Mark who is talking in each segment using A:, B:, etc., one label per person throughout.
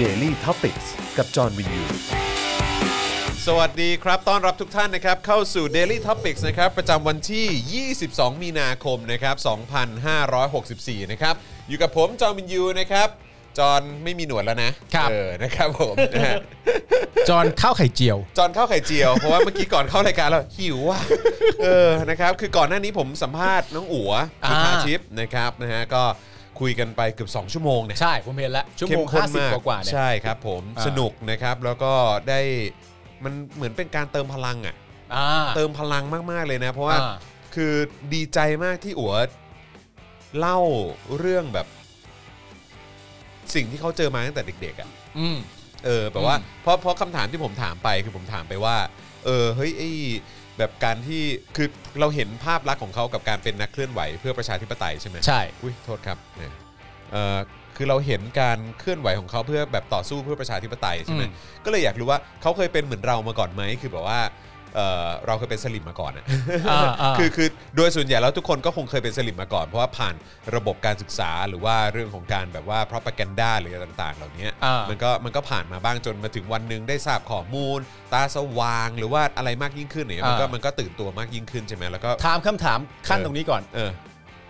A: Daily t o p i c กกับจอห์นวินยู
B: สวัสดีครับ ต้อนรับทุกท่านนะครับ เข้าสู่ Daily Topics นะครับ ประจำวันที่ 22 มีนาคมนะครับ 2564 นะครับ อยู่กับผมจอห์นวินยูนะครับ จอห์นไม่มีหนวดแล้วนะครับ เออนะครับผมนะฮะ
C: จอนข้าวไข่เจียว
B: จอห์นเข้าไข่เจียว เพราะว่าเมื่อกี้ก่อนเข้ารายการแล้วหิวว่ะเออนะครับคือก่อนหน้านี้ผมสัมภาษณ์น้องอัวคุณ
C: อ่า
B: พาทิพย์นะครับนะฮะก็คุยกันไปเกือบ 2 ชั่วโมงเนี่ย
C: ใช่ ผมเห็นแล้ว ชั่วโมง
B: เข้ข้นม
C: 50 กว่าๆเนี่ย
B: ใช่ครับผม
C: อ่า
B: สนุกนะครับแล้วก็ได้มันเหมือนเป็นการเติมพลังอ่ะ
C: อ่า
B: เติมพลังมาก ๆ เลยนะ เพราะว่า
C: อ่า
B: คือดีใจมากที่อัวเล่าเรื่องแบบ สิ่งที่เขาเจอมาตั้งแต่เด็ก ๆอ่ะ
C: อืม
B: เออแบบว่า
C: อืม
B: เพราะเพราะคำถามที่ผมถามไปคือผมถามไปว่า เออเฮ้ยไอแบบการที่คือเราเห็นภาพลักษณ์ของเขากับการเป็นนักเคลื่อนไหว เพื่อประชาธิปไตยใช่ไหม
C: ใช่
B: อุ้ยโทษครับเนี่ยเอ่อคือเราเห็นการเคลื่อนไหวของเขาเพื่อแบบต่อสู้เพื่อประชาธิปไตยใช่ไหม
C: อืม
B: ก็เลยอยากรู้ว่าเขาเคยเป็นเหมือนเรามาก่อนไหมคือแบบว่าเอ่อเราเคยเป็นสลิมมาก่อนอะ
C: อ่าอ่า
B: คือคือโดยส่วนใหญ่แล้วทุกคนก็คงเคยเป็นสลิมมาก่อน เพราะว่าผ่านระบบการศึกษาหรือว่าเรื่องของการแบบว่า propaganda หรืออะไรต่าง ๆ เหล่านี้
C: อ่ามั
B: มันก็มันก็ผ่านมาบ้างจนมาถึงวันหนึ่งได้ทราบข้อมูล ตาสว่างหรือว่าอะไรมากยิ่งขึ้นเนี่ยมันก็มันก็ตื่นตัวมากยิ่งขึ้นใช่ไหมแล้วก็
C: ถามคำถามขั้นตรงนี้ก่อน
B: เออ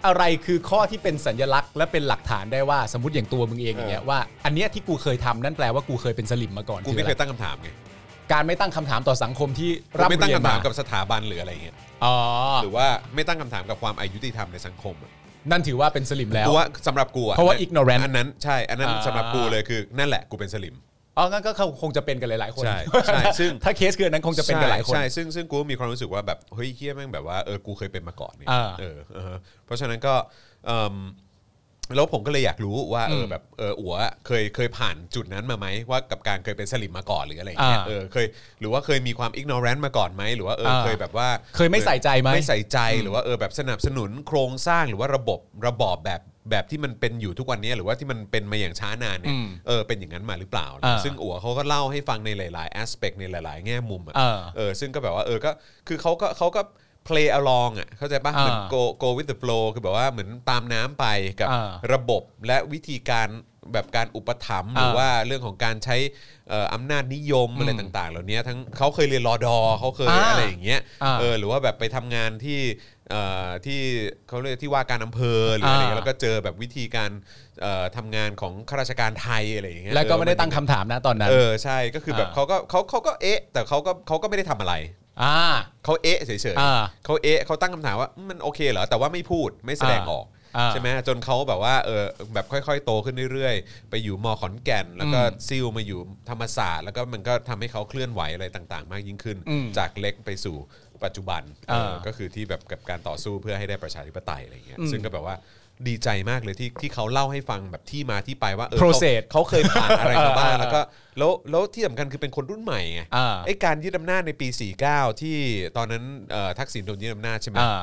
C: อะไรคือข้อที่เป็นสัญลักษณ์ และเป็นหลักฐานได้ว่าสมมติอย่างตัวมึงเองอย่างเงี้ยว่า อันเนี้ยที่กูเคยทำนั่นแปลว่ากูเคยเป็นสลิมมาก่อน
B: กูไม่เค
C: อย
B: ตั้งคำถามไง
C: ะรการไม่ตั้งคำถามต่อสังคมที่
B: เรา
C: รับ
B: ไม่ตั้ง
C: เรียน
B: คำถาม
C: าม
B: กับสถาบันหรืออะไรเงี้ย
C: อ๋อ
B: หรือว่าไม่ตั้งคำถามกับความอายุติธรรมในสังคมอะ
C: นั่นถือว่าเป็นสลิมแล้ว
B: กูว่าสำหรับกูอ
C: เพราะว่า ignorant
B: อันนั้นใช่อันนั้น
C: อ่า
B: สำหรับกูเลยคือนั่นแหละกูเป็นสลิม
C: อ๋องั้นก็คงจะเป็นกันหลายๆคน
B: ใช่ใช่ซึ่ง
C: ถ้าเคสคืออันนั้นคงจะเป็นกันหลายคน
B: ใช่ใช่ซึ่งซึ่งกูมีความรู้สึกว่าแบบเฮ้ยเฮี้ยแม่งแบบว่าเออกูเคยเป็นมาก่อนเนี่ย
C: อ่า
B: เออเออเพราะฉะนั้นก็เอิ่มแล้วผมก็เลยอยากรู้ว่าเออ
C: ม
B: แบบเอออัวเคยเคยผ่านจุดนั้นมาไหมว่ากับการเคยเป็นสลิมมาก่อนหรืออะไรอย่างเงี้ย
C: อ่า
B: เออเคยหรือว่าเคยมีความอิกโนแรนต์มาก่อนไหมหรือว่าเออ
C: อ่า
B: เคยแบบว่า
C: เคยไม่ใส่ใจไหม
B: ไม่ใส่ใจหรือว่าเออแบบสนับสนุนโครงสร้างหรือว่าระบบระบอบแบบแบบที่มันเป็นอยู่ทุกวันเนี้ยหรือว่าที่มันเป็นมาอย่างช้านานเนี่ยเออเป็นอย่างนั้นมาหรือเปล่า
C: อ่า
B: ซึ่งอัวเขาก็เล่าให้ฟังในหลายๆแอสเปกในหลาย ๆ แง่มุมอะ
C: เออ
B: เออซึ่งก็แบบว่าเออก็คือเขาก็เขาก็ play along อ่ะเข้าใจปะ
C: อ่า
B: เหมือน go go with the flow คือแบบว่าเหมือนตามน้ำไปกับ
C: อ่า
B: ระบบและวิธีการแบบการอุปถัมภ์ห
C: อ่า
B: รือว่าเรื่องของการใช้เอ่ออำนาจนิยม
C: อืม
B: อะไรต่าง ๆ เหล่านี้ทั้งเขาเคยเรียนรอดอเขาเคย
C: อ่า
B: อะไรอย่างเงี้ย
C: อ่า
B: เออหรือว่าแบบไปทำงานที่เอ่อที่เขาเรียกที่ว่าการอำเภอหรืออะไรเงี้ย
C: อ่า
B: แล้วก็เจอแบบวิธีการเอ่อทำงานของข้าราชการไทยอะไรอย่างเงี้ย
C: แล้วก็ไม่ได้
B: เออ
C: ตั้งคำถามนะตอนนั้น
B: เออใช่ก็คือแบบ
C: อ่า
B: เขาก็เขาเขาก็เอ๊ะ แต่เขาก็เขาก็ไม่ได้ทำอะไร
C: อ่า
B: เขาเอะเฉย
C: อ่า
B: ๆเขาเอะเขาตั้งคำถามว่าอืมมันโอเคเหรอ แต่ว่าไม่พูดไม่แสดงออก
C: อ่า
B: ใช่ไหมจนเขาแบบว่าเออแบบค่อยๆ โตขึ้นเรื่อยๆ ไปอยู่มอขอนแก่น แล้วก็
C: อืม
B: ซิลมาอยู่ธรรมศาสตร์ แล้วก็มันก็ทำให้เขาเคลื่อนไหวอะไรต่างๆ มากยิ่งขึ้น
C: อืม
B: จากเล็กไปสู่ปัจจุบัน
C: อ่า
B: เออก็คือที่แบบกับการต่อสู้เพื่อให้ได้ประชาธิปไตยอะไรอย่างเงี้ย
C: อืม
B: ซึ่งก็แบบว่าดีใจมากเลยที่ที่เขาเล่าให้ฟังแบบที่มาที่ไปว่าเออ
C: Process
B: เขาเขาเคยผ่านอะไรมาบ้าง
C: อ่า
B: แล้วก็แล้วแล้วที่สำคัญคือเป็นคนรุ่นใหม่ไง
C: อ่า
B: ไอ้การยึดอำนาจในปี 49 ที่ตอนนั้นเอ่อทักษิณโดนยึดอำนาจใช่ไหม
C: อ่า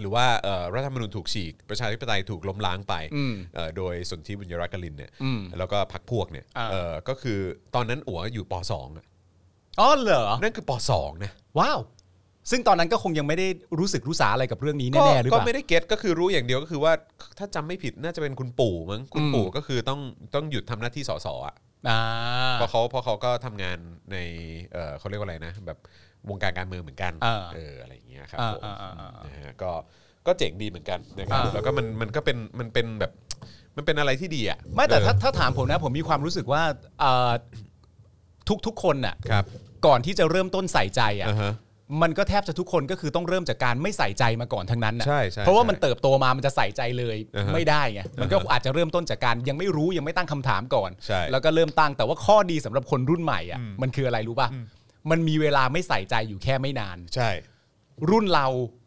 B: หรือว่าเอ่อรัฐธรรมนูญถูกฉีก ประชาธิปไตยถูกล้มล้างไป
C: อืม
B: เอ่อโดยสนธิบุญยรัตน์กลินเนี่ย
C: อืม
B: แล้วก็พักพวกเนี่ย
C: อ่า
B: เอ่อก็คือตอนนั้นอัวอยู่ป .2 อะ
C: อ๋อเหรอ
B: นั่นคือป .2 นะ
C: ว้าว ซึ่งตอนนั้นก็คงยังไม่ได้รู้สึกรู้สาอะไรกับเรื่องนี้
B: ก็
C: แน่ๆหรือเป
B: ก็
C: ล่า
B: ไม่ได้เก็ตก็คือรู้อย่างเดียวก็คือว่าถ้าจำไม่ผิดน่าจะเป็นคุณปู่มั้งคุณ
C: อืม
B: ปู่ก็คือต้องต้องหยุดทำหน้าที่สสอ่ะ
C: อ่า
B: เพราะเขาเพราะเขาก็ทำงานในเอ่อเขาเรียกว่าอะไรนะแบบวงการการเมืองเหมือนกัน
C: อ่า
B: เอออะไรอย่างเงี้ยครับ
C: อ่า
B: ผม
C: อ่าอ่าอ่า
B: นะฮะก็ก็เจ๋งดีเหมือนกันนะครับ
C: อ่า
B: แล้วก็มันมันก็เป็นมันเป็นแบบมันเป็นอะไรที่ดีอ่ะ
C: ไม่แต่ถ้า
B: เออ
C: ถ้าถามผมนะ ผมมีความรู้สึกว่าเอ่อทุกๆคนน่ะ
B: ครับ
C: ก่อนที่จะเริ่มต้นใส่ใจอ่ะ
B: อ่าฮะ
C: มันก็แทบจะทุกคนก็คือต้องเริ่มจากการไม่ใส่ใจมาก่อนทั้งนั้นนะ
B: ใช่ใช่
C: เพราะว่ามัน
B: ใช่
C: เติบโตมา มันจะใส่ใจเลย
B: อ่าฮะ
C: ไม่ได้ไง มันก็อาจจะเริ่มต้นจากการยังไม่รู้ยังไม่ตั้งคำถามก่อน
B: ใช่
C: แล้วก็เริ่มตั้งแต่ว่าข้อดีสำหรับคนรุ่นใหม่อ่ะ
B: อืม
C: มันคืออะไรรู้ป่ะ มันมีเวลาไม่ใส่ใจอยู่แค่ไม่นาน
B: ใช่
C: รุ่นเรา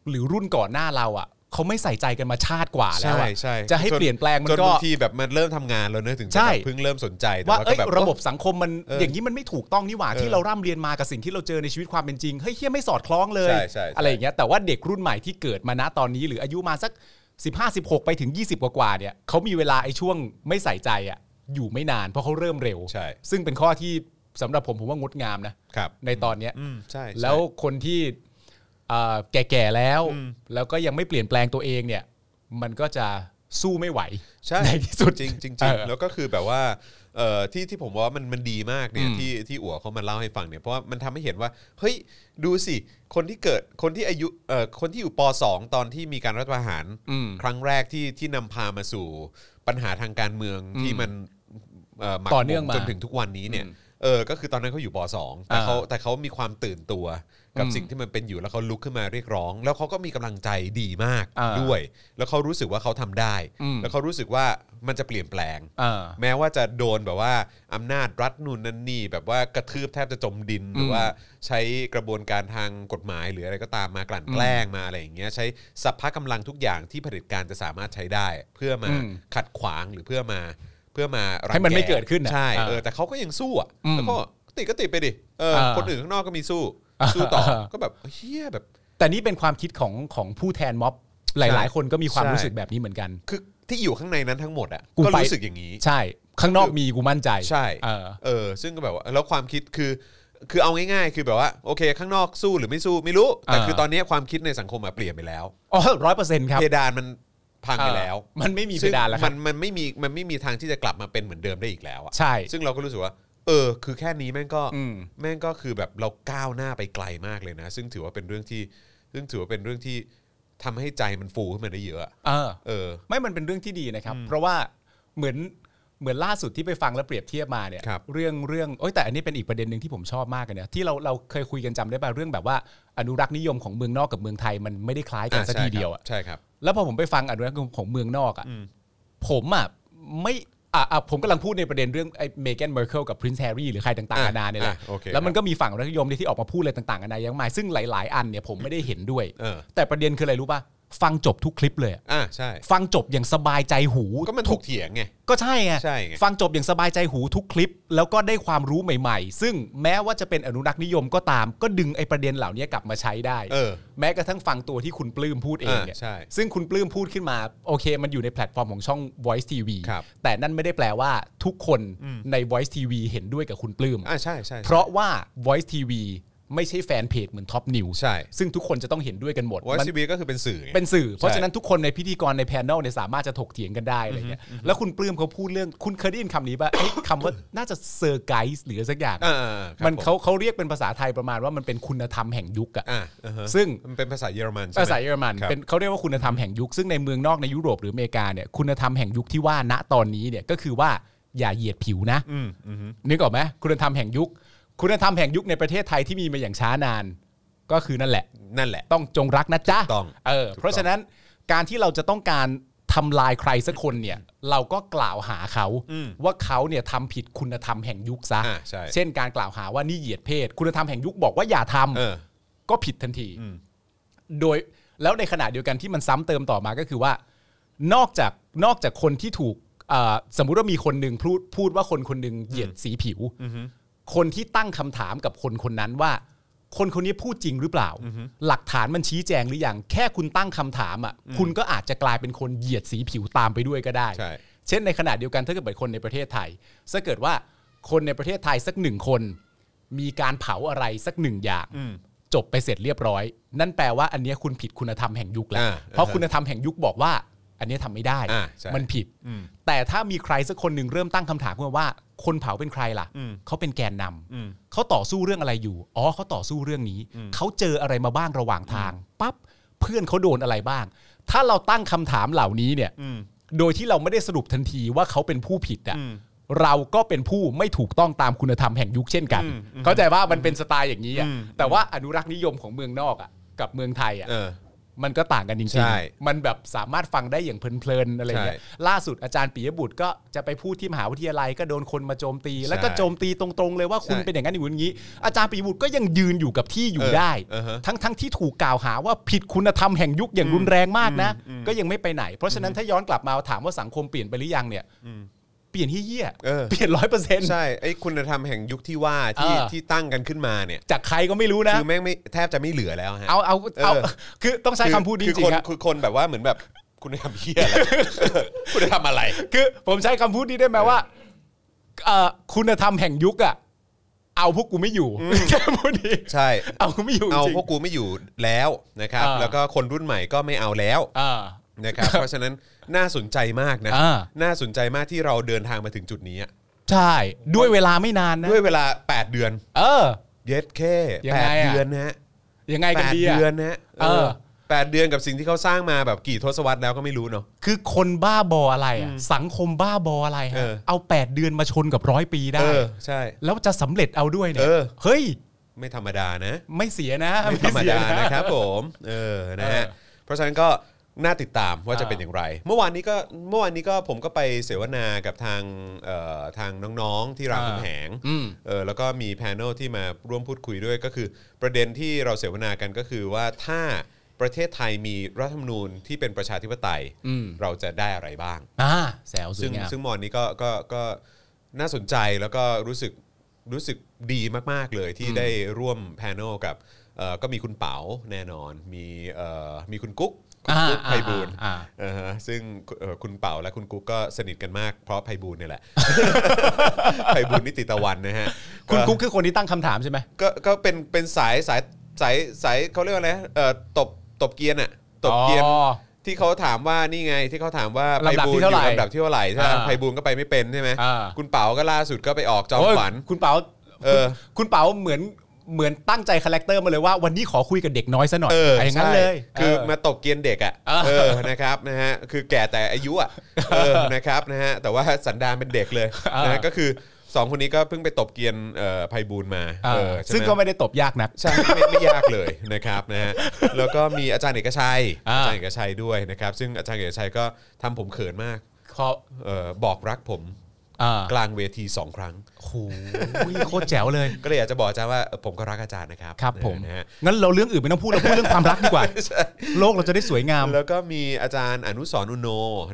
C: หรือรุ่นก่อนหน้าเราอ่ะเขาไม่ใส่ใจกันมาชาติกว่าแล้
B: ใช่
C: วอะ
B: ใช่
C: จะให้
B: จ
C: เปลี่ยนแปลงมัน
B: จน
C: ก็
B: บางทีแบบมันเริ่มทำงานแล้วเนอะถึงจะ
C: ใช่
B: แบบเพิ่งเริ่มสนใจแต่
C: ว่าเอ้ย
B: ก็แบบ
C: ระบบสังคมมัน
B: เออ
C: อ
B: อย่าง
C: นี้มันไม่ถูกต้องนี่หว่า
B: เออ
C: ที่เราร่ำเรียนมากับสิ่งที่เราเจอในชีวิตความเป็นจริงเฮ้ยเฮียไม่สอดคล้องเลย
B: ใช่ใช่ใช่
C: อะไรอย่างเงี้ยแต่ว่าเด็กรุ่นใหม่ที่เกิดมาณตอนนี้ หรืออายุมาสัก 15 16 ไปถึง 20 กว่าๆเนี่ยเขามีเวลาไอ้ช่วงไม่ใส่ใจอ่ะอยู่ไม่นานเพราะเขาเริ่มเร็ว
B: ใช่
C: ซึ่งเป็นข้อที่สำหรับผมผมว่างดงามนะครับ ในตอนเนี้ย
B: อืมใช่ใช่
C: แล้วคนที่เอ่อแก่ๆแล้ว
B: อืม
C: แล้วก็ยังไม่เปลี่ยนแปลงตัวเองเนี่ย มันก็จะ สู้ไม่ไหว
B: ใช่
C: ในที่สุด
B: จริงจริง
C: เออ
B: แล้วก็คือแบบว่าเอ่อที่ที่ผมว่ามันมันดีมากเนี่ย
C: อืม
B: ที่ที่อัวเขามาเล่าให้ฟังเนี่ยเพราะว่ามันทำให้เห็นว่าเฮ้ยดูสิคนที่เกิดคนที่อายุเอ่อคนที่อยู่ป .2 ตอนที่มีการรัฐประหาร
C: อืม
B: ครั้งแรกที่ที่นำพามาสู่ปัญหาทางการเมือง
C: อืม
B: ที่มันเอ่อหมัก
C: ต่อ
B: หม
C: เนื่อง
B: ม
C: มา
B: จนถึงทุกวันนี้เนี่ย
C: อืม
B: เออก็คือตอนนั้นเขาอยู่ป .2 แต่เขา
C: อ่า
B: แต่เขามีความตื่นตัวกับ
C: อืม
B: สิ่งที่มันเป็นอยู่แล้วเขาลุกขึ้นมาเรียกร้อง แล้วเขาก็มีกำลังใจดีมาก
C: อ่า
B: ด้วย แล้วเขารู้สึกว่าเขาทำได้
C: อืม
B: แล้วเขารู้สึกว่ามันจะเปลี่ยนแปลง
C: เออ
B: แม้ว่าจะโดนแบบว่าอำนาจรัฐนู่นนั่นนี่แบบว่ากระทืบแทบจะจมดิน หรือว่าใช้กระบวนการทางกฎหมายหรืออะไรก็ตามมากลั่นแกล้งมาอะไรอย่างเงี้ยใช้สัพพะกำลังทุกอย่างที่เผด็จการจะสามารถใช้ได้ เพื่อมา
C: อืม
B: ขัดขวางหรือเพื่อมาเพื่อมารังแก
C: ให้มันไม่เกิดขึ้นน่ะ
B: ใช่
C: อ่า
B: เออแต่เขาก็ยังสู้อ่ะ
C: อืม
B: แล้วก็ติดก็ติดไปดิเออ
C: เออ
B: คนอื่นข้างนอกก็มีสู้สู้ต่อ
C: เออ
B: ก็แบบเฮียแบบ
C: แต่นี่เป็นความคิดของของผู้แทนม็อบหลาย
B: ใช่
C: ๆ คนก็มีความ
B: ใช่
C: รู้สึกแบบนี้เหมือนกัน
B: คือที่อยู่ข้างในนั้นทั้งหมดอ่ะ
C: กู
B: ก็
C: ไป
B: รู้สึกอย่างนี้
C: ใช่ ข้างนอกมีกูมั่นใจ
B: ใช่
C: เออ
B: เออ ซึ่งก็แบบว่าแล้วความคิดคือ คือเอาง่ายๆ คือแบบว่าโอเค ข้างนอกสู้หรือไม่สู้ไม่รู้ แต่
C: อ่า
B: คือตอนนี้ความคิดในสังคมอะเปลี่ยนไปแล้ว
C: อ๋อร้อยเปอร์เซ็นต์ครับ
B: เพดานมันพังไปแล้ว
C: เออมันไม่มีเพดานแล้วค
B: ซึ่ง
C: รั
B: มัน
C: บ
B: มันไม่มีมันไม่มีทางที่จะกลับมาเป็นเหมือนเดิมได้อีกแล้วอะ
C: ใช่
B: ซึ่งเราก็รู้สึกว่า เออ คือแค่นี้แม่งก็
C: อืม
B: แม่งก็คือแบบเราก้าวหน้าไปไกลมากเลยนะ ซึ่งถือว่าเป็นเรื่องที่ ซึ่งถือว่าเป็นเรื่องที่ทำให้ใจมันฟูขึ้นมาได้เยอะอะ
C: เออ
B: เออ
C: ไม่มันเป็นเรื่องที่ดีนะครับ เพราะว่าเหมือนเหมือนล่าสุดที่ไปฟังแล้วเปรียบเทียบมาเนี่ย
B: ครับ
C: เรื่องเรื่องโอ้ยแต่อันนี้เป็นอีกประเด็นหนึ่งที่ผมชอบมากเลยนะที่เราเราเคยคุยกันจำได้ป่ะเรื่องแบบว่าอนุรักษ์นิยมของเมืองนอกกับเมืองไทยมันไม่ได้คล้ายกันา สัก
B: ใช่
C: ที
B: ครับ
C: เดียวอะ
B: ใช่ครับ
C: แล้วพอผมไปฟังอนุรักษ์นิยมของเมืองนอกอะ
B: อืม
C: ผมอะไม่อ่ะอ่ะผมกำลังพูดในประเด็นเรื่องไอ้เมแกนเมอร์เคิลกับพรินซ์แฮร์รี่หรือใครต่างๆนานาเนี่ยแหละ
B: อ่ะโอเค
C: แล้วมันก็มีฝั่งอนุรักษ์นิยมที่ออกมาพูดอะไรต่างๆนานาเยอะมากซึ่งหลาย ๆ อันเนี่ยผมไม่ได้เห็นด้วย
B: เออ
C: แต่ประเด็นคืออะไรรู้ป่ะฟังจบทุกคลิปเลยอะ
B: อ่าใช่
C: ฟังจบอย่างสบายใจหู
B: ก็มันถกเถียงไง
C: ก็ใช่ไง
B: ใช่ไง
C: ฟังจบอย่างสบายใจหูทุกคลิป แล้วก็ได้ความรู้ใหม่ๆ ซึ่งแม้ว่าจะเป็นอนุรักษ์นิยมก็ตาม ก็ดึงไอ้ประเด็นเหล่านี้กลับมาใช้ได้
B: เออ
C: แม้กระทั่งฟังตัวที่คุณปลื้มพูดเองเนี่ย
B: อ่าใช่
C: ซึ่งคุณปลื้มพูดขึ้นมาโอเค มันอยู่ในแพลตฟอร์มของช่อง Voice TV
B: ครับ
C: แต่นั่นไม่ได้แปลว่าทุกคน
B: อืม
C: ใน Voice TV เห็นด้วยกับคุณปลื้ม
B: อ่าใช่ใช่ใช่
C: เพราะว่า Voice TV ไม่ใช่แฟนเพจเหมือนท็อปนิว
B: ใช่
C: ซึ่งทุกคนจะต้องเห็นด้วยกันหมด
B: วอ
C: มัน
B: ซีบีก็คือเป็นสื่อไง
C: เป็นสื่อ เพราะ
B: ใช่
C: ฉะนั้นทุกคนในพิธีกรในแพนลเนี่ยสามารถจะถกเถียงกันได้อะไรเงี้ยแล้วคุณปลื้มเขาพูดเรื่องคุณเคยได้ยินคำนี้ ป่ะเอ้ยคำว่าน่าจะเซอร์ไกส์หรือสักอย่าง
B: อ่าอ่าครับ
C: มัน
B: ผ
C: เขาเขาเรียกเป็นภาษาไทยประมาณว่ามันเป็นคุณธรรมแห่งยุคอะ
B: อ่าอ่าฮะ
C: ซึ่ง
B: มันเป็นภาษาเยอรมันใช่ไห
C: ภาษาเยอรมัน
B: ครับ
C: เป็นเขาเรียกว่าคุณธรรมแห่งยุค ซึ่งในเมืองนอกในยุโรปหรืออเมริกาเนี่ยคุณธรรมแห่งยุคที่ว่าณตอนนี้เนี่ยก็คือว่าอย่าเหยียดผิวนะ
B: อืมอืมฮึ
C: นึกออกไหมคุณธรรมแห่งยุค คุณธรรมแห่งยุคในประเทศไทยที่มีมาอย่างช้านาน ก็คือนั่นแหละ
B: นั่นแหละ
C: ต้องจงรักนะจ๊ะ
B: ถูกต้อง
C: เออ
B: ถูกต้อง
C: เพราะฉะนั้นการที่เราจะต้องการทำลายใครสักคนเนี่ย เราก็กล่าวหาเขาว่าเขาเนี่ยทำผิดคุณธรรมแห่งยุคซะ
B: อ่าใช่
C: เช่นการกล่าวหาว่านี่เหยียดเพศ คุณธรรมแห่งยุคบอกว่าอย่าทำ
B: เออ
C: ก็ผิดทันที
B: อืม
C: โดยแล้วในขณะเดียวกันที่มันซ้ำเติมต่อมาก็คือว่า นอกจากนอกจากคนที่ถูกเอ่อสมมุติว่ามีคนหนึ่งพูดพูดว่าคนคนหนึ่งเหยียดสีผิว คนที่ตั้งคำถามกับคนคนนั้นว่า คนคนนี้พูดจริงหรือเปล่า หลักฐานมันชี้แจงหรือยังแค่คุณตั้งคำถามอ่ะคุณก็อาจจะกลายเป็นคนเหยียดสีผิวตามไปด้วยก็ได้
B: ใช่
C: เช่นในขณะเดียวกันถ้าเกิดเป็นคนในประเทศไทยถ้าเกิดว่าคนในประเทศไทยสักหนึ่งคน มีการเผาอะไรสักหนึ่งอย่าง
B: อืม
C: จบไปเสร็จเรียบร้อย นั่นแปลว่าอันเนี้ยคุณผิดคุณธรรมแห่งยุคแล้ว
B: อ่า
C: เพราะคุณธรรมแห่งยุคบอกว่า อันเนี้ยทำไม่ได้
B: อ่าใช่
C: มันผิด
B: อืม
C: แต่ถ้ามีใครสักคนหนึ่งเริ่มตั้งคำถามขึ้นมาว่า คนเผาเป็นใครล่ะ
B: อืม
C: เขาเป็นแกนนำ
B: อืม
C: เขาต่อสู้เรื่องอะไรอยู่ อ๋อเขาต่อสู้เรื่องนี้ เขาเจออะไรมาบ้างระหว่างทางปั๊บเพื่อนเขาโดนอะไรบ้าง ถ้าเราตั้งคำถามเหล่านี้เนี่ย
B: อืม
C: โดยที่เราไม่ได้สรุปทันทีว่าเขาเป็นผู้ผิดอ่ะ
B: อืม
C: เราก็เป็นผู้ไม่ถูกต้องตามคุณธรรมแห่งยุคเช่นกัน
B: อืมอืม
C: เข้าใจว่ามันเป็นสไตล์อย่างนี้อ่ะ
B: อืม
C: แต่ว่าอนุรักษ์นิยมของเมืองนอกอ่ะกับเมืองไทยอ่ะ
B: เออ
C: มันก็ต่างกันจริ
B: ใช่
C: งๆ มันแบบสามารถฟังได้อย่างเพลินๆอะไรเงี้ย
B: ใช่
C: ล่าสุดอาจารย์ปิยบุตรก็จะไปพูดที่มหาวิทยาลัยก็โดนคนมาโจมตี แล้วก็โจมตีตรงๆเลยว่าคุณ
B: ใช่
C: เป็นอย่างนั้นอย่างนี้ อาจารย์ปิยบุตรก็ยังยืนอยู่กับที่อยู่
B: เออ
C: ได้
B: เออฮะ
C: ทั้งๆที่ถูกกล่าวหาว่าผิดคุณธรรมแห่งยุคอย่างรุนแรงมากนะ ก็ยังไม่ไปไหน เพราะฉะนั้นถ้าย้อนกลับมาถามว่าสังคมเปลี่ยนไปหรือยังเนี่ย เปลี่ยนที่เหี้ย
B: เออ
C: เปลี่ยนร้อยเปอร์เซ็นต์
B: ใช่ไอ้คุณธรรมแห่งยุคที่ว่าที่
C: เออ
B: ที่ตั้งกันขึ้นมาเนี่ย
C: จากใครก็ไม่รู้นะ
B: คือแม่งไม่แทบจะไม่เหลือแล้วฮะ
C: เอาเอาเอา
B: เออ
C: คือต้องใช้คำพูดนี้จริ
B: คน
C: งๆฮะ
B: คือคนแบบว่าเหมือนแบบคุณทำเฮียอะไร คุณทำอะไร
C: คือผมใช้คำพูดนี้ได้ไหมว่าเอ่อคุณธรรมแห่งยุคอะเอาพวกกูไม่อยู่ใช่พูดดี
B: ใช่
C: เอากูไม่อยู่
B: เอา
C: จริง
B: พวกกูไม่อยู่แล้วนะครับ
C: อ่า
B: แล้วก็คนรุ่นใหม่ก็ไม่เอาแล้ว
C: อ่า
B: นะครับ เพราะฉะนั้นน่าสนใจมากนะ
C: อ่า
B: น่าสนใจมากที่เราเดินทางมาถึงจุดนี้อะ
C: ใช่ ด้วยเวลาไม่นานนะ
B: ด้วยเวลา 8 เดือน
C: เออ
B: เย็ดแค่
C: ยัง
B: แปด
C: ไงอะ
B: เดือนนะฮะ
C: ยังไง
B: แป
C: กัน
B: ด
C: ดี
B: เดือน
C: อะ
B: นะฮะ
C: เออ
B: แปดเดือนกับสิ่งที่เขาสร้างมาแบบกี่ทศวรรษแล้วก็ไม่รู้เนาะ
C: คือคนบ้าบออะไรอะสังคมบ้าบออะไร
B: เอ
C: ฮะ
B: อ
C: เอา 8 เดือนมาชนกับร้อยปีได้
B: เออใช่
C: แล้วจะสำเร็จเอาด้วยเนี่ย
B: เออ
C: เฮ้ย
B: ไม่ธรรมดานะ
C: ไม่เสียนะ
B: ไม่ธรรม
C: เสีย
B: ดานะครับผมเออนะฮะ
C: เออ
B: เพราะฉะนั้นก็น่าติดตามว่าจะ
C: อ่า
B: เป็นอย่างไร เมื่อวานนี้ก็เมื่อวานนี้ก็ผมก็ไปเสวนากับทางเอ่อทางน้องๆที่ราม
C: อ่า
B: คำแหง
C: อืม
B: เออแล้วก็มีแพนเนลที่มาร่วมพูดคุยด้วยก็คือ ประเด็นที่เราเสวนากันก็คือว่าถ้าประเทศไทยมีรัฐธรรมนูญที่เป็นประชาธิปไตย
C: อืม
B: เราจะได้อะไรบ้าง
C: อ่าแซวสว
B: ซึ่
C: ย
B: ง
C: งาม
B: ซึ่งมอนนี้ก็ก็ก็น่าสนใจแล้วก็รู้สึกรู้สึกดีมากๆเลยที่ได้ร่วมแพน e นลกับเอ่อก็มีคุณเป๋าแน่นอน มีเอ่อมีคุณกุ๊กคุณ
C: อ่า
B: กุ๊กไพบูลย์
C: อ่าอ่า
B: เออฮะซึ่งเอ่อคุณเป๋าและคุณกุ๊กก็สนิทกันมากเพราะไพบูลย์ เนี่ยแหละ ไพบูลย์นิติตะวันนะฮะ
C: คุณกุ๊กคือคนที่ตั้งคำถามใช่ไหม
B: ก็ก็เป็นเป็นสายสายสายสายเขาเรียกว่าอะไรเอ่อตบตบเกียร์นอะตบเกียร์ ที่เขาถามว่านี่ไงที่เขาถามว่า
C: ลำดับ
B: บูลย์
C: ที่เท่าไหร่
B: อยู่ลำดับที่เท่าไหร่ใช่ไหม
C: อ่า
B: ไพบูลย์ก็ไปไม่เป็นใช่ไหม
C: อ่า
B: คุณเป๋าก็ล่าสุดก็ไปออกจอม
C: โย
B: ขวัญ
C: คุณเป๋า
B: เออ
C: คุณคุณเป๋าเหมือนเหมือนตั้งใจคาแรคเตอร์มาเลยว่าวันนี้ขอคุยกับเด็กน้อยซะหน่อย
B: เออ
C: ไรย่างนั้น
B: ใช่
C: เลย
B: คือ
C: เ
B: มาตบเกียนเด็กอ่ะ
C: เออ
B: เออนะครับนะฮะคือแก่แต่อายุ อ่ะเออนะครับนะฮะแต่ว่าสันดานเป็นเด็กเลย
C: เออ
B: นะฮะก็คือสองคนนี้ก็เพิ่งไปตบเกียนเอ่อไพบูลย์มา
C: เอ
B: เอ
C: อ
B: อใช่ห
C: ซึ่งก็ไม่ได้ตบยากนัก
B: ใช่ไม่ไม่ยากเลยนะครับนะฮะแล้วก็มีอาจารย์เอกชัย
C: อ่า
B: อาจารย์เอกชัยด้วยนะครับซึ่งอาจารย์เอกชัยก็ทำผมเขินมาก
C: ขอ
B: เออบอกรักผม
C: อ่าก
B: ลางเวทีสองครั้ง
C: โอ้โหโคตรแจ๋วเลย
B: ก็เลยอยากจะบอกอาจารย์ว่าเอ่อผมก็รักอาจารย์นะครับ
C: ครับผม
B: นะฮะ
C: งั้นเราเรื่องอื่นไม่ต้องพูดเราพูดเรื่องความรักดีกว่า โลกเราจะได้สวยงาม
B: แล้วก็มีอาจารย์อนุสรณ์อุโน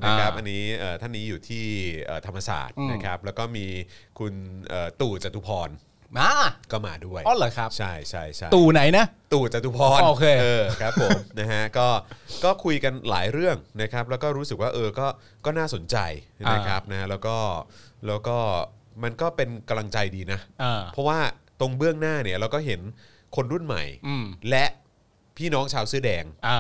B: นะครับ
C: อ่า
B: อันนี้เอ่อท่านนี้อยู่ที่เอ่อธรรมศาสตร์
C: อืม
B: นะครับแล้วก็มีคุณเอ่อตู่จตุพร
C: อ่า
B: ก็มาด้วย
C: อ๋อเหรอครับ
B: ใช่ใช่ใช่
C: ตู่ไหนนะ
B: ตู่จตุพร
C: โอเค
B: เออครับผม นะฮะ ก็ก็คุยกันหลายเรื่องนะครับ แล้วก็รู้สึกว่าเออก็ก็น่าสนใจนะครับนะแล้วก็แล้วก็มันก็เป็นกำลังใจดีนะ
C: อ่า
B: เพราะว่าตรงเบื้องหน้าเนี่ยเราก็เห็นคนรุ่นใหม่
C: อืม
B: และพี่น้องชาวเสื้อแดง
C: อ่า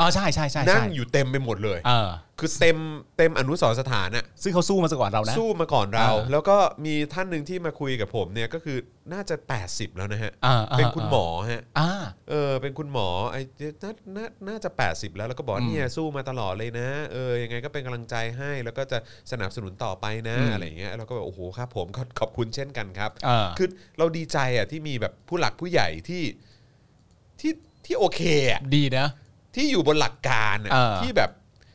C: อ๋อใช่ใช่ใช่
B: นั่
C: ใช่
B: งอยู่เต็มไปหมดเลย
C: เออ
B: คือเต็มเต็มอนุสรณ์สถานอะ
C: ซึ่งเขาสู้มาซะก่อนเรานะ
B: สู้มาก่อนเรา
C: อ่า
B: แล้วก็มีท่านหนึ่งที่มาคุยกับผมเนี่ยก็คือน่าจะ 80 แล้วนะฮะ
C: อ่าอ่า
B: เป็นคุณหมอฮะ
C: อ่า
B: เออเป็นคุณหมอไอ้น่าน่าน่าจะ 80 แล้วแล้วก็บอก
C: อืม
B: เนี่ยสู้มาตลอดเลยนะเออยังไงก็เป็นกำลังใจให้แล้วก็จะสนับสนุนต่อไปนะ
C: อืม
B: อะไรอย่างเงี้ยเราก็แบบโอ้โหครับผม ก็ขอบคุณเช่นกันครับ
C: เออ
B: คือเราดีใจอ่ะที่มีแบบผู้หลักผู้ใหญ่ที่ที่ที่โอเคอ่ะ
C: ดีนะ
B: ที่อยู่บนหลักการอ่ะ
C: เออ
B: ที่แบบ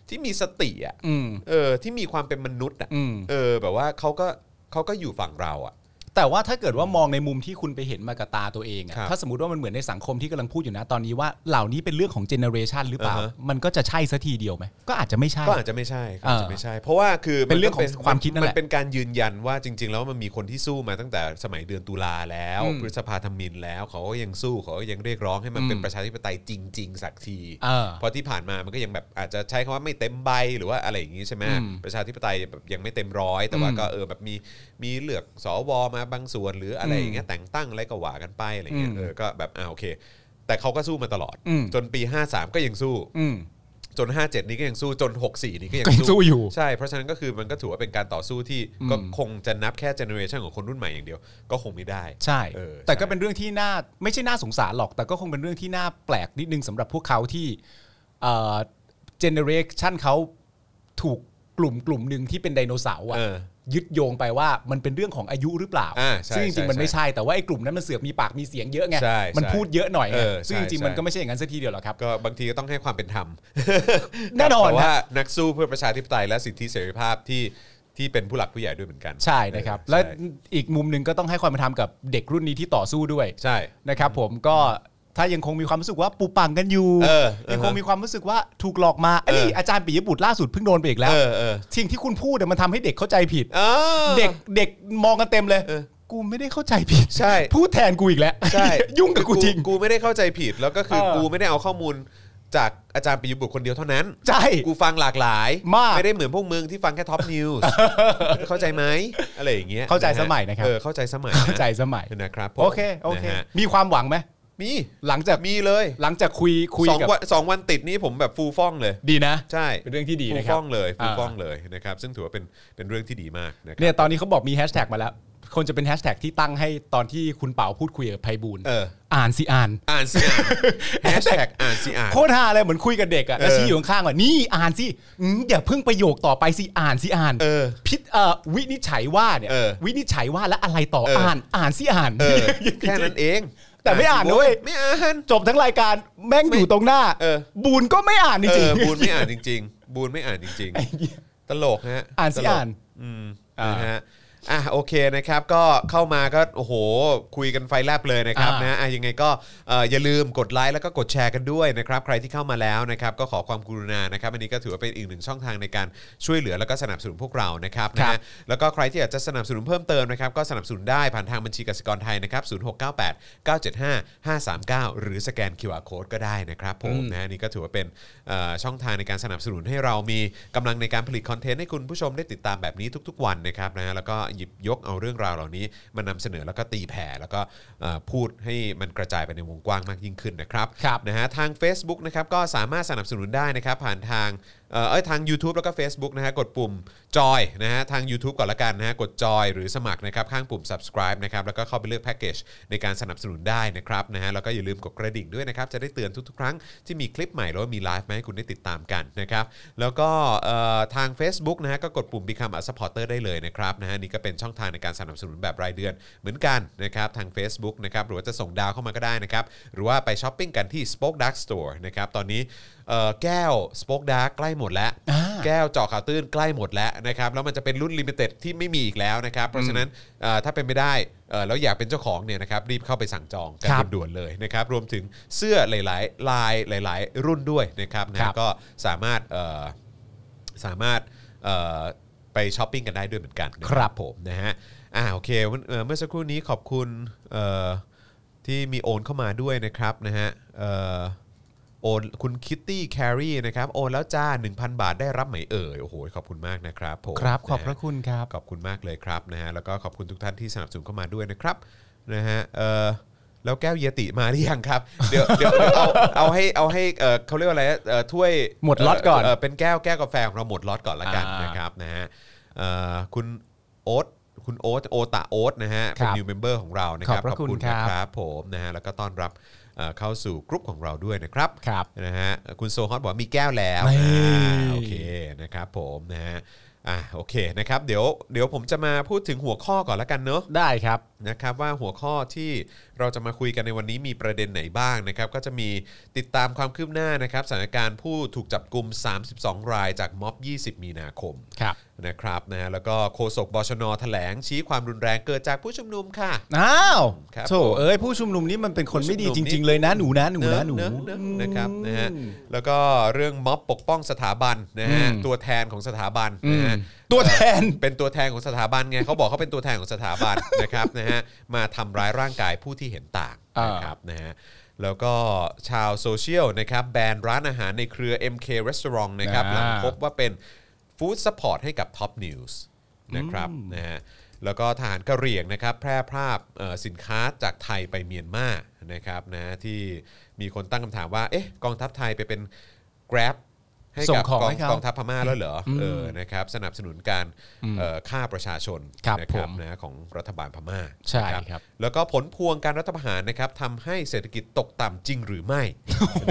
B: ที่มีสติอ่ะ
C: อืม
B: เออที่มีความเป็นมนุษย์อ่ะ
C: อืม
B: เออแบบว่าเขาก็เขาก็อยู่ฝั่งเราอ่ะ
C: แต่ว่าถ้าเกิดว่ามองในมุมที่คุณไปเห็นมากับตาตัวเองอะ
B: ครับ
C: ถ้าสมมติว่ามันเหมือนในสังคมที่กำลังพูดอยู่นะตอนนี้ว่าเหล่านี้เป็นเรื่องของเจเนอเรชันหรือเปล่า
B: อ่าฮะ
C: มันก็จะใช่ซะทีเดียวไหมก็อาจจะไม่ใช่
B: ก็อาจจะไม่ใช่ก็อาจจะ
C: เออ
B: ไม่ใช่ เพราะว่าคือ
C: เป็นเรื่องของ
B: ก็
C: ความคิดนั่นแหละ
B: มันเป็นการยืนยันว่าจริง ๆ แล้วมันมีคนที่สู้มาตั้งแต่สมัยเดือนตุลาแล้ว
C: อืม
B: พฤษภาธมินแล้วเขาก็ยังสู้เขาก็ยังเรียกร้องให้มัน
C: อืม
B: เป็นประชาธิปไตยจริง ๆ สักที
C: เออ
B: เพราะที่ผ่านมามันก็ยังแบบอาจจะใช้คำว่าไม่เต็มใบหรือว่าอะไรอย่างนี้ใช่ไหม
C: อืม
B: ประชาธิปไตยแบบยังไม่เต็มร้อยแต่ว่า
C: อืม
B: ก็เออแบบมีมีเลือกสวมาบางส่วน หรืออะไรอย่างเงี้ยแต่งตั้งอะไรก็ว่ากันไปอะไรอย่างเงี้ย
C: อืม
B: เออก็แบบอ่าโอเค แต่เขาก็สู้มาตลอด
C: อืม
B: จนปี 53 ก็ยังสู้
C: อืม
B: จน 57 นี้ก็ยังสู้จน 64 นี้ก็ยัง
C: ก็ยังสู้อยู่
B: ใช่เพราะฉะนั้นก็คือมันก็ถือว่าเป็นการต่อสู้ที่ก็
C: อืม
B: คงจะนับแค่เจเนอเรชันของคนรุ่นใหม่อย่างเดียว ก็คงไม่ได้
C: ใช่
B: เออใช่
C: แต่ก็เป็นเรื่องที่น่าไม่ใช่น่าสงสารหรอก แต่ก็คงเป็นเรื่องที่น่าแปลกนิดนึงสำหรับพวกเขาที่เจเนอเรชันเขาถูกกลุ่มกลุ่มหนึ่งที่เป็นไดโนเสาร์อะ
B: เออ
C: ยึดโยงไปว่ามันเป็นเรื่องของอายุหรือเปล่า
B: อ่าใช่
C: ซึ่งจริงๆ มันไม่
B: ใช่
C: ใช่ แต่ว่าไอ้กลุ่มนั้นมันเสือกมีปากมีเสียงเยอะไง
B: ใช่
C: มัน
B: ใช่
C: พูดเยอะหน่อยไง
B: เออ
C: ซึ่ง
B: ใช่
C: จริง
B: ใช่
C: ๆ มันก็ไม่ใช่อย่างนั้นซะทีเดียวหรอกครับ
B: ก็บางทีก็ต้องให้ความเป็นธรรม
C: แน่นอน
B: แต่ว่า
C: ฮะ
B: นักสู้เพื่อประชาธิปไตยและสิทธิเสรีภาพที่ที่เป็นผู้หลักผู้ใหญ่ด้วยเหมือนกัน
C: ใช่นะครับ
B: เออ
C: และ
B: ใช่
C: อีกมุมหนึ่งก็ต้องให้ความเป็นธรรมกับเด็กรุ่นนี้ที่ต่อสู้ด้วย
B: ใช่
C: นะครับ ผมก็ถ้ายังคงมีความรู้สึกว่าปูปังกันอยู่
B: เออ
C: ยังคงมีความรู้สึกว่าถูกหลอกมาไอ้นี่
B: เอออ
C: อาจารย์ปิยบุตรล่าสุดเพิ่งโดนไปอีกแล้ว
B: เออเออ
C: สิ่งที่คุณพูดเนี่ยมันทำให้เด็กเข้าใจผิด
B: เออ
C: เด็กเด็กมองกันเต็มเลย
B: เออ
C: กูไม่ได้เข้าใจผิด
B: ใช่
C: พูดแทนกูอีกแล้ว
B: ใช่
C: ยุ่งกับกูจริง
B: กูไม่ได้เข้าใจผิดแล้วก็คือ
C: เออ
B: กูไม่ได้เอาข้อมูลจากอาจารย์ปิยบุตรคนเดียวเท่านั้น
C: ใช่
B: กูฟังหลากหลาย
C: มาก
B: ไม่ได้เหมือนพวกมึงที่ฟังแค่ท็อป นิวส์ เข้าใจไหมอะไรอย่างเงี้ย
C: เข้าใจ
B: นะฮะ
C: สมัยนะครับ
B: เออเข้าใจสมัยนะ
C: เข้าใจสมัย
B: นะครับผม
C: โอเค โอเค
B: นะฮะ
C: มีความหวังไหม
B: มี
C: หลังจาก
B: มีเลย
C: หลังจากคุยคุย
B: สอง
C: กับ
B: วันสองวันติดนี้ผมแบบฟูฟ่องเลย
C: ดีนะ
B: ใช่
C: เป็นเรื่องที่ดี
B: ฟู
C: นะครั
B: ฟ่
C: บ
B: องเลยฟู
C: อ่า
B: ฟ่องเลยนะครับซึ่งถือว่าเป็นเป็นเรื่องที่ดีมากนะค
C: เนี่
B: รับ
C: ยตอนนี้เขาบอกมีแฮชแท็กมาแล้ว คนจะเป็นแฮชแท็กที่ตั้งให้ตอนที่คุณเป่าพูดคุยกับไพบูลย์
B: เออ
C: อ่านสิอ่าน
B: อ่านสิ อ่าน แฮช
C: Hashtag
B: แท็กอ่านสิอ่าน
C: โคตรฮาเลยเหมือนคุยกับเด็กอะแล้ว
B: เออ
C: ชี้อยู่ข้างๆว่านี่อ่านสิอืมอย่าเพิ่งประโยคต่อไปสิอ่านสิอ่าน
B: เออ
C: พิษเอ่อวินิจฉัยว่าเนี่ย
B: เออ
C: วินิจฉัยว่าแล้วอะไรต่อ
B: เอออ่
C: อ่านอ่านสิอ่าน
B: เออ แค่นั้นเอง
C: แต่ไม่อ่านนะเว้ย
B: ไม่อ่าน
C: จบทั้งรายการแม่ง
B: ไม่
C: อยู่ตรงหน้า
B: เออ
C: บูนก็ไม่อ่านจ
B: เอ
C: ริง
B: อ
C: ๆ
B: บูนไม่อ่านจริง ๆ บูนไม่อ่านจริง ๆ ตลกฮะ
C: อ่านสิ
B: ตลก
C: อ่าน
B: อืม
C: อ่าน
B: นะฮะอ่ะโอเคนะครับ ก็เข้ามาก็โอ้โห คุยกันไฟแลบเลยนะครับ
C: อ่าน
B: นะอ่ะยังไงก็เอ่ออย่าลืมกดไลค์แล้วก็กดแชร์กันด้วยนะครับ ใครที่เข้ามาแล้วนะครับ ก็ขอความกรุณานะครับ อันนี้ก็ถือว่าเป็นอีกหนึ่งช่องทางในการช่วยเหลือแล้วก็สนับสนุนพวกเรานะครับนะฮะแล้วก็ใครที่อยากจะสนับสนุนเพิ่มเติมนะครับ ก็สนับสนุนได้ผ่านทางบัญชีกสิกรไทยนะครับ0698 975 539 หรือสแกน QR Code ก็ได้นะครับผมนะฮะนี่ก็ถือว่าเป็นเอ่อช่องทางในการสนับสนุนให้เรามีกำลังในการผลิตคอนเทนต์ให้คุณผู้ชมได้ติดตามแบบนี้ทุกๆวันนะครับนะฮะแล้วก็หยิบยกเอาเรื่องราวเหล่านี้มานำเสนอแล้วก็ตีแผ่ แล้วก็เอ่อพูดให้มันกระจายไปในวงกว้างมากยิ่งขึ้นนะครับ
C: ครับ
B: นะฮะทาง Facebook นะครับก็สามารถสนับสนุนได้นะครับผ่านทางเอ่อเอ้ยทาง YouTube แล้วก็ Facebook นะฮะกดปุ่มจอยนะฮะทาง YouTube ก่อนละกันนะฮะกดจอยหรือสมัครนะครับข้างปุ่ม subscribe นะครับแล้วก็เข้าไปเลือกแพ็กเกจในการสนับสนุนได้นะครับนะฮะแล้วก็อย่าลืมกดกระดิ่งด้วยนะครับจะได้เตือนทุกๆ ครั้งที่มีคลิปใหม่หรือว่ามีไลฟ์มาให้คุณได้ติดตามกันนะครับแล้วก็เอ่อทาง Facebook นะฮะก็กดปุ่ม Become a supporter ได้เลยนะครับนะฮะนี่ก็เป็นช่องทางในการสนับสนุนแบบรายเดือนเหมือนกันนะครับทาง Facebook นะครับหรือว่าจะส่งดาวเข้ามาก็ได้นะครับหรือว่าไปช้อปปิ้งกันที่ Spoke Dark Store นะครับตอนนี้เอ่อแก้ว Spoke Dark ใกล้หมดแล้ว แก้วเจอข่าวตื้นใกล้หมดแล้วนะครับแล้วมันจะเป็นรุ่นลิมิเต็ดที่ไม่มีอีกแล้วนะครับเพราะฉะนั้นเอ่อถ้าเป็นไม่ได้เอ่อแล้วอยากเป็นเจ้าของเนี่ยนะครับรีบเข้าไปสั่งจองกัน
C: ครับ
B: ด่วนๆเลยนะครับรวมถึงเสื้อหลายๆ ลายหลาย ๆ รุ่นด้วยนะครับนะก็สามารถเอ่อ สามารถเอ่อไปช้อปปิ้งกันได้ด้วยเหมือนกันนะครับ ผมนะฮะอ่าโอเควันเอ่อเมื่อสักครู่นี้ขอบคุณเอ่อที่มีโอนเข้ามาด้วยนะครับนะฮะเอ่อโอนคุณคิตตี้แครีนะครับโอนแล้วจ้า 1,000 บาทได้รับไหมเอ่ยโอ้โหขอบคุณมากนะครับผม
C: ครับขอบพ
B: นฮ
C: ระคุณครับ
B: ขอบคุณมากเลยครับนะฮะแล้วก็ขอบคุณทุกท่านที่สนับสนุนเข้ามาด้วยนะครับนะฮะเออแล้วแก้วเยติมาหรือยังครับ เดี๋ยวเดี๋ยวเดี๋ยวเอาเอาให้เอาให้เออเขาเรียกว่าอะไรเออถ้วย
C: หมดล็อตก่อน
B: เเป็นแก้วแก้วกาแฟของเราหมดล็อตก่อนละกัน
C: อ่าน
B: นะครับนะฮะเออคุณโอ๊ตคุณโอ๊ตโอตาโอ๊ตนะฮะเป็น
C: ครับ
B: new member ของเรานะครับ
C: ขอบพระคุณ
B: นะครับ ครับผมนะฮะแล้วก็ต้อนรับเอ่อเข้าสู่กรุ๊ปของเราด้วยนะครับ
C: ครับ
B: นะฮะคุณโซฮอตบอกว่ามีแก้วแล้ว
C: นี่
B: อ่าโอเคนะครับผมนะฮะอ่ะโอเคนะครับเดี๋ยวเดี๋ยวผมจะมาพูดถึงหัวข้อก่อนละกันเนอะ
C: ได้ครับ
B: นะครับว่าหัวข้อที่เราจะมาคุยกันในวันนี้มีประเด็นไหนบ้างนะครับก็จะมีติดตามความคืบหน้านะครับสถานการณ์ผู้ถูกจับกลุ่ม 32 รายจากม็อบ 20 มีนาคม
C: ครับ
B: นะครับนะฮะแล้วก็โฆษกบชนแถลงชี้ความรุนแรงเกิดจากผู้ชุมนุมค่ะ
C: อ้าว
B: ครับ
C: โถเอ้ยผู้ชุมนุมนี่มันเป็นคนไม่ดี
B: ผู้ชุ
C: จ
B: มนุมนี่
C: ริง ๆ เลยนะหนูนะหนูนะหนู
B: เอะเอะเอะนะครับนะฮะแล้วก็เรื่องม็อบปกป้องสถาบันนะฮะ
C: อืม
B: ตัวแทนของสถาบัน
C: อื
B: นะ
C: ม
B: ฮะ
C: ตัวแทน
B: เป็นตัวแทนของสถาบันไงเขาบอกเขาเป็นตัวแทนของสถาบัน นะครับนะฮะมาทำร้ายร่างกายผู้ที่เห็นต่าง
C: อ่าน
B: นะครับนะฮะแล้วก็ชาวโซเชียลนะครับแบนร้านอาหารในเครือ MK Restaurant นะครับหลังพบว่าเป็นฟู้ดซัพพอร์ตให้กับ Top News นะครับนะฮะแล้วก็ทหารกะเหรี่ยงนะครับแพร่ภาพเอ่อสินค้าจากไทยไปเมียนมานะครับนะที่มีคนตั้งคำถามว่าเอ๊ะกองทัพไทยไปเป็น Grab ให้
C: ส่
B: กั
C: ง
B: บ
C: ของ
B: กอง
C: ให้เขา
B: กองทัพพม่าแล้วเหรออเออนะครับสนับสนุนการเอ่อฆ่าประชาชน
C: ครับ
B: นะ
C: ผม
B: นะของรัฐบาลพม่า
C: ใช่
B: นะครับ แล้วก็ผลพวงการรัฐประหารนะครับทำให้เศรษฐกิจตกต่ำจริงหรือ ไม่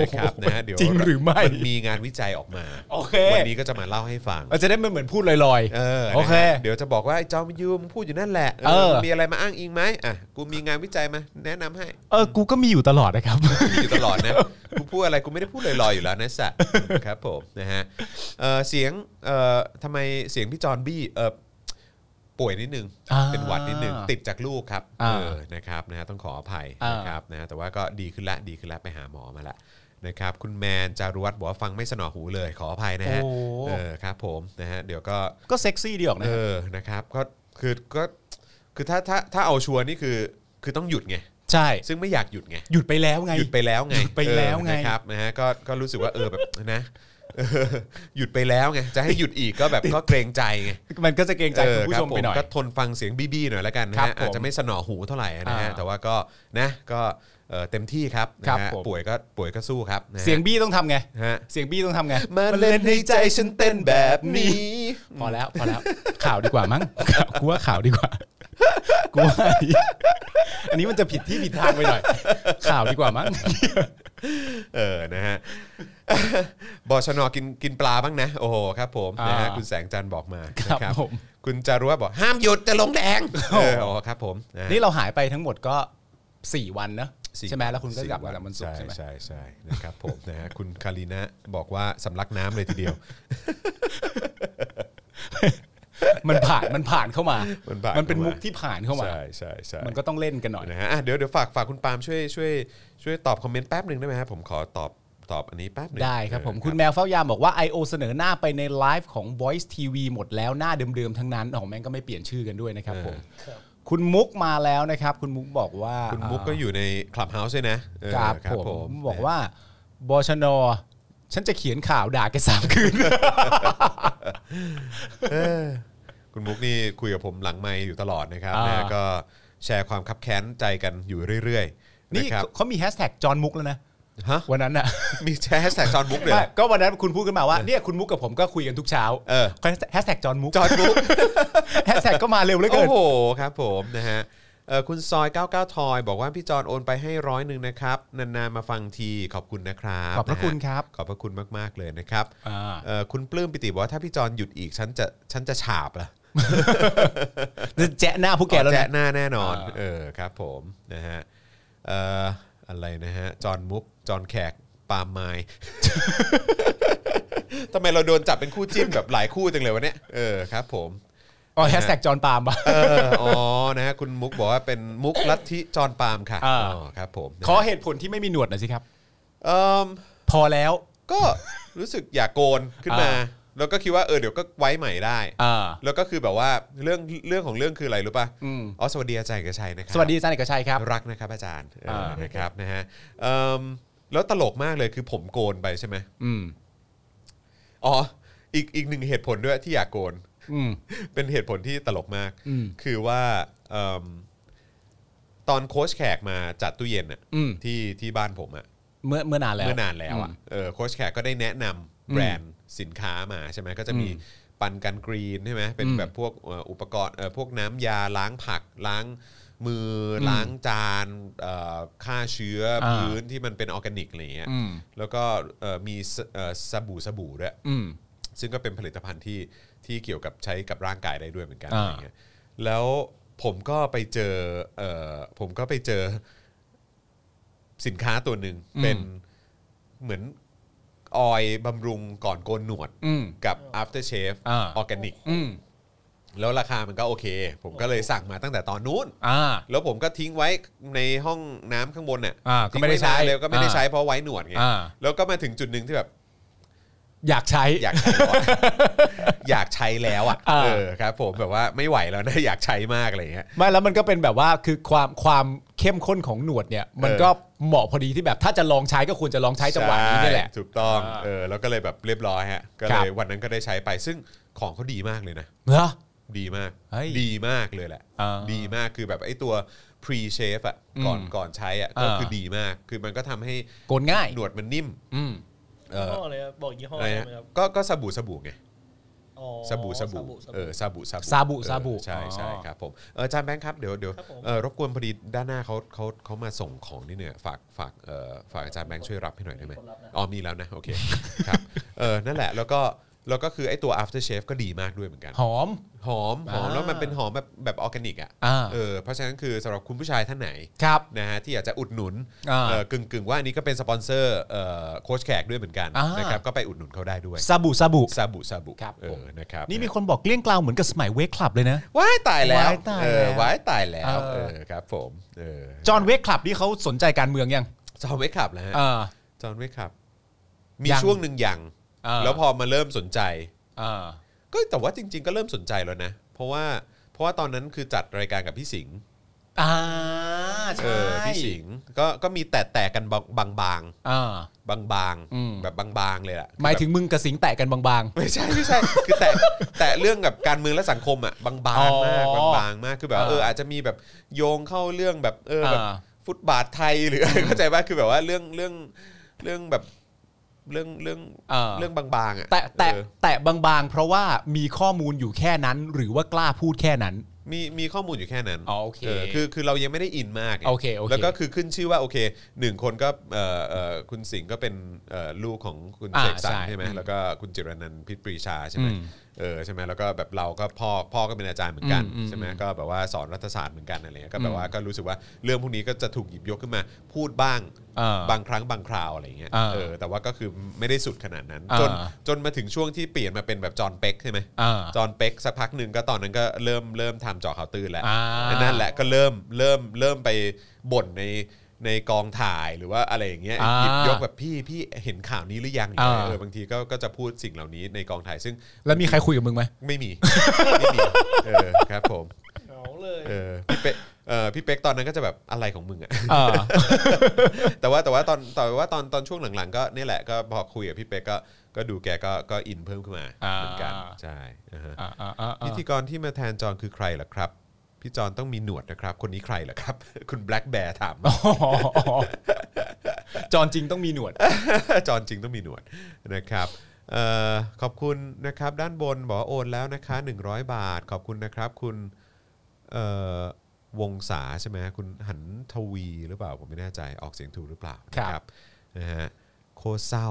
B: นะครับนะฮะเดี๋ยว
C: จริงหรือไม่
B: นมีงานวิจัยออกมา
C: โอเค
B: วันนี้ก็จะมาเล่าให้ฟัง
C: เราจะได้ไม่เหมือนพูดลอย
B: เออ
C: โอเค
B: นะฮะเดี๋ยวจะบอกว่าไอ้จอมยูมงพูดอยู่นั่นแหละ
C: เออ
B: มึงมีอะไรมาอ้างอิงไหมอ่ะกูมีงานวิจัยมาแนะนำให้
C: ๆเออกูก็มีอยู่ตลอดนะครับ
B: มีอยู่ตลอดนะ กูพูดอะไรกูไม่ได้พูดลอยๆอยู่แล้วนะสัตว์ ครับผมนะฮะเออเสียงเอ่อทำไมเสียงพี่จอห์นบี้เออป่วยนิดนึง
C: อ่า
B: เป็นหวัดนิดนึงติดจากลูกครับ
C: อ่า
B: เออนะครับนะฮะต้องขออภัย
C: อ่าน
B: นะครับนะฮะแต่ว่าก็ดีขึ้นละดีขึ้นละไปหาหมอมาละนะครับคุณแมนจารุวัฒน์บอกว่าฟังไม่สนอหูเลยขออภัยนะฮะ
C: โอ้
B: เออครับผมนะฮะเดี๋ยวก็
C: ก็เซ็กซี่ดีออกนะ
B: เออ นะครับ ก็ คือ ก็ คือ ถ้า ถ้า ถ้า เอาชัวร์นี่ คือ คือ ต้อง หยุด ไง
C: ใช่
B: ซึ่ง ไม่ อยาก หยุด ไง
C: หยุดไปแล้วไง
B: หยุดไปแล้ว ไง
C: หยุดไปแล้วไง
B: เออนะครับ นะฮะ ก็ ก็ รู้สึกว่า เออ แบบ นะ เออหยุดไปแล้ว ไง จะให้ หยุด อีก ก็ แบบ ก็ เกรงใจ ไง
C: มันก็จะเกรงใจคุณผู้ชมไปหน่อย
B: เออครับผมก็ ทน ฟัง เสียง บี้ๆหน่อย แล้วกัน นะ
C: ครั
B: ฮะ
C: บผม
B: อาจจะ ไม่ สนอ หู เท่าไหร่ นะฮะ
C: อ่า
B: แต่ว่า ก็ นะ ก็ เอ่อเต็มที่ครับ
C: ครับ
B: นะฮะ
C: ผม
B: ป่วยก็ป่วยก็สู้ครับนะฮะ
C: เสียงบี้ต้องทำไง
B: ฮะ
C: เสียงบี้ต้องทำไง
B: มาเล่นในใจฉันเต้นแบบนี้
C: พอแล้วพอแล้ว ข่าวดีกว่ามั้ง ข่าวกูว่าข่าวดีกว่า กูว่าอันนี้อันนี้มันจะผิดที่ผิดทางไปหน่อย ข่าวดีกว่า มั้ง
B: เออ นะฮ ะ บอชนกินกินปลาบ้างนะ โอ้โห ครับผม
C: อ่าน
B: นะฮะ คุณแสงจันทร์บอกมา
C: ครับ
B: นะ
C: ผม
B: คุณจารุวัฒน์บอก ห้ามหยุดจะลงแดงเอออ๋อครับผมะฮะ
C: นี่เราหายไปทั้งหมดก็สี่วันเนอะ
B: สี่
C: ใช่ไหมแล้วคุณก็
B: สี่
C: กลับมาแล้วมันสุกร์ใช่ไหม
B: ใช่ใช่นะครับผมนะฮะคุณคารีนะบอกว่าสำลักน้ำเลยทีเดียว
C: มันผ่านมันผ่านเข้ามา
B: มันผ่าน
C: มันเป็น
B: เข้ามามุ
C: มุกที่ผ่าน เข้ามา
B: ใช่ใช่ใช่
C: มันก็ต้องเล่นกันหน่อย
B: นะฮะอ่ะเดี๋ยวเดี๋ยวฝากฝากคุณปาล์มช่วยช่วยช่วยตอบคอมเมนต์แป๊บหนึ่งได้ไหมครับผมขอตอบตอบอันนี้แป๊บหนึ่ง
C: ได้ครับผม
B: เออ
C: คุณแมวเฝ้ายามบอกว่า I.O. เสนอหน้าไปในไลฟ์ของ Voice TV หมดแล้วหน้าเดิมๆทั้งนั้นของแม่งก็ไม่เปลี่ยนชื่อกันด้วยนะครับผมคุณมุกมาแล้วนะครับ คุณมุกบอกว่า
B: คุณมุกก็อยู่ในคลับเฮาส์ด้วยนะเออ
C: ครับผมบอกว่าบชน ฉันจะเขียนข่าวด่าแกสามคืน
B: คุณมุกนี่คุยกับผมหลังไมค์อยู่ตลอดนะครับ
C: อ่า
B: นะฮะก็แชร์ความคับแค้นใจกันอยู่เรื่อยๆ
C: นี่
B: นะครับ
C: เขามีแฮชแท็กจอห์นมุกแล้วนะ
B: ฮะ
C: วันนั้นอ่ะ
B: มีแชร์แฮชแท็กจอนมุกเลยเหร
C: ไม่
B: อ
C: ก็วันนั้นคุณพูดขึ้นมาว่าเนี่ยคุณมุกกับผมก็คุยกันทุกเช้า
B: เออ
C: แฮชแท็กจอห์นมุก
B: จอนมุก
C: แฮชแท็กก็มาเร็วเหลือเกิน
B: โอ้โหครับผมนะฮะเอ่อคุณซอย 99 ทอย บอกว่าพี่จอนโอนไปให้ร้อยหนึ่งนะครับ นานๆ มาฟังทีขอบคุณนะครับ
C: ขอบพระคุณ
B: นฮ
C: ครับ
B: ขอบพระคุณมาก ๆ เลยนะครับ
C: อ่า
B: เอ่อคุณปลื้มปิติบอกว่าถ้าพี่จอนหยุดอีก ฉันจะฉันจะฉาบละ
C: จะแจ๊ะหน้าพวกแกแล้ว
B: แจ๊ะ
C: นะ
B: หน้าแน่นอน
C: อ่า
B: เออครับผมนะฮะเอ่ออะไรนะฮะจอนมุกจอนแขกปาล์มไม้ ทำไมเราโดนจับเป็นคู่จิ้นแบบหลายคู่จังเลยวะเนี่ยเออครับผม
C: อ๋อแฮชแท็กจอห์นปาล์มปะ
B: เอออ๋อ นะฮะคุณมุกบอกว่าเป็นมุกลัทธิจอร์นปาล์มค่ะ
C: อ่า
B: อครับผม
C: ขอเหตุผลที่ไม่มีหนวดหน่อยสิครับ
B: เอ่ม
C: พอแล้ว
B: ก็รู้สึกอยากโกนขึ้นมา
C: อ่า
B: แล้วก็คิดว่าเออเดี๋ยวก็ไว้ใหม่ได้
C: อ่า
B: แล้วก็คือแบบว่าเรื่องเรื่องของเรื่องคืออะไรรู้ป่ะ
C: อืม
B: อ๋อสวัสดีอาจารย์เอกชัยนะครั
C: สวัสดีอาจารย์เอกชัยครับ
B: รักนะครับอาจารย์เออ
C: อ่าน
B: นะครับนะฮะเอิ่มแล้วตลกมากเลยคือผมโกนไปใช่ไหม
C: อืม
B: อ๋ออีกอีกหนึ่งเหตุผลด้วยที่อยากโกน
C: อืม
B: เป็นเหตุผลที่ตลกมาก
C: อืม
B: คือว่าเอิ่มตอนโค้ชแขกมาจัดตู้เย็นอะ
C: อืม
B: ที่ที่บ้านผมอะ
C: เมื่อเมื่อนานแล้ว
B: เมื่อนานแล้วอะ
C: อืม
B: เออโค้ชแขกก็ได้แนะนำแบรนด์สินค้ามาใช่ไหมก็จะมีปันกันกรีนใช่ไหมเป็น
C: อืม
B: แบบพวกเอ่ออุปกรณ์เอ่อพวกน้ำยาล้างผักล้างมืออล้างจานเอ่อฆ่าเชื้ออา พื้นที่มันเป็นออร์แกนิกอะไรเงี้ย
C: อืม
B: แล้วก็เอ่อมีสเอ่อสบู่สบู่ด้วย
C: อืม
B: ซึ่งก็เป็นผลิตภัณฑ์ที่ที่เกี่ยวกับใช้กับร่างกายได้ด้วยเหมือนกัน
C: อ่า
B: อะไรเงี้ย แล้วผมก็ไปเจอเอ่อผมก็ไปเจอสินค้าตัวหนึ่งเป็นเหมือนออยล์บำรุงก่อนโกนหนวด
C: อืม
B: กับ after shave
C: อ่า
B: ออร์แกนิก
C: อืม
B: แล้วราคามันก็โอเค ผมก็เลยสั่งมาตั้งแต่ตอนนู้น
C: อ่า
B: แล้วผมก็ทิ้งไว้ในห้องน้ำข้างบนเนี่ย
C: อ่าก็
B: ทิ้ง
C: ไม่ได้
B: ว้นาน
C: ใช้
B: เลยก็ไม่ได้
C: อ่า
B: ใช้เพราะไว้หนวดไง
C: อ่า
B: แล้วก็มาถึงจุดหนึ่งที่แบบ
C: อยากใช้
B: อยากใช้ แล้วอะ อยากใช้แล้วอ่ะ
C: อ่า
B: เออครับผมแบบว่าไม่ไหวแล้วนะ อยากใช้มากอะไรอย่างเงี้ย
C: ไม่แล้วมันก็เป็นแบบว่าคือความความเข้มข้นของหนวดเนี่ยมันก็เหมาะพอดีที่แบบถ้าจะลองใช้ก็ควรจะลองใช้จังหวะนี้นี่แหละ
B: ใช่ถูกต้อง
C: อ่า
B: เออแล้วก็เลยแบบเรียบร้อยฮะก็
C: ครั
B: เล
C: บ
B: ยวันนั้นก็ได้ใช้ไป ซึ่งของเขาดีมากเลยนะ
C: เหรอ
B: ดีมาก
C: เฮ้ย
B: ดีมากเลยแหละ
C: อ่า
B: ดีมากคือแบบไอ้ตัว pre shave อ่ะ
C: อืม
B: ก่อนก่อนใช้อ่ะก็
C: อ่า
B: คือดีมากคือมันก็ทำให้
C: โกนง่าย
B: หนวดมันนิ่ม
C: อืม
B: เอ
D: ยี่
B: อ
D: ห้ออะไรครับบอกยี่ห้อ
B: อะไร
D: ได้
B: นะ
D: ไหมครับ
B: ก็ก็สบู่สบู่ไง
D: อ๋อ
B: สบู่สบู่
D: ส
B: เออสบู่สบู่
C: สบู่
B: เออ
C: สบู่
B: ใช่
C: อ๋อ
B: ใช่ครับผมเอออาจารย์แบงค์ครับเดี๋ยวเดี๋ยว
D: ครับผม
B: เออรบกวนพอดีด้านหน้าเขาเขาเขามาส่งของนี่เนี่ยฝากฝากเออฝากอาจารย์แบงค์ช่วยรับให้หน่อยได้ไหม
D: มีคนรับนะ
B: อ๋อมีแล้วนะโอเคครับเออนั่นแหละแล้วก็แล้วก็คือไอ้ตัว after shave ก็ดีมากด้วยเหมือนกัน
C: หอม
B: หอมหอม
C: อ่า
B: แล้วมันเป็นหอมแบบแบบออร์แกนิกอ่ะ
C: อ่า
B: เออเพราะฉะนั้นคือสำหรับคุณผู้ชายท่านไหน
C: ครับ
B: นะฮะที่อยากจะอุดหนุน
C: อ่า
B: เออกึ่งกึ่งๆว่าอันนี้ก็เป็นสปอนเซอร์เอ่อโค้ชแขกด้วยเหมือนกัน
C: อ่าน
B: นะครับก็ไปอุดหนุนเขาได้ด้วย
C: ซาบุซาบุ
B: ซาบุซาบุ
C: ครับ
B: เอ
C: ผม
B: อนะครับ
C: นี่มีคนบอกเกลี้ยงกล่าวเหมือนกับสมัยเวกคลับเลยนะ
B: ว้ายตายแล้ว
C: ว้ายตายแล้ว
B: เออว้ายตายแล้ว
C: เอ
B: เอ
C: อ
B: อครับผมเออ
C: จอห์นเวกคลับนี่เขาสนใจการเมืองยัง
B: จอห์นเวกขับแล้วฮะ
C: เออ
B: จอห์นเวกขับ มี
C: ยัง
B: ช่วงหนึ่งยัง
C: เออ
B: แล้วพอมาเริ่มสนใจ
C: เออ
B: ก็แต่ว่าจริง ๆ ก็เริ่มสนใจแล้วนะ เพราะว่าเพราะว่าตอนนั้นคือจัดรายการกับพี่สิงห์
C: อ่า
B: เอ
C: ใช่
B: อพี่สิงห์ก็ก็มีแตะแตะกันบางบางบาง
C: เออ
B: บางบาง
C: อืม
B: แบบบางๆเลยล่ะ
C: หมายถึงมึงกับสิงแตะกันบาง
B: ไม่ใช่ไม่ใช่ คือแตะแตะเรื่องกับการเมืองและสังคมอ่ะบาง
C: อ๋
B: ๆ
C: อ
B: มากบางๆมากคือแบบว่า
C: เออ
B: เอออาจจะมีแบบโยงเข้าเรื่องแบบเอ
C: ๆ
B: อแบบ
C: อ่า
B: ฟุตบาทไทยหรืออะไรเข้าใจป่ะคือแบบว่าเรื่องเรื่องเรื่องแบบเรื่องเรื่อง
C: เออ
B: เรื่องบางๆอ่ะ
C: แต่แต่
B: เออ
C: แต่บางๆ เพราะว่ามีข้อมูลอยู่แค่นั้น หรือว่ากล้าพูดแค่นั้น
B: มีมีข้อมูลอยู่แค่นั้น
C: อ๋อโอเค
B: คือคือเรายังไม่ได้อินมากไง
C: โอเคโอเค
B: แล้วก็คือขึ้นชื่อว่าโอเคหนึ่งคนก็เอ่อเอ่อคุณสิงห์ก็เป็นเอ่อลูกของคุณ
C: อ่า
B: เสกสรร
C: ใช่
B: ใช่ไหม
C: อืม
B: แล้วก็คุณจิรนันท์พิษปรีชาใช่ไหม
C: อืม
B: เออใช่ไหมแล้วก็แบบเราก็พ่อพ่อก็เป็นอาจารย์เหมือนกัน
C: อืมอืม
B: ใช่ไหมก็แบบว่าสอนรัฐศาสตร์เหมือนกันอะไรเงี้ยก็แบ
C: อื
B: บ
C: ม
B: ว่าก็รู้สึกว่าเรื่องพวกนี้ก็จะถูกหยิบยกขึ้นมาพูดบ้าง
C: เออบ
B: างครั้งบางคราวอะไรเงี้ย
C: เออ
B: เออแต่ว่าก็คือไม่ได้สุดขนาดนั้น
C: เออ
B: จนจนมาถึงช่วงที่เปลี่ยนมาเป็นแบบจอห์นเป็กใช่ไหม
C: อ่า
B: จอห์นเป็กสักพักหนึ่งก็ตอนนั้นก็เริ่มเริ่มทำเจอข่าวตื้นแล้ว
C: อ่า
B: อันนั่นแหละก็เริ่มเริ่มเริ่มไปบ่นในในกองถ่ายหรือว่าอะไรอย่างเงี้ย
C: อ่า
B: หยิบยกแบบพี่พี่เห็นข่าวนี้หรือยัง
C: อ่า
B: เออบางทีก็ก็จะพูดสิ่งเหล่านี้ในกองถ่ายซึ่ง
C: แล้วมีใครคุยกับมึงไหม
B: ไม่ มี ไม่มีเออครับผม
D: เอาเลย
B: เออพี่เป๊กเออพี่เป๊กตอนนั้นก็จะแบบอะไรของมึงอะ
C: เออ
B: แต่ว่าแต่ว่าตอนแต่ว่าตอนตอนช่วงหลังๆ ก็เนี่ยแหละก็พอคุยกับพี่เป๊กก็ก็ดูแกก็ก็อินเพิ่มขึ้นมา
C: อ่า
B: เหมือนกันใช่อ่าฮะ
C: อ่าอ่าอ่า
B: พิธีกรที่มาแทนจอนคือใครล่ะครับ พี่จอนต้องมีหนวดนะครับ คนนี้ใครล่ะครับ คุณแบล็กแบร์ถาม มา
C: อ๋อจอนจริงต้องมีหนวด
B: จอนจริงต้องมีหนวดนะครับเอ่อขอบคุณนะครับด้านบนบอกว่าโอนแล้วนะคะ 100 บาท ขอบคุณนะครับ คุณเอ่อวงศาใช่ไหมคุณหันทวีหรือเปล่าผมไม่แน่ใจออกเสียงถูกหรือเปล่านะค
C: ครั
B: รับบ นะฮะโคตรเศร้า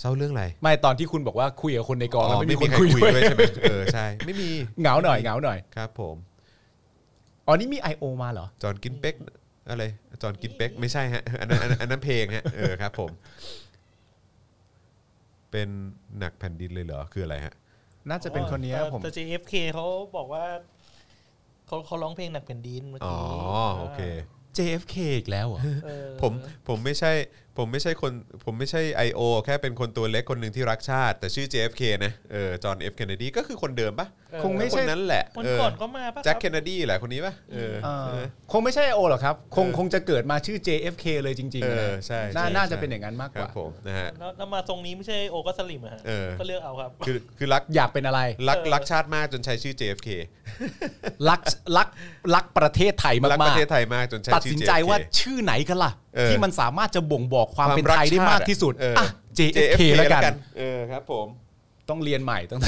B: เศร้าเรื่องอะไร
C: ไม่ตอนที่คุณบอกว่าคุยกับคนในกองแล้วไม่มีคน
B: ใร
C: คุยด้วย
B: ใช่ ไหมเออใช่ไม่มี
C: เหงาหน่อยเหงาหน่อย
B: ครับผม
C: อ๋อนี่มี I.O. มาเหรอ
B: จอห์นกินเป็กอะไรจอห์นกินเป็กไม่ใช่ฮะ อันนั้นอันนั้นอันนั้นเพลงฮะเออครับผม เป็นหนักแผ่นดินเลยเหรอคืออะไรฮะ
C: น่าจะเป็นคนเนี้ย
D: แต่
C: ผม
D: แต่ JFK เขาบอกว่าเขาเขาร้องเพลงหนักแผ่นดินเมื่อ
B: อ๋อ
D: กี้
B: โอเค
C: JFK อีกแล้วเหรอ
D: เออ
B: ผมผมไม่ใช่ผมไม่ใช่คนผมไม่ใช่ I.O. แค่เป็นคนตัวเล็กคนหนึ่งที่รักชาติ แต่ชื่อ JFK นะเออจอห์น F. Kennedy ก็คือคนเดิมปะ
D: เออ
C: คงไม่ ใช่
B: คนนั้นแหละ
D: วัน
B: เออ
D: ก่อนก็มาปะ
B: แจ็ค
D: รับ
B: Kennedy แหละคนนี้ปะเออ
C: เออ
B: ใช่ไหม
C: คงไม่ใช่ I.O. หรอกครับ คงคงจะเกิดมาชื่อ JFK เลยจริงๆ
B: เออ
C: นะ
B: ใช่ใช่
C: น่า
B: ใช่
C: น่าจะเป็นอย่างนั้นมาก
B: ค
C: ก
B: รับ
C: ว่า
B: ผมนะฮะ
D: แล้วแล้วมาทรงนี้ไม่ใช่โอก็สลิมอะฮะ
B: เออ
D: ก็เลือกเอาครับ
B: คือคือรัก
C: อยากเป็นอะไร
B: รัก
D: เออ
B: รักชาติมากจนใช้ชื่อ JFK
C: รักรักรักประเทศไทยมา
B: รักประ
C: ก
B: เทศไทยมากจนใช้
C: ๆ ตัด
B: ชื่อ
C: สิน
B: JFK
C: ใจว่าชื่อไหนกันล่ะ
B: เออ
C: ที่มันสามารถจะบ่งบอกความเป็น
B: รั
C: ไทยได้
B: ชติ
C: มากที่สุด
B: เอออ
C: อ่ะ JFK แล้วกัน
B: เออครับผม
C: ต้องเรียนใหม่ต้อง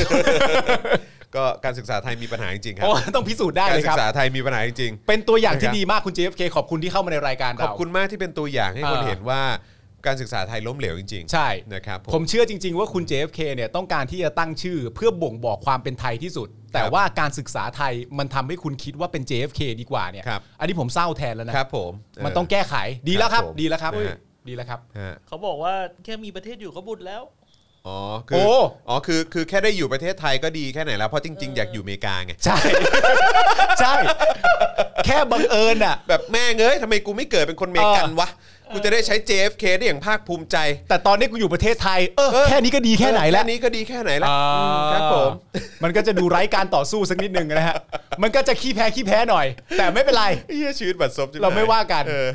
B: ก็การศึกษาไทยมีปัญหาจริงๆครั
C: โอ้ต้องพิสูจน์ได้
B: การ
C: เลย
B: ศึ
C: ครั
B: ก
C: บ
B: ษาไทยมีปัญหาจริง
C: เป็นตัวอย่างที่
B: นะครับ
C: ดีมากคุณ JFK ขอบคุณที่เข้ามาในรายการ
B: ๆข
C: เรา
B: อบคุณมากที่เป็นตัวอย่างให้คน
C: เออ
B: เห็นว่าการศึกษาไทยล้มเหลวจริงๆ
C: ใช่
B: นะครับผ
C: ผม มเชื่อจริง ๆ ว่าคุณ JFK เนี่ยต้องการที่จะตั้งชื่อเพื่อบ่งบอกความเป็นไทยที่สุด แต่ว่าการศึกษาไทยมันทำให้คุณคิดว่าเป็น JFK ดีกว่าเนี่ย
B: ครับ
C: อันนี้ผมเศร้าแทนแล้วนะครับ
B: ผมเ
C: มันต้องแก้ไขดีแล้วครับ
B: ผม
C: ดีแล้วครับ
B: เออ
C: ดีแล้วครับ
B: ฮะ
D: เขาบอกว่าแค่มีประเทศอยู่ก็บุญแล้ว
B: อ๋อคื
C: โอ้
B: ออ๋อคือคือแค่ได้อยู่ประเทศไทยก็ดีแค่ไหนแล้วเพราะจริง ๆ อยากอยู่อเมริกาไง
C: ใช่ ใช่ แค่บังเอิญอ่ะ
B: แบบแม่งเอ้ยทำไมกูไม่เกิดเป็นคนอเมริกันวะกูจะได้ใช้ JFK ได้อย่างภาคภูมิใจ
C: แต่ตอนนี้กูอยู่ประเทศไทยเออ
B: เออ
C: แค่นี้ก็ดีแค่ไหนแล้ว
B: นี้ก็ดีแค่ไหนละ
C: อ่า
B: อืมครับผม
C: มันก็จะดูไร้การต่อสู้สักนิดนึงนะฮ ะ มันก็จะขี้แพ้ขี้แพ้หน่อย แต่ไม่เป็นไร
B: เฮียชีวิตบัดซบจัง
C: เราไม่ว่ากัน
B: เออ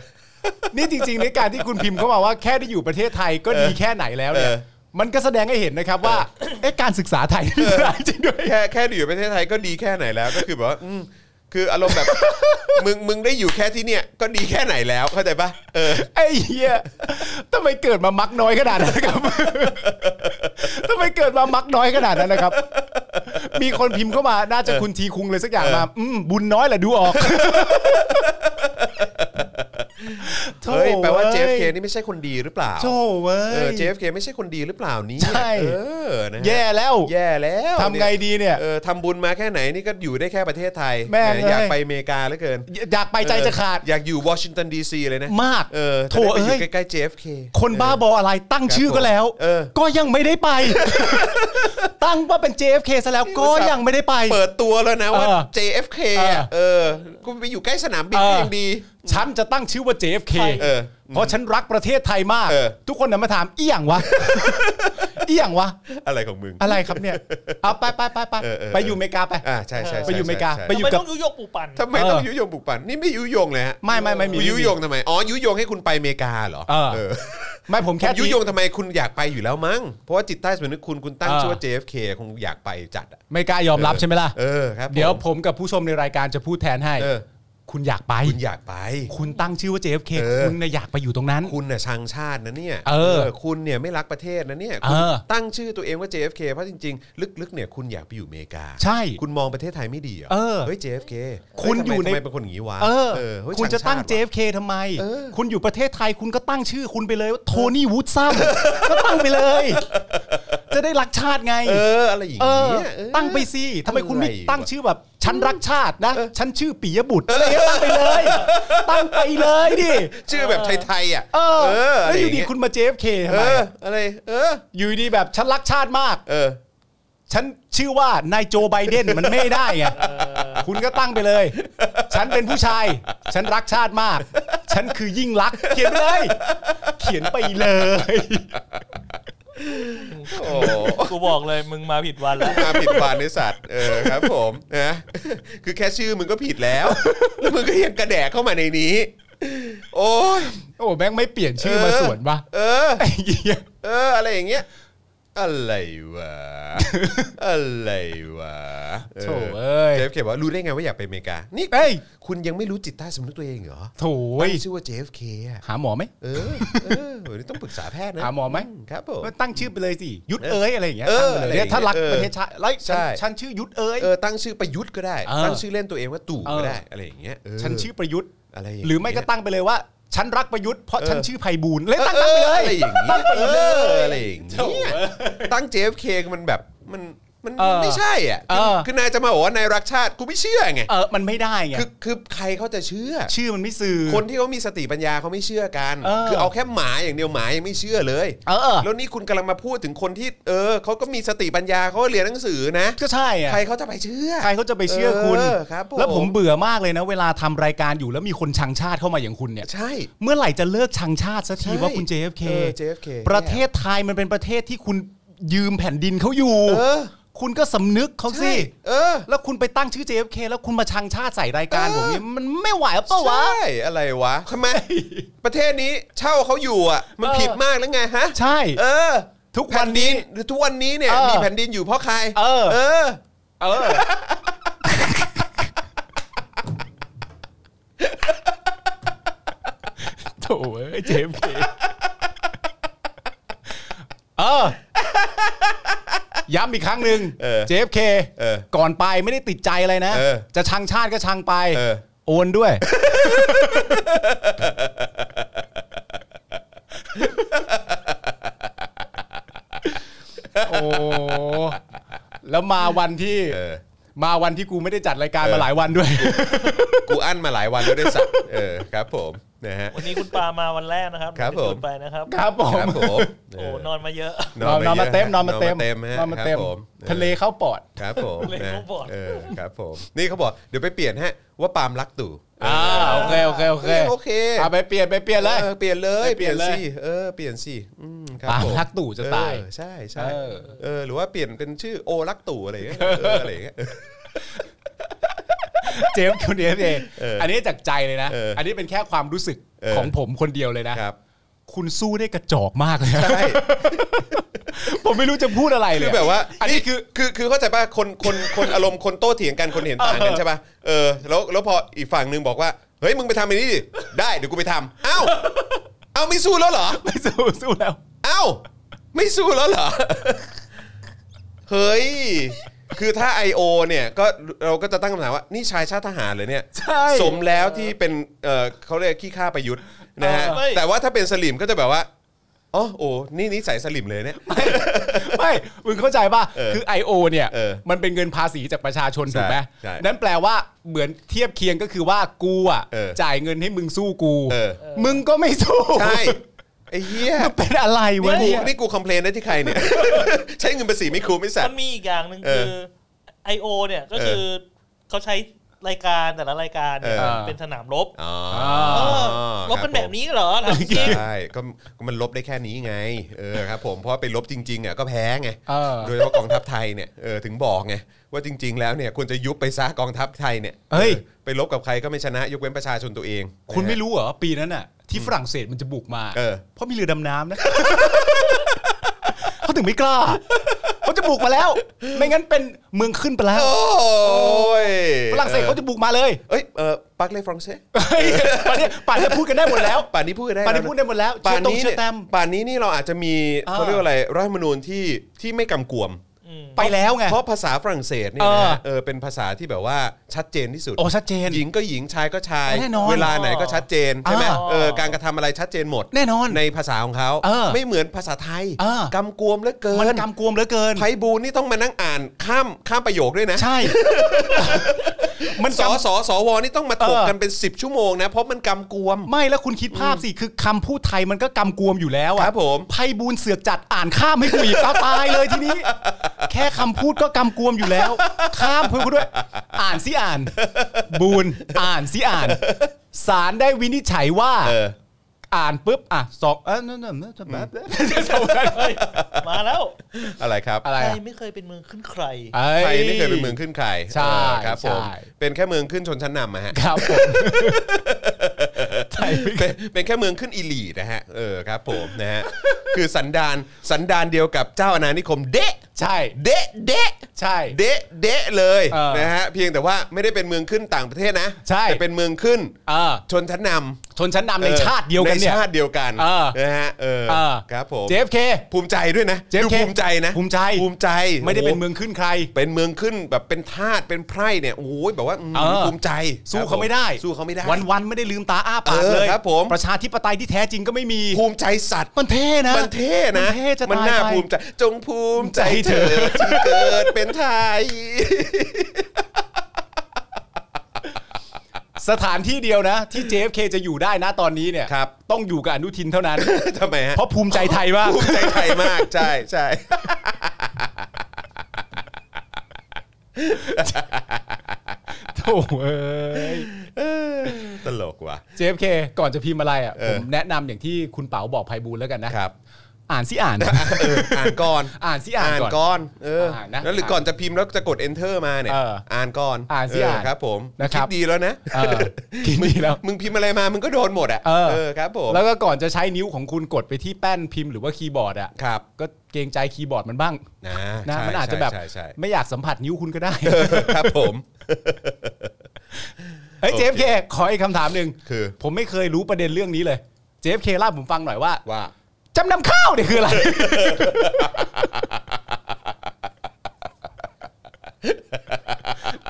C: นี่จริงๆในการที่คุณพิมพ์เข้ามาว่าแค่ได้อยู่ประเทศไทยก็ดีแค่ไหนแล้วเนี่ย
B: เออ
C: มันก็แสดงให้เห็นนะครับว่าเอ๊ะการศึกษาไทย นี่มันร้ายจริงด้วย
B: แค่แค่ได้อยู่ประเทศไทยก็ดีแค่ไหนแล้วก็คือแบบว่าอืมคืออารมณ์แบบ มึงมึงได้อยู่แค่ที่เนี่ยก็ดีแค่ไหนแล้วเข้าใจปะเออ
C: ไอ้เหี้ยทำไมเกิดมามักน้อยขนาดนั้นนะครับ ทำไมเกิดมามักน้อยขนาดนั้นนะครับ มีคนพิมพ์เข้ามา น่าจะคุณทีคุงเลยสักอย่างมา อืมบุญน้อยแหละดูออก
B: เฮ้ยแปลว่า
C: โถ่
B: JFK นี่ไม่ใช่คนดีหรือเปล่า
C: โจ้เว้
B: เออ
C: ย
B: JFK ไม่ใช่คนดีหรือเปล่านี้
C: ใช่
B: เออนะฮะ
C: แย่แล้ว
B: แย่แล้ว
C: ทำไงดีเนี่ย
B: เออทำบุญมาแค่ไหนนี่ก็อยู่ได้แค่ประเทศไทย
C: แม่ง
B: หอยาก
C: เอ้ย
B: ไปอเมริกาเหลือเกิน
C: อยากไปใจจะขาด
B: เอออยากอยู่วอชิงตันดีซีเลยนะ
C: มาก
B: เออ
C: โถเอ้
B: จะได้ไป
C: ย
B: ยู่ใกล้ๆ JFK
C: คนบ้าบออะไรตั้งชื่อก็แล้ว
B: เออ
C: ก็ยังไม่ได้ไป ตั้งว่าเป็น JFK ซะแล้วก็ยังไม่ได้ไป
B: เปิดตัวแล้วนะว่า
C: เออ
B: JFK อ่ะเออกูไปอยู่ใกล้สนามบินก็ยังดี
C: ฉันจะตั้งชื่อว่า JFK
B: เออ
C: เพราะฉันรักประเทศไทยมาก
B: เออ
C: ทุกคนนะมาถามเอียง วะ เอียงวะ
B: อะไรของมึง
C: อะไรครับเนี่ยเอาไปไปไปไป
B: เออเออ
C: ไปอยู่อเมริกาไป
B: อ่าใช่ใช่ใช่
C: ไปอยู่อเมริกา
B: ใช่
C: ไปอยู่
D: ทำไม
C: กับ
D: ต้องยุยงปู่ปั่น
B: ทำไมต้อง
C: เออ
B: ยุยงปลูกปั่นนี่ไม่ยุยงเลยฮะ
C: ไม่ไม่ไม่มี
B: กูยุยงทำไมอ๋อยุยงให้คุณไปอเมริกาเหรอ
C: เออ ไม่ผม
B: แค่
C: แค่
B: ยุ
C: ที่
B: ยงทำไมคุณอยากไปอยู่แล้วมั้งเพราะว่าจิตใต้สำนึกคุณคุณตั้ง
C: เออ
B: ชื่อว่า JFK คงอยากไปจัดอะ
C: ไม่กล้ายอมรับใช่ไหมล่ะ
B: เออครับ
C: เดี๋ยวผมกับผู้ชมในรายการจะพูดแทนให้
B: เออ
C: คุณอยากไป
B: คุณอยากไป
C: คุณตั้งชื่อว่า JFK
B: เออ
C: คุณน่ะอยากไปอยู่ตรงนั้น
B: คุณน่ะชังชาตินะเนี่ย
C: เออ
B: คุณเนี่ยไม่รักประเทศนะเนี่ยคุณ
C: เออ
B: ตั้งชื่อตัวเองว่า JFK เพราะจริงๆ ลึกๆเนี่ยคุณอยากไปอยู่อเมริกา
C: ใช่
B: คุณมองประเทศไทยไม่ดีเหรอ
C: เออ
B: เฮ้ย JFK
C: คุณ
B: เฮ้ทำไม
C: อยู่ใน
B: ทำไมเป็นคนอย่างนี้วะ
C: เออ
B: เฮ้ย
C: คุณจะตั้ง
B: ชัชาว่
C: JFK ทำไม
B: เออ
C: คุณอยู่ประเทศไทยคุณก็ตั้งชื่อคุณไปเลยว่าโทนี่วูดซั มก็ตั้งไปเลย จะได้รักชาติไง
B: เอออะไรอย่าง
C: เออ
B: เงี้ยเออ
C: ตั้งไปสิทำไมคุณไม่
B: อะไรวะ
C: ตั้งชื่อแบบฉันรักชาตินะ ฉันชื่อปิยบุตรอะไรเงี้ยตั้งไปเลย ตั้งไปเลยดิ
B: ชื่อแบบไทยๆอ่ะ
C: เออ
B: อะ
C: แล้
B: ไร
C: วอ
B: อย่าง
C: ยู่ดี
B: เงี้ย
C: คุณมา JFK ทำ
B: เอ
C: ไม
B: อ
C: อะ
B: อะไร เออ
C: อยู่ดีแบบฉันรักชาติมาก
B: เออ
C: ฉันชื่อว่านายโจไบเดนมันไม่ได้ไงคุณก็ตั้งไปเลย ฉันเป็นผู้ชาย ฉันรักชาติมาก ฉันคือยิ่งรักษณ์เขียนไปเลย เขียนไปเลย
B: โอ้
D: กูบอกเลยมึงมาผิดวันแล้ว
B: มาผิดบานในสัตว์เออครับผมนะคือแค่ชื่อมึงก็ผิดแล้ว แล้วมึงก็ยังกระแดกเข้ามาในนี้ โอ้ย
C: โอ้แม่งไม่เปลี่ยนชื่อมาสวนปะ
B: เออ
C: ไอ้เหี้ย
B: เออ อะไรอย่างเงี้ย อะไร วะ อะไรวะ
C: โถเอ้ย
B: เจฟเคบอกว่ารู้ได้ไงว่าอยากไปอเมริกา นี่
C: เอ้ย
B: คุณยังไม่รู้จิตใต้สำนึกตัวเองเหรอ
C: โถ
B: ตั้
C: ย
B: งชื่อว่า JFK อ่ะ
C: หาหมอไหม
B: เออ เออเดี๋ยวต้องปรึกษาแพทย์นะ
C: หาหมอไหม
B: ครับผม
C: ก็ตั้งชื่อไปเลยสิยุทธเอ้ยอะไรอย่างเงี้ย
B: เออ
C: ตั้งไปเลยเนี่ยถ้ารัก
B: เออ
C: ประเทศชาติแล้วฉัน
B: ใช่
C: ฉันชื่อยุทธเอ้ย
B: เออ ตั้งชื่อประยุทธ์ก็ได้
C: เออ
B: ตั้งชื่อเล่นตัวเองว่าตู่
C: เออ
B: ก็ได้ อะไรอย่างเงี้ยเ
C: ฉันชื่อประยุทธ์
B: อะไรย่างเงี้ย
C: หรือไม่ก็ตั้งไปเลยว่า ฉันรักประยุทธ์เพราะ
B: เออ
C: ฉันชื่อไพบูลย์เลยตั้งตั้งไปเลย
B: อะไรอย่างเงี้ยเอออะไรอย่างเงี้ยตั้ง JFK มันแบบมันมัน
C: เออ
B: ไม่ใช่อ่ะ
C: เออ
B: คือนายจะมาบอกว่านายรักชาติกูไม่เชื่อไง
C: เออมันไม่ได้ไง
B: คือคือใครเขาจะเชื่อ
C: ชื่อมันไม่สื่อ
B: คนที่เขามีสติปัญญาเขาไม่เชื่อกัน
C: เออ
B: คือเอาแค่หมาอย่างเดียวหมายังไม่เชื่อเลย
C: เออ
B: แล้วนี่คุณกำลังมาพูดถึงคนที่เออเขาก็มีสติปัญญาเขาเรียนหนังสือนะ
C: ก็ใช่อะ
B: ใครเขาจะไปเชื่อ
C: ใครเขาจะไปเชื่อคุณ
B: เออครับผม
C: แล้วผมเบื่อมากเลยนะ เวลาทำรายการอยู่แล้วมีคนชังชาติเข้ามาอย่างคุณเนี่ย
B: ใช่
C: เมื่อไหร่จะเลิกชังชาติสักที
B: ใช่
C: ว่าคุณ JFK
B: เออ JFK
C: ประเทศไทยมันเป็นประเทศที่คุณยืมแผ่นดินเขาอยู่
B: เออ
C: คุณก็สำนึกเขาสิ
B: ใช่เออ
C: แล้วคุณไปตั้งชื่อ JFK แล้วคุณมาชังชาติใส่รายการ
B: เออ
C: ผมเนี่ยมันไม่ไหวเปล่าวะ
B: ใช่อะไรวะทำไม ประเทศนี้เช่าเขาอยู่อ่ะ มัน
C: เออ
B: ผิดมากแล้วไงฮะ
C: ใช่
B: เออ
C: ทุกวันนี้
B: แผ่ดิหรือทุกวันนี้เนี่ย
C: เออ
B: มีแผ่นดินอยู่เพราะใคร
C: เออ
B: เออ
C: เออ โถ่เอ้ย JFK เออ ย้ำอีกครั้งหนึ่ง
B: เออ
C: JFK
B: เออ
C: ก่อนไปไม่ได้ติดใจอะไรนะ
B: เออ
C: จะชังชาติก็ชังไป
B: เออ
C: โอน ด้วย โอ้ แล้วมาวันที่
B: เออ
C: มาวันที่กูไม่ได้จัดรายการ
B: เออ
C: มาหลายวันด้วย
B: กูอั้นมาหลายวันแล้วด้วยสัตว์เออครับผมนะฮะ
D: วันนี้คุณปามาวันแรกนะครับ
B: ครับผม
D: เดี๋ยวคุณไปนะครับ
C: ครับผม
B: ครับผม
D: โอ้นอนมาเยอะ
B: น
C: น
B: อ
C: อนนนอน
B: ยะ
C: มาเต็มนอนมาเต็ม
B: ฮะ
C: นอนมาเต็ม
B: ครับผออ
C: ทะเลเข้าปอด
B: ครับผม
D: ทะเล
B: นะ
D: เข้าปอด
B: เออครับผม นี่เขาบอกเดี๋ยวไปเปลี่ยนฮะว่าปาล์มรักตู่
C: อ่าโอเคโอเคโอเค
B: เออโอเค
C: เอาไปเปลี่ยนไปเปลี่ยนเลย
B: ออเปลี่ยนเลย
C: เปลี่ยนเลย
B: สิเออเปลี่ยนสิอืมครับ
C: ปาล์ม
B: ผ
C: รักตู่จะตาย
B: เออใช่ใช่
C: เออ
B: เออหรือว่าเปลี่ยนเป็นชื่อโอรักตู่อะไรอย่างเงี้ยเอออะไรอย่างเงี้ย
C: เจมส์คนเดียวเอง
B: เอออั
C: อันนี้จากใจเลยนะ
B: เอออั
C: อันนี้เป็นแค่ความรู้สึก
B: เออ
C: ของผมคนเดียวเลยนะ
B: ครับ
C: คุณสู้ได้กระจอกมากเลยนะ
B: ใช่
C: ผมไม่รู้จะพูดอะไรเลย
B: คือแบบว่า
C: อันนี้คือ
B: คือคือเข้าใจป่ะคนคนคนอารมณ์คนโต้เถียงกันคนเห็นต่างกันใช่ป่ะเออแล้วแล้วพออีกฝั่งหนึ่งบอกว่าเฮ้ยมึงไปทำอันนี้ดิได้เดี๋ยวกูไปทำเอ้าเอ้าไม่สู้แล้วเหรอ
C: ไม่สู้ สู้แล้ว
B: เอ้าไม่สู้แล้วเหรอเฮ้ยคือถ้า I.O. เนี่ยก็เราก็จะตั้งคำถามว่านี่ชายชาติทหารเลยเนี่ย
C: ใช่
B: สมแล้วที่เป็นเออเขาเรียกขี้ข้าประยุทธ์นะฮะ
D: เออไม่
B: แต่ว่าถ้าเป็นสลิมก็จะแบบว่าอ๋อโอ้นี่นิสัยสลิมเลยเนี่ย
C: ไม่ มึงเข้าใจป่ะ
B: เออ
C: คือ I.O. เนี่ย
B: เออ
C: มันเป็นเงินภาษีจากประชาชนถูกไหม
B: ใช่
C: นั่นแปลว่าเหมือนเทียบเคียงก็คือว่ากูอ่ะ
B: เออ
C: จ่ายเงินให้มึงสู้กู
B: เออ
C: มึงก็ไม่สู้
B: ใช่ไอ้เหี้ย
C: มันเป็นอะไร
B: นี่
C: วะ
B: กู
C: เนี่ย
B: นี่กูคอมเพลนได้ที่ใคร เนี่ย ใช้เงินภาษีไม่คุ้มไม่สัต
D: มัน
B: ว์
D: มีอีกอย่างหนึ่ง
B: เออ
D: คือ I.O. เนี่ยก็คือเขาใช้รายการแต่ละรายการเนี่ย
B: เออ
D: เป็นสนามรบ
B: อ๋อ
D: เออ
B: ค
D: ร
B: รั
D: บบ กันแบบนี้เหรอถามจ
B: ผ
D: ริ
B: ม
D: ง
B: ใช่ก็ก็มันลบได้แค่นี้ไง เออครับผมเพราะว่าไปลบจริงๆอ่ะก็แพ้ไง
C: เออ
B: โดยเฉพาะกองทัพไทยเนี่ยเออถึงบอกไงว่าจริง ๆ แล้วเนี่ยควรจะยุบไปซะกองทัพไทยเนี่ย
C: เฮ้ย
B: ออไปลบกับใครก็ไม่ชนะยกเว้นประชาชนตัวเอง
C: คุณไม่รู้เหรอปีนั้นน่ะ ที่ฝรั่งเศสมันจะบุกมา
B: เออ
C: ราะมีเรือดำน้ำนะ เขาถึงไม่กล้าเขาจะบุกมาแล้ว ไม่งั้นเป็นเมืองขึ้นไปแล้ว
B: โอ้ย
C: ฝ รั่งเศสเขาจะบุกมาเลย
B: เอ้ยเออปักเลยฟรองเซ่
C: เฮ้ยป่านนี้ป่านนี้พูดกันได้หมดแล้ว
B: ป่านนี้พูดได้
C: ป่านนี้พูดได้หมดแล้ว
B: ป่านนี้
C: เชื่อตรงเชื่
B: เนี่ย
C: อแต้ม
B: ป่านนี้นี่เราอาจจะมี
C: อ่า
B: เขาเรียกว่าอะไรรัฐธรรมนูญที่ที่ไม่กำกวม
C: ไปแล้วไง
B: เพราะภาษาฝรั่งเศสเนี่ยนะฮะ
C: เออ
B: เออเป็นภาษาที่แบบว่าชัดเจนที่สุด
C: โอ้ชัดเจน
B: หญิงก็หญิงชายก็ชาย
C: แน่นอน
B: เวลาไหนก็ชัดเจนใช่ไหม
C: อ่า
B: เออการกระทำอะไรชัดเจนหมด
C: แน่นอน
B: ในภาษาของเขา
C: เออ
B: ไม่เหมือนภาษาไทย
C: เออ
B: กำกวมเหลือเกิ
C: มัน
B: น
C: กำกวมเหลือเกิน
B: ไพบูลย์นี่ต้องมานั่งอ่านข้ามข้ามประโยคด้วยนะ
C: ใช่ มัน
B: ส
C: กำ
B: อสอสวนี่ต้องมาถก
C: เออ
B: กันเป็น 10 ชั่วโมงนะเพราะมันกำกวม
C: ไม่แล้วคุณคิดภาพสิคือคำพูดไทยมันก็กำกวมอยู่แล้วอะ
B: ครับผม
C: ไพบูลย์เสือกจัดอ่านข้ามให้กูอีกตาตายเลยทีนี้ แค่คำพูดก็กำกวมอยู่แล้ว ข้ามเพื่อนกูด้วย อ่านสิอ่าน บูลย์อ่านสิอ่านศาลได้วินิจฉัยว่า
B: เออ
C: อ่านปุ๊บอ่ะสองเออนั่นนั่นนั่นแบบ
D: เฮ้ยมาแล้ว
B: อะไรครับ
C: อะไร
D: ไท
C: อะ
D: ยไม่เคยเป็นเมืองขึ้นใคร
C: อ้
B: ไทยไม่เคยเป็นเมืองขึ้นใคร
C: ใช่
B: เออครับผม
C: ใช่
B: เป็นแค่เมืองขึ้นชนชั้นนำนะฮะ
C: ครับผม ไทยไม่เค
B: เป็น
C: ย
B: เป็นแค่เมืองขึ้นอีลีทนะฮะเออครับผมนะฮะคือสันดานสันดานเดียวกับเจ้าอาณานิคมเดะ
C: ใช่
B: เดะเดะ
C: ใช่
B: เดะเดะเลย
C: เออ
B: นะฮะเพียงแต่ว่าไม่ได้เป็นเมืองขึ้นต่างประเทศนะ
C: ใช่
B: แต่เป็นเมืองขึ้น
C: เออ
B: ชนชั้นน
C: ชนชั้น
B: ำ
C: นำในชาติเดียวกันเนี่ย
B: ในชาติเดียวกัน
C: เออ
B: นะฮะเออ
C: เออ
B: ครับผม
C: เจฟเค
B: ภูมิใจด้วยนะ
C: เจฟ
B: ดู
C: เค
B: ภูมิใจนะ
C: ภูมิใจ
B: ภูมิใจ
C: ไม่ได้เป็นเมื
B: โ
C: องขึ้นใคร
B: โหเป็นเมืองขึ้นแบบเป็นทาสเป็นไพร่เนี่ยโอ้ยแบบว่าอืม
C: เออ
B: ภูมิใจค
C: สู้
B: รั
C: เขา
B: บผ
C: ไม่ได้
B: สู้เขาไม่ได้
C: วันวันๆไม่ได้ลืมตาอ้าปาก
B: เออ
C: เลย
B: ครับผม
C: ประชาธิปไตยที่แท้จริงก็ไม่มี
B: ภูมิใจสัตว์
C: มันเท่นะ
B: มันเท่นะ
C: มัเท่จะตาย
B: มันน่า
C: ไป
B: ภูมิใจจงภูมิใจ
C: ภูมิใจ
B: เธ
C: เธ
B: อ
C: อ
B: ที่เกิดเป็นไทย
C: สถานที่เดียวนะ ที่ JFK จะอยู่ได้นะตอนนี้เนี่ย
B: ครับ
C: ต้องอยู่กับอนุทินเท่านั้น
B: ทำไมฮะ
C: เพราะภูมิใจไทยมาก
B: ภูมิใจไทยมาก ใช่ใช่
C: โถ่เอ้ย
B: ตลกว่ะ
C: JFK ก่อนจะพิมพ์อะไรอ่ะ
B: เอ
C: ผ
B: อ
C: มแนะนำอย่างที่คุณเป๋าบอกไพบูลย์แล้วกันนะครับ อ่านสิอ่าน
B: เอออ่านก่อน
C: อ่านสิอ่านก่อน
B: ก่อนเออ
C: อ่านนะ
B: แล้วหรือก่อนจะพิมพ์แล้วจะกด enter มาเนี่ย
C: เออ
B: อ่านก่อน
C: อ่านสิ
B: เ
C: อ่าน
B: ครับ ผม
C: นะครับ
B: ดดีแล้วนะ
C: เออกินดีแล้ว
B: มึงพิมพ์อะไรมามึงก็โดนหมดอ่ะ
C: เออ
B: ครับผม
C: แล้วก็ก่อนจะใช้นิ้วของคุณกดไปที่แป้นพิมพ์หรือว่าคีย์บอร์ดอ่ะ
B: ครับ
C: ก็เกรงใจคีย์บอร์ดมันบ้าง
B: นะ
C: นะ
B: ใช่
C: มันอาจจะแบบ
B: ใช่ใช่ใช่
C: ไม่อยากสัมผัสนิ้วคุณก็ได้
B: เออครับผม
C: เฮ้ย
B: โอ
C: เจ
B: เค
C: ฟเคขออีกคำถามหนึ่ง
B: คือ
C: ผมไม่เคยรู้ประเด็นเรื่องนี้เลยเจฟเคเล่าให้ผมฟังหน่อยว่า
B: ว่า
C: จำนำข้าวเนี่ยคืออะไร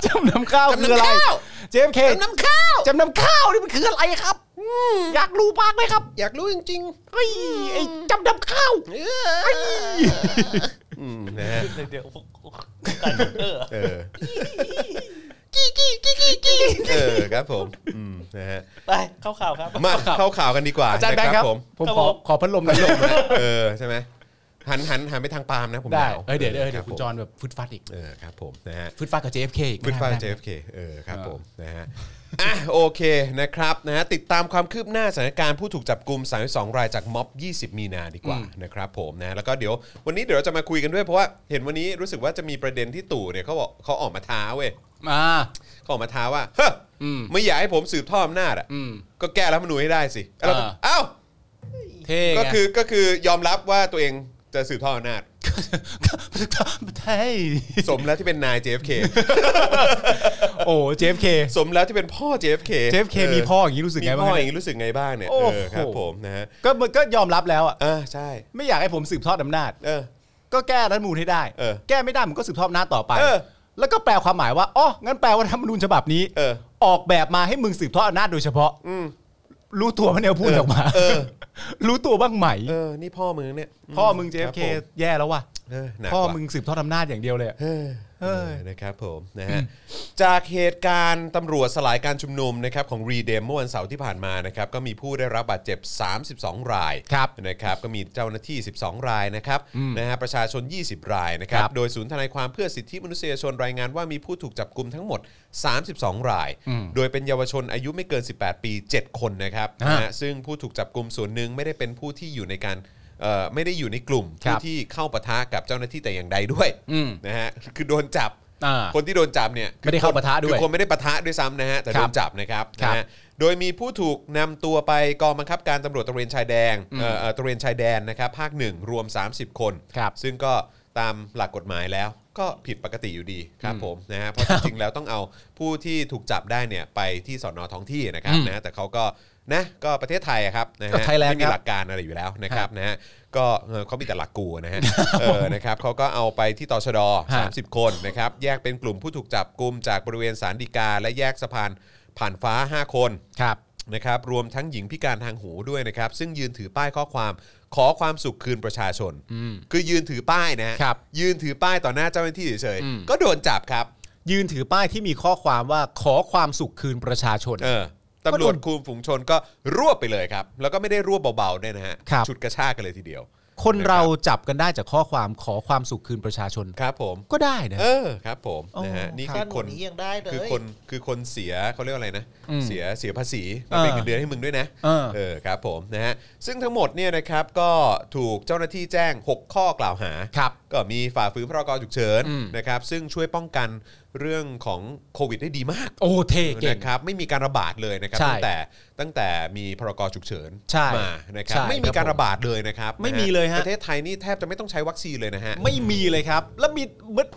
C: จำนำข้าวคืออะ
B: จำ
C: ไร
B: นำข้าว
C: เจฟเค
B: น้ำข้าว
C: จำนำข้าวนี่มันคืออะไรครับอยากรู้มากเลยครับ
B: อยากรู้จริง
C: เฮ้ยไอ้จำนำข้าว
B: ๆเอออืมนะฮะ
D: เดี๋ยวๆการเออ
B: เออ
C: กี้กี้กี้กี้กี้
B: เออครับผมอืมนะฮะ
D: ไปเข้าข่าวครับ
B: มาเข้าข่าวกันดีกว่า
C: อาจารย์แบงค์ครับ
B: ผม
C: ผม
D: ครับ
C: ขอ
D: ผม
C: ขอพัดลมหน่อย
B: เออใช่ไหมหันหันหันไปทางปาล์มนะผม
C: ได้
B: หนาว
C: เอ้ยเดี๋ยวเดี๋ยวเดี๋ย
B: รั
C: ว
B: บ
C: คุณจอนแบบฟึดฟัดอีก
B: เออครับผมนะฮะ
C: ฟึดฟัดกับ JFK อีก
B: ฟึดฟ้า
C: ไม่ได้
B: JFK เออครับผมนะฮะอ่ะโอเคนะครับนะฮะติดตามความคืบหน้าสถานการณ์ผู้ถูกจับกลุ่ม32รายจากม็อบ 20 มีนาดีกว่านะครับผมนะแล้วก็เดี๋ยววันนี้เดี๋ยวเราจะมาคุยกันด้วยเพราะว่าเห็นวันนี้รู้สึกว่าจะมีประเด็นที่ตู่เนี่ยเขาบอกเขาออกมาท้าเว้ย
C: อ่า
B: เขาออกมาท้าว่าเฮ้ออ
C: ม
B: ไม่อยากให้ผมสืบทอดอำนาจอ่ะ
C: อืม
B: ก็แก้รัฐธรรมนูญให้ได้สิแล้วเราก็
C: อ่า
B: เอ้า
C: เท่
B: ก็
C: ไง
B: คือก็คือยอมรับว่าตัวเองจะสืบทอดอำนาจ
C: ใช่
B: สมแล้วที่เป็นนาย JFK
C: โอ้ JFK
B: สมแล้วที่เป็นพ่อ JFK
C: JFK
B: ออ
C: มีพ่ออย่างนี้รู้สึก
B: มี
C: ไงบ้าง
B: พ่อ
C: ฮะ
B: อย่างนี้รู้สึกไงบ้างเนี่ย
C: โอ้
B: เอ
C: โห
B: อครับผมนะฮะ
C: ก็มันก็ยอมรับแล้วอ่ะ
B: อ่าใช่
C: ไม่อยากให้ผมสืบทอดอำนาจ
B: เออ
C: ก็แก้รัฐธรรมนูลให้ได้
B: เออ
C: แก้ไม่ได้มันก็สืบทอดอำนาจต่อไป
B: เออ
C: แล้วก็แปลความหมายว่าอ๋องั้นแปลว่ารัฐธรรมนูญฉบับนี้
B: เออ
C: ออกแบบมาให้มึงสืบทอดอำนาจโดยเฉพาะรู้ตัวมันเนี่ยพูดออกมา
B: เออ
C: รู้ตัวบ้างไหม
B: เออ นี่พ่อมึงเนี่ย
C: พ่อมึง
B: ครับ
C: JFK
B: ผ
C: แย่แล้วว่ะ
B: เออหนัก
C: พ่อ
B: ว่ะ
C: มึงสืบทอดอำนาจอย่างเดียวเลยอะ
B: เออ
C: เฮ้ย
B: เออนะครับผมนะฮะจากเหตุการณ์ตำรวจสลายการชุมนุมนะครับของรีเดมเมื่อวันเสาร์ที่ผ่านมานะครับก็มีผู้ได้รับบาดเจ็บ 32 ราย
C: ครับ
B: นะครับก็มีเจ้าหน้าที่ 12 รายนะครับนะฮะประชาชน 20 รายนะครับ
C: ครับ
B: โดยศูนย์ทนายความเพื่อสิทธิมนุษยชนรายงานว่ามีผู้ถูกจับกลุ่มทั้งหมด 32 ราย โดยเป็นเยาวชนอายุไม่เกิน 18 ปี 7 คนนะครับ
C: ฮะ
B: นะฮะซึ่งผู้ถูกจับกลุ่มส่วนหนึ่งไม่ได้เป็นผู้ที่อยู่ในการเอ่อไม่ได้อยู่ในกลุ่ม
C: ครั
B: ผู้
C: บ
B: ที่เข้าปะทะกับเจ้าหน้าที่แต่อย่างใดด้วย
C: อืม
B: นะฮะคือโดนจับ
C: อ่า
B: คนที่โดนจับเนี่ย
C: ไม่ได้เข้าปะทะด้วย
B: คือคนไม่ได้ปะทะด้วยซ้ำนะฮะแต่
C: ครั
B: โด
C: บ
B: นจับนะครับ
C: ครับ
B: นะฮะโดยมีผู้ถูกนำตัวไปกองบังคับการตำรวจตระเวนชายแดงเอ่อเอ่อตระเวนชายแดนนะครับภาคหนึ่งรวม 30 คน
C: ครับ
B: ซึ่งก็ ตามหลักกฎหมายแล้วก็ผิดปกติอยู่ดีครับผมนะฮะเพราะจริงๆแล้วต้องเอาผู้ที่ถูกจับได้เนี่ยไปที่สอนอท้องที่นะครับ
C: อืม
B: นะแต่เขาก็นะก็ประเทศไทยอะครับนะ
C: ก็
B: ฮะ
C: Thailand
B: ไม่มี
C: ครับ
B: หลักการอะไรอยู่แล้วนะครับนะฮะก็เออเขามีแต่หลักกูนะ ฮะเออนะครับเขาก็เอาไปที่ตชด
C: ฮะ
B: 30 คนนะครับแยกเป็นกลุ่มผู้ถูกจับกลุ่มจากบริเวณสารดีกา และแยกสะพานผ่านฟ้า 5 คน
C: ครับ
B: นะครับรวมทั้งหญิงพิการทางหูด้วยนะครับ ซึ่งยืนถือป้ายข้อความขอความสุขคืนประชาชน คือยืนถือป้ายนะฮะ
C: ครับ
B: ยืนถือป้ายต่อหน้าเจ้าหน้าที่เฉย
C: อืม
B: ๆก็โดนจับครับ
C: ยืนถือป้ายที่มีข้อความว่าขอความสุขคืนประชาชน
B: เออ
C: ก็
B: ตำร
C: โด
B: วจ
C: น
B: คุมฝูงชนก็รวบไปเลยครับ แล้วก็ไม่ได้รวบเบาๆด้วยนะฮะ
C: ครับ
B: ฉุดกระชากกันเลยทีเดียว
C: คน
B: นะครับ
C: เราจับกันได้จากข้อความขอความสุขคืนประชาชน
B: ครับผม
C: ก็ได้นะ
B: เออครับผม
C: อ๋อ
B: นะฮะนี่
D: ก
B: คือ
D: ร
B: คน
D: หนียังได้เลย
B: คือคนคือคนเสียเขาเรียกว่าอะไรนะ
C: อืม
B: เสียเสียภาษีมาเป็น
C: เออ
B: เงินเดือนให้มึงด้วยนะ
C: เออ
B: เออครับผมนะฮะซึ่งทั้งหมดเนี่ยนะครับก็ถูกเจ้าหน้าที่แจ้ง 6 ข้อกล่าวหา
C: ครับ
B: ก็มีฝ่าฝืนพรกฉุกเฉิน
C: อืม
B: นะครับซึ่งช่วยป้องกันเรื่องของโควิดได้ดีมาก
C: โอ้เทเก่ง
B: นะครับไม่มีการระบาดเลยนะครับ
C: ใช่
B: ตั้งแต่ตั้งแต่มีพรกฉุกเฉิน
C: ใช่
B: มานะครับ
C: ใช่
B: ไม่มีการ
C: ครับผม
B: ระบาดเลยนะครับ
C: ไม่มีเลยฮะ
B: ประเทศไทยนี่แทบจะไม่ต้องใช้วัคซีนเลยนะฮะ
C: ไม่มีเลยครับ แล้วมี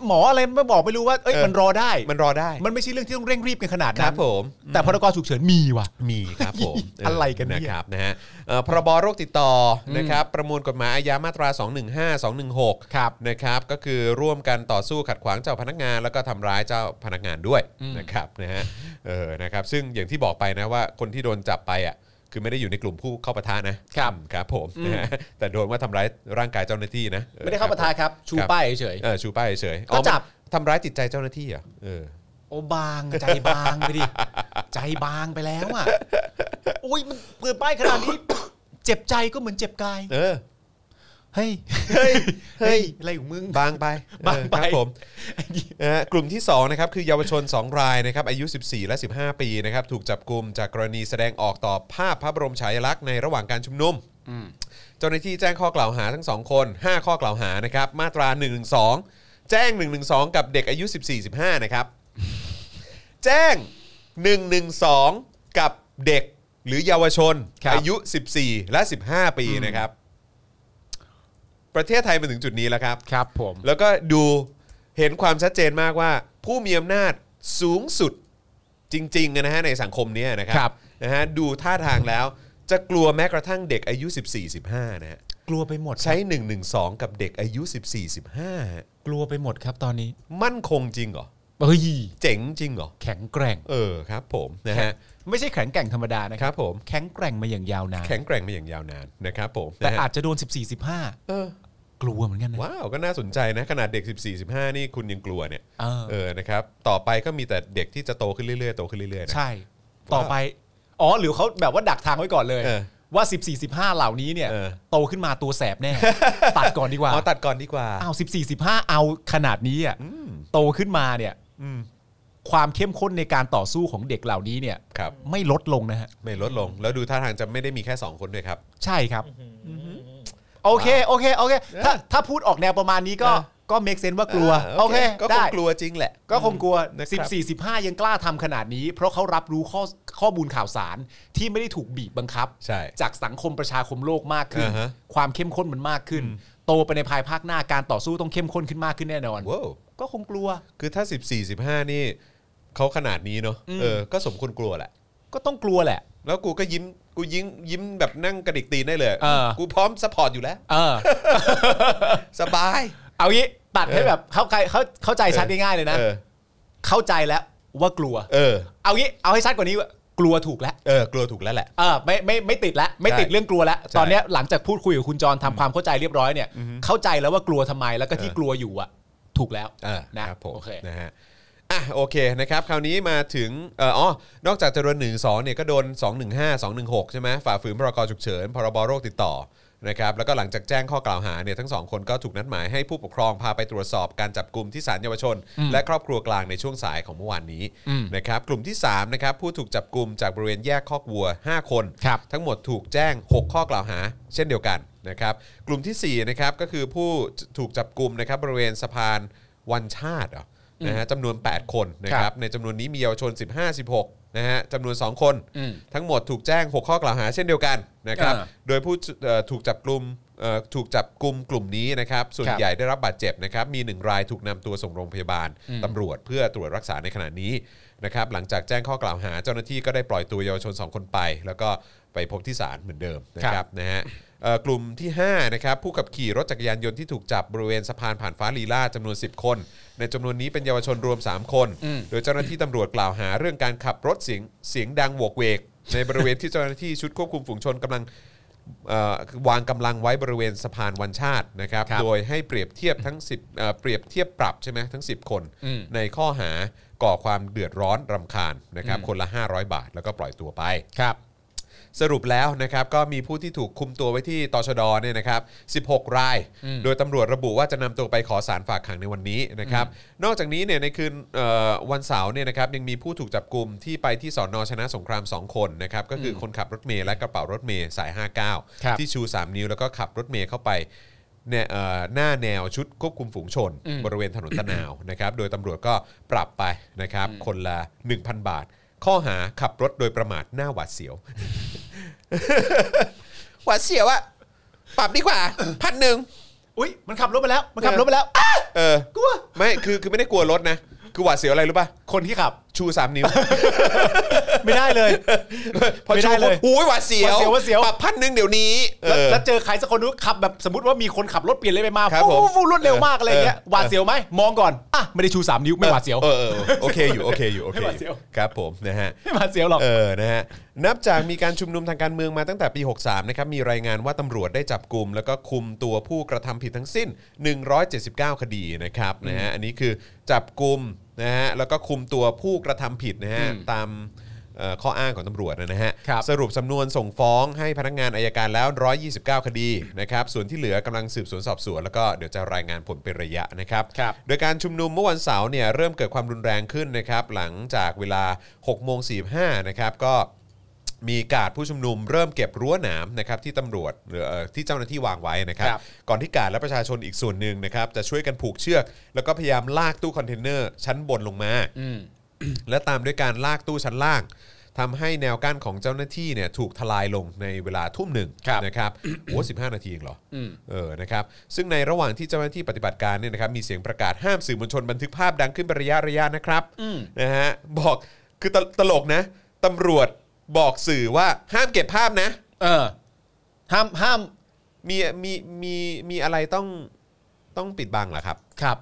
C: หมออะไรมาบอกไม่รู้ว่าเอ้ย
B: เออ
C: มันรอได้
B: มันรอได้
C: มันไม่ใช่เรื่องที่ต้องเร่งรีบกันขนาด
B: ค
C: นั้
B: รั
C: น
B: บผม
C: แต่พรกฉุกเฉินมีว่ะ
B: มีครับผมเ
C: อะไร กันเนี่ย
B: นะครับนะฮะเอ่อพรบโรคติดต่อนะครับประมวลกฎหมายอาญามาตรา 215 216
C: ครับ
B: นะครับก็คือร่วมกันต่อสู้ขัดขวางเจ้าพนักงาน แล้วก็ทำร้ายเจ้าพนักงานด้วยนะครับนะฮะเออนะครับซึ่งอย่างที่บอกไปนะว่าคนที่โดนจับไปอ่ะคือไม่ได้อยู่ในกลุ่มผู้เข้าปะทะนะครับ ครับผมนะฮะแต่โดนว่าทำร้ายร่างกายเจ้าหน้าที่นะออ
C: ไม่ได้เข้าประทาครับ ชู
B: ครับ
C: ป้ายเฉย
B: เออชูป้ายเฉยๆอ๋อ
C: ก็จับ
B: ทำร้ายจิตใจเจ้าหน้าที่เหรอเออ
C: ๆโอ้บางใจบางไปดิ ใจบางไปแล้วอ่ะโอ้ยมันเปิดป้ายขนาดนี้ เจ็บใจก็เหมือนเจ็บกาย
B: เออ
C: เฮ้ย
B: เฮ้ย เฮ้ย
C: อะไรของมึง
B: บางไป
C: บางไป
B: เออครับผมนะฮะกลุ่มที่2นะครับคือเยาวชน 2 รายนะครับอายุ 14 และ 15 ปีนะครับถูกจับกลุ่มจากกรณีแสดงออกต่อภาพพระบรมฉายาลักษณ์ในระหว่างการชุมนุม เจ้าหน้าที่แจ้งข้อกล่าวหาทั้ง 2 คน 5 ข้อกล่าวหานะครับมาตรา 1 1 2 แจ้ง 1 1 2 กับเด็กอายุ 14 15 นะครับ แจ้ง 1 1 2 กับเด็กหรือเยาวชน
C: ครับ
B: อายุ 14 และ 15 ปีนะครับ ประเทศไทยมาถึงจุดนี้แล้วครับ
C: ครับผม
B: แล้วก็ดูเห็นความชัดเจนมากว่า ผู้มีอำนาจสูงสุดจริงๆนะฮะในสังคมเนี้นะค
C: ค
B: รั
C: รั
B: บบ นะฮะดูท่าทางแล้วจะกลัวแม้กระทั่งเด็กอายุ 14-15 นะฮะ
C: กลัวไปหมด
B: ใช้ 112 กับเด็กอายุ 14-15ฮะ
C: กลัวไปหมดครับตอนนี้
B: มั่นคงจริงเหรอ
C: เฮ้ย
B: เจ๋งจริงเหรอ
C: แข็งแกร่ง
B: เออครับผมนะฮะ
C: ไม่ใช่แข็งแกร่งธรรมดานะ
B: ค
C: ค
B: รั
C: รั
B: บบ ผม
C: แข็งแกร่งมาอย่างยาวนาน
B: แข็งแกร่งมาอย่างยาวนานนะครับผม
C: แต่
B: นะฮะ
C: อาจจะโดน 14 15
B: เออก
C: ลัวเหมือนกันนะ
B: ว้าว ก็น่าสนใจนะ ขนาดเด็ก 14-15 นี่คุณยังกลัวเนี่ย
C: เออ
B: เออนะครับต่อไปก็มีแต่เด็กที่จะโตขึ้นเรื่อยๆโตขึ้นเรื่อยๆนะ
C: ใช่ ต่อไป อ๋อ หรือเขาแบบว่าดักทางไว้ก่อนเลย
B: เออ
C: ว่า 14 15 เหล่านี้เนี่ย
B: เออ
C: โตขึ้นมาตัวแสบ แน่ ตัดก่อนดีกว่า
B: อ๋อตัดก่อนดีกว่า
C: อ้าว14 15 เอาขนาดนี้อ่ะโตขึ้นมาเนี่ยความเข้มข้นในการต่อสู้ของเด็กเหล่านี้เนี่ย
B: ครับ
C: ไม่ลดลงนะฮะ
B: ไม่ลดลง แล้วดูท่าทางจะไม่ได้มีแค่ 2 คนด้วยครับ
C: ใช่ครับ โอเค โอเค โอเค ถ้าถ้าพูดออกแนวประมาณนี้ก็
B: เออ
C: ก็เม e เซนว่ากลัว
B: า
C: โอเค
B: ก็ค
C: ได้
B: งกลัวจริงแหละ
C: ก็คงกลัว
B: นะครับ
C: 14 15 ยังกล้าทำขนาดนี้ เพราะเขารับรู้ข้อข้อมูลข่าวสารที่ไม่ได้ถูกบีบบังคับ
B: ใช่
C: จากสังคมประชาคมโลกมากขึ้น
B: อ่าฮะ
C: ความเข้มข้นมันมากขึ้น โตไปในภายภาคหน้าการต่อสู้ต้องเข้มข้นขึ้นมากขึ้นแน่นอน
B: ว้าว
C: ก็คงกลัว
B: คือถ้า 14 15 นี่เขาขนาดนี้เนาะ
C: อืม
B: เออ ก็สมควรกลัวแหละ
C: ก็ต้องกลัวแหละ
B: แล้วกูก็ยิ้มกูยิ้มยิ้มแบบนั่งกระดิกตีนได้เลย
C: เออ
B: กูพร้อมสปอร์ตอยู่แล้ว
C: เออ
B: สบาย
C: เอางี้ตัดให้
B: เออ
C: แบบเข้าใจเข้าเข้าใจชัดง่ายๆเลยนะ
B: เออ
C: เข้าใจแล้วว่ากลัว
B: เออ
C: เอางี้เอาให้ชัดกว่านี้ว่ากลัวถูกแล้ว
B: เออ กลัวถูกแล้วแหละ
C: เออไม่ไม่ไม่ติดแล้วไม่ติด
B: ใช่
C: เรื่องกลัวแล้ว
B: ใช่
C: ตอนเนี้ยหลังจากพูดคุยกับคุณจรทำความเข้าใจเรียบร้อยเนี่ยเข้าใจแล้วว่ากลัวทำไมแล้วก็ที่
B: เออ
C: กลัวอยู่อ่ะ ถูกแล้ว
B: เออ
C: นะครับ
B: ผม
C: โอเค
B: นะฮะอ่ะโอเคนะครับคราวนี้มาถึงเอ่ออ๋อนอกจากจะโดน1นึ่งสองเนี่ยก็โดน 215 216 ใช่ไหมฝ่าฝืนพรกฉุกเฉินพรบโรคติดต่อนะครับแล้วก็หลังจากแจ้งข้อกล่าวหาเนี่ยทั้งสองคนก็ถูกนัดหมายให้ผู้ปกครองพาไปตรวจสอบการจับกลุ่มที่ศาลเยาวชน และครอบครัวกลางในช่วงสายของเมื่อวานนี้
C: อืม
B: นะครับกลุ่มที่3นะครับผู้ถูกจับกลุ่มจากบริเวณแยกคอกวัว 5 คน
C: ครับ
B: ทั้งหมดถูกแจ้ง 6 ข้อกล่าวหา เช่นเดียวกันนะครับกลุ่มที่4นะครับก็คือผู้ถูกจับกลุ่มนะครับบริเวณสะพานวันชาติเหรอ นะฮะจำนวน 8 คนนะครับในจำนวนนี้มีเยาวชน 15 16นะฮะจำนวน 2 คน
C: อืม
B: ทั้งหมดถูกแจ้ง 6 ข้อกล่าวหาเช่นเดียวกันนะครับ
C: อ่า
B: โดยผู้เอ่อถูกจับกลุ่มเอ่อถูกจับกลุ่มกลุ่มนี้นะครับส่วน
C: ครับ
B: ใหญ่ได้รับบาดเจ็บนะครับมี 1 รายถูกนำตัวส่งโรงพยาบาลตำรวจเพื่อตรวจรักษาในขณะนี้นะครับหลังจากแจ้งข้อกล่าวหาเจ้าหน้าที่ก็ได้ปล่อยตัวเยาวชน 2 คนไป แล้วก็ไปพบที่ศาลเหมือนเดิมนะค
C: ครั
B: รับ
C: บ
B: นะฮะเอ่อกลุ่มที่5นะครับผู้ขับขี่รถจักรยานยนต์ที่ถูกจับบริเวณสะพานผ่านฟ้าลีลาจำนวน 10 คน ในจำนวนนี้เป็นเยาวชนรวม 3 คน
C: อืม
B: โดยเจ้าหน้าที่ตำรวจกล่าวหาเรื่องการขับรถเสียงเสียงดังโหวกเวก ในบริเวณที่เจ้าหน้าที่ชุดควบคุมฝูงชนกำลังเอ่อวางกำลังไว้บริเวณสะพานวันชาตินะครับ
C: ครับ
B: โดยให้เปรียบเทียบทั้ง10เอ่อเปรียบเทียบปรับใช่ไหมทั้ง 10 คน
C: อืม
B: ในข้อหาก่อความเดือดร้อนรำคาญนะครับคนละ 500 บาท แล้วก็ปล่อยตัวไป
C: ครับ
B: สรุปแล้วนะครับก็มีผู้ที่ถูกคุมตัวไว้ที่ตชดเนี่ยนะครับ 16 ราย โดยตำรวจระบุว่าจะนำตัวไปขอสารฝากขังในวันนี้นะครับ นอกจากนี้เนี่ยในคืนเอ่อวันเสาร์เนี่ยนะครับยังมีผู้ถูกจับกลุ่มที่ไปที่สอนอชนะสงคราม 2 คนนะครับก็คืออคนขับรถเมล์และกระเป๋ารถเมล์สาย
C: ครับ
B: 59 ที่ชู 3 นิ้วแล้วก็ขับรถเมล์เข้าไปเนี่ยเอ่อหน้าแนวชุดควบคุมฝูงชน บริเวณถนนตะนาวนะครับโดยตำรวจก็ปรับไปนะครับคนละ 1,000 บาท ข้อหาขับรถโดยประมาทหน้าหวาดเสียว หวาดเสียวอะปรับดีกว่า พันหนึ่ง
C: อุ้ยมันขับรถไปแล้ว มันขับรถไปแล้ว
B: เออ
C: กลัว
B: ไม่คือคือไม่ได้กลัวรถนะ คือหวาดเสียวอะไรรู้ป่ะ
C: คนที่ขับ
B: ชูสามนิ้ว
C: ไม่ได้เลย
B: พอ
C: ไม่
B: ชู
C: ได้
B: ปุ๊
C: เล
B: บอุ้
C: ย
B: ยหวาดเสียว
C: หวาดเสียวหวาดเสียว
B: ปรับพันหนึ่งเดี๋ยวนี้เอ
C: แล้ว
B: อ
C: แล้วเจอใครสักคนนู้นขับแบบสมมติว่ามีคนขับรถเปลี่ยนเลนไปมา
B: ครับผม
C: ฟูฟูรวดเร็วมากอะไรเงี้ย
B: เออ
C: หวาดเสียวไหมมองก่อนอ่ะไม่ได้ชูสามนิ้วไม่หวาดเสียว
B: เออเออเออโอเคอยู่โอเคอยู่โอเค
C: ไม่หวาดเสี
B: อย ยู่
C: ว
B: ครับผมนะฮะ
C: ไม่หวาดเสียวหรอก
B: เออ นะฮะ นับจากมีการชุมนุมทางการเมืองมาตั้งแต่ปี 63 นะครับ มีรายงานว่าตำรวจได้จับกลุ่ม แล้วก็คุมตัวผู้กระทำผิดทั้งสิ้น 179 คดีนะครับ นะฮะ อันนี้คือจับกลุ่มนะฮะ แล้วก็คุมตัวผู้กระทำผิดนะฮะ ตามเอ่อข้ออ้างของตำรวจนะฮะ
C: ครับ
B: สรุปสำนวนส่งฟ้องให้พนักงานอายการแล้ว 129 คดีนะครับ ส่วนที่เหลือกำลังสืบสวนสอบสวน แล้วก็เดี๋ยวจะรายงานผลเป็นระยะนะครับ
C: ครับ
B: โดยการชุมนุมเมื่อวันเสาร์เนี่ยเริ่มเกิดความรุนแรงขึ้นนะครับหลังจากเวลา6โมง45นะครับก็มีการผู้ชุมนุมเริ่มเก็บรั้วหนามนะครับที่ตำรวจหรือเอ่อที่เจ้าหน้าที่วางไว้นะครับ
C: ครับ
B: ก่อนที่การและประชาชนอีกส่วนหนึ่งนะครับจะช่วยกันผูกเชือก แล้วก็พยายามลากตู้คอนเทนเนอร์ชั้นบนลงมา และตามด้วยการลากตู้ชั้นล่างทำให้แนวกั้นของเจ้าหน้าที่เนี่ยถูกทลายลงในเวลาทุ่มหนึ่ง
C: ครับ
B: นะครับ โอ้สินาทีเองเหรออเออนะครับซึ่งในระหว่างที่เจ้าหน้าที่ปฏิบัติการเนี่ยนะครับมีเสียงประกาศห้ามสื่อมวลชนบันทึกภาพดังขึ้นเป็นระยะระยะนะครับ
C: อืม
B: นะฮะบอกคือตตลกนะตำรวจบอกสื่อว่าห้ามเก็บภาพนะ
C: เออ ห้ามห้าม
B: มีมีมีมีอะไรต้องต้องปิดบังเหรอครับ
C: ครับ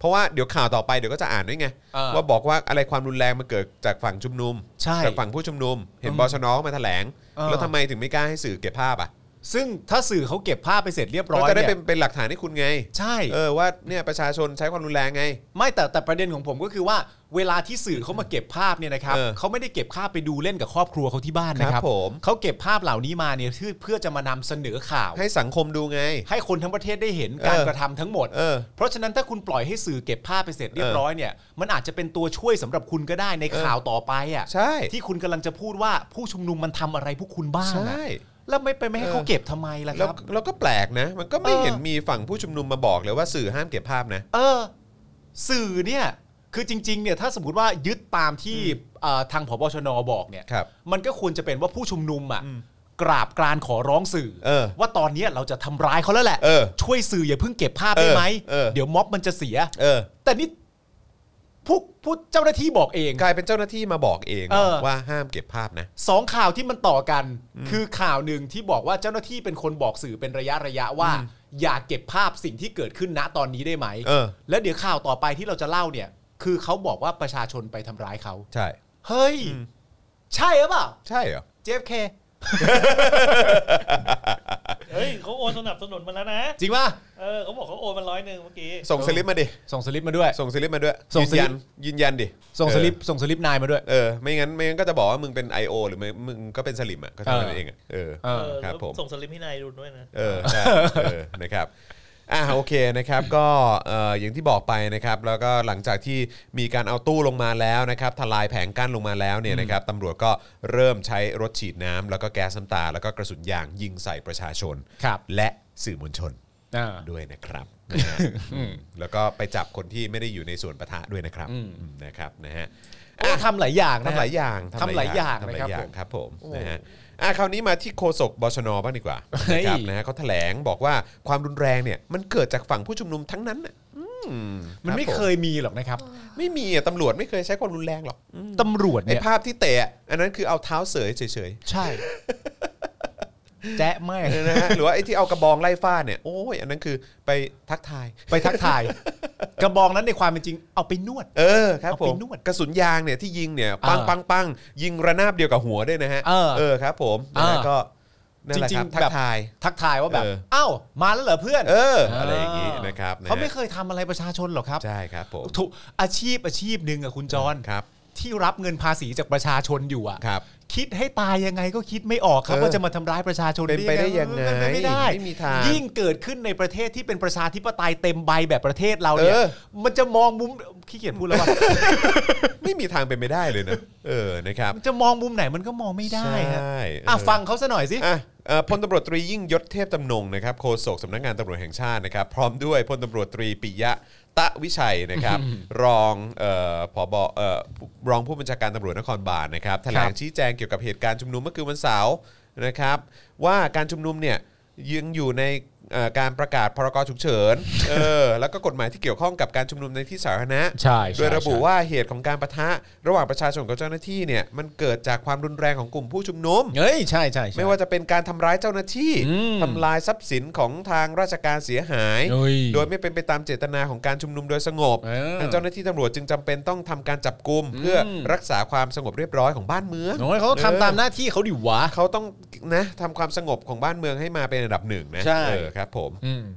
B: เพราะว่าเดี๋ยวข่าวต่อไปเดี๋ยวก็จะอ่านด้วยไง
C: เออ
B: ว่าบอกว่าอะไรความรุนแรงมันเกิดจากฝั่งชุมนุม
C: ใช่
B: จากฝั่งผู้ชุมนุม เห็นบชนก็มาแถลง
C: เออ
B: แล้วทำไมถึงไม่กล้าให้สื่อเก็บภาพอ่ะ
C: ซึ่งถ้าสื่อเขาเก็บภาพไปเสร็จเรียบร้
B: ก็
C: อย
B: จะได้เป็
C: เนี่
B: น
C: ย
B: เป็นหลักฐานให้คุณไง
C: ใช่
B: เออว่าเนี่ยประชาชนใช้ความรุนแรงไง
C: ไม่แต่แต่ประเด็นของผมก็คือว่าเวลาที่สื่อเขามาเก็บภาพเนี่ยนะครับ
B: เออ
C: เขาไม่ได้เก็บภาพไปดูเล่นกับครอบครัวเขาที่บ้านนะค
B: ครั
C: รั
B: บบ ผม
C: เขาเก็บภาพเหล่านี้มาเนี่ยเพื่อเพื่อจะมานำเสนอข่าว
B: ให้สังคมดูไง
C: ให้คนทั้งประเทศได้เห็นการ
B: เออ
C: กระทำทั้งหมด
B: เออ
C: เพราะฉะนั้นถ้าคุณปล่อยให้สื่อเก็บภาพไปเสร็จเรียบร้อยเนี่ยมันอาจจะเป็นตัวช่วยสำหรับคุณก็ได้ใน
B: เออ
C: ข่าวต่อไปอ่ะ
B: ใช่
C: ที่คุณกำลังจะพูดว่าผู้ชุมนุมมันทำอะไรพวกคุณบ้าง
B: ใช่
C: อะแล้วไม่ไปไม่ให้เขา
B: เออ
C: เก็บทำไมล่ะค
B: แล้ว
C: รับ
B: แล้วก็แปลกนะ มันก็ไม่
C: เออ
B: เห็นมีฝั่งผู้ชุมนุมมาบอกเลยว่าสื่อห้ามเก็บภาพนะ
C: เออ สื่อเนี่ย คือจริง ๆ เนี่ย ถ้าสมมติว่ายึดตามที่เอ่อทางผบชนบอกเนี่ย
B: ครับ
C: มันก็ควรจะเป็นว่าผู้ชุมนุมอ่ะกราบกรานขอร้องสื่อ
B: เออ
C: ว่าตอนเนี้ยเราจะทำร้ายเขาแล้วแหละ
B: เออ
C: ช่วยสื่ออย่าเพิ่งเก็บภาพได้ไหม
B: เออเออ
C: ยวม็อบมันจะเสีย
B: เออ
C: แต่นี่ผู้ผู้เจ้าหน้าที่บอกเอง
B: กลายเป็นเจ้าหน้าที่มาบอกเอง
C: เออ
B: ว่าห้ามเก็บภาพนะ
C: สองข่าวที่มันต่อกัน คือข่าวหนึ่งที่บอกว่าเจ้าหน้าที่เป็นคนบอกสื่อเป็นระยะระยะว่า อย่าเก็บภาพสิ่งที่เกิดขึ้นณตอนนี้ได้ไหม
B: เออ
C: แล้วเดี๋ยวข่าวต่อไปที่เราจะเล่าเนี่ย คือเขาบอกว่าประชาชนไปทำร้ายเขา
B: ใช่
C: เฮ้ย ใช่หรือเปล่า
B: ใช่เหรอ
C: JFK
D: เฮ้ยเขาโอนสนับสนุนมาแล้วนะ
C: จริงป่ะ
D: เออเขาบอกเขาโอนมาร้อยหนึ่งเมื่อกี้
B: ส่งสลิปมาดิ
C: ส่งสลิปมาด้วย
B: ส่งสลิปมาด้วย
C: ส่งสลิป
B: ยืนยันยืนยันดิ
C: ส่งสลิป
B: เออ
C: ส่งสลิปนายมาด้วย
B: เออไม่งั้นไม่งั้นก็จะบอกว่ามึงเป็น I.O. หรือไม่มึงก็เป็นสลิมอ่ะก็ทำนั่นเองอ่ะเออ
C: เออ
B: ครับผม
D: ส่งสลิปให้นายดูด้วยนะ
B: เออใช่เออนะครับอ่ะโอเคนะครับก็เอ่ออย่างที่บอกไปนะครับ แล้วก็หลังจากที่มีการเอาตู้ลงมาแล้วนะครับทลายแผงกั้นลงมาแล้วเนี่ยนะครับตำรวจก็เริ่มใช้รถฉีดน้ำแล้วก็แก๊สน้ำตา แล้วก็กระสุนยางยิงใส่ประชาชน
C: ครับ
B: และสื่อมวลชน
C: อ่า
B: ด้วยนะครับนะฮะอืมแล้วก็ไปจับคนที่ไม่ได้อยู่ในส่วนปะทะด้วยนะครับอืมนะครับนะฮะ
C: โอ้ทำหลายอย่างนะฮะ
B: ทำหลายอย่าง
C: ทำหลายอย่าง
B: ทำหลา
C: นะค
B: ย
C: รับ
B: อย่า
C: ผ
B: ง
C: ม
B: ครับผมนะฮะอ่ะคราวนี้มาที่โฆษกบชนบ้างดีกว่า
C: เฮ้ย
B: นะครับนะฮะเขาแถลงบอกว่าความรุนแรงเนี่ยมันเกิดจากฝั่งผู้ชุมนุมทั้งนั้นน่ะอืม
C: มันไม่
B: รับผ
C: เคยมีหรอกนะครับ
B: ไม่มีอ่ะตำรวจไม่เคยใช้ความรุนแรงหรอกอืม
C: ตำรวจ
B: ไอ้
C: เนี่ย
B: ภาพที่เตะอ่ะอันนั้นคือเอาเท้าเสยเฉย
C: ใช่ แจ๊ะไม่
B: ๆนะฮะหรือว่าไอ้ที่เอากระบองไล่ฟาดเนี่ยโอ้ยอันนั้นคือไปทักทาย
C: ไปทักทาย กระบองนั้นในความเป็นจริง เอาไปนวด
B: เออครับผม
C: เอาไปนวด
B: กระสุนยางเนี่ยที่ยิงเนี่ยปัง
C: เออ
B: ปังปังยิงระนาบเดียวกับหัวด้วยนะฮะ
C: เออ
B: ครับ ผมนะฮะ
C: เออ
B: ก็นั่นแหละครับ
C: จริงๆ
B: ทั
C: แบ
B: ก
C: บ
B: ทาย
C: ทักทายว่าแบบ
B: เออ
C: เอ้ามาแล้วเหรอเพื่อน
B: เอออะไรอย่างงี้นะครับนะฮะ
C: เขาไม่เคยทำอะไรประชาชนหรอกครับ
B: ใช่ครับผม
C: ถูกอาชีพอาชีพหนึ่งอะคุณจร
B: ครับ
C: ที่รับเงินภาษีจากประชาชนอยู่อะ
B: ครับ
C: คิดให้ตายยังไงก็คิดไม่ออกครับ
B: เออ
C: ว่าจะมาทำร้ายประชาชน
B: เป็นไปได้ยังไง
C: เป็นปไม่ได้
B: ไม่มีทาง
C: ยิ่งเกิดขึ้นในประเทศที่เป็นประชาธิปไตยเต็มใบแบบประเทศเราเนี่ย
B: เออ
C: มันจะมองมุมขี้เกียจพูดแล้วว่า
B: ไม่มีทางเป็นไปได้เลยนะเออนะครับ
C: จะมองมุมไหนมันก็มองไม่ได้ฮะ
B: ใช่เ
C: อ่ะฟังเขาซะหน่อยสิ
B: อ่ะเอ่อพลตำรวจตรียิ่งยศเทพจำนงนะครับโฆษกสำนักงานตำรวจแห่งชาตินะครับ พร้อมด้วยพลตำรวจตรีปิยะตะวิชัยนะครับ รองเอ่อผบเอ่อรองผู้บัญชาการตำรวจนครบาลนะครับแถลงชี้แจงเกี่ยวกับเหตุการณ์ชุมนุมเมื่อคืนวันเสาร์นะครับ ว่าการชุมนุมเนี่ยยังอยู่ในเอ่อการประกาศพรกฉุกเฉินเออแล้วก็กฎหมายที่เกี่ยวข้องกับการชุมนุมในที่สาธารณะ
C: ใช่ใช่
B: โดยระบุ
C: ใช่
B: ว่าเหตุของการประทะระหว่างประชาชนกับเจ้าหน้าที่เนี่ยมันเกิดจากความรุนแรงของกลุ่มผู้ชุมนุม
C: เฮ้ยใช่ใช่ใช่
B: ไม่ว่าจะเป็นการทำร้ายเจ้าหน้าที่
C: อืม
B: ทำลายทรัพย์สินของทางราชการเสียหาย
C: เอ้ย
B: โดยไม่เป็นไปตามเจตนาของการชุมนุมโดยสงบ
C: เออ
B: ทางเจ้าหน้าที่ตำรวจจึงจำเป็นต้องทำการจับกลุ่มเพื่อรักษาความสงบเรียบร้อยของบ้านเมือง
C: โอ้ยเขาก็ทำตามหน้าที่เขาดิวะ
B: เขาต้องนะทำความสงบของบ้านเมืองให้มาเป็นอันดับหนึ่งนะ
C: ใช่
B: เออครับผม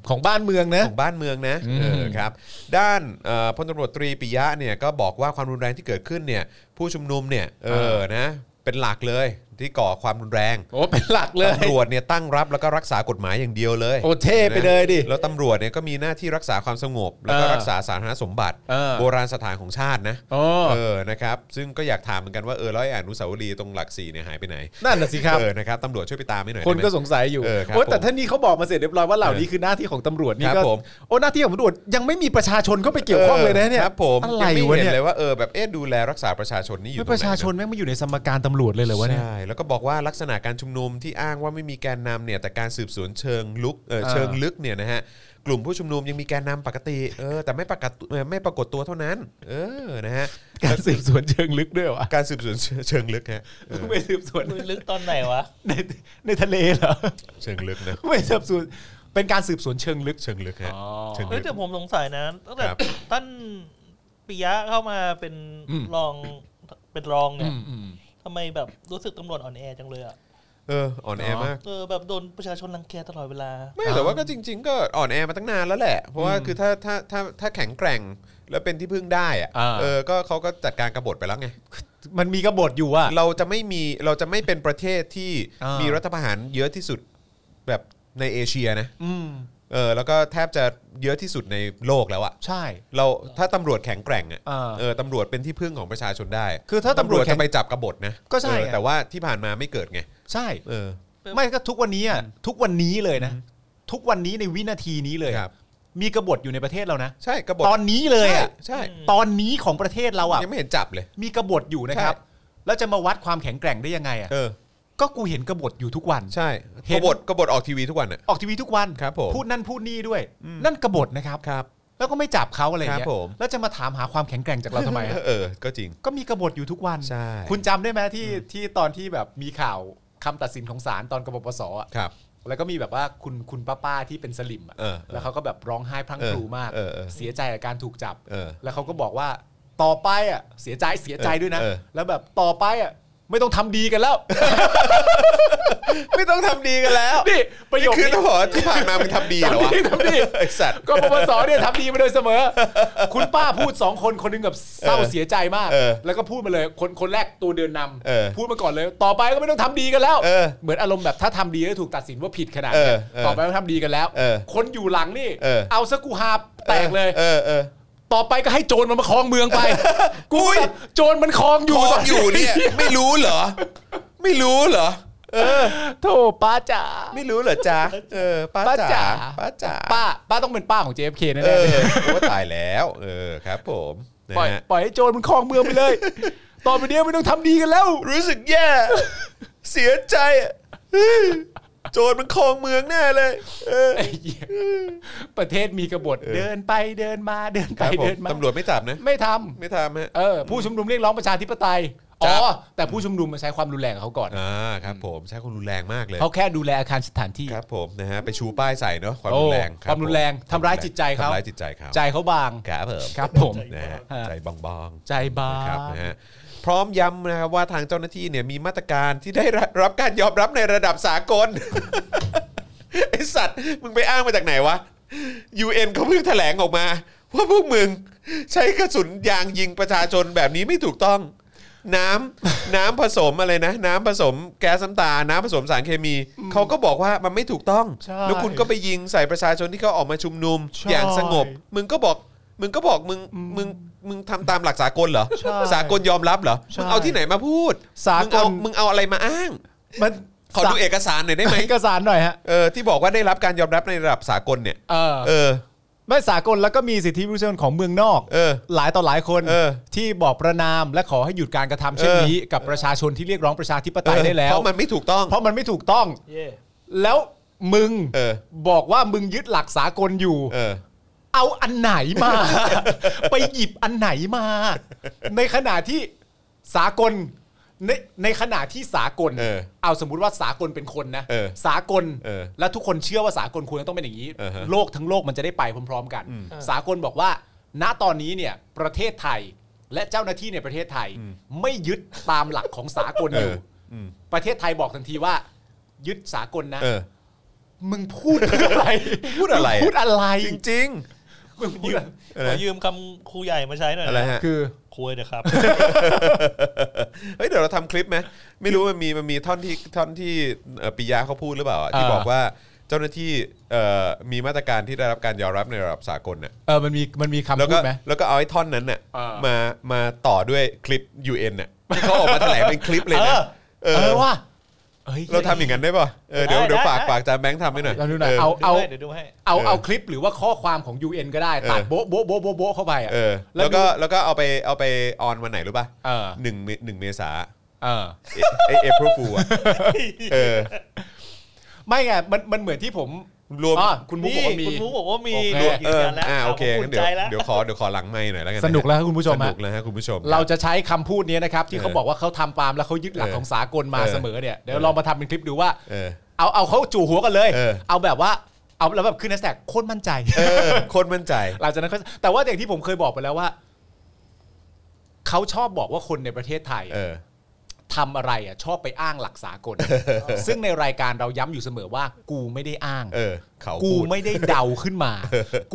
C: ของบ้านเมืองนะ
B: ของบ้านเมืองนะ
C: อืม
B: เออครับด้านเอ่อพลตำรวจตรีปิยะเนี่ยก็บอกว่าความรุนแรงที่เกิดขึ้นเนี่ยผู้ชุมนุมเนี่ยเอ
C: เอ
B: อ
C: อ
B: นะเป็นหลักเลยที่ก่อความรุนแรง
C: โอ้เป็นหลักเลย
B: ตำรวจเนี่ยตั้งรับแล้วก็รักษากฎหมายอย่างเดียวเลย
C: โอ้เท่ไปเลยดิ
B: นะแล้วตำรวจเนี่ยก็มีหน้าที่รักษาความสงบ แล้วก็
C: เออ
B: รักษาสาธารณสมบัติ
C: เออ
B: โบราณสถานของชาตินะ
C: โอ้
B: เออนะครับซึ่งก็อยากถามเหมือนกันว่าเออแล้วไอ้อนุสาวรีย์ตรงหลักสี่เนี่ยหายไปไหน
C: นั่นน่ะสิครับ
B: เออนะครับตำรวจช่วยไปตามให้หน่อย
C: คน
B: ได้
C: ก็
B: ไหม
C: สงสัยอยู่
B: เออครับ
C: โอ้แต่
B: ผม
C: ท่านนี้เขาบอกมาเสร็จเรียบร้อยว่าเหล่านี้
B: เออ
C: คือหน้าที่ของตำรวจนี่
B: ครับ
C: ก็
B: ผม
C: โอ้หน้าที่ของตำรวจยังไม่มีประชาชนเข้าไปเกี่ยวข้องเลยนะเนี่ย
B: ครับผม
C: อะไร
B: ยัง
C: วะ
B: ไม่เห็
C: เนี่ย
B: นเลยว่าเออแบบเอ๊ะดูแลรักษาประชาชนนี่อยู่ตรงไหน
C: ไม่ประชาชนแม่งมาอยู่ในสมการตำรวจเลยเหรอวะเนี่ย
B: ใช่แล้วก็บอกว่าลักษณะการชุมนุมที่อ้างว่าไม่มีแกนนำเนี่ยแต่การสืบสวนเชิงลุกเออ
C: เออ
B: เชิงลึกเนี่ยนะฮะกลุ่มผู้ชุมนุมยังมีแกนนำปกติเออแต่ไม่ปรากฏเออไม่ปรากฏตัวเท่านั้น เออนะฮะ
C: การสืบสวนเชิงลึกด้วยวะ
B: การสืบสวนเชิงเชิงลึกฮะเออ
C: ไม่สืบสวน
D: ลึกตอนไหนวะ
C: ในในทะเลเหรอ
B: เชิงลึกนะ
C: ไม่สืบสวนเป็นการสืบสวนเชิงลึก
B: เชิงลึกฮะ
C: อ๋อ
B: เชิง
D: เฮ้
B: ลึ
D: ย
B: ก
D: แต่ผมสงสัยนะตั้งแต่
B: ครับ
D: ตั้นปิยะเข้ามาเป็น
C: อืม
D: รองเป็นรองเนี่
C: อื
D: ย
C: มอืม
D: ทำไมแบบรู้สึกตำรวจอ่อนแอจังเลยอ่ะ
B: เอออ่อนแอมาก
D: เออแบบโดนประชาชนรังแกตลอดเวลา
B: ไม่แต่ว่าก็จริง ๆ ก็อ่อนแอมาตั้งนานแล้วแหละ เพราะว่าคือถ้าถ้าถ้าถ้าแข็งแกร่งแล้วเป็นที่พึ่งได้อะ
C: อ่า
B: เออก็เขาก็จัดการกบฏไปแล้วไง
C: มันมีกบฏอยู่อะ
B: เราจะไม่มีเราจะไม่เป็นประเทศที่
C: อ่ามี
B: มีรัฐประหารเยอะที่สุดแบบในเอเชียนะ
C: อืม
B: เออแล้วก็แทบจะเยอะที่สุดในโลกแล้วอะ
C: ใช่
B: เราถ้าตำรวจแข็งแกร่งอะ
C: อ่า
B: เออตำรวจเป็นที่พึ่งของประชาชนได้
C: คือถ้าตำรวจ
B: จะไปจับกบฏนะ
C: ก็ใช่
B: เออ
C: ไง
B: แต่ว่าที่ผ่านมาไม่เกิดไง
C: ใช่
B: เออ
C: ไม่ก็ทุกวันนี้อ่ะทุกวันนี้เลยนะ ทุกวันนี้ในวินาทีนี้เลยอะ
B: ครับ
C: มีกบฏอยู่ในประเทศเรานะ
B: ใช่กบฏ
C: ตอนนี้เลยอ่ะ
B: ใช่
D: อืม
C: ตอนนี้ของประเทศเรา
B: ใช่
C: อ่ะ
B: ยังไม่เห็นจับเลย
C: มีกบฏอยู่นะครับ
B: ใช่
C: แล้วจะมาวัดความแข็งแกร่งได้ยังไงอ่ะ
B: เออ
C: ก็กูเห็นกบฏอยู่ทุกวัน
B: ใช่
C: เห็
B: ก
C: น
B: บฏกบฏออกทีวีทุกวันอ่ะ
C: ออกทีวีทุกวัน
B: ครับผม
C: พูดนั่นพูดนี่ด้วย นั่นกบฏนะครับ
B: ครับ
C: แล้วก็ไม่จับเขาอะไรอย่างเงี้
B: ครับ
C: ย
B: ผม
C: แล้วจะมาถามหาความแข็งแกร่งจากเราทำไม อะ
B: เออ ก็จริง
C: ก็มีกบฏอยู่ทุกวัน
B: ใช่
C: คุณจำได้ไหมที่ที่ตอนที่แบบมีข่าวคำตัดสินของศาลตอนกบปสอ่ะ
B: ครับ
C: แล้วก็มีแบบว่าคุณคุณป้าป้าที่เป็นสลิมอะ
B: เออเออ
C: แล้วเขาก็แบบร้องไห้พรังพรูมาก
B: เออเออเออ
C: ยใจกับการถูกจับ
B: เออ
C: แล้วเขาก็บอกว่าต่อไปอ่ะเสียใจเสียใจด้วยนะ
B: เออ
C: แล้วแบบต่อไปอ่ะไม่ต้องทำดี กันแล้ว
B: ไม่ต้องทำดีกันแล้ว
C: นี่ประโยค
B: คือ
C: นี้
B: ต้องบอกว่าที่ผ่านมามึงทำดีเหรอวะ
C: ทำดีทำดี
B: ไอสัตว์
C: ก็ปปสเนี่ยทำดีมาโดยเสมอ คุณป้าพูดสองคนคนหนึงแบบเศร้า
B: เออ
C: เสียใจมาก
B: เออ
C: แล้วก็พูดมาเลยคนคนแรกตัวเดินนำ
B: เออ
C: พูดมาก่อนเลย ต่อไปก็ไม่ต้องทำดีกันแล้ว
B: เออ
C: มือนอารมณ์แบบถ้าทำดีแล้วถูกตัดสินว่าผิดขนาด
B: เออ
C: เนี้ย
B: เออ
C: ต่อไปก็ทำดีกันแล้ว
B: เออ
C: คนอยู่หลังนี่
B: เออ
C: เอาสกกูหาแตกเลย
B: เออเออ
C: ต่อไปก็ให้โจรมันมาครองเมื องไปกู
B: อุ๊ย
C: แบบโจรมันครองอ
B: อยู่ ยู่อยู่เนี่ย ไม่รู้เหรอ ไม่รู้เหรอ
C: โธ่ป้าจ๋า
B: ไม่รู้เหรอจ๊ะเออป้า
C: ป้า
B: จ๋า
C: จ๋า
B: ป้าจ๋า
C: ป้าป้าต้องเป็นป้าของ JFK แน่
B: เอ
C: ๆ
B: อโอ้ตายแล้วเออครับผมนะ
C: ปล่อย
B: ฮะ
C: ปล่อยให้โจรมันครองเมืองไปเลย ต่อไปเนี้ยไม่ต้องทำดีกันแล้ว
B: รู้สึกแย่ เสียใจอะเฮ้ยโจรมันครองเมืองแน่เลยเออ
C: ประเทศมีกบฏ
B: เออ
C: เดินไปเดินมาเดิน
B: ค
C: ไป
B: รับผม
C: เดินมา
B: ตำรวจไม่จับนะ
C: ไม่ทำ
B: ไม่ทำฮะ
C: เออ ผู้ชุมนุมเรียกร้องประชาธิปไตย
B: ครั
C: อ๋
B: บ
C: อแต่ผู้ชุมนุมมาใช้ความรุนแรงกับเขาก่อน
B: อ่าครับผมใช้ความรุนแรงมากเลย
C: เขาแค่ดูแลอาคารสถานที่
B: ครับผมนะฮะไปชูป้ายใส่เนาะความรุนแรง
C: โอ้
B: บ
C: ความรุนแรง
B: ผ
C: ทำร้ายจิตใจเขา
B: ทำร้ายจิตใจเขา
C: ใจเขาบาง
B: ครับผม
C: ครับผม
B: นะฮะ
C: ฮะ
B: ใจบองบองๆ
C: ใจบาง
B: นะครับนะฮะพร้อมย้ำนะครับว่าทางเจ้าหน้าที่เนี่ยมีมาตรการที่ได้รับการยอมรับในระดับสากล ไอสัตว์มึงไปอ้างมาจากไหนวะ UN เขาเพิ่งแถลงออกมา ว่าพวกมึงใช้กระสุนยางยิงประชาชนแบบนี้ไม่ถูกต้อง น้ำ น้ำผสมอะไรนะ น้ำผสมแก๊สน้ำตา น้ำผสมสารเคมี เขาก็บอกว่ามันไม่ถูกต้อง
C: ใช่
B: แล้วคุณก็ไปยิงใส่ประชาชนที่เขาออกมาชุมนุม
C: ใช่
B: อย่างสงบ มึงก็บอก มึงก็บอกมึงมึงมึงทำตามหลักสากลเหรอ
C: ใช่
B: สากลยอมรับเหรอ
C: ใช่
B: มึงเอาที่ไหนมาพูด
C: สากล
B: มึงเอมึงเอาอะไรมาอ้าง
C: มัน
B: ขอดูเอกสารหน่อยได้ไหม
C: เอกสารหน่อยฮะ
B: เออที่บอกว่าได้รับการยอมรับในระดับสากลเนี่ย
C: เออ
B: เออ
C: ไม่สากลแล้วก็มีสิทธิมนุษยชนของเมืองนอก
B: เออ
C: หลายต่อหลายคน
B: เออ
C: ที่บอกประนามและขอให้หยุดการกระทำเช่นนี้ กับประชาชนที่เรียกร้องประชาธิปไตยได้แล้ว
B: เพราะมันไม่ถูกต้อง
C: เพราะมันไม่ถูกต้อง
D: เย่
C: แล้วมึง
B: เออ
C: บอกว่ามึงยึดหลักสากลอยู่
B: เออ
C: เอาอันไหนมา ไปหยิบอันไหนมา ในขณะที่สากลในในขณะที่สากล
B: เออ
C: เอาสมมุติว่าสากลเป็นคนนะ
B: เออ
C: สากล
B: เออ
C: และทุกคนเชื่อว่าสากลควรจะต้องเป็นอย่างนี้
B: อ่าฮะ
C: โลกทั้งโลกมันจะได้ไปพร้อม ๆ กัน สากลบอกว่า ณตอนนี้เนี่ยประเทศไทยและเจ้าหน้าที่ในประเทศไทย ไม่ยึดตามหลักของสากลอยู่
B: เอออืม
C: ประเทศไทยบอกทันทีว่า ยึดสากลนะ
B: เออ
C: มึงพูดอะไร
B: พูดอะไรอะ
C: มึงพูดอะไร
B: จริง
C: มึงพูด
D: ยื
C: อะ
D: ม
C: ไร
B: อะไร
D: ขอยืมคำครูใหญ่มาใช้หน่อ
B: ๆ
D: ยน
B: อะไรฮะ
C: คือ
D: คุยเดี๋ยวครับ
B: เฮ้ยเดี๋ยวเราทำคลิปไหมไม่รู้มันมีมันมีท่อนที่ท่อนที่เอ่อปิยะเขาพูดหรือเปล่าอะที่
C: อ่า
B: บอกว่าเจ้าหน้าที่เอ่อมีมาตรการที่ได้รับการยอมรับในระดับสากลน่ะ
C: เออมันมีมันมีคำ
B: แล้ว
C: พู
B: ก็
C: ดไหม
B: แล้วก็เอาไอ้ท่อนนั้นน่ะ
C: อ่าม
B: มามาต่อด้วยคลิป UN น่ะที่เขาออกมาแถลงเป็นคลิปเลยนะ
C: เออว่ะเอ้ย
B: เราทำอย่างนั้นได้ป่ะเออเดี๋ยว
D: ได้
B: เดี๋ยวฝาก
D: ได้
B: ฝากอาจารย์แบงค์ทำให้หน่อย
C: เราดูหน่อ
B: เอ
C: ย
B: อ
C: เอาเอา
D: ดูให้เดี๋ยวดูให้
C: เอา
B: เออ
C: เอาคลิปหรือว่าข้อความของ UN ก็ได้
B: เออ
C: ตัดโบ๊ะโบ๊ะโบ๊ะโบ๊ะโบ๊ะเข้าไปอ่ะ
B: เออแล้วก็แล้วก็เอาไปเอาไปออนวันไหนรู้ป่ะ
C: เออ
B: หนึ่งเมหนึ่งเมษา
C: เออ
B: ไอเอพริลฟูอ่ะเออ
C: ไม่ไงมันมันเหมือนที่ผม
B: รวม
C: อ่ะคุณมุกบอกว่ามี
D: นี่คุณมุกบอกว่ามี
C: โอเค
D: รวมกิ
B: เอ
D: จ
B: อ
D: การแล้ว
B: อ่าโอเค
D: าผม
B: งั้น
D: น
B: เดี๋ยว
D: ใจแล้ว
B: เดี๋ยวขอเดี๋ยวขอหลังไม่หน่อยแล้วกันะ
C: สนุกแล้วครับคุณผู้ชม
B: ส
C: ฮะ
B: นุกแล้วฮะคุณผู้ชม
C: เราจะใช้คำพูดนี้นะครับ ที่
B: เออ
C: เขาบอกว่าเขาทำตามแล้วเขายึดหลัก
B: เออ
C: ของสากลมา
B: เออ
C: เสมอเนี่ยเดี๋ย
B: เอ
C: ว
B: อ
C: ลองมาทำเป็นคลิปดูว่า
B: เออ
C: เอาเอาเขาจู่หัวกันเลย
B: เออ
C: เอาแบบว่าเอาแล้วแบบขึ้นแฮชแท็กโคตรมั่นใจ
B: เออโคนมั่นใจ
C: หลังจากนั้นเขาแต่ว่าอย่างที่ผมเคยบอกไปแล้วว่า เขาชอบบอกว่าคนในประเทศไทยอะ
B: เออ
C: ทำอะไรอ่ะชอบไปอ้างหลัก สากล ซึ่งในรายการเราย้ำอยู่เสมอว่า กูไม่ได้อ้าง
B: เออ เขา
C: กู
B: พูด
C: ไม่ได้เดาขึ้น มา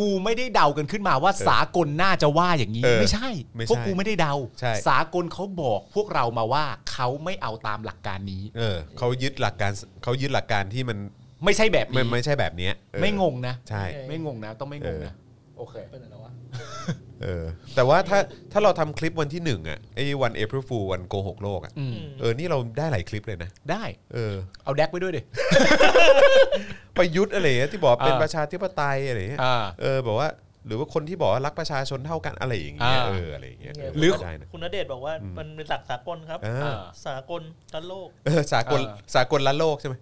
C: กูไม่ได้เดากันขึ้นมาว่าสากลน่าจะว่าอย่างนี้
B: เออ
C: ไม่ใช่
B: ไม่ใช่
C: พวกกูไม่ได้เดา
B: ใช่
C: สากลเขาบอกพวกเรามาว่าเขาไม่เอาตามหลักการนี้
B: เออเขายึดหลักการเขายึดหลักการที่มัน
C: ไม่ใช่แบบ
B: มัน
C: นี้
B: ไม่ใช่แบบเนี้ยเออ
C: ไม่งงนะ
B: ใช่
D: เออ
C: ไม่งงนะ ต้องไม่งงนะโอเค
D: เป็นอะไรวะ
B: เออ แต่ว่าถ้าถ้าเราทำคลิปวันที่หนึ่งอ่ะไอ้วันเอพริลฟูวันโกหกโลกอ่ะ
C: อืม
B: เออนี่เราได้หลายคลิปเลยนะ
C: ได้
B: เออ
C: เอาแดกไปด้วย ดิ
B: ประยุทธ์อะไรอย่างเงี้ยที่บอกว่าเป็น
C: อ่า
B: ประชาธิปไตยอะไรอย่างเงี้ย
C: อ่า
B: เออบอกว่า หรือว่าคนที่บอกว่ารักประชาชนเท่ากันอะไรอย่างเงี้ย
C: อ่า
B: เอออะไรอย่างเงี้ยเห
C: รือ
B: ได้นะ
D: คุณณเดชน์บอกว่ามันเป็นหลักสากลครับ
B: อ่า
C: อ่า
D: สากลทั้งโลก
B: เออสากล
C: เออ
B: สากลละโลกใช่ไหม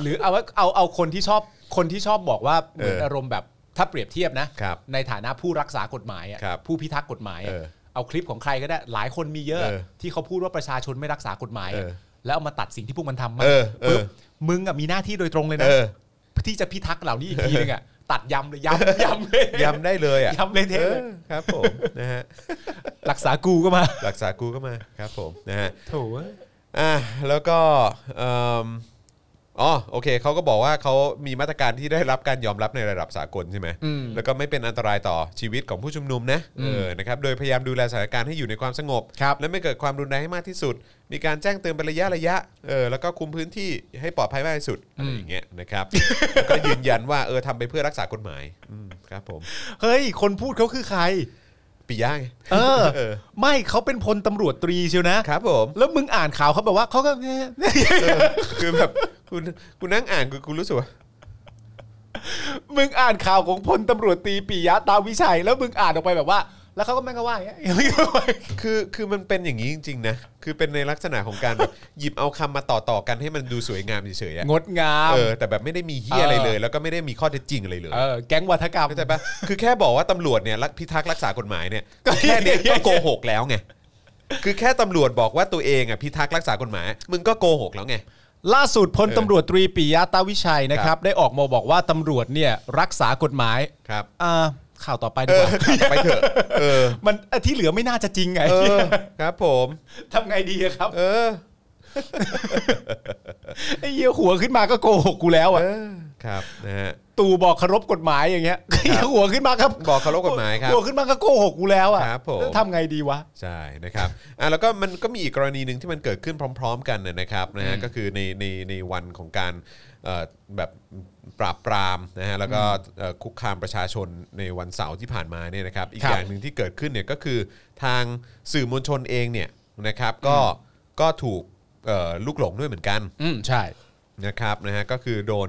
C: หรือเอาว่าเอาเอาคนที่ชอบคนที่ชอบบอกว่าเหมือน
B: เอออ
C: อารมณ์แบบถ้าเปรียบเทียบนะครับ ในฐานะผู้รักษากฎหมายอะ
B: ครับ
C: ผู้พิทักษ์กฎหมายอะ
B: เออ
C: เอาคลิปของใครก็ได้หลายคนมีเยอะ
B: เออ
C: ที่เขาพูดว่าประชาชนไม่รักษากฎหมายอะ
B: เออ
C: แล้วเอามาตัดสิ่งที่พวกมันทำมา
B: เออเออ
C: ปุ๊บมึงอะมีหน้าที่โดยตรงเลย
B: เอ
C: นะ
B: อ
C: ที่จะพิทักษ์เหล่านี้อีกทีนึงอะตัดยำเลยยำยำเลย
B: ย้ำได้เลยอ่ะ
C: ยำเลยเทะ
B: เอ
C: เล
B: อย ครับผมนะฮะ
C: รักษากูก็มา
B: หลักสากูก็มาครับผมนะฮะ
C: โถเว้ย
B: อ่ะแล้วก็เอิ่มอ๋อโอเคเขาก็บอกว่าเขามีมาตรการที่ได้รับการยอมรับในระดับสากลใช่ไหม
C: อืม
B: แล้วก็ไม่เป็นอันตรายต่อชีวิตของผู้ชุมนุมนะ
C: อื
B: เอ
C: ม
B: อนะครับโดยพยายามดูแลสถานการณ์ให้อยู่ในความสงบ
C: ครับ
B: และไม่เกิดความรุนแรงให้มากที่สุด มีการแจ้งเตือนเป็นระยะระยะเออแล้วก็คุมพื้นที่ให้ปลอดภัยมากที่สุดอะไรอย่างเงี้ยนะครับแล้วก็ยืนยันว่าเออทำไปเพื่อรักษากฎหมายอืมครับผม
C: เฮ้ยคนพูดเขาคือใคร
B: ปิ ปิยะไง
C: เออ
B: เออ
C: ไม่เขาเป็นพลตำรวจตรีเชียวนะ
B: ครับผม
C: แล้วมึงอ่านข่าวเขาแบบว่าเขาก็เนี่ย
B: คือแบบ คุณคุณนั่งอ่านคือคุณรู้สึกว่า
C: มึงอ่านข่าวของพลตำรวจตรีปิยะตาวิชัย แล้วมึงอ่านออกไปแบบว่า แล้วเขาก็แม่งก็ว่าอย่างเงี้ย
B: คือคือมันเป็นอย่างนี้จริงๆนะคือเป็นในลักษณะของการแบบ หยิบเอาคำมาต่อต่อๆกันให้มันดูสวยงามเฉยๆอะ
C: งดงาม
B: เออแต่แบบไม่ได้มีเฮียอะไรเลย
C: เออ
B: แล้วก็ไม่ได้มีข้อเท็จจริงอะไรเลย
C: เออ แก๊งวัฒกรรม
B: เข้าใจปะคือแค่บอกว่าตำรวจเนี่ยรักพิทักษ์รักษากฎหมาย เนี่ยแค่เนี้ยก็โกหกแล้วไงคือแค่ตำรวจบอกว่าตัวเองอ่ะพิทักษ์รักษากฎหมาย มึงก็โกหกแล้วไง
C: ล่าสุดพลตำรวจตรีปิยะตาวิชัยนะครับ ได้ออกมาบอกว่าตำรวจเนี่ยรักษากฎหมาย
B: ครับ
C: อ่าข่าวต่อไปดีกว่า
B: ไปเถอะเออ
C: มันอ่ะที่เหลือไม่น่าจะจริงไง
B: เออครับผม
C: ทำไงดีอะครับ
B: เออ
C: ไอ้เหี้ยหัวขึ้นมาก็โกหกกูแล้วอะ
B: เออครับนะฮะ
C: ตู่บอกเคารพกฎหมายอย่างเงี้ยไอ้เหี้ยหัวขึ้นมาครับ
B: บอกเคารพกฎหมายครับ
C: หัวขึ้นมาก็โกหกกูแล้วอะ
B: ครับผม
C: แล้วทำไงดีวะ
B: ใช่นะครับอ่ะแล้วก็มันก็มีอีกกรณีหนึ่งที่มันเกิดขึ้นพร้อม ๆ กันนะนะครับนะฮะก็คือในในในวันของการเอ่อแบบปราบปรามนะฮะแล้วก็เอ่อคุกคามประชาชนในวันเสาร์ที่ผ่านมาเนี่ยนะครับอีก
C: ครั
B: อ
C: บ
B: ย่างหนึ่งที่เกิดขึ้นเนี่ยก็คือทางสื่อมวลชนเองเนี่ยนะครับก็ก็ถูกเอ่อลูกหลงด้วยเหมือนกัน
C: อืมใช่
B: นะครับนะฮะก็คือโดน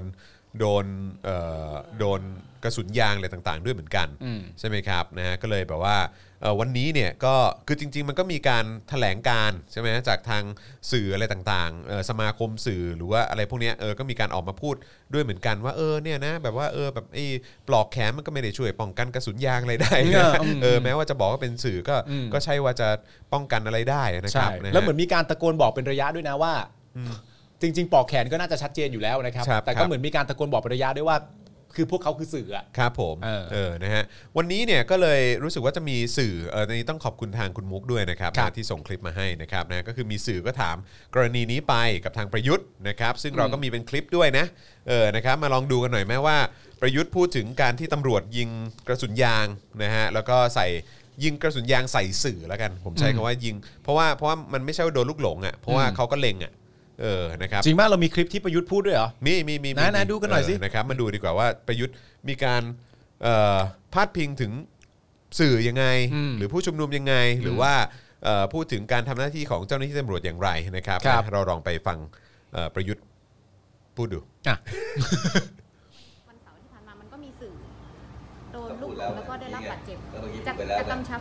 B: โดนเอ่อโดนกระสุนยางอะไรต่างๆ ด้วยเหมือนกัน
C: อืม
B: ใช่ไหมครับนะฮะก็เลยแบบว่าเอ่อวันนี้เนี่ยก็คือจริง ๆ มันก็มีการแถลงการใช่ไหมฮะจากทางสื่ออะไรต่างๆเอ่อสมาคมสื่อหรือว่าอะไรพวกเนี้ยเออก็มีการออกมาพูดด้วยเหมือนกันว่าเออเนี่ยนะแบบว่าเออแบบไอ้ปลอกแขนมันก็ไม่ได้ช่วยป้องกันกระสุนยางอะไรได้นะ
C: อืม
B: เออแม้ว่าจะบอกว่าเป็นสื่อก็
C: อืม
B: ก็ใช่ว่าจะป้องกันอะไรได้นะค
C: ใช่
B: รับะฮะ
C: แล้วเหมือนมีการตะโกนบอกเป็นระยะด้วยนะว่า จริง ๆ ปอกแขนก็น่าจะชัดเจนอยู่แล้วนะครับ
B: ครับ
C: แต่
B: ครั
C: ก็
B: บ
C: เหมือนมีการตะโกนบอกเป็นระยะด้วยว่า คือพวกเขาคือสื่ออะ
B: ครับผม
C: เออ
B: นะฮะวันนี้เนี่ยก็เลยรู้สึกว่าจะมีสื่อเออในนี้ต้องขอบคุณทางคุณมุกด้วยนะครับ
C: ครับ
B: นะที่ส่งคลิปมาให้นะครับนะก็คือมีสื่อก็ถามกรณีนี้ไปกับทางประยุทธ์นะครับ ซึ่งเราก็มีเป็นคลิปด้วยนะเออนะครับมาลองดูกันหน่อยแม้ว่า ประยุทธ์พูดถึงการที่ตำรวจยิงกระสุนยางนะฮะแล้วก็ใส่ยิงกระสุนยางใส่สื่อแล้วกัน ผมใช้คำว่ายิง เพราะว่าเพราะว่ามันไม่ใช่ว่าโดนลูกหลงอ่ะเพราะว่า
C: อืม
B: เขาก็เล็งอ่ะเออนะครับ
C: จริงมากเรามีคลิปที่ประยุทธ์พูดด้วยเหรอ
B: มีมีมีมี
C: นะนะ
B: มี
C: ดูกันหน่อยสิ
B: เนะครับมาดูดีกว่าว่าประยุทธ์มีการเอ่อพาดพิงถึงสื่อยังไง หรือผู้ชุมนุมยังไง หรือว่าเอ่อพูดถึงการทำหน้าที่ของเจ้าหน้าที่ตำรวจอย่างไรนะครับ
C: ครับ
B: นะเราลองไปฟังเอ่อประยุทธ์พูดดู
C: อ่ะ
E: วันเสาร์ที่ผ่านมามันก็มีสื่อ โดนลูกหลงแล้วก็ได้รับบาดเจ็บ
F: ก็เมื่อกี้พู
E: จะ
F: ดไปแล้ว
E: จะ
F: นะ
E: กำชับ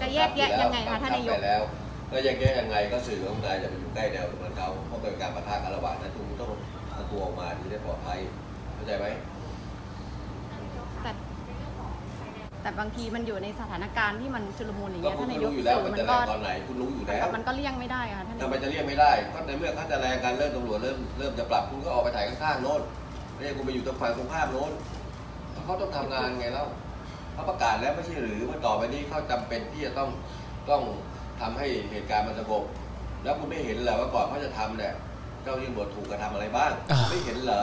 E: จะแยกแยะยังไงคะท่านนายก
F: ไปแล้ว ก็แยกแยะยังไงก็สื่อของนายจะไปอยู่ใกล้แนวตรงนั้นเขาเพราะเป็นการประทะกันระหว่างนั้นคุณต้องเอาตัวออกมาที่ได้ปลอดภัยเข้าใจไหม
E: แต่แต่บางทีมันอยู่ในสถานการณ์ที่มันชุลมุนอย่าง
F: ก็
E: เงี้ย
F: คุ
E: ท่าน
F: ณ
E: นา
F: ก็
E: ยก
F: รู้อยู่แล้ว
E: สื่อ
F: มัน
E: มั
F: จะ
E: นก็
F: แรงตอนไหนคุณรู้อยู่แล้ว
E: มันก็เลี่ยงไม่ได้ค่ะท่านนา
F: ทำไม
E: ยก
F: จะเรียกไม่ได้ก็ในเมื่อขั้นตอนแรงการเริ่มตำรวจเริ่มเริ่มจะปรับคุณก็ออกไปถ่ายข้างๆโน้นไม่ใช่คุณไปอยู่ตรงฝ่ายตรงข้ามโน้นเขาต้องทำงานไงเล่าเขาประกาศแล้วไม่ใช่หรือว่าต่อไปนี้เขาจำเป็นที่จะต้องต้องทำให้เหตุการณ์มันสงบแล้วคุณไม่เห็นเหรอว่าก่อนเขาจะทำเนี่ยเจ้าที่ตำรวจถูกกระทำอะไรบ้าง
C: อ่า
F: ไม่เห็นเหรอ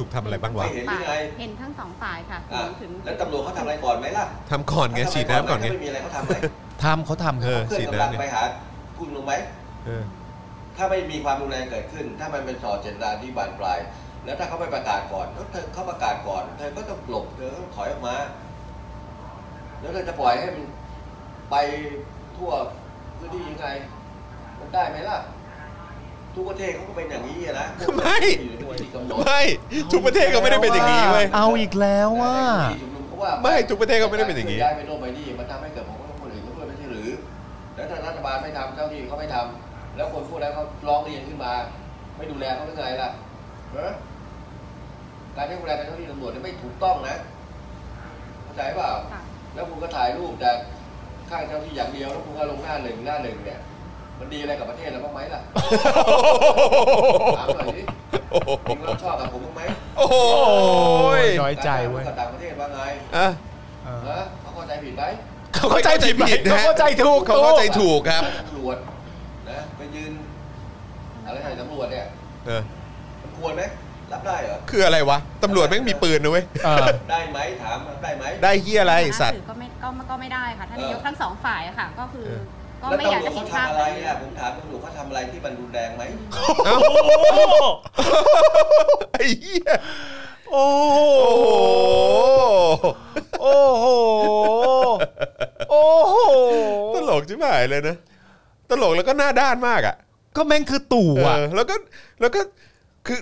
B: ถูกทำอะไรบ้างวะ
F: ไม่เห็นหรือไง
E: ฝ่ายเห็นทั้งสองฝ่ายค่ะ
F: อ่ะ
E: ถึง
F: แล้วตำรวจเขาทำอะไรก่อนไหมล่ะ
B: ทำก่อนไงฉีดน้ำก่อนไง
F: ถ้าไม่มีอะไรเขาทำไหม
C: ทำเขาทำ
B: เอ
C: เอ
B: อ
C: อ
F: เพื่อนกำลังไปหาคุณลงไหม
B: เออ
F: ถ้าไม่มีความรุนแรงเกิดขึ้น ถ้ามันเป็นส่อเจตนาที่บานปลาย แล้วถ้าเขาไม่ประกาศก่อนแล้วเธอเขาประกาศก่อน เธอก็ต้องหลบเธอก็ต้องถอยออกมา แล้วเธอจะปล่อยให้มันไปทั่วพื้นที่ยังไง มันได้ไหมล่ะ ทุกประเทศเขาก็เป็นอย่างนี้อะนะ
B: ไม่
F: อยู่ในที่กำหนด
B: ไม่ทุกประเทศก็ไม่ได้เป็นอย่างนี้เว้ย
C: เอาอีกแล้วอะ
F: แต่ในที่ชุมนุมเขาว่า
B: ไม่ทุกประเทศก็ไม่ได้เป็นอย่างนี้
F: ย้ายไปโน่นไปนี่มันทำให้เกิดผลกระทบคนอื่นเขาด้วยไม่ใช่หรือ แล้วถ้ารัฐบาลไม่ทำเจ้าหน้าที่เขาไม่ทำแล้วคนพวกนั้นเขาร้องเรียนขึ้นมา ไม่ดูแลเขาเป็นไงล่ะฮะการที่ดูแลเจ้าหน้าที่ตำรวจเนี่ยไม่ถูกต้องนะเข้าใจเปล่า
E: ค่ะ
F: แล้วคุณก็ถ่ายรูปจากข้างเจ้าหน้าที่อย่างเดียวแล้วคุณก็ลงหน้าหนึ่งหน้าหนึ่งเนี่ย มันดีอะไรกับประเทศเราบ้างไหมล่ะถามหน่อยสิมีคนรับชอบกับผมบ้างไหม
B: โอ้โหย
C: น้อยใจเว้ย
F: การกับต่างประเทศว่าไง
B: อ่ะ
F: ฮะเขาเข้าใจผิดไหม
C: เขาเข้าใจผิดไหม
B: ผิดนะ
C: เขาเข้าใจถูก
B: เขาเข้าใจถูกครับ
F: ตำรวจนะไปยืนอะไรถ่ายตำรวจเนี่ย
B: เออ
F: มันควรไหมรับได้เหรอ
B: คืออะไรวะตำรวจแม่งมีปืนนะเว้ย
C: เออ
F: ได้ไหมถามได้ไหม
B: ได้เฮียอะไรสัต
E: สื่
B: ว์
E: อก็ไม่ก็ก็ไม่ได้ค่ะท่านนายก
F: เออ
E: ทั้งสองฝ่ายอะค่ะ ก็คือ
B: เออ
E: ก็
F: แล้ว
E: ไม่อาก
F: ตำรวยจ
E: จะเห็
F: เขา
E: นภาพ
F: ทำอะไรอ่ะผมถามตำรวจเขาทำอะไรที่มันรุนแรงไหม
B: เอ้า
D: โอ้โห
B: ไอ้เหี้ย
C: โอ้โห
B: โอ้โห
C: โอ้โห โอ้โห
B: ตลกจิ๋หายเลยนะ ตลกแล้วก็หน้าด้านมากอ่ะ
C: ก็แม่งคือตู่อ่ะ
B: เออแล้วก็แล้วก็คือ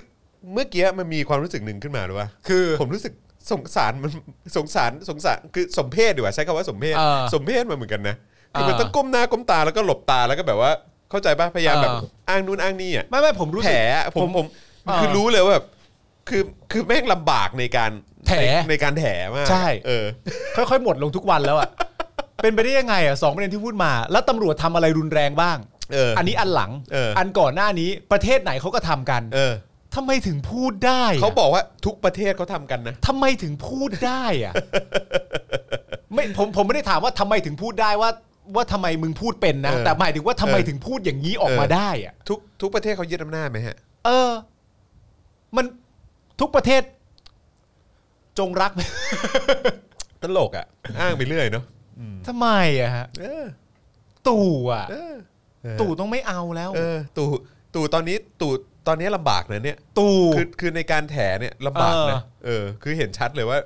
B: เมื่อกี้มันมีความรู้สึกหนึ่งขึ้นมาหรือว่า
C: คือ
B: ผมรู้สึกสงสารมันสงสารสงสารคือสมเพศดีกว่าใช้คำว่าสมเพศ
C: เออ
B: สมเพศมาเหมือนกันนะคือ
C: เออ
B: มันต้องก้มหน้าก้มตาแล้วก็หลบตาแล้วก็แบบว่าเข้าใจป่ะพยายามแบบ
C: เออ
B: อ้างนู่นอ้างนี่อ่ะ
C: ไม่ไม่ผมรู้
B: แผ
C: สึ
B: ล
C: ก
B: อะผมผม
C: เออ
B: คือรู้เลยว่าแบบคือคือแม่งลำบากในการ
C: แถ
B: ในในการแถมาก
C: ใช่
B: เออ
C: ค่อยๆ หมดลงทุกวันแล้วอ่ะ เป็นไปได้ยังไงอ่ะสองประเด็นที่พูดมา แล้วตำรวจทำอะไรรุนแรงบ้าง
B: เอออั
C: นนี้อันหลัง
B: เอออั
C: นก่อนหน้านี้ประเทศไหนเขาก็ทำกัน
B: เออ
C: ทำไมถึงพูดได้ะ
B: เขาบอกว่าทุกประเทศเขาทำกันนะ
C: ทำไมถึงพูดได้อ่ะ ไม่ผมผมไม่ได้ถามว่าทำไมถึงพูดได้ว่า ว่าทำไมมึงพูดเป็นนะ
B: เออ
C: แต่หมายถึงว่าทำไม
B: เออ
C: ถึงพูดอย่างนี้ออกมา
B: เออ
C: ได้อ่ะ
B: ทุกทุกประเทศเขายึดอำนาจไหมฮะ
C: เออ มันทุกประเทศ จงรัก
B: ตลกอ่ะ อ้างไปเรื่อยเนาะ
C: ทำไมอะฮะ
B: เออ
C: ตู่อะ
B: เออเออ
C: ตู่ต้องไม่เอาแล้ว
B: เออตู่ตู่ตอนนี้ตู่ตอนนี้ลำบากนะเนี่ย
C: ตู่
B: คือคือในการแถเนี่ยลำบากนะ
C: เออ
B: เออ คือเห็นชัดเลยว่า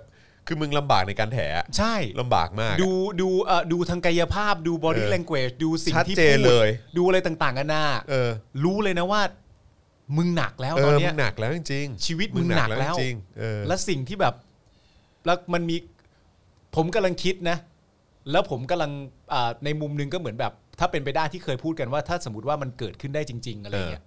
B: คือมึงลำบากในการแถอะ
C: ใช่
B: ลำบากมากอะ
C: ดูดูเอ่อดูทางกายภาพดู body
B: เออ
C: language ดูสิ่ง
B: ชัด
C: ที่
B: เจน
C: พูด
B: เลย
C: ดูอะไรต่างๆกันานา
B: เออ
C: รู้เลยนะว่า มึงหนักแล้ว
B: เอ
C: ตอน
B: อ
C: เนี้
B: มึ
C: ย
B: งหนักแล้วจริงๆ
C: ชีวิตมึงหนักแล้ว
B: จริงๆเออ
C: และสิ่งที่แบบ แล้วมันมี ผมกำลังคิดนะ แล้วผมกำลังอ่าในมุมหนึงก็เหมือนแบบ ถ้าเป็นไปได้ที่เคยพูดกันว่า ถ้าสมมติว่ามันเกิดขึ้นได้จริง ๆ อะไรเงี้ย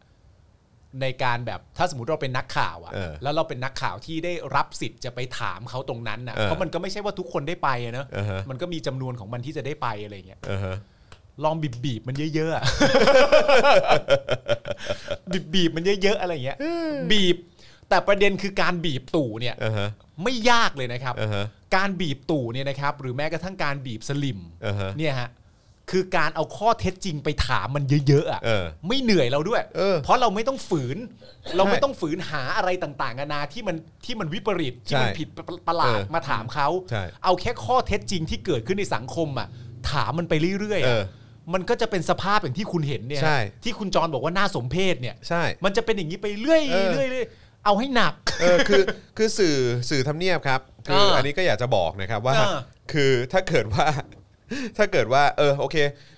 C: ในการแบบถ้าสมมติเราเป็นนักข่าวอะ
B: เออ
C: แล้วเราเป็นนักข่าวที่ได้รับสิทธิ์จะไปถามเขาตรงนั้นน่ะ
B: เออ
C: เพราะมันก็ไม่ใช่ว่าทุกคนได้ไปอะเนอะ
B: อ่าฮะ
C: มันก็มีจำนวนของมันที่จะได้ไปอะไรเงี้ย
B: เออฮะ
C: ลองบีบบีบๆมันเยอะ ๆอะ บีบบีบๆมันเยอะๆอะไรอย่างเงี้ย บีบ แต่ประเด็นคือการบีบตู่เนี่ย
B: เออฮะ
C: ไม่ยากเลยนะครับ
B: เออฮะ
C: การบีบตู่เนี่ยนะครับ หรือแม้กระทั่งการบีบสลิม
B: อ่าฮะ
C: เนี่ยฮะคือการเอาข้อเท็จจริงไปถามมันเยอะๆอะ
B: เออ
C: ไม่เหนื่อยเราด้วย
B: เออ
C: เพราะเราไม่ต้องฝืน เราไม่ต้องฝืนหาอะไรต่างๆนานาที่มันที่มันวิปริตที่มัน
B: ใช่
C: ผิดประหลาด
B: เออ
C: มาถามเขา
B: ใช่
C: เอาแค่ข้อเท็จจริงที่เกิดขึ้นในสังคมอ่ะถามมันไปเรื่อยๆ
B: เออ
C: อะมันก็จะเป็นสภาพอย่างที่คุณเห็นเนี่ย
B: ใช่
C: ที่คุณจรบอกว่าน่าสมเพชเนี่ย
B: ใช่
C: มันจะเป็นอย่างนี้ไปเรื่อย
B: เออ
C: ๆเรื่อยๆเอาให้หนัก
B: เออคือคือสื่อสื่อทำเนียบครับคือ
C: เอออั
B: อันนี้ก็อยากจะบอกนะครับว่า
C: เออ
B: คือถ้าเกิดว่า ถ้าเกิดว่า เออโอเค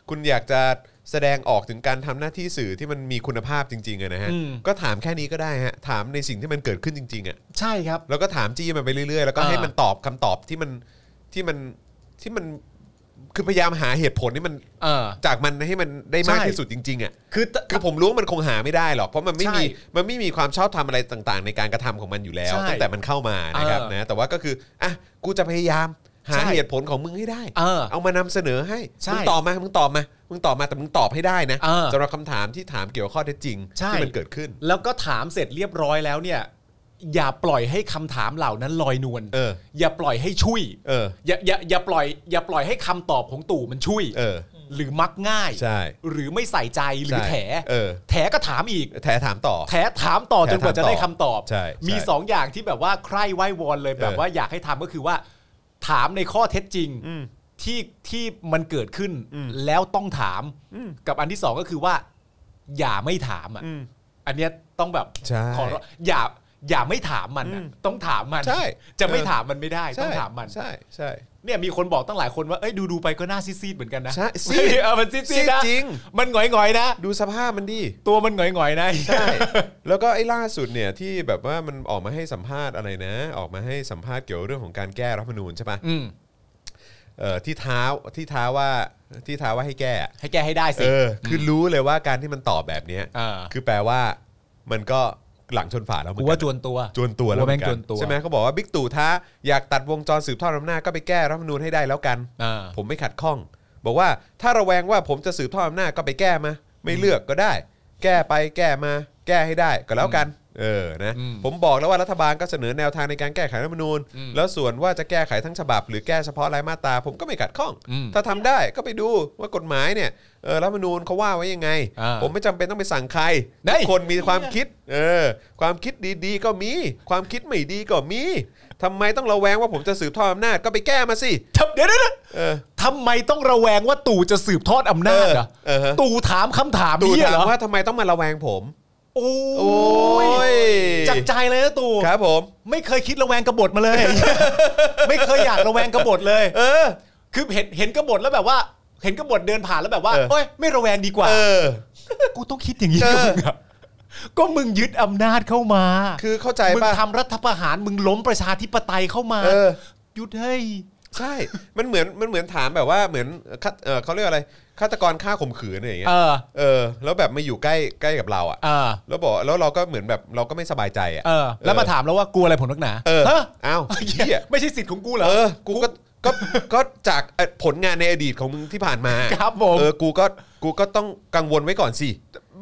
B: คุณอยากจะแสดงออกถึงการทำหน้าที่สื่อที่มันมีคุณภาพจริงๆอะนะฮะ
C: อืม
B: ก็ถามแค่นี้ก็ได้ฮะถามในสิ่งที่มันเกิดขึ้นจริงๆอะ
C: ใช่ครับ
B: แล้วก็ถามจี้มันไปเรื่อยๆแล้วก็
C: เออ
B: ให้มันตอบคำตอบที่มันที่มันที่มันคือพยายามหาเหตุผลที่มัน
C: เออ
B: จากมันให้มันได้มาก
C: ใช่
B: ที่สุดจริงๆอะ
C: คือต
B: คือผมรู้ว่ามันคงหาไม่ได้หรอก เพราะมันไม่มี
C: ใช่
B: มันไม่มีความชอบทำอะไรต่างๆ ในการกระทำของมันอยู่แล้ว
C: ใช่
B: ตั้งแต่มันเข้ามานะครับ
C: เออ
B: นะแต่ว่าก็คืออ่ะกูจะพยายามหา
C: ใช่
B: เหตุผลของมึงให้ได้
C: เออ
B: มานำเสนอให้
C: ใช่
B: มึงตอบมามึงตอบมามึงตอบมาแต่มึงตอบให้ได้นะ
C: เออ
B: สำหรับคำถามที่ถามเกี่ยวกับข้อเท็จจริง
C: ใช่
B: ที่มันเกิดขึ้น
C: แล้วก็ถามเสร็จเรียบร้อยแล้วเนี่ย อย่าปล่อยให้คำถามเหล่านั้นลอยนวล
B: เออ
C: อย่าปล่อยให้ช่วย
B: เออ
C: อย่าอย่าอย่าปล่อยอย่าปล่อยให้คำตอบของตู่มันช่วย
B: เออ
C: หรือมักง่าย
B: ใช่
C: หรือไม่ใส่ใจหรือ
B: ใช่
C: แถ
B: เออ
C: แถก็ถามอีก
B: แถถามต่อ
C: แถถามต่อ
B: แถ
C: จนกว่าจะได้คำตอบ
B: ใช่ใช่
C: มีสองอย่างที่แบบว่าใคร่ไหว้วอนเลยแบบ
B: เออ
C: ว่าอยากให้ทำก็คือว่า ถามในข้อเท็จจริงที่ที่มันเกิดขึ้นแล้วต้องถามกับอันที่สองก็คือว่า อย่าไม่ถามอ่ะอันเนี้ยต้องแบบ
B: ใช่
C: ขอร้องอย่าอย่าไม่ถามมันอะต้องถามมัน
B: ใช่
C: จะไม่
B: เออ
C: ถามมันไม่ได้
B: ใช่
C: ต้องถามมัน
B: ใช่ใช่
C: เนี่ยมีคนบอกตั้งหลายคนว่าเอ้ยดูดูๆไปก็น่าซีดๆเหมือนกันนะ
B: ใช่ซีด
C: เออมันซี
B: ซี
C: ด
B: ด
C: ๆนะ
B: จริง
C: มันหงอยๆนะ
B: ดูสภาพมันดิ
C: ตัวมันหงอยๆนะ
B: ใช่ แล้วก็ไอ้ล่าสุดเนี่ยที่แบบว่ามันออกมาให้สัมภาษณ์อะไรนะ ออกมาให้สัมภาษณ์เกี่ยวเรื่องของการแก้รัฐธรรมนูญใช่ปะ
C: อืม
B: เอ่อที่ท้าที่ท้าว่าที่ท้าว่าให้แก้อะ
C: ให้แกให้ได้สิ
B: เออคือรู้เลยว่าการที่มันตอบแบบเนี้ย
C: เออ
B: คือแปลว่ามันก็หลังชนฝาแล้วเหมือ
C: กู
B: นกั
C: ว่าน จวนตัว
B: จวนตัวแล้ว
C: า
B: เหมื
C: แม่
B: อง นกั
C: จ
B: น
C: วนตัว
B: ใช่ไหมเขาบอกว่าบิ๊กตู่ท้าอยากตัดวงจรสืบทอดอำนาจก็ไปแก้รัฐธรรมนูญให้ได้แล้วกัน
C: อ่า
B: ผมไม่ขัดข้อง บอกว่าถ้าระแวงว่าผมจะสืบทอดอำนาจก็ไปแก้มา ไม่เลือกก็ได้ แก้ไปแก้มา แก้ให้ได้ก็แล้วกัน เออนะ
C: อืม
B: ผมบอกแล้วว่ารัฐบาลก็เสนอแนวทางในการแก้ไขรัฐธรรมนูญ
C: อืม
B: แล้วส่วนว่าจะแก้ไขทั้งฉบับ หรือแก้เฉพาะรายมาตราผมก็ไม่ขัดข้อง
C: อืม
B: ถ้าทำได้ก็ไปดูว่ากฎหมายเนี่ยเออรัฐธรรมนูญเขาว่าไว้ยังไง
C: อ่า
B: ผมไม่จำเป็นต้องไปสั่งใคร
C: ได้
B: ทุกคนมีความคิดเออความคิดดีๆ ก็มี ความคิดไม่ดีก็มีทำไมต้องระแวงว่าผมจะสืบทอดอำนาจก็ไปแก้มาสิ
C: ทำเดี๋ยวเดี๋ยวเดี๋ยว
B: เออ
C: ทำไมต้องระแวงว่าตู่จะสืบทอดอำนาจเหรอ
B: เออเออ
C: ตู่ถามคำถาม
B: ตู่
C: นี้
B: ถา
C: เหร
B: ม
C: อ
B: ว่าทำไมต้องมาระแวงผม
C: โอ้
B: โอ้ย
C: จัดใจเลยนะตู่
B: ครับผม
C: ไม่เคยคิดระแวงกบฏมาเลย ไม่เคยอยากระแวงกบฏเลย
B: เออ
C: คือเห็นเห็นกบฏแล้วแบบว่า เห็นกบฏเดินผ่านแล้วแบบว่า
B: เออ
C: โอ้ยไม่ระแวงดีกว่า
B: เออ
C: กูต้องคิดอย่างนี้
B: เออ
C: กับมึงอะก็มึงยึดอำนาจเข้ามา
B: คือเข้าใจ
C: มึง
B: ป่ะ
C: ทำรัฐประหารมึงล้มประชาธิปไตยเข้ามา
B: เออ
C: หยุดเฮ้ย
B: ใช่ มันเหมือนมันเหมือนถามแบบว่าเหมือนฆาตเอ่อเขาเรียกอะไรฆาตกรฆ่าข่มขืนอะไรอย่างเงี้
C: เอย อ
B: เออ แล้วแบบมาอยู่ใกล้ใกล้กับเราอ่ะ
C: เออ
B: แล้วบอกแล้วเราก็เหมือนแบบเราก็ไม่สบายใจอ่ะ
C: เออ แล้วมาถามแล้วว่ากลัวอะไรผมนักหนา
B: เออ
C: ฮะ
B: อ้าวเหี้ย
C: ไม่ใช่สิทธิ์ของกูเหรอ
B: เออ กูก็ก็ก็จากเอ่อผลงานในอดีตของมึงที่ผ่านมา
C: ครับผม
B: เออ กูก็กูก็ต้องกังวลไว้ก่อนสิ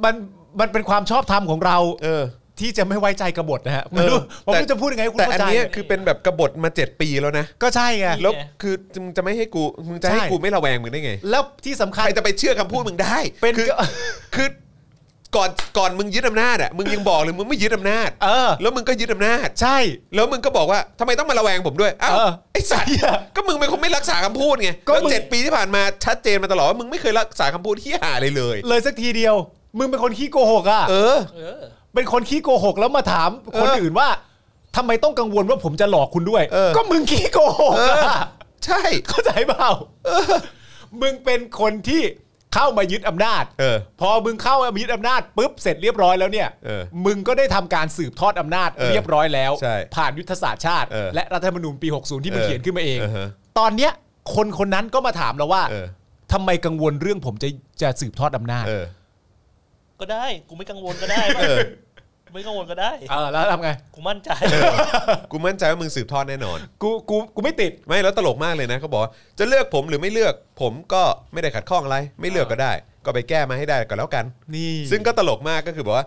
C: มันมันเป็นความชอบธรรมของเรา
B: เออ
C: ที่จะไม่ไว้ใจกบฏนะฮะไม่
B: เอ
C: รู้
B: อ
C: ผม
B: แต่
C: ไม่รู้จะพูดยังไงให้คุณ
B: แต่อั
C: เข้าน ใจ
B: เนี้ยคือเป็นแบบกบฏมา 7 ปีแล้วนะ
C: ก็ใช่ไง
B: แล้วคือมึงจะไม่ให้กูมึงจะให้
C: ใช่
B: กูไม่ระแวงมึงได้ไง
C: แล้วที่สำคั
B: ใค
C: ญ
B: รจะไปเชื่อคำพูดมึงได้
C: เป็น
B: คือ
C: ก็
B: คือก่อนก่อนมึงยึดอำนาจอ่ะมึงยังบอกเลยมึงไม่ยึดอำนาจ
C: เออ
B: แล้วมึงก็ยึดอำนาจ
C: ใช่
B: แล้วมึงก็บอกว่าทำไมต้องมาระแวงผมด้วย อ้าว
C: เออ
B: ไอ้สัตว์
C: เหี้ย
B: ก็มึงเป็นคนไม่รักษาคำพูดไง
C: ก็
B: ก็
C: มึง
B: เจ็ดปีที่ผ่านมาชัดเจนมาตลอดว่ามึงไม่เคยรักษาคำพูดที่หาเลยเลย
C: เลยสักทีเดียว มึงเป็นคนขี้โกหกอ่ะ
B: เออ
D: เออ
C: เป็นคนขี้โกหกแล้วมาถามคน
B: เอออื่
C: อื่นว่าทำไมต้องกังวลว่าผมจะหลอกคุณด้วย
B: เออ
C: ก็มึงขี้โกหก
B: เอ
C: อะ
B: อ ใช่
C: เข้าใจเปล่ามึงเป็นคนที่เข้ามายึดอำนาจ
B: เออ
C: พอมึงเข้ามายึดอำนาจปุ๊บเสร็จเรียบร้อยแล้วเนี่ย
B: เออ
C: มึงก็ได้ทำการสืบทอดอำนาจ
B: เออ
C: เรียบร้อยแล้ว
B: ใช่
C: ผ่านยุทธศาสตร์ชาติ
B: เออ
C: และรัฐธรรมนูญปี 60 ที่มึง
B: เออ
C: เขียนขึ้นมาเอง
B: อือฮะ
C: ตอนเนี้ยคนคนนั้นก็มาถามเราว่า
B: เออ
C: ทำไมกังวลเรื่องผมจะจะสืบทอดอำนาจ
B: เออ
D: ก็ได้ กูไม่กังวลก็ได้
B: เออ
D: ไม่กังวลก็ได้
C: เออแล้วทำไง
D: กูมั่นใจ
B: กูมั่นใจว่ามึงสืบทอดแน่นอน
C: กูกูกูไม่ติด
B: ไม่แล้วตลกมากเลยนะเขาบอกว่าจะเลือกผมหรือไม่เลือกผมก็ไม่ได้ขัดข้องอะไร ไม่เลือกก็ได้ ก็ไปแก้มาให้ได้ก็แล้วกัน
C: นี่
B: ซึ่งก็ตลกมากก็คือบอกว่า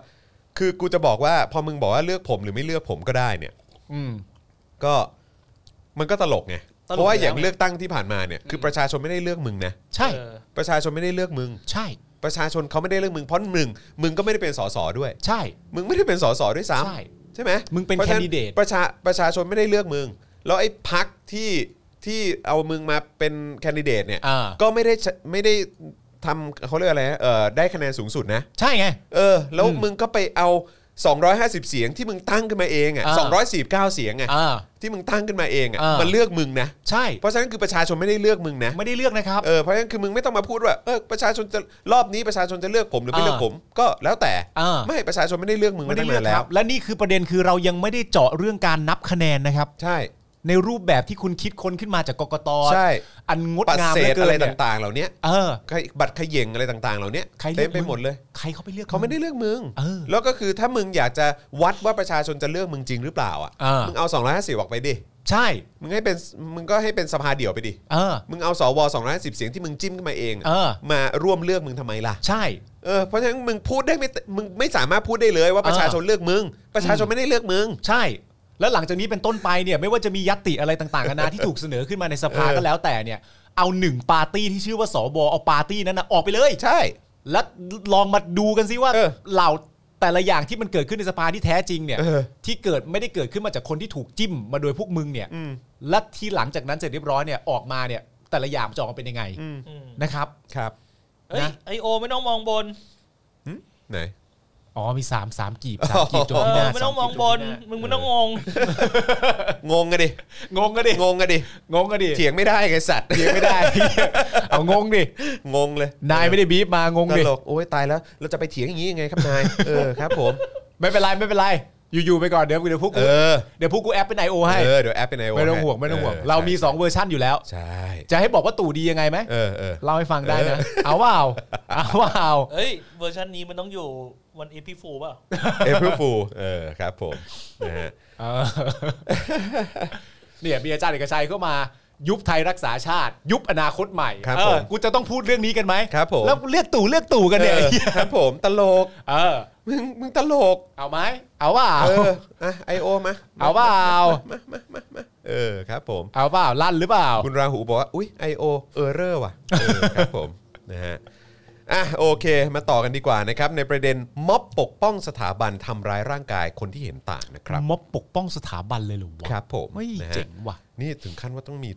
B: คือกูจะบอกว่าพอมึงบอกว่าเลือกผมหรือไม่เลือกผมก็ได้เนี่ย
C: อืม
B: ก็มันก็ตลกไง
D: ตลก
B: เพราะว่าอย่าง
D: แล้วไง
B: เลือกตั้งที่ผ่านมาเนี่ยคือประชาชนไม่ได้เลือกมึงนะ
C: ใช่
D: เออ
B: ประชาชนไม่ได้เลือกมึง
C: ใช่
B: ประชาชนเขาไม่ได้เลือกมึงเพราะมึงมึงก็ไม่ได้เป็นสสด้วย
C: ใช่
B: มึงไม่ได้เป็นสสด้วยซ้
C: ใช่
B: ำใช่ไหม
C: มึงเป็น
B: พราะฉะ
C: candidate
B: ประชาประชาชนไม่ได้เลือกมึง แล้วไอ้พักที่ที่เอามึงมาเป็นแคนดิเดตเนี่ย
C: อ่า
B: ก็ไม่ได้ไม่ได้ทำเขาเรียกอะไรนะเออได้คะแนนสูงสุดนะ
C: ใช่ไง
B: เออ แล้ว
C: อืม
B: มึงก็ไปเอา 250 เสียงที่มึงตั้งขึ้นมาเองอ่ะ
C: อ่า
B: 249 เสียงอ่ะ
C: อ่า
B: ที่มึงตั้งขึ้นมาเองอ่ะ
C: อ่ามั
B: มันเลือกมึงนะ
C: ใช่
B: เพราะฉะนั้นคือประชาชนไม่ได้เลือกมึงนะ
C: ไม่ได้เลือกนะครับ
B: เออเพราะฉะนั้นคือมึงไม่ต้องมาพูดว่าเออประชาชนจะรอบนี้ประชาชนจะเลือกผมหรือไม่
C: อ่า
B: เลือกผม ก็แล้วแต่
C: อ่า
B: ไม่ประชาชนไม่ได้เลือกมึง
C: ไม่ได้
B: า
C: เลือก
B: ตั้งนาน
C: ค
B: แล้ว
C: รับ และนี่คือประเด็นคือเรายังไม่ได้เจาะเรื่องการนับคะแนนนะครับ
B: ใช่
C: ในรูปแบบที่คุณคิดค้นขึ้นมาจากกกต
B: ใช่
C: อันงด
B: ปัด
C: งาม
B: เศ
C: เหลื
B: ษ
C: อเกิ
B: อะ
C: น
B: ไร
C: เนี่ย
B: ต่างๆ เหล่านี้
C: เออ
B: ใครบัตรเขย่งอะไรต่างๆ เหล่านี้
C: ใครเลื
B: เต็
C: อ
B: ม
C: ก
B: ไปหมดเลย
C: ใครเขาไปเลือก
B: เขาไม่ได้
C: ง
B: เลือกมึง
C: เออ
B: แล้วก็คือถ้ามึงอยากจะวัดว่าประชาชนจะเลือกมึงจริงหรือเปล่าอ่ะ
C: อ่ามึ
B: มึงเอา250ออกไปดิ
C: ใช่
B: มึงให้เป็นมึงก็ให้เป็นสภาเดี่ยวไปดิ
C: เออ
B: มึงเอาสวสองร้อยสิบเสียงที่มึงจิ้มขึ้นมาเอง
C: เออ
B: มาร่วมเลือกมึงทำไมล่ะ
C: ใช่
B: เออ เพราะฉะนั้นมึงพูดได้ไม่เตมึงไม่สามารถพูดได้เลยว่าประชาชนเลือกมึง ประชาชนไม่ได้เลือกมึง
C: ใช่ แล้วหลังจากนี้เป็นต้นไปเนี่ยไม่ว่าจะมียัตติอะไรต่างๆกันานาที่ถูกเสนอขึ้นมาในสภา
B: เออ
C: ก็แล้วแต่เนี่ย เอาหนึ่งปาร์ตี้ที่ชื่อว่าสบเอาปาร์ตี้นั้นนะออกไปเลย
B: ใช่
C: แล้วลองมาดูกันซิว่า
B: เออ
C: เหล่าแต่ละอย่างที่มันเกิดขึ้นในสภาที่แท้จริงเนี่ย
B: เออ
C: ที่เกิดไม่ได้เกิดขึ้นมาจากคนที่ถูกจิ้มมาโดยพวกมึงเนี่ยและที่หลังจากนั้นเสร็จเรียบร้อยเนี่ยออกมาเนี่ยแต่ละอย่างมันจะออกมาเป็นยังไง
D: อืม
C: นะครับ
B: ครับ
D: เฮ้ย
C: นะ
D: ไอโอไม่ต้องมองบน
B: หึไหน
C: อ๋อมีสามสามกีบสามกีบจ
D: เอน
C: ที่ห
D: อ
C: น้า
D: ไม่ต้องมองบน มึงไม่ต้องงง
B: งงกันดิ
C: งงกันดิ
B: งงกันดิ
C: งงกันดิ
B: เถียงไม่ได้ไงสัตว์
C: เถียงไม่ได้ เอางงดิ
B: งงเลย
C: นายไม่ได้บีบมางง
B: ต
C: ดิ
B: ลกโอ้ยตายแล้ว เราจะไปเถียงอย่างนี้ยังไงครับนาย เออครับผม
C: ไม่เป็นไรไม่เป็นไร อยู่ๆไปก่อนเดี๋ยวเดี๋ยวพวก
B: เอ
C: กู
B: อ
C: เดี๋ยวพวกกูแอปเป็นไอโอให้
B: เออเดี๋ยวแอปเป็นไอโอ
C: ไม่ต้องห่วงไม่ต้องห่วง เรามีสองเวอร์ชั่นอยู่แล้ว
B: ใช่
C: จะให้บอกว่าตู่ดียังไงไหม
B: เออเออ
C: เล่าให้ฟังได้นะ เอาเปล่าเอาเปล่า
D: เฮ้ย เวอร์ชันนี้มันต้องอยู่วันเอพิฟูเปล่า
B: เอพิฟูเออครับผมนะฮะ
C: เออ เนี่ยมีอาจารย์เอกชัยเข้ามา ยุบไทยรักษาชาติ ยุบอนาคตใหม่
B: ครับ
C: เออ
B: ผม
C: กูจะต้องพูดเรื่องนี้กันไหม
B: ครับผม
C: แล้วเลือกตู่เลือกตู่กันเนี่ย
B: ออ
C: ไอ้เหี้ย
B: ครับผมตลก
C: เออ
B: มึงมึงตลก
C: เอาไหมเอาเปล่า
B: เอออ่ะไอโอมา
C: เอาเปล่า
B: มามามามาเออครับผม
C: เอาเปล่าลั่นหรือเปล่า
B: คุณราหูบอกว่า อุ๊ย I.O. เออเรอร์ว่ะเออครับผม นะฮะ อ่ะโอเค มาต่อกันดีกว่านะครับ ในประเด็นม็อบปกป้องสถาบันทำร้ายร่างกายคนที่เห็นต่างนะครับ
C: ม็อบปกป้องสถาบันเลยเหรือวะ
B: ครับผม
C: ไม่
B: นะฮะ
C: เจ๋งว่ะ
B: นี่ถึงขั้นว่าต้องมี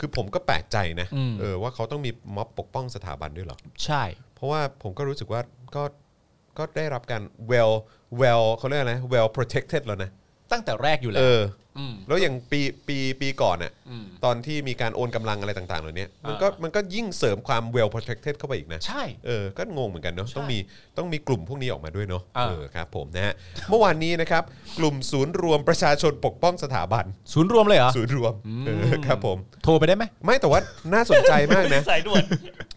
B: คือผมก็แปลกใจนะ
C: อืม
B: เออว่าเขาต้องมีม็อบปกป้องสถาบันด้วยเหรอ
C: ใช่
B: เพราะว่าผมก็รู้สึกว่าก็ก็ได้รับการ well well เขาเรียกอะไร well protected แล้วนะ
C: ตั้งแต่แรกอยู่แล้
B: เอ
C: ว
B: อ
C: อืม
B: แล้วอย่างปีปีปีก่อนอ่ะ
C: อืม
B: ตอนที่มีการโอนกำลังอะไรต่างๆเหล่านี้มันก็
C: อ่ามั
B: มันก็ยิ่งเสริมความ well protected เข้าไปอีกนะ
C: ใช่
B: เออ ก็งงเหมือนกันเนาะ
C: ใช่
B: ต้องมี ต้องมีกลุ่มพวกนี้ออกมาด้วยเนาะ
C: อ่า
B: เออครับผมนะฮะ เมื่อวานนี้นะครับ กลุ่มศูนย์รวมประชาชนปกป้องสถาบัน
C: ศูนย์รวมเลยเหรอ
B: ศูนย์รวม เออครับผม
C: โทรไปได้ไหม
B: ไม่แต่ว่าน่าสนใจมากนะ
D: สายด่วน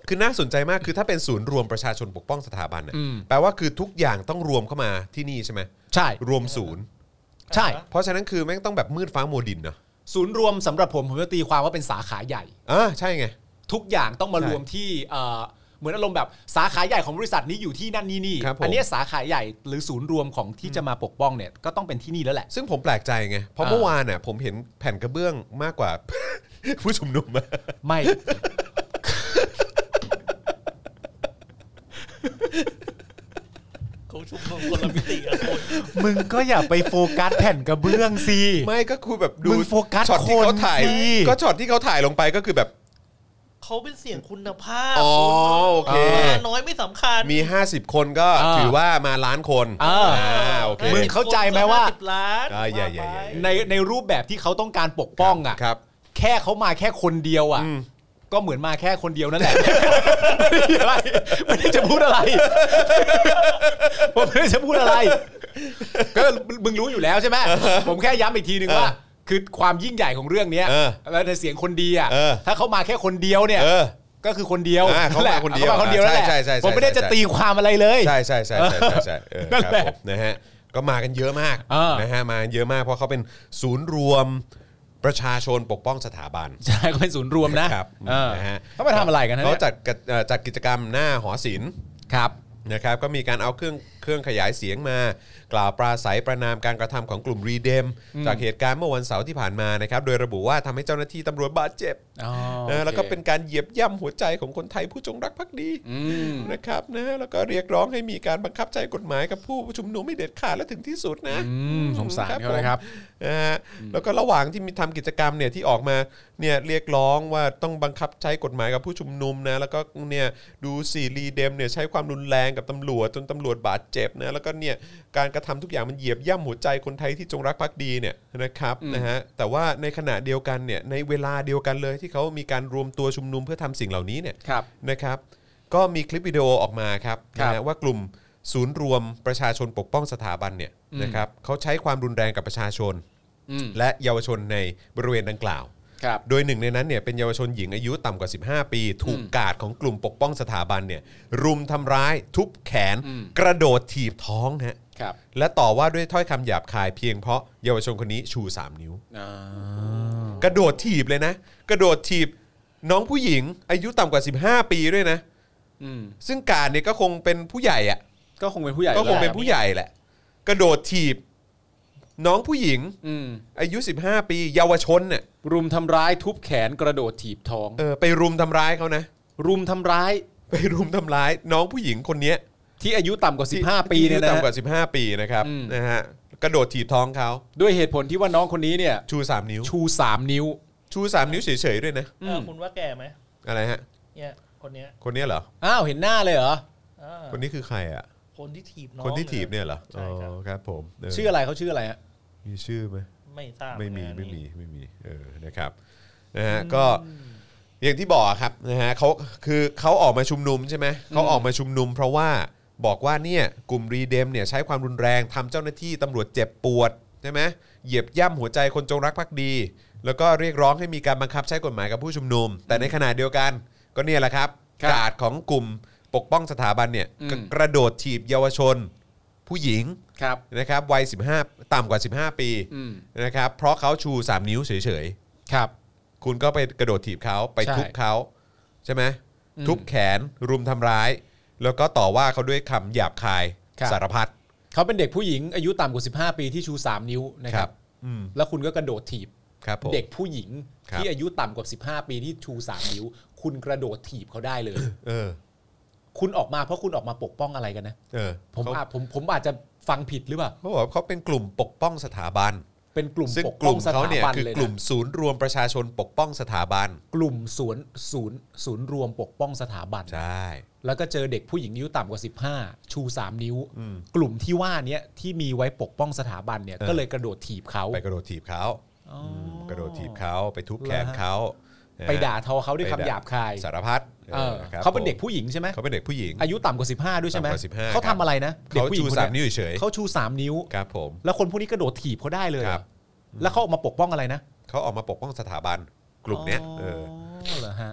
B: คือน่าสนใจมาก คือถ้าเป็นศูนย์รวมประชาชนปกป้องสถาบันน่ะ
C: อืม
B: แปลว่าคือทุกอย่างต้องรวมเข้ามาที่นี่ใช่ไหม
C: ใช่
B: รวมศูนย์
C: ใช่
B: เพราะฉะนั้นคือแม่งต้องแบบมืดฟ้ามัวดินเนาะ
C: ศูนย์รวมสำหรับผมผมจะตีความว่าเป็นสาขาใหญ่
B: อ่าใช่ไง
C: ทุกอย่างต้องมา
B: ใช่
C: รวมที่เอ่อเหมือนอารมณ์แบบสาขาใหญ่ของบริษัทนี้อยู่ที่นั่นนี่นี่
B: ครับผม
C: อัเนี้ยสาขาใหญ่หรือศูนย์รวมของที่จะมาปกป้องเนี่ยก็ต้องเป็นที่นี่แล้วแหละ
B: ซึ่งผมแปลกใจไง เพราะ
C: อ่า
B: เมื่อวานน่ะผมเห็นแผ่นกระเบื้องมากกว่า ผู้ชุมนุม อะ
C: ไม่
D: เขาชุมนุมคนละมิติอะคน
C: มึงก็อย่าไปโฟกัสแผ่นกระเบื้องสิ
B: ไม่ก็คือแบบดู
C: มึงโฟกัส
B: ช็อตที่เขา
C: คน
B: ถ่าย
C: สิ
B: ก็ช็อตที่เขาถ่ายลงไปก็คือแบบ
D: เขาเป็นเสียงคุณภาพ
B: อ๋อโอเค
D: ณน้อยไม่สำคัญ
B: มี 50 คนก็
C: อ่า
B: ถือว่ามาล้านคน
C: อ่า
B: โอเค
C: มึงเข้าใจไหมว่า
D: สิบล้าน
B: อ่าอย่าอย่าอย่า
C: ในในรูปแบบที่เขาต้องการปกป้องอ่ะ
B: ครับ
C: แค่เขามาแค่คนเดียวอ่ะ
B: อืม
C: ก็เหมือนมาแค่คนเดียวนั่นแหละ ไม่ได้อะไรไม่ได้จะพูดอะไรผมไม่ได้จะพูดอะไร ก็มึงรู้อยู่แล้วใช่ไหมผมแค่ย้ำอีกทีนึงว่า คือความยิ่งใหญ่ของเรื่องเนี้ย
B: เออ
C: แล้วในเสียงคนดีอ่ะ
B: เออ
C: ถ้าเขามาแค่คนเดียวเนี่ย
B: เออ
C: ก็คือคนเดียว
B: อ่าเขามา
C: แหละ
B: คนเดียว
C: เขามาคนเดียวนั่นแหละ
B: ใช่ใช่ใช่ใช่
C: ผมไม่ได้จะตีความอะไรเลย
B: ใช่ใช่ใช่ใช่ใช่ใช่เออ
C: นั่น
B: ครับ
C: แหละ
B: ผมนะฮะก็มากันเยอะมาก
C: เออ
B: นะฮะมาเยอะมากเพราะเขาเป็นศูนย์รวมประชาชนปกป้องสถาบัน
C: ใช่ก็เป็นศูนย์รวมนะครับ เออ
B: นะฮะ
C: เขามาทำอะไรกันนะ
B: เขา
C: เนี่ย
B: จัดกะเอ่อจัดกิจกรรมหน้าหอศิลป์
C: ครับ
B: นะครับก็มีการเอาเครื่องเครื่องขยายเสียงมา กล่าวปราศัยประนามการกระทำของกลุ่มรีเดม จากเหตุการณ์เมื่อวันเสาร์ที่ผ่านมานะครับโดยระบุว่าทำให้เจ้าหน้าที่ตำรวจบาดเจ็บ
C: อ๋อ
B: นะ
C: โอเค
B: แล้วก็เป็นการเหยียบย่ำหัวใจของคนไทยผู้จงรักภักดีนะครับนะแล้วก็เรียกร้องให้มีการบังคับใจกฎหมายกับผู้ชุมนุมไม่เด็ดขาดและถึงที่สุดนะ
C: อืมสงสารเขา
B: ผม
C: นะครับ
B: นะฮะแล้วก็ระหว่างที่มีทำกิจกรรมเนี่ยที่ออกมาเนี่ยเรียกร้องว่าต้องบังคับใช้กฎหมายกับผู้ชุมนุมนะแล้วก็เนี่ยดูสีรีเดมเนี่ยใช้ความรุนแรงกับตำรวจจนตำรวจบาดเจ็บนะแล้วก็เนี่ยการกระทำทุกอย่างมันเหยียบย่ำหัวใจคนไทยที่จงรักภักดีเนี่ยนะครับนะฮะแต่ว่าในขณะเดียวกันเนี่ยในเวลาเดียวกันเลยที่เขามีการรวมตัวชุมนุมเพื่อทำสิ่งเหล่านี้เนี่ย
C: ครับ
B: นะครับ ก็มีคลิปวิดีโอออกมาครับ
C: ครับ
B: นะฮะว่ากลุ่มศูนย์รวมประชาชนปกป้องสถาบันเนี่ยนะครับเขาใช้ความรุนแรงกับประชาชน
C: อืม
B: และเยาวชนในบริเวณดังกล่าว
C: ครับ
B: โดยหนึ่งในนั้นเนี่ยเป็นเยาวชนหญิงอายุต่ำกว่า 15 ปี ถูกกาดของกลุ่มปกป้องสถาบันเนี่ยรุมทำร้าย ทุบแขน
C: อืม
B: กระโดดถีบท้องนะฮะ
C: ครับ
B: และต่อว่าด้วยถ้อยคำหยาบคายเพียงเพราะเยาวชนคนนี้ชู 3 นิ้ว
C: อ่า
B: กระโดดถีบเลยนะ กระโดดถีบน้องผู้หญิง อายุต่ำกว่า 15 ปีด้วยนะ
C: อืม
B: ซึ่งการเนี่ยก็คงเป็นผู้ใหญ่อะ
C: ก็คงเป็นผู้ใหญ่
B: ก็คงเป็น
C: แล้วแหละ
B: ผู้ใหญ่แหละ กระโดดถีบ น้องผู้หญิง
C: อืม
B: อายุ 15 ปี เยาวชนเนี่ย
C: รุมทำร้ายทุบแขนกระโดดถีบท้อง
B: เออไปรุมทำร้ายเขานะ
C: รุมทำร้าย
B: ไปรุมทำร้าย น้องผู้หญิงคนเนี้ย
C: ที่อายุต่ำกว่า
B: ที่
C: 15 ปี
B: ที่
C: เนี่ยนะ
B: ต่ำกว่า 15 ปีนะครับ
C: อืม
B: นะฮะกระโดดถีบท้องเขา
C: ด้วยเหตุผลที่ว่าน้องคนนี้เนี่ย
B: ชู 3 นิ้ว
C: ชู 3 นิ้ว
B: ชู 3 นิ้วเฉยๆด้วยนะ
D: เออคุณว่าแก่ไหม
B: อะไรฮะ
D: เนี่ยคนเนี้ย
B: คนเนี้ยเหรอ
C: อ้าวเห็นหน้าเลยเหรอ
D: อ่า
B: คนนี้คือใครอ่ะ
D: คนที่ถีบน้อง
B: คนที่ถีบเนี่ยเหรอ
D: ใช่ครับ
B: อ๋อครับผมเ
C: ชื่ออะไรเขาชื่ออะไรฮะ
B: มีชื่อไหม
D: ไม่ทราบ
B: ไม่มี
D: เหอนกัน
B: ไม่มีไม่มีเออนะครับนะฮะก็อย่างที่บอกครับนะฮะเขาคือเขาออกมาชุมนุมใช่ไหมเขาออกมาชุมนุม เพราะว่าบอกว่าเนี่ยกลุ่มรีเดมเนี่ยใช้ความรุนแรงทำเจ้าหน้าที่ตำรวจเจ็บปวดใช่ไหมเหยียบย่ำหัวใจคนจงรักภักดี แล้วก็เรียกร้องให้มีการบังคับใช้กฎหมายกับผู้ชุมนุม แต่ในขณะเดียวกันก็เนี่ยแหละครับ
C: ครับ
B: กาดของกลุ่มปกป้องสถาบันเนี่ย
C: อืม
B: ก็กระโดดถีบเยาวชน ผู้หญิง
C: ครับ
B: นะครับวัย15 ต่ำกว่า 15 ปี
C: อืม
B: นะครับเพราะเขาชู 3 นิ้วเฉย
C: ครับ
B: ๆ คุณก็ไปกระโดดถีบเขาไป
C: ใช่
B: ทุบเขาใช่ไหม
C: อืม
B: ทุบแขนรุมทำร้าย แล้วก็ต่อว่าเขาด้วยคำหยาบคาย
C: ครับ
B: สารพัด
C: เขาเป็นเด็กผู้หญิงอายุต่ำกว่า 15 ปีที่ชู 3 นิ้วนะ
B: ค
C: ค
B: รั
C: รั
B: บบ อืม
C: แล้วคุณก็กระโดดถีบ
B: ครับผม
C: เด็กผู้หญิง
B: ครับ
C: ที่อายุต่ำกว่า 15 ปีที่ชู 3 นิ้ว คุณกระโดดถีบเขาได้เลย
B: เออ
C: คุณออกมาเพราะคุณออกมาปกป้องอะไรกันนะ
B: เออ
C: ผม
B: เขา
C: อาจผมผมอาจจะฟังผิดหรือเปล่า
B: เขาบอกว่าเขาเป็นกลุ่มปกป้องสถาบัน
C: เป็นกลุ่ม
B: ซึ่ง
C: ปก
B: ก
C: ป้
B: ลุ่
C: อง
B: ม
C: ส
B: เขา
C: ถา
B: เนี่ย
C: บัน
B: คือ
C: เลย
B: กลุ่ม
C: นะ
B: ศูนย์รวมประชาชนปกป้องสถาบัน
C: กลุ่มศูนย์ศูนย์ศูนย์รวมปกป้องสถาบัน
B: ใช่
C: แล้วก็เจอเด็กผู้หญิงอายุต่ำกว่า 15 ชู 3 นิ้ว กลุ่มที่ว่าเนี้ยที่มีไว้ปกป้องสถาบันเนี่ยก็เลยกระโดดถีบเขา
B: ไปกระโดดถีบเขา
C: อ๋อ
B: กระโดดถีบเขาไปทุบแขน
C: เหรอฮะ
B: เขานะฮะ
C: ไปด่าทอเขาด้วย
B: ไป
C: คำหยาบคาย
B: สารพัด
C: เออ
B: ออครับ
C: เขาเป็น
B: ผม
C: เด็กผู้หญิงใช่ไหม
B: เขาเป็นเด็กผู้หญิง
C: อายุต่ำกว่า 15 ด้วยใช่ไหม
B: ต่ำกว่า15
C: เขา
B: ครั
C: ทำ
B: บ
C: อะไรนะด็ก
B: เขา
C: ผู้หญิ
B: ชู
C: งค
B: สามนิ้วเฉย
C: เขาชูสามนิ้ว
B: ครับผม
C: แล้วคนพวกนี้กระโดดถีบเขาได้เลยเหรอ
B: ครับ
C: แล้วเขาออกมาปกป้องอะไรนะ
B: เขาออกมาปกป้องสถาบันกลุ่มเนี้ยเออ
C: อเหรอฮะ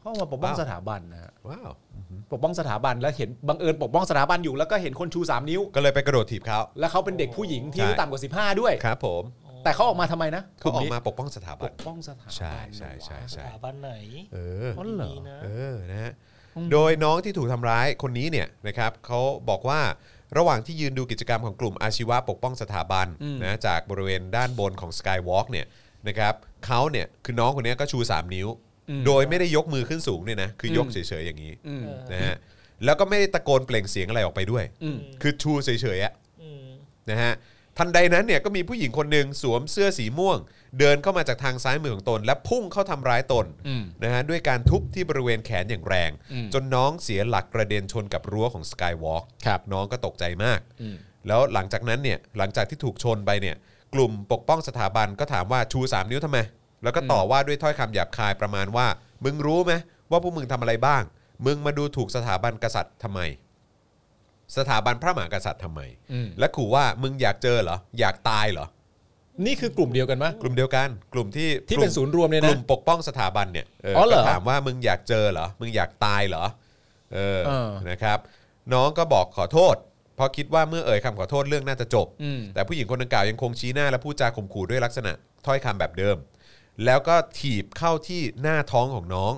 C: เขาออกมาปกป้อง
B: ว้าว
C: สถาบันนะฮะ
B: ว้าว
C: ปกป้องสถาบันแล้วเห็นบังเอิญปกป้องสถาบันอยู่แล้วก็เห็นคนชูสามนิ้ว
B: ก็เลยไปกระโดดถีบเขา
C: แล้วเขาเป็นเด็กผู้หญิงที่อายุ
B: ใช่
C: ต่ำกว่า 15 ด้วย
B: ครับผม
C: แต่เขาออกมาทำไมนะ
B: เขาออก
C: ลุ่นี้
B: มาปกป้องสถา
C: ป
B: บัน
C: กป้องสถาบัน
B: ใช่ใช่ใช่
C: เหรอวะ
B: ใช่
D: สถาบันไหน
B: เออ
C: อ๋อเหรอ
D: ดีๆนะ
B: เออ นะฮะ
C: อืม
B: โดยน้องที่ถูกทำร้ายคนนี้เนี่ยนะครับเขาบอกว่าระหว่างที่ยืนดูกิจกรรมของกลุ่มอาชีวะปกป้องสถาบันนะจากบริเวณด้านบนของ Skywalk เนี่ยนะครับเขาเนี่ยคือน้องคนเนี้ยก็ชู 3 นิ้ว โดยไม่ได้ยกมือขึ้นสูงเนี่ยนะ คือยกเฉยๆอย่างนี้
C: อืม
B: นะฮะแล้วก็ไม่ได้ตะโกนเปล่งเสียงอะไรออกไปด้วย
C: อืม
B: คือชูเฉยๆอะ
D: อืม
B: นะฮะทันใดนั้นเนี่ยก็มีผู้หญิงคนหนึ่งสวมเสื้อสีม่วง เดินเข้ามาจากทางซ้ายมือของตน และพุ่งเข้าทำร้ายตน
C: อืม
B: นะฮะด้วยการทุบที่บริเวณแขนอย่างแรง
C: อืม
B: จนน้องเสียหลักกระเด็นชนกับรั้วของสกายวอล์ก
C: ครับ
B: น้องก็ตกใจมาก
C: อืม
B: แล้วหลังจากนั้นเนี่ยหลังจากที่ถูกชนไปเนี่ยกลุ่มปกป้องสถาบันก็ถามว่าชู 3 นิ้วทำไม แล้วก็ต่อว่าด้วยถ้อยคำหยาบคายประมาณว่า มึงรู้ไหมว่าพวกมึงทำอะไรบ้าง มึงมาดูถูกสถาบันกษัตริย์ทำไม สถาบันพระมหากษัตริย์ทำไม
C: อืม
B: และขู่ว่ามึงอยากเจอเหรอ อยากตายเหรอ
C: นี่คือกลุ่มเดียวกันปะ
B: กลุ่มเดียวกัน กลุ่มที่
C: ที่เป็นศูนย์รวมเนี่ย
B: ก
C: นะ
B: ลุ่มปกป้องสถาบันเนี่ยเออ
C: อเหรอ
B: ก็ถามว่ามึงอยากเจอเหรอ มึงอยากตายเหรอเออ
C: เออ
B: นะครับ น้องก็บอกขอโทษ เพราะคิดว่าเมื่อเอ่ยคำขอโทษเรื่องน่าจะจบ
C: อืม
B: แต่ผู้หญิงคนดังกล่าวยังคงชี้หน้าและพูดจาข่มขู่ด้วยลักษณะถ้อยคำแบบเดิม แล้วก็ถีบเข้าที่หน้าท้องของน้อง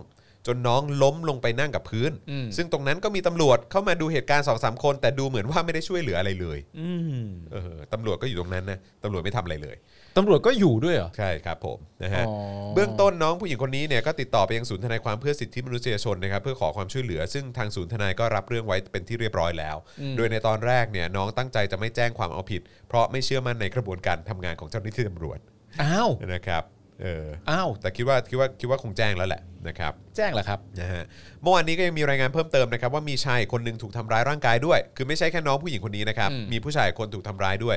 B: จนน้องล้มลงไปนั่งกับพื้น
C: อืม
B: ซึ่งตรงนั้นก็มีตำรวจเข้ามาดูเหตุการณ์สองสามคน แต่ดูเหมือนว่าไม่ได้ช่วยเหลืออะไรเลย
C: อืม
B: เออตำรวจก็อยู่ตรงนั้นนะตำรวจไม่ทำอะไรเลย
C: ตำรวจก็อยู่ด้วยเหรอ
B: ใช่ครับผมนะฮะ
C: อ๋อ
B: เบื้องต้นน้องผู้หญิงคนนี้เนี่ยก็ติดต่อไปยังศูนย์ทนายความเพื่อสิทธิมนุษยชนนะครับเพื่อขอความช่วยเหลือ ซึ่งทางศูนย์ทนายก็รับเรื่องไว้เป็นที่เรียบร้อยแล้ว โดยในตอนแรกเนี่ยน้องตั้งใจจะไม่แจ้งความเอาผิด เพราะไม่เชื่อมั่นในกระบวนการทำงานของเจ้าหน้าที่ตำรวจ
C: อ้าว
B: นะครับเออ
C: อ้าว
B: แต่คิดว่าคิดว่าคิดว่าคงแจ้งแล้วแหละนะครับ
C: แจ้งเหรอครับ
B: นะฮะเมื่อวานนี้ก็ยังมีรายงานเพิ่มเติมนะครับว่ามีชายอีกคนหนึ่งถูกทำร้ายร่างกายด้วย คือไม่ใช่แค่น้องผู้หญิงคนนี้นะครับ
C: อืม
B: มีผู้ชายอีกคนถูกทำร้ายด้วย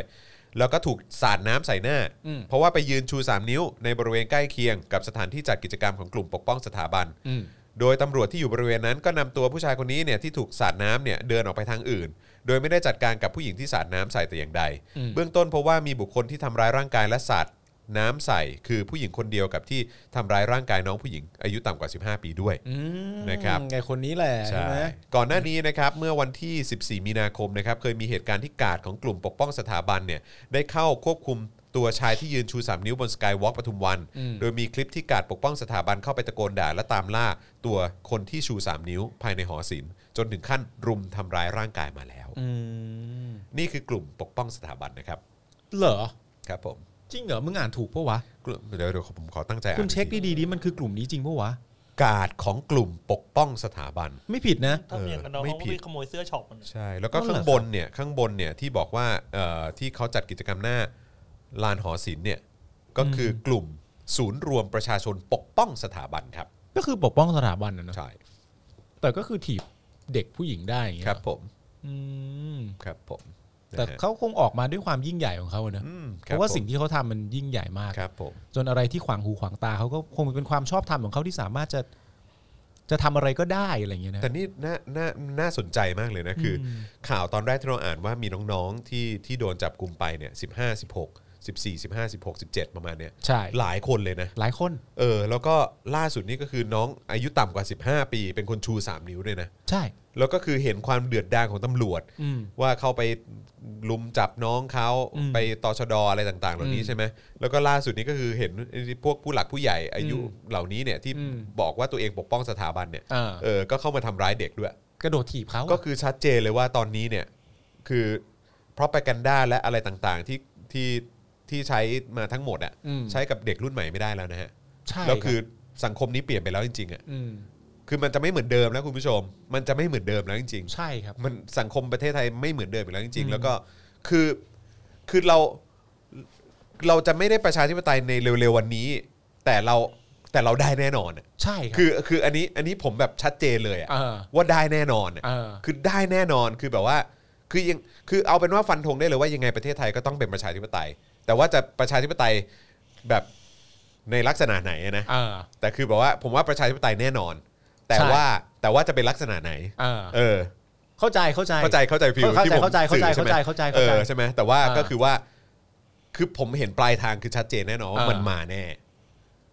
B: แล้วก็ถูกสาดน้ำใส่หน้า
C: อืม
B: เพราะว่าไปยืนชู 3 นิ้วในบริเวณใกล้เคียงกับสถานที่จัดกิจกรรมของกลุ่มปกป้องสถาบัน
C: อืม
B: โดยตำรวจที่อยู่บริเวณนั้นก็นำตัวผู้ชายคนนี้เนี่ยที่ถูกสาดน้ำเนี่ยเดินออกไปทางอื่น โดยไม่ได้จัดการกับผู้หญิงที่สาดน้ำใส่แต่อย่างใด
C: อืม
B: เบื้องต้นเพราะว่ามีบุคคลที่ทำร้ายร่างกายและสาดน้ำใส่ คือผู้หญิงคนเดียวกับที่ทำร้ายร่างกายน้องผู้หญิงอายุต่ำกว่า 15 ปีด้วย
C: อืม
B: นะครับ
C: ไงคนนี้แหละ
B: ใช่
C: ไหม
B: ก่อนหน้านี้นะครับเมื่อวันที่ 14 มีนาคมนะครับเคยมีเหตุการณ์ที่กาดของกลุ่มปกป้องสถาบันเนี่ยได้เข้าควบคุมตัวชายที่ยืนชู 3 นิ้วบนสกายวอล์กปทุมวัน
C: อืม
B: โดยมีคลิปที่กาดปกป้องสถาบันเข้าไปตะโกนด่าและตามล่าตัวคนที่ชู 3 นิ้วภายในหอศิลป์จนถึงขั้นรุมทำร้ายร่างกายมาแล้ว
C: อืม
B: นี่คือกลุ่มปกป้องสถาบันนะครับ
C: เหรอ
B: ครับผม
C: จริงเหรอมึงอ่านถูกปะวะ
B: กลุ่มเดี๋ยวเดี๋ยวผมขอตั้งใจอ่าน
C: คุณเช็คดีๆดิมันคือกลุ่มนี้จริงปะวะ
B: กาดของกลุ่มปกป้องสถาบัน
C: ไม่ผิดนะ
D: ถ้าเรียนกันน้อง
B: เออไม่
D: เขาก็
B: ผิ
D: ไป
B: ด
D: ขโมยเสื้อช็อปมันน่ะ
B: ใช่แล้วก็
C: อ๋อเหรอ
B: ข้างบนเนี่ยข้างบนเนี่ยที่บอกว่าเอ่อที่เขาจัดกิจกรรมหน้าลานหอศิลป์เนี่ยก็คือกลุ่มศูนย์รวมประชาชนปกป้องสถาบันครับ
C: ก็คือปกป้องสถาบันนะเนอะ
B: ใช่
C: แต่ก็คือถีบเด็กผู้หญิงได้อย่างเงี้ย
B: ครับผม
C: อืม
B: ครับผม
C: แต่เขาคงออกมาด้วยความยิ่งใหญ่ของเขาอะนะเพราะว่าสิ่งที่เขาทำมันยิ่งใหญ่มาก
B: ครับผม
C: จนอะไรที่ขวางหูขวางตาเขาก็คงเป็นความชอบธรรมของเขาที่สามารถจะ จะทำอะไรก็ได้อะไรอย่างเงี้ยนะ
B: แต่นี่น่าน่าน่าสนใจมากเลยนะคือ ข่าวตอนแรกที่เราอ่านว่ามีน้องๆที่ที่โดนจับกลุ่มไปเนี่ยสิบห้าสิบหกสิบสี่สิบห้าสิบหกสิบเจ็ดประมาณเนี่ย
C: ใช่
B: หลายคนเลยนะ
C: หลายคน
B: เออแล้วก็ล่าสุดนี่ก็คือน้องอายุต่ำกว่า 15 ปี เป็นคนชูสามนิ้วด้วยนะ
C: ใช่
B: แล้วก็คือเห็นความเดือดดาลของตำรวจ
C: อืม
B: ว่าเข้าไปลุมจับน้องเขา
C: อืม
B: ไปตชดอะไรต่างๆ เหล่านี้
C: อืม
B: ใช่ไหมแล้วก็ล่าสุดนี้ก็คือเห็นพวกผู้หลักผู้ใหญ่อายุ
C: อืม
B: เหล่านี้เนี่ยที่
C: อืม
B: บอกว่าตัวเองปกป้องสถาบันเนี่ย
C: อ่า
B: เออก็เข้ามาทำร้ายเด็กด้วย
C: กระโดดถีบเขาอะ
B: ก็คือชัดเจนเลยว่าตอนนี้เนี่ยคือเพราะไปกันด้าและอะไรต่างๆที่ที่ที่ใช้มาทั้งหมดอ่ะ
C: ม
B: ใช้กับเด็กรุ่นใหม่ไม่ได้แล้วนะฮะ
C: ใช่
B: แล้วคือ
C: รับ
B: สังคมนี้เปลี่ยนไปแล้วจริงๆอ่ะ
C: อืม
B: คือมันจะไม่เหมือนเดิมแล้วคุณผู้ชม มันจะไม่เหมือนเดิมแล้วจริงๆ
C: ใช่ครับ
B: มันสังคมประเทศไทยไม่เหมือนเดิมอีกแล้วจริง
C: อื
B: ๆ
C: ม
B: แล้วก็คือคือเราเราจะไม่ได้ประชาธิปไตยในเร็วๆวันนี้ แต่เราแต่เราได้แน่นอนอะ
C: ใช่ครับ
B: คือคืออันนี้อันนี้ผมแบบชัดเจนเลยอะ
C: เออ
B: ว่าได้แน่นอนอะ
C: เออ
B: คือได้แน่นอนคือแบบว่า คือยังคือเอาเป็นว่าฟันธงได้เลยว่ายังไงประเทศไทยก็ต้องเป็นประชาธิปไตย แต่ว่าจะประชาธิปไตย แบบในลักษณะไหนอะนะ
C: เออ
B: แต่คือแบบว่าผมว่าประชาธิปไตยแน่นอน แต่
C: ใช่
B: ว่าแต่ว่าจะเป็นลักษณะไหน
C: เออ
B: เออ
C: เข้าใจเข้าใจ
B: เข้าใจเข้าใจฟิล
C: เข้าใจ
B: ที่ผม
C: เข้าใจ
B: สื่อ
C: เข้าใจเข้าใจ
B: เอ
C: เข้าใจ
B: อใช่ไหมแต่ว่า
C: อ่า
B: ก็คือว่า คือผมเห็นปลายทางคือชัดเจนแน่นอนว่า
C: อ่ามั
B: มันมาแน่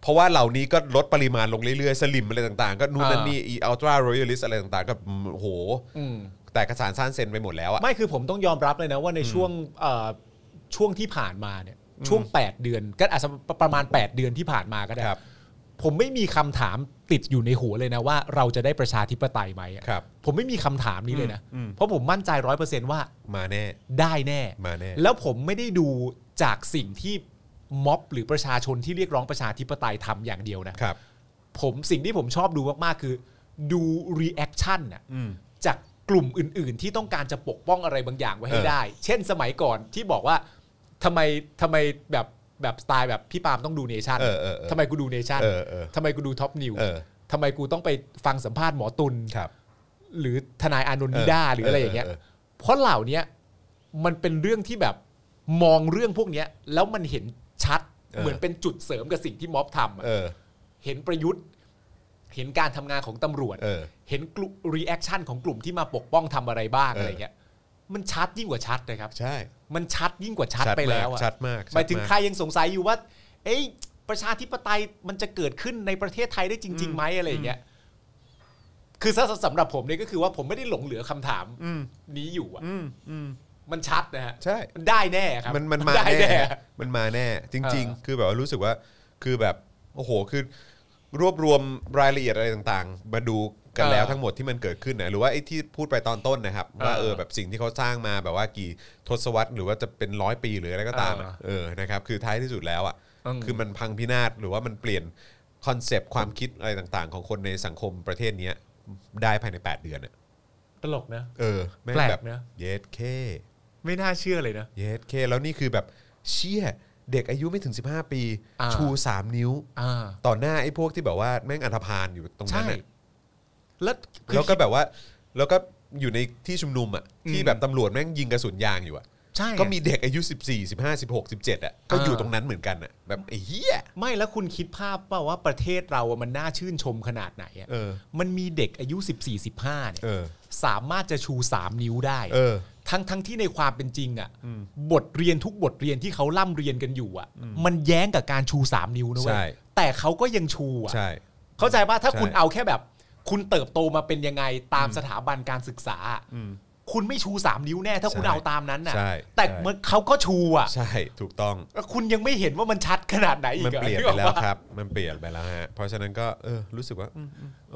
B: เพราะว่าเหล่านี้ก็ลดปริมาณลงเรื่อยๆ สลิมอะไรต่างๆ ก็นู่นนั่น
C: อ่านี่
B: นี่อีอัลตร้ารอยัลิสอะไรต่างๆ ก็อืมโอ้โห
C: อืม
B: แต่กระสานซ่านเซ็นไปหมดแล้วอะ
C: ไม่คือผมต้องยอมรับเลยนะว่าในช่วงเอ่อช่วงที่ผ่านมาเนี่ยช่วง 8 เดือน ก็อาจจะประมาณ 8 เดือนที่ผ่านมาก็ได้
B: ครับ
C: ผมไม่มีคำถามติดอยู่ในหัวเลยนะว่าเราจะได้ประชาธิปไตยไหมอะ
B: ครับ
C: ผมไม่มีคำถามนี้เลยนะ
B: อืมอืม
C: เพราะผมมั่นใจร้อยเปอร์เซนต์ว่า
B: มาแน่
C: ได้แน่
B: มาแน่
C: แล้วผมไม่ได้ดูจากสิ่งที่ม็อบหรือประชาชนที่เรียกร้องประชาธิปไตยทำอย่างเดียวนะครับ ผมสิ่งที่ผมชอบดูมากๆคือดูรีแอคชั่นน่ะ
B: อืม
C: จากกลุ่มอื่น ๆ ที่ต้องการจะปกป้องอะไรบางอย่างไว้ให้
B: เออ
C: ได้ เช่นสมัยก่อนที่บอกว่าทำไมทำไมแบบแบบสไตล์แบบพี่ปาล์มต้องดูเนชั่น
B: เออเออเออ
C: ทำไมกูดูเนชั่น
B: เออเออ
C: ทำไมกูดูท็อปนิว
B: เออ
C: ทำไมกูต้องไปฟังสัมภาษณ์หมอตุล
B: ครับ
C: หรือทนายอานนท์นิด้าหรืออะไรอย่างเงี้ย
B: เออเออเอ
C: เพราะเหล่าเนี้ยมันเป็นเรื่องที่แบบมองเรื่องพวกเนี้ยแล้วมันเห็นชัด
B: เออ
C: เหมือนเป็นจุดเสริมกับสิ่งที่ม็อบทำอะ
B: เออ
C: เห็นประยุทธ์ เห็นการทำงานของตำรวจ
B: เออ
C: เห็นกลุ่มรีแอคชั่นของกลุ่มที่มาปกป้องทำอะไรบ้าง
B: เอออ
C: อะไรเงี้ย มันชัดยิ่งกว่าชัดนะครับ
B: ใช่
C: มันชัดยิ่งกว่าชัดไปแล้ว
B: มาก
C: อะ
B: ชัดมากชัด
C: หมายถึง
B: ก
C: ใครยังสงสัยอยู่ว่า เอ้ยประชาธิปไตยมันจะเกิดขึ้นในประเทศไทยได้จริงๆไหมอะไรเงี้ย คือสำสำหรับผมเนี่ยก็คือว่าผมไม่ได้หลงเหลือคำถาม
B: อืม
C: นี้อยู่อะ
B: อืมอืม
C: มันชัดนะฮะ
B: ใช่
C: มันได้แน่ครับ
B: มันมันมา
C: ได้แน่
B: แน่ มันมาแน่ จริง
C: เออ
B: ๆ คือแบบว่ารู้สึกว่าคือแบบโอ้โหคือรวบรวมรายละเอียดอะไรต่างๆ มาดูกัน
C: เออ
B: แล้วทั้งหมดที่มันเกิดขึ้นนะหรือว่าไอ้ที่พูดไปตอนต้นนะครับ ว่าเอ
C: เอ
B: อ
C: อ
B: แบบสิ่งที่เขาสร้างมาแบบว่ากี่ทศวรรษหรือว่าจะเป็นร้อยปีหรืออะไรก็ตามอะเออนะครับ คือท้ายที่สุดแล้วอ่ะ
C: อืม
B: คือมันพังพินาศหรือว่ามันเปลี่ยนคอนเซปต์ความคิดอะไรต่างๆ ของคนในสังคมประเทศเนี้ยได้ภายใน 8 เดือนอะ
C: ตลกนะ
B: เออม่ง
C: แปลก
B: บบ
C: นะ
B: เยสเค
C: ไม่น่าเชื่อเลยนะ
B: เยสเคแล้วนี่คือแบบเชี่ยเด็กอายุไม่ถึง 15 ปี
C: อ่า
B: ชู 3 นิ้ว
C: อ่า
B: ต่อหน้าไอ้พวกที่แบบว่าแม่งอันธพาลอยู่ตรงนั้น
C: ใช่
B: น่ะ
C: แล้วคือ
B: แล้วก็แบบว่าแล้วก็อยู่ในที่ชุมนุมอ่ะ
C: อืม
B: ที่แบบตำรวจแม่งยิงกระสุนยางอยู่อ่ะ
C: ใช่ไง
B: ก็มีเด็กอายุ 14 15 16 17อ่ะก็อยู่ตรงนั้นเหมือนกันอ่ะแบบไอ้เหี้ย
C: ไม่แล้วคุณคิดภาพเปล่าว่าประเทศเราอะมันน่าชื่นชมขนาดไหนอะ
B: เออ
C: มันมีเด็กอายุ 14 15เนี่ย
B: เออ
C: สามารถจะชู 3 นิ้วได้
B: เออ
C: ทั้งทั้งที่ในความเป็นจริงอะบทเรียนทุกบทเรียนที่เขาล่ำเรียนกันอยู่อะมันแย้งกับการชู 3 นิ้วนะเว้
B: ใช่
C: ยแต่เขาก็ยังชูอะ
B: ใช่
C: เข้าใจป่ะถ้า
B: ใช่
C: คุณเอาแค่แบบ คุณเติบโตมาเป็นยังไงตามสถาบันการศึกษาอะ
B: อืม
C: คุณไม่ชู 3 นิ้วแน่ถ้าคุณ
B: ใช่
C: เอาตามนั้นน่ะ
B: ใช่
C: แต่
B: ใช่
C: มันเขาก็ชูอะ
B: ใช่ถูกต้อง
C: แล้วคุณยังไม่เห็นว่ามันชัดขนาดไหนอีก
B: มัน
C: อะ
B: เปลี่ยน
C: ก
B: ไป
C: ออก
B: แล้ว
C: ปะ
B: ครับ มันเปลี่ยนไปแล้วฮะเพราะฉะนั้นก็เออรู้สึกว่าอืม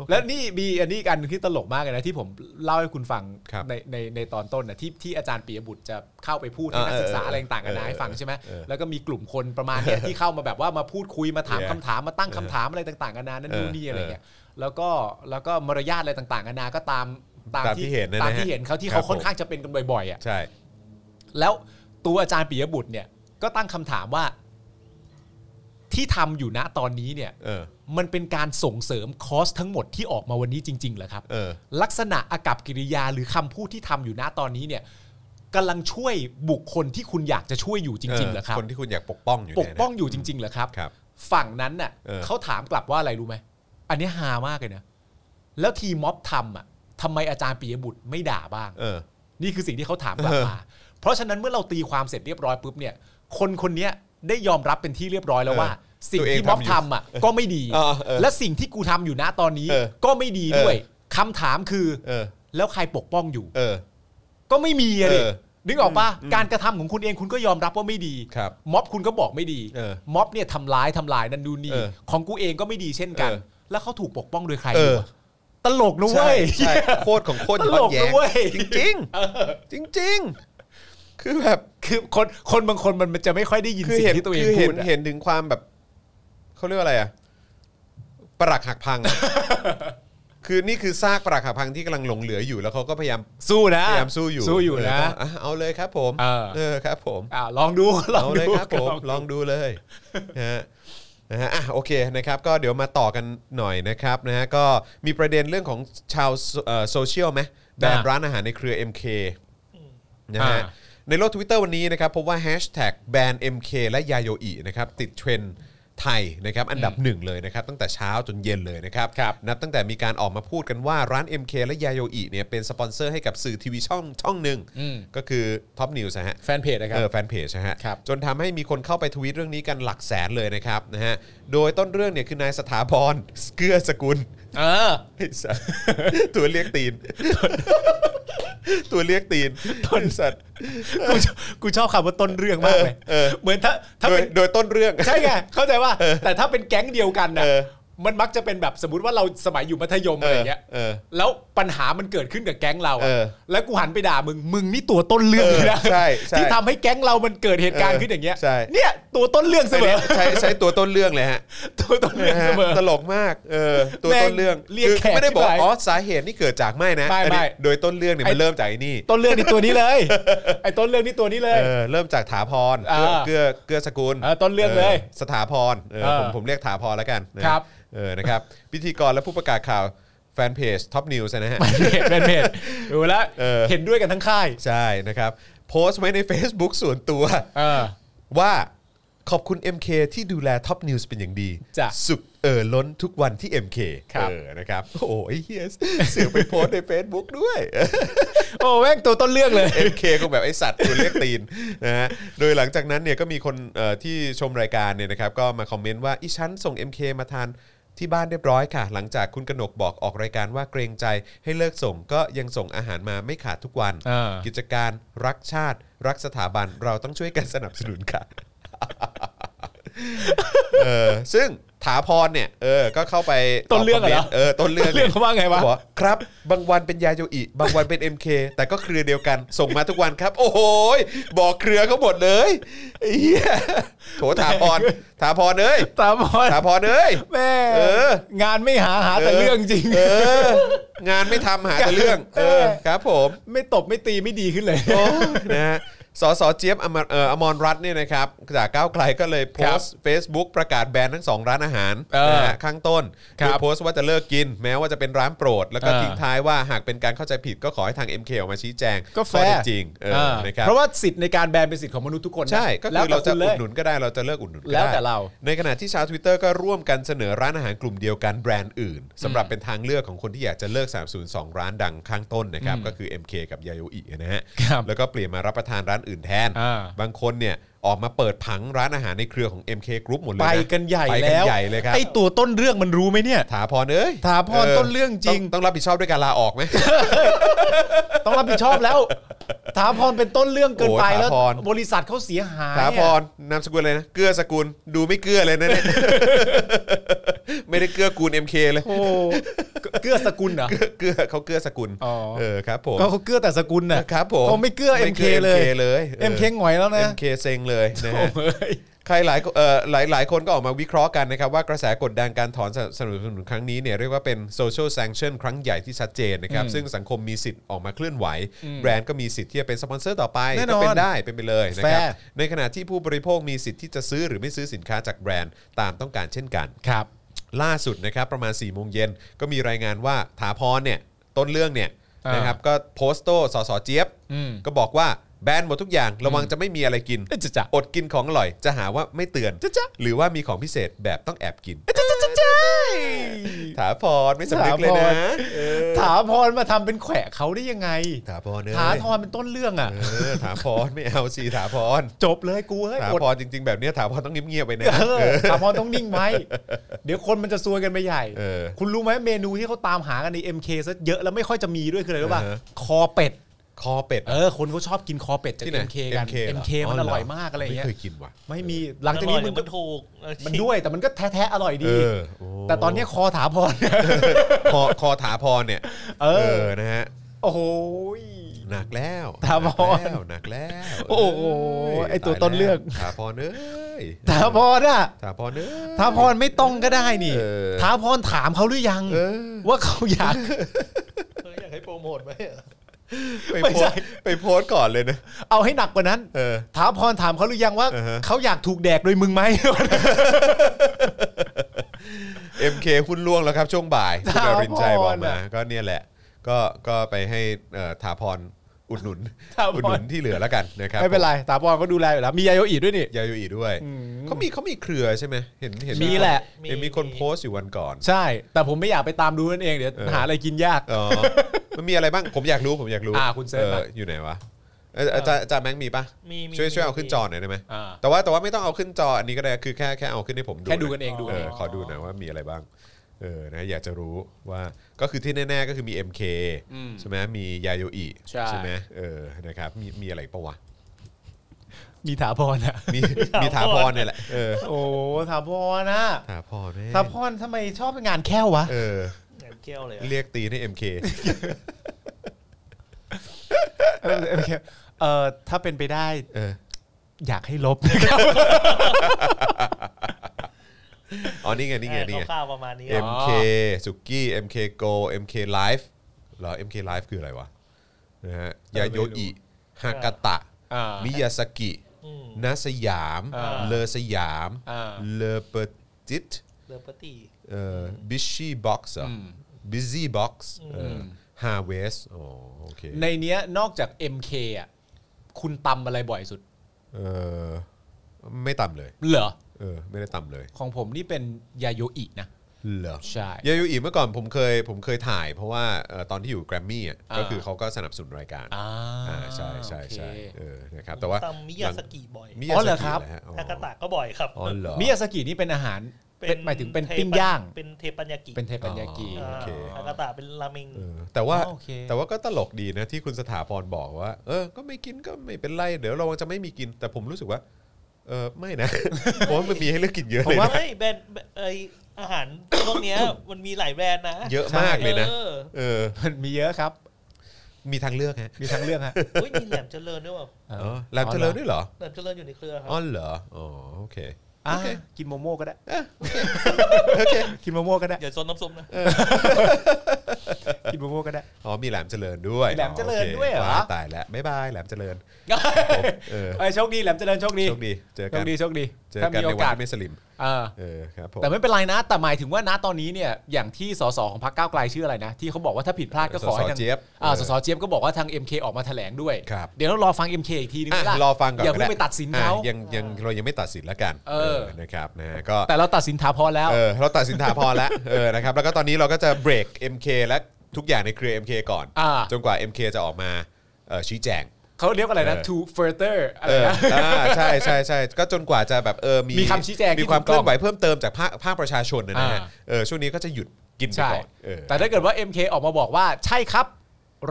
C: แล้วนี่มีอันนี้อีกอันหนึ่งที่ตลกมากเลยนะที่ผมเล่าให้คุณฟัง
B: ครับ
C: ในในในตอนต้นนะที่ที่อาจารย์ปียบุตรจะเข้าไปพูดให้
B: เออ
C: นักศึกษา
B: เออ
C: อะไรต่างกันา
B: เอ
C: นา
B: อ
C: ให้ฟังใช่ไหม
B: เออ
C: แล้วก็มีกลุ่มคนประมาณเนี้ยที่เข้ามาแบบว่ามาพูดคุยมาถาม
B: Yeah
C: คำถามมาตั้งคำถามอะไรต่างกันานานั่น
B: เออ
C: นู่นนี่อะไรเงี้ยแล้วก็แล้วก็มารยาทอะไรต่างกันานาก็ตาม
B: ตามที่เห็นนะ
C: ตาม
B: นะฮะ
C: ที่เห็นเขาที่
B: ครั
C: เขา
B: บ
C: ค่อนข้างจะเป็นกันบ่อยๆอ่ะ
B: ใช่
C: แล้วตัวอาจารย์ปิยบุตรเนี่ยก็ตั้งคำถามว่าที่ทำอยู่ณตอนนี้เนี่ย
B: เออ
C: มันเป็นการส่งเสริมคอร์สทั้งหมดที่ออกมาวันนี้จริงๆเหรอครับ
B: เออ
C: ลักษณะอากับกิริยาหรือคำพูดที่ทำอยู่ณตอนนี้เนี่ยกำลังช่วยบุคคลที่คุณอยากจะช่วยอยู่จริงๆเหรอครับ
B: คนที่คุณอยากปกป้องอยู่
C: ป
B: เนี่ย
C: ก
B: นะ
C: ป้องอยู่จริงๆเหรอครับ
B: ครับ
C: ฝั่งนั้นน่ะ
B: เออ
C: เขาถามกลับว่าอะไรรู้ไหมอันนี้ฮามากเลยนะแล้วทีม็อบทำอ่ะทำไมอาจารย์ปิยบุตรไม่ด่าบ้าง
B: เออ
C: นี่คือสิ่งที่เขาถามกลับมา เพราะฉะนั้นเมื่อเราตีความเสร็จเรียบร้อยปุ๊บเนี่ย คนคนเนี้ยได้ยอมรับเป็นที่เรียบร้อยแล้วว่า
B: เออ
C: สิ่ง
B: ตัวเอง
C: ที่ม็อบ
B: ทำอยู่
C: ทำอ่ะก็ไม่ดี
B: เออเออ
C: และสิ่งที่กูทำอยู่นะตอนนี้
B: เออ
C: ก็ไม่ดีด้วยคำถามคือ
B: เออ
C: แล้วใครปกป้องอยู่
B: เออ
C: ก็ไม่มีอะดิ
B: เออ
C: นึกออกปะการกระทำของคุณเองคุณก็ยอมรับว่าไม่ดี
B: ครับ
C: ม็อบคุณก็บอกไม่ดี
B: เออ
C: ม็อบเนี่ยทำร้ายทำลายนันดูนี่
B: เออ
C: ของกูเองก็ไม่ดีเช่นกัน
B: เออ
C: แล้วเขาถูกปกป้องโดยใคร
B: เอออ
C: ยู่อะตลกนะเว้ย
B: ใช่ใช่ โคตรของโคตร
C: ตล
B: ย้อ
C: ก
B: นแย้ง
C: นะเว้ย
B: จริงๆจริงจริง ๆ คือแบบ
C: คือคนคนบางคนมันจะไม่ค่อยได้ยิน
B: คือ
C: สิ่
B: เห็น
C: งที่ตัวเอง
B: คือเห็
C: พู
B: น
C: ดอะ
B: เห็นถึงความแบบเขาเรียกว่าอะไรอ่ะปรักหักพัง อะคือนี่คือซากปรักหักพังที่กำลังหลงเหลืออยู่แล้วเขาก็พยายาม
C: สู้นะ
B: พยายามสู้อยู่
C: สู้อยู่นะ
B: เก็อ่เอาเลยครับ ผม
C: เออ
B: อครับ ผม
C: อ่าลองดู ลอง
B: เอาเล
C: ดู
B: ยครับผมลองดูเลยนะฮะนะฮะอ่ะโอเคนะครับ ก็เดี๋ยวมาต่อกันหน่อยนะครับนะฮะก็มีประเด็นเรื่องของชาวโซเชียลไหมแบรนด์ร้านอาหารในเครือ MK นะฮะ ในโลก Twitter วันนี้นะครับพบว่าแฮชแท็กแบรนด์ MK และยาโยอินะครับติดเทรนด์ไทยนะครับอันดับหนึ่งเลยนะครับตั้งแต่เช้าจนเย็นเลยนะครับนับตั้งแต่มีการออกมาพูดกันว่าร้าน MK และยาโยอิเนี่ยเป็นสปอนเซอร์ให้กับสื่อทีวีช่องช่องหนึ่ง
C: อืม
B: ก็คือท็อปนิวส์ฮะ
C: แฟนเพจนะครั
B: เอบ อแฟนเพจนะฮะ
C: ครับ
B: จนทำให้มีคนเข้าไปทวีตเรื่องนี้กันหลักแสนเลยนะครับนะฮะโดยต้นเรื่องเนี่ยคือนายสถาพร เกื้อสกุล
C: เออ
B: ไอ้สัสตัวเรียกตีน ตัวเรียกตีนไอ้สัตว์
C: กูชอบกูชอบคำว่าต้นเรื่องมากเลย
B: เออเออ
C: เหมือนถ้าถ้า
B: โดย
C: เป็น
B: โดยต้น เรื่อง
C: ใช่ไงเข้าใจว่าแต่ถ้าเป็นแก๊งเดียวกันนะ
B: เออ
C: มันมักจะเป็นแบบสมมติว่าเราสมัยอยู่มัธยม
B: เอ
C: อะไร
B: อ
C: เงี้ย
B: เออ
C: แล้วปัญหามันเกิดขึ้นกับแก๊งเราอะ
B: เออ
C: แล้วกูหันไปด่ามึงมึงนี่ตัวต้นเรื่อง
B: เออ
C: เลยนะ
B: ใช่ใช่
C: ที่ทำให้แก๊งเรามันเกิดเหตุการณ์
B: เออ
C: ขึ้นอย่างเงี้ย
B: ใช่
C: เนี่ยตัวต้นเรื่องเสมอ
B: ใช้ใช้ตัวต้นเรื่องเลยฮะ
C: ตัวต้นเรื่อง
B: นะฮะ
C: เสมอ
B: ตลกมากเออตัวต้นเรื่อง
C: แม่งเรียก
B: คือ
C: แขก
B: ไม่ได้บอก
C: ที่ไหน
B: อ๋อสาเหตุนี่เกิดจากไม่นะ
C: ไม่
B: อันนี้
C: ไม่
B: โดยต้นเรื่องเนี่ยมันเริ่มจากไอ้นี่
C: ต้นเรื่องนี่ตัวนี้เลย ไอ้ต้นเรื่องนี่ตัวนี้เลย
B: เออเริ่มจากถาพร
C: อ่า
B: เกื้อเกื้อสกุล
C: เออต้นเรื่องเลย
B: สถาพรเออ
C: เออ
B: ผมผมเรียกถาพรแล้วกันนะครับ เออนะครับ พิธีกรและผู้ประกาศข่าวแฟนเพจท็อปนิวส์ นะฮะ
C: เป็นเพจเป็น เพจดูแล้ว
B: เออ
C: เห็นด้วยกันทั้งค่าย
B: ใช่นะครับ โพสต์ไว้ใน Facebook ส่วนตัว
C: เออ
B: ว่าขอบคุณ MK ที่ดูแลท็อปนิวส์เป็นอย่างดี
C: จ้ะ
B: สุขเอ่อล้นทุกวันที่ MK
C: ครับ
B: เออนะครับ โอ้ยเฮีย เสือกไปโพสต์ใน Facebook ด้วย
C: โอ้แม่งตัวต้นเรื่องเลย
B: เอ็มเคก็แบบไอสัตว์ตัวเล็กตีน นะฮะ โดยหลังจากนั้นเนี่ยก็มีคนเอ่อที่ชมรายการเนี่ยนะครับก็มาคอมเมนต์ว่าอีชั้นส่ง MK มาทานที่บ้านเรียบร้อยค่ะ หลังจากคุณกนกบอกออกรายการว่าเกรงใจให้เลิกส่งก็ยังส่งอาหารมาไม่ขาดทุกวัน
C: อ่า
B: กิจการรักชาติรักสถาบันเราต้องช่วยกันสนับสนุนค่ะ เออซึ่งถาพรเนี่ยเออก็เข้าไป
C: ต้นเรื่อง
B: ตบคมม
C: เหร
B: ต์
C: อ
B: เออต้นเรื่อง
C: เรื่องเขาว่าไงวะ
B: บอก ครับ บางวันเป็นยาโยอิ บางวันเป็น MK แต่ก็เครือเดียวกัน ส่งมาทุกวันครับ โอ้โหยบอกเครือเขาหมดเลยไอ้เหี้ยโถถาพรถาพรเอ้ย
C: ตามบอล
B: ถาพรเอ้ย
C: แม่
B: เออ
C: งานไม่หาหาแต่เรื่องจริง
B: เอองานไม่ทำหาแต่เรื่อง เออครับผม
C: ไม่ตบไม่ตีไม่ดีขึ้นเลย
B: โอ้ นะฮะสสเจี๊ยบอมรเอ่ออมรรัตน์เนี่ยนะครับจากก้าวไกลก็เลยโพสต์ Facebook ประกาศแบนทั้งสองร้านอาหาร
C: เออ
B: นะฮะข้างต้น
C: ครั
B: โด
C: บ
B: ยโพสต์ว่าจะเลิกกิน แม้ว่าจะเป็นร้านโปรด แล้วก็
C: เออ
B: ทิ้งท้ายว่าหากเป็นการเข้าใจผิดก็ขอให้ทาง MK ออกมาชี้แจง
C: ก็แฟ
B: ข้อ
C: ร์
B: เท็จจริงเออ
C: อ่า
B: นะครับ
C: เพราะว่าสิทธิ์ในการแบนเป็นสิทธิ์ของมนุษย์ทุกคนนะ
B: ใช่ก็คือเราจะ
C: แล้ว
B: อุด
C: แต่คุณลย
B: หนุนก็ได้เราจะเลิกอุดหนุนก็
C: แล้ว
B: ได้
C: แต่เรา
B: ในขณะที่ชาว Twitter ก็ร่วมกันเสนอร้านอาหารกลุ่มเดียวกันแบรนด์อื่นสำหรับเป็นทางเลือกของคนที่อยากจะเลิก3 0 2ร้านดังข้างต้นนะครับก็คือ MK กับยาโยอินะฮะ
C: ครับ
B: แล้วก็เปลี่ยนมารับประทานร้านอื่นแทน
C: อ่า
B: บางคนเนี่ยออกมาเปิดผังร้านอาหารในเครือของ MK Group หมดเลยะ
C: ไปกันใหญ่
B: ไป
C: แล้
B: กัน
C: ว
B: ใหญ่เลยครับ
C: ไอตัวต้นเรื่องมันรู้ไหมเนี่ย
B: ถาพรเอ้ย
C: ถาพรต้นเรื่องจริง
B: ต้ต้องรับผิดชอบด้วยการลาออกไหม
C: ต้องรับผิดชอบ แล้วถามพรเป็นต้นเรื่องเกินไป
B: โอ้ยถา
C: แล้ว
B: พร
C: บริษัทเขาเสียหาย
B: ถาพ
C: อะ
B: รนามสกุลอะไรนะ เกลือสกุลดูไม่เกลือเลย นะเนี่ย ไม่ได้เกลือกูล MK เลย
C: โอ้เกลือสกุลเหรอ
B: เกลือเกลือเขาเกลือสกุล
C: อ๋อ
B: เออครับผม
C: ก็เขาเกลือแต่สกุลน่ะ
B: ครับผม
C: เขาไม่เกลือเอ็
B: ไม่
C: ม
B: เก
C: เค
B: ลือ MK
C: เลย
B: เลยเออ
C: MK หงอยแล้วนะ
B: MK เซ็งเลยนะ
C: โอ้
B: ฮะ
C: เฮ้ย
B: ใครหลายเอ่อหลายหลายคนก็ออกมาวิเคราะห์กันนะครับ ว่ากระแสกดดันการถอนสนับสนับสนุนครั้งนี้เนี่ยเรียกว่าเป็น social sanction ครั้งใหญ่ที่ชัดเจนนะครับ ซึ่งสังคมมีสิทธิ์ออกมาเคลื่อนไหว แบรนด์ก็มีสิทธิ์ที่จะเป็นสปอนเซอร์ต่อไป
C: แน่นอน
B: ก็เป็นได้เป็นไปเลยนะครับ
C: แฟร์
B: ในขณะที่ผู้บริโภคมีสิทธิ์ที่จะซื้อหรือไม่ซื้อสินค้าจากแบรนด์ตามต้องการเช่นกัน
C: ครับ
B: ล่าสุดนะครับประมาณ4ี่โมงเย็นก็มีรายงานว่าถาพรเนี่ยต้นเรื่องเนี่ย
C: อ่าน
B: นะครับก็โพสต์โต้สสเจี๊ยบ
C: อืม
B: ก็บอกว่าแบนหมดทุกอย่างระวังจะไม่มีอะไร กิน
C: เอ้ยจะจะ
B: อดกินของอร่อยจะหาว่าไม่เตือน
C: จ๊ะจ๊ะ
B: หรือว่ามีของพิเศษแบบต้องแอบกิน
C: จะจะจะจะ
B: ถาพรไม่สำนึกเลย
C: ถาพ
B: นะ
C: ร
B: เออ
C: ถามพรมาทำเป็นแขวะเขาได้ยังไง
B: ถาพรเนย
C: ถาทรเป็นต้นเรื่องอ่ะ
B: เออถาพรไม่เอาสิถาพร
C: จบเลยกูเอ้ย
B: ถา
C: อด
B: พรจริง ๆ แบบเนี้ยถาพรต้องเงียบๆไปนะ
C: เออถามพรต้องนิ่งไว้ เดี๋ยวคนมันจะซวยกันไปใหญ่
B: เออ
C: คุณรู้ไหมเมนูที่เขาตามหากันใน MK ซะเยอะแล้วไม่ค่อยจะมีด้วยคืออะไรรู้ป่ะ
B: อ่าฮะ
C: คอเป็ด
B: คอเป็ด
C: เออ คนเขาชอบกินคอเป็ดจาก
B: ที่ไหน
C: MK กัน
B: หร
C: MK มันอร่อยมากอะไรอย่างเงี้ย
B: ไม่เคยกินว่ะ
C: ไม่มีหลังจากนี้
D: อร่อย
C: มึงก็
D: เดี๋ยวมันถูก
C: มันด้วยแต่มันก็แท้ๆอร่อย
B: เอ
C: ดี
B: อโอ้
C: แต่ตอนเนี้ยคอถามพร
B: คอคอถาพรเนี่ย
C: เออ
B: นะฮะ
C: โอ้โห
B: หนักแล้ว
C: ถาพร
B: หนักแล้วหนักแล้ว
C: โอ้โหไอ้ตัวต้นเรื่อง
B: ถาพรเอ้ย
C: ถามพรอ่ะ
B: ถาพรเอ้ย
C: ท้าพรไม่ต้องก็ได้นี่
B: เออ
C: ท้าพรถามเขาหรือยัง
B: เออ
C: ว่าเขาอ ยาก
D: เฮ้ยอยากให้โปรโมทไหมอะ
B: ไป
C: ไม่
B: โพ
C: ใช่
B: สต์ไปโพสต์ก่อนเลยนะ
C: เอาให้หนักกว่านั้น
B: เออ
C: ท้าพรถามเขาหรือยังว่า
B: อ่าฮะ
C: เขาอยากถูกแดกโดยมึงไหม
B: MK หุ้นล่วงแล้วครับช่วงบ่ายคุณอรินทร์ใจบอกมา ก็เนี่ยแหละ ก็ก็ไปให้เอ่อถาพร อุดหนุน
C: ถาวร
B: อุดหนุนที่เหลือแล้วกันนะครับ
C: ไม่เป็นไรตาบอลก็ดูแลอยู่แล้วมียาโยอีด้วยนี่
B: ยาโยอีด้วยเขามีเขามีเครือใช่ไหมเห็นเห็น
C: มีแหละ
B: เห็นมีคนโพสต์อยู่วันก่อน
C: ใช่ แต่ผมไม่อยากไปตามดูนั่นเองเดี๋ยว
B: เออ
C: หาอะไรกินยาก
B: อ๋อ มันมีอะไรบ้างผมอยากรู้ผมอยากรู้
C: อ่าคุณเซิร์ชมา
B: อออยู่ไหนวะเอ่ออาจารย์อาจารย์แม็กมีปะ
D: มีมี
B: ช่วย
D: มี
B: ช่วยเอาขึ้นจอหน่อยได้ไหม
C: อ่า
B: แต่ว่าแต่ว่าไม่ต้องเอาขึ้นจออันนี้ก็ได้คือแค่แค่เอาขึ้นให้ผมดู
C: แค่ดู
B: ห
C: กันเองดู
B: เอ
C: กันเอ
B: อง ขอดูหน่อยว่ามีอะไรบ้างเออนะอยากจะรู้ว่าก็คือที่แน่ๆก็คือมี MK
C: อืม
B: ใช่ไหมมียาโยอิ
C: ใช่
B: ไหมเออนะครับมีมีอะไรอีกปะวะ
C: มีถาพรอ่ะ
B: มี
D: มี
B: มีถา
D: ถา
B: พ
D: พ
B: ร
D: ร
B: เนี่ยแหละเออ
C: โอ้ถาพรนะ
B: ถาพรแม่
C: ถาพรทำไมชอบงานแค่วะ
B: เออ
D: แหนมเกี้ยวเลยอะ
B: เรียกตีนให้ MK
C: เออเออเออถ้าเป็นไปได้
B: เออ
C: อยากให้ลบนะครับ
B: อ๋อนี่ไงนี่ไงนี่ไง
D: ใช่คร่าวๆประมาณนี้
C: อ๋อ
B: MK สุกี้ MK Go MK Live เหรอ MK Live คืออะไรวะนะฮะยาโยอิฮากาตะ
C: อ่า
B: มิยาสกิ
D: อืม
B: นาสยาม
D: อ่า
B: เลอสยาม
C: อ่า
B: เลอเปอร์จิต
D: เลอปตี
B: เอ่อบิชชี่บ็อกซ์บิซี่บ็อกซ์ฮาเวสโอโอเค
C: ในเนี้ยนอกจาก MK อ่ะคุณตำอะไรบ่อยสุด
B: เออไม่ต่ำเลย
C: เหรอ
B: เออไม่ได้ต่ำเลย
C: ของผมนี่เป็นยาโยอินะ
B: เหรอ
C: ใช่
B: ยาโยอิเมื่อก่อนผมเคยผมเคยถ่ายเพราะว่าเอ่อตอนที่อยู่แกรมมี่อ่ะ
C: อ่า
B: ก็คือเขาก็สนับสนุนรายการ
C: อ่า
B: อ่าใช่ใช่
C: โอเค
B: ใช่เออนะครับแต่ว่า
D: ตำมิยาสกิบ่อย
B: มิยาสกิเหรอครับ
D: ทากาตะก็บ่อยครับ
B: อ๋อเหรอ
C: มิยาสกินี่เป็นอาหารเป็นหมายถึงเป็นปิ้งย่าง
D: เป็นเทปัญญากิ
C: เป็นเทปัญญากิ
B: อ๋อ โเค
D: ทากาตะเป็นราเมง
B: เออแต่ว่า
C: โอเค
B: แต่ว่าก็ตลกดีนะที่คุณสถาพรบอกว่า เออ ก็ไม่กินก็ไม่เป็นไร เดี๋ยวเราจะไม่มีกิน แต่ผมรู้สึกว่า เออไม่นะ เพราะว่ามันมีให้เลือกกินเยอะเลย
D: ว่า
B: นะ
D: ไม่แบรนด์ไออาหารพวก เนี้ย มันมีหลายแบรนด์นะ
B: เยอะมากเลยนะ
D: ออ
B: เออ
C: มันมีเยอะครับ
B: มีทางเลือกฮะ
C: มีทั้งเรื่องฮะ
D: เฮ้ยมีแหลมเจริญด้วยว่ะ
B: อ๋อแลมเจริญด้วยเหรอ
D: แหลมเจริญอยู่ในเครือครั
B: อ๋อเหรออ๋อโอเค
C: อ่า
B: โอเค
C: กินโมโม่ก็ได้
B: โอเค
C: กินโมโม่ก็ได้
D: อย่าซนน้ำซุปนะ
C: กินโมโม่ก็ได้
B: อ๋อมีแหลมเจริญด้วย
C: มีแหลมเจริญด้วยเหรอ
B: าตายแล้วบ๊ายบายแหลมเจริ ญผมเออ
C: เอ้ยโชคดีแหลมเจริญโชคดี
B: โชคดีเจอ
C: โช
B: กัน
C: คดีโชคดี
B: เจอ
C: ถ้า
B: กัน
C: มีโอ
B: ในวั
C: กาส
B: นไม่สลิม
C: เออ
B: เออครับผม
C: แต่ไม่เป็นไรนะ แต่หมายถึงว่าณตอนนี้เนี่ยอย่างที่สสของพรรคก้าวไกลชื่ออะไรนะ ที่เขาบอกว่าถ้าผิดพลาดก็ขอให้
B: สส
C: ทาง
B: เจี๊ยบ
C: อ่า
B: เ
C: สสเจี๊ยบก็บอกว่าทาง MK ออกมาแถลงด้วย
B: ครับ
C: เดี๋ยวเรารอฟัง MK อีกทีนึง
B: อ่ะ
C: ไหมล่ะ
B: รอฟังก่อน
C: อย่าเพิ่ง
B: ก็
C: ไป
B: ด้
C: ตัดสินเขา
B: อ่ะยังยังเรายังไม่ตัดสินแล้วกัน
C: เออ
B: นะครับนะฮะก็
C: แต่เราตัดสินถาพรแล้ว
B: เออเราตัดสินถาพรแล้วเออนะครับแล้วก็ตอนนี้เราก็จะเบรก MK และทุกอย่างในเครือ MK ก่อน
C: อ่า
B: จนกว่า MK จะออกมาเอ่อชี้แจง
C: เขาเรียกว่าอะไรนะ
B: เออ
C: to further อะไร
B: เออ
C: นะ
B: อ่าใช่ใช่ใช่ก็จนกว่าจะแบบเออมี
C: มีคำชี้แจงที่
B: มีความ
C: ถูก
B: เค
C: ต้อง
B: ลื่อนไหวเพิ่มเติมจากภาคภาคประชาชนนะนะฮะ
C: อ่า
B: เออช่วงนี้ก็จะหยุดกินไป
C: ใช่
B: ก่อนเออ
C: แต่ถ้าเกิดว่า MK ออกมาบอกว่าใช่ครับ